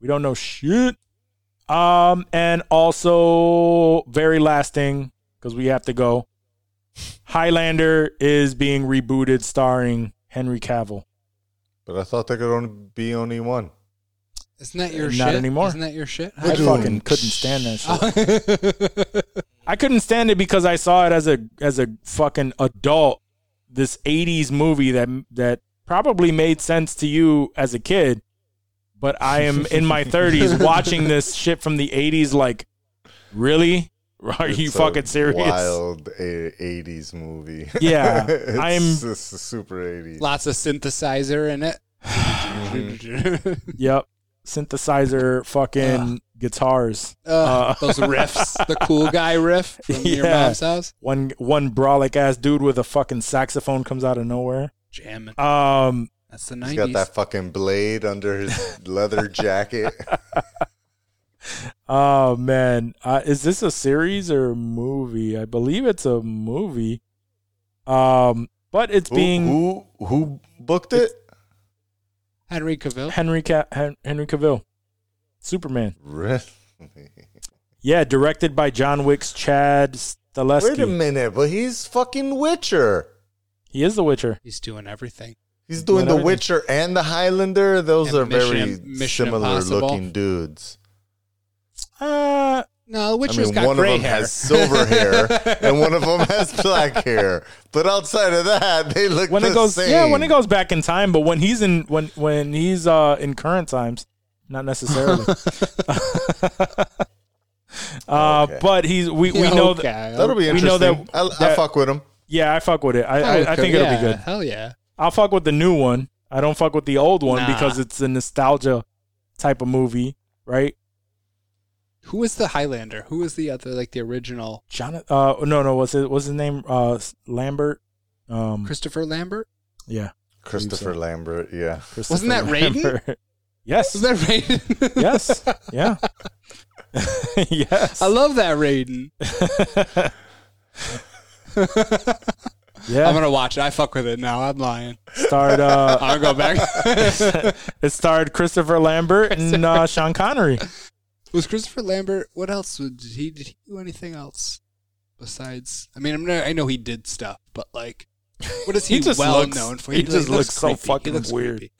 [SPEAKER 1] We don't know shit. Um, and also very last thing because we have to go. Highlander is being rebooted, starring Henry Cavill.
[SPEAKER 2] but I thought there could only be only one.
[SPEAKER 5] Isn't that
[SPEAKER 1] Not
[SPEAKER 5] your shit?
[SPEAKER 1] anymore.
[SPEAKER 5] Isn't that your shit?
[SPEAKER 1] I fucking couldn't stand that shit. I couldn't stand it because I saw it as a as a fucking adult. This '80s movie that that probably made sense to you as a kid, but I am in my 30s watching this shit from the '80s. Like, really? Are you
[SPEAKER 2] It's a
[SPEAKER 1] fucking serious?
[SPEAKER 2] Wild uh, 80s movie.
[SPEAKER 1] Yeah,
[SPEAKER 2] it's,
[SPEAKER 1] I'm-
[SPEAKER 2] it's a super 80s.
[SPEAKER 5] Lots of synthesizer in it.
[SPEAKER 1] Yep, synthesizer, fucking guitars.
[SPEAKER 5] Ugh, Uh, those riffs, the cool guy riff from your
[SPEAKER 1] Uh. Yeah.
[SPEAKER 5] mom's house,
[SPEAKER 1] One one brolic ass dude with a fucking saxophone comes out of nowhere.
[SPEAKER 5] jamming.
[SPEAKER 1] Um,
[SPEAKER 5] That's the
[SPEAKER 2] He's got
[SPEAKER 5] nineties.
[SPEAKER 2] that fucking blade under his leather jacket.
[SPEAKER 1] Oh man, uh, is this a series or a movie? I believe it's a movie. Um, but it's
[SPEAKER 2] who,
[SPEAKER 1] being
[SPEAKER 2] who who booked it?
[SPEAKER 5] Henry Cavill.
[SPEAKER 1] Henry Ca- Hen- Henry Cavill, Superman.
[SPEAKER 2] Really?
[SPEAKER 1] Yeah, directed by John Wick's Chad
[SPEAKER 2] Wait a
[SPEAKER 1] Stileski.
[SPEAKER 2] minute, but he's fucking Witcher.
[SPEAKER 1] He is The Witcher.
[SPEAKER 5] He's doing everything.
[SPEAKER 2] He's doing The
[SPEAKER 1] Whatever.
[SPEAKER 2] Witcher and The Highlander. Those
[SPEAKER 5] And
[SPEAKER 2] are very
[SPEAKER 5] Mission- Mission
[SPEAKER 2] similar
[SPEAKER 5] Impossible.
[SPEAKER 2] looking dudes.
[SPEAKER 1] Uh,
[SPEAKER 5] No, the
[SPEAKER 2] I
[SPEAKER 5] Witcher's
[SPEAKER 2] mean,
[SPEAKER 5] got
[SPEAKER 2] one of
[SPEAKER 5] gray
[SPEAKER 2] them
[SPEAKER 5] hair.
[SPEAKER 2] has silver hair and one of them has black hair. But outside of that, they look
[SPEAKER 1] when
[SPEAKER 2] the
[SPEAKER 1] it goes,
[SPEAKER 2] same.
[SPEAKER 1] yeah, when it goes back in time, but when he's in when when he's uh in current times, not necessarily. uh,
[SPEAKER 2] Okay.
[SPEAKER 1] but he's we we
[SPEAKER 5] Yeah,
[SPEAKER 1] know
[SPEAKER 5] okay,
[SPEAKER 1] that.
[SPEAKER 2] That'll be
[SPEAKER 1] We
[SPEAKER 2] interesting.
[SPEAKER 1] know that-
[SPEAKER 2] I, I
[SPEAKER 1] that-
[SPEAKER 2] fuck with him.
[SPEAKER 1] Yeah, I fuck with it. I
[SPEAKER 5] That would
[SPEAKER 1] I, I
[SPEAKER 5] go-
[SPEAKER 1] think it'll
[SPEAKER 5] yeah,
[SPEAKER 1] be good.
[SPEAKER 5] Hell yeah.
[SPEAKER 1] I'll fuck with the new one. I don't fuck with the old one
[SPEAKER 5] Nah.
[SPEAKER 1] because it's a nostalgia type of movie, right?
[SPEAKER 5] Who was the Highlander? Who was the other, like the original
[SPEAKER 1] John, uh, no, no, what's it? What's his name? Uh, S- Lambert. Um,
[SPEAKER 5] Christopher Lambert?
[SPEAKER 1] yeah,
[SPEAKER 2] Christopher Lambert, yeah.
[SPEAKER 1] Christopher
[SPEAKER 5] that Raiden?
[SPEAKER 1] Lambert. yes,
[SPEAKER 5] Is that Raiden?
[SPEAKER 1] yes, yeah, yes,
[SPEAKER 5] I love that Raiden.
[SPEAKER 1] yeah.
[SPEAKER 5] I'm gonna watch it. I fuck with it now. I'm lying.
[SPEAKER 1] starred uh,
[SPEAKER 5] I'll go back.
[SPEAKER 1] it starred Christopher Lambert and uh, Sean Connery.
[SPEAKER 5] was Christopher Lambert? What else was- did he? Did he do anything else besides? I mean, I'm not, I know he did stuff, but like, what is he,
[SPEAKER 1] He just
[SPEAKER 5] well
[SPEAKER 1] looks-
[SPEAKER 5] known for?
[SPEAKER 1] he just looks so fucking weird.
[SPEAKER 5] creepy.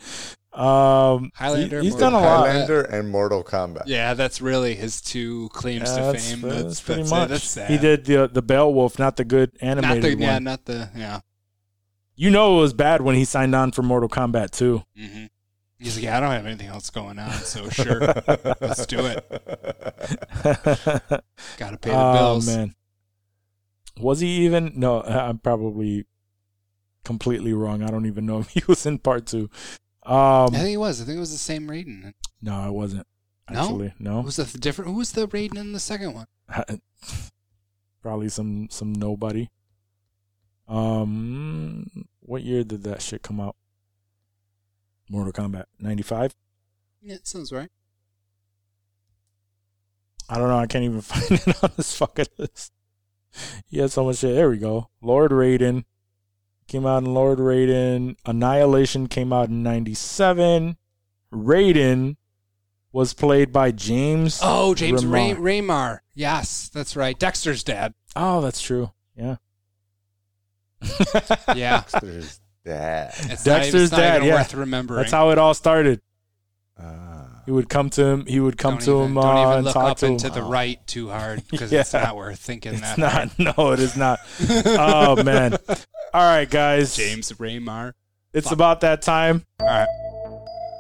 [SPEAKER 1] Um,
[SPEAKER 5] Highlander,
[SPEAKER 1] he- he's
[SPEAKER 5] Mortal
[SPEAKER 1] done a lot.
[SPEAKER 2] Highlander and Mortal Kombat.
[SPEAKER 5] Yeah, that's really his two claims
[SPEAKER 1] Yeah,
[SPEAKER 5] to fame. That's, that's
[SPEAKER 1] pretty
[SPEAKER 5] it.
[SPEAKER 1] much.
[SPEAKER 5] That's sad.
[SPEAKER 1] He did the the Beowulf, not the good
[SPEAKER 5] not
[SPEAKER 1] animated
[SPEAKER 5] the
[SPEAKER 1] one.
[SPEAKER 5] yeah, not the yeah.
[SPEAKER 1] You know it was bad when he signed on for Mortal Kombat 2.
[SPEAKER 5] hmm He's like, yeah, I don't have anything else going on, so sure, let's do it. Got to pay the
[SPEAKER 1] oh
[SPEAKER 5] bills.
[SPEAKER 1] man. Was he even No, I- I'm probably completely wrong. I don't even know if he was in part 2.
[SPEAKER 5] I
[SPEAKER 1] Um
[SPEAKER 5] think he was. I think it was the same Raiden.
[SPEAKER 1] no, I wasn't. actually. No,
[SPEAKER 5] Who's the th- different? Who was the Raiden in the second one?
[SPEAKER 1] probably some some nobody. Um, what year did that shit come out? Mortal Kombat ninety five.
[SPEAKER 5] Yeah, it sounds right.
[SPEAKER 1] I don't know. I can't even find it on this fucking list. He had so much shit. There we go. Lord Raiden came out in Lord Raiden. Annihilation came out in '97. Raiden was played by James.
[SPEAKER 5] Oh, James Ray-
[SPEAKER 1] Remar.
[SPEAKER 5] Raymar. Yes, that's right. Dexter's dad.
[SPEAKER 1] Oh, that's true. Yeah.
[SPEAKER 5] Yeah,
[SPEAKER 2] Dexter's dad.
[SPEAKER 5] It's not- it's
[SPEAKER 1] Dexter's
[SPEAKER 5] not even
[SPEAKER 1] dad, yeah.
[SPEAKER 5] worth remembering.
[SPEAKER 1] That's how it all started.
[SPEAKER 2] Ah.
[SPEAKER 1] He would come to him. He would come
[SPEAKER 5] don't
[SPEAKER 1] to
[SPEAKER 5] even,
[SPEAKER 1] him
[SPEAKER 5] Don't
[SPEAKER 1] uh,
[SPEAKER 5] even
[SPEAKER 1] and
[SPEAKER 5] look
[SPEAKER 1] talk
[SPEAKER 5] up
[SPEAKER 1] to him.
[SPEAKER 5] into the right too hard because it's
[SPEAKER 1] Yeah.
[SPEAKER 5] not worth thinking
[SPEAKER 1] it's
[SPEAKER 5] that.
[SPEAKER 1] not. No, it is not. oh man. All right, guys.
[SPEAKER 5] James Raymar.
[SPEAKER 1] it's about that time.
[SPEAKER 5] All right,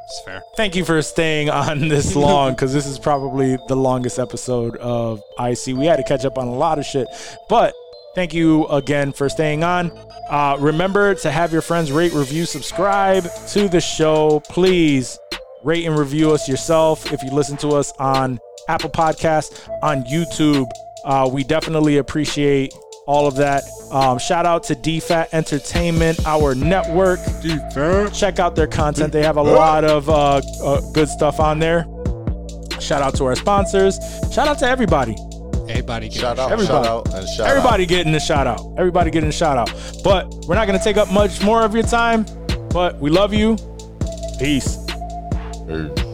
[SPEAKER 5] it's fair.
[SPEAKER 1] Thank you for staying on this long because this is probably the longest episode of IC. We had to catch up on a lot of shit, but thank you again for staying on. Uh, remember to have your friends rate, review, subscribe to the show. Please rate and review us yourself if you listen to us on Apple Podcasts, on YouTube. Uh, we definitely appreciate all of that. Um, shout out to DFAT Entertainment, our network check out their content. They have a lot of uh, uh, good stuff on there. Shout out to our sponsors. Shout out to everybody.
[SPEAKER 5] Hey, buddy. give
[SPEAKER 2] Shout
[SPEAKER 5] it a
[SPEAKER 2] out,
[SPEAKER 5] shot.
[SPEAKER 1] Everybody.
[SPEAKER 2] shout out, and shout
[SPEAKER 1] everybody getting a shout out. Everybody getting a shout out. But we're not going to take up much more of your time. But we love you. Peace.
[SPEAKER 2] out. Everybody.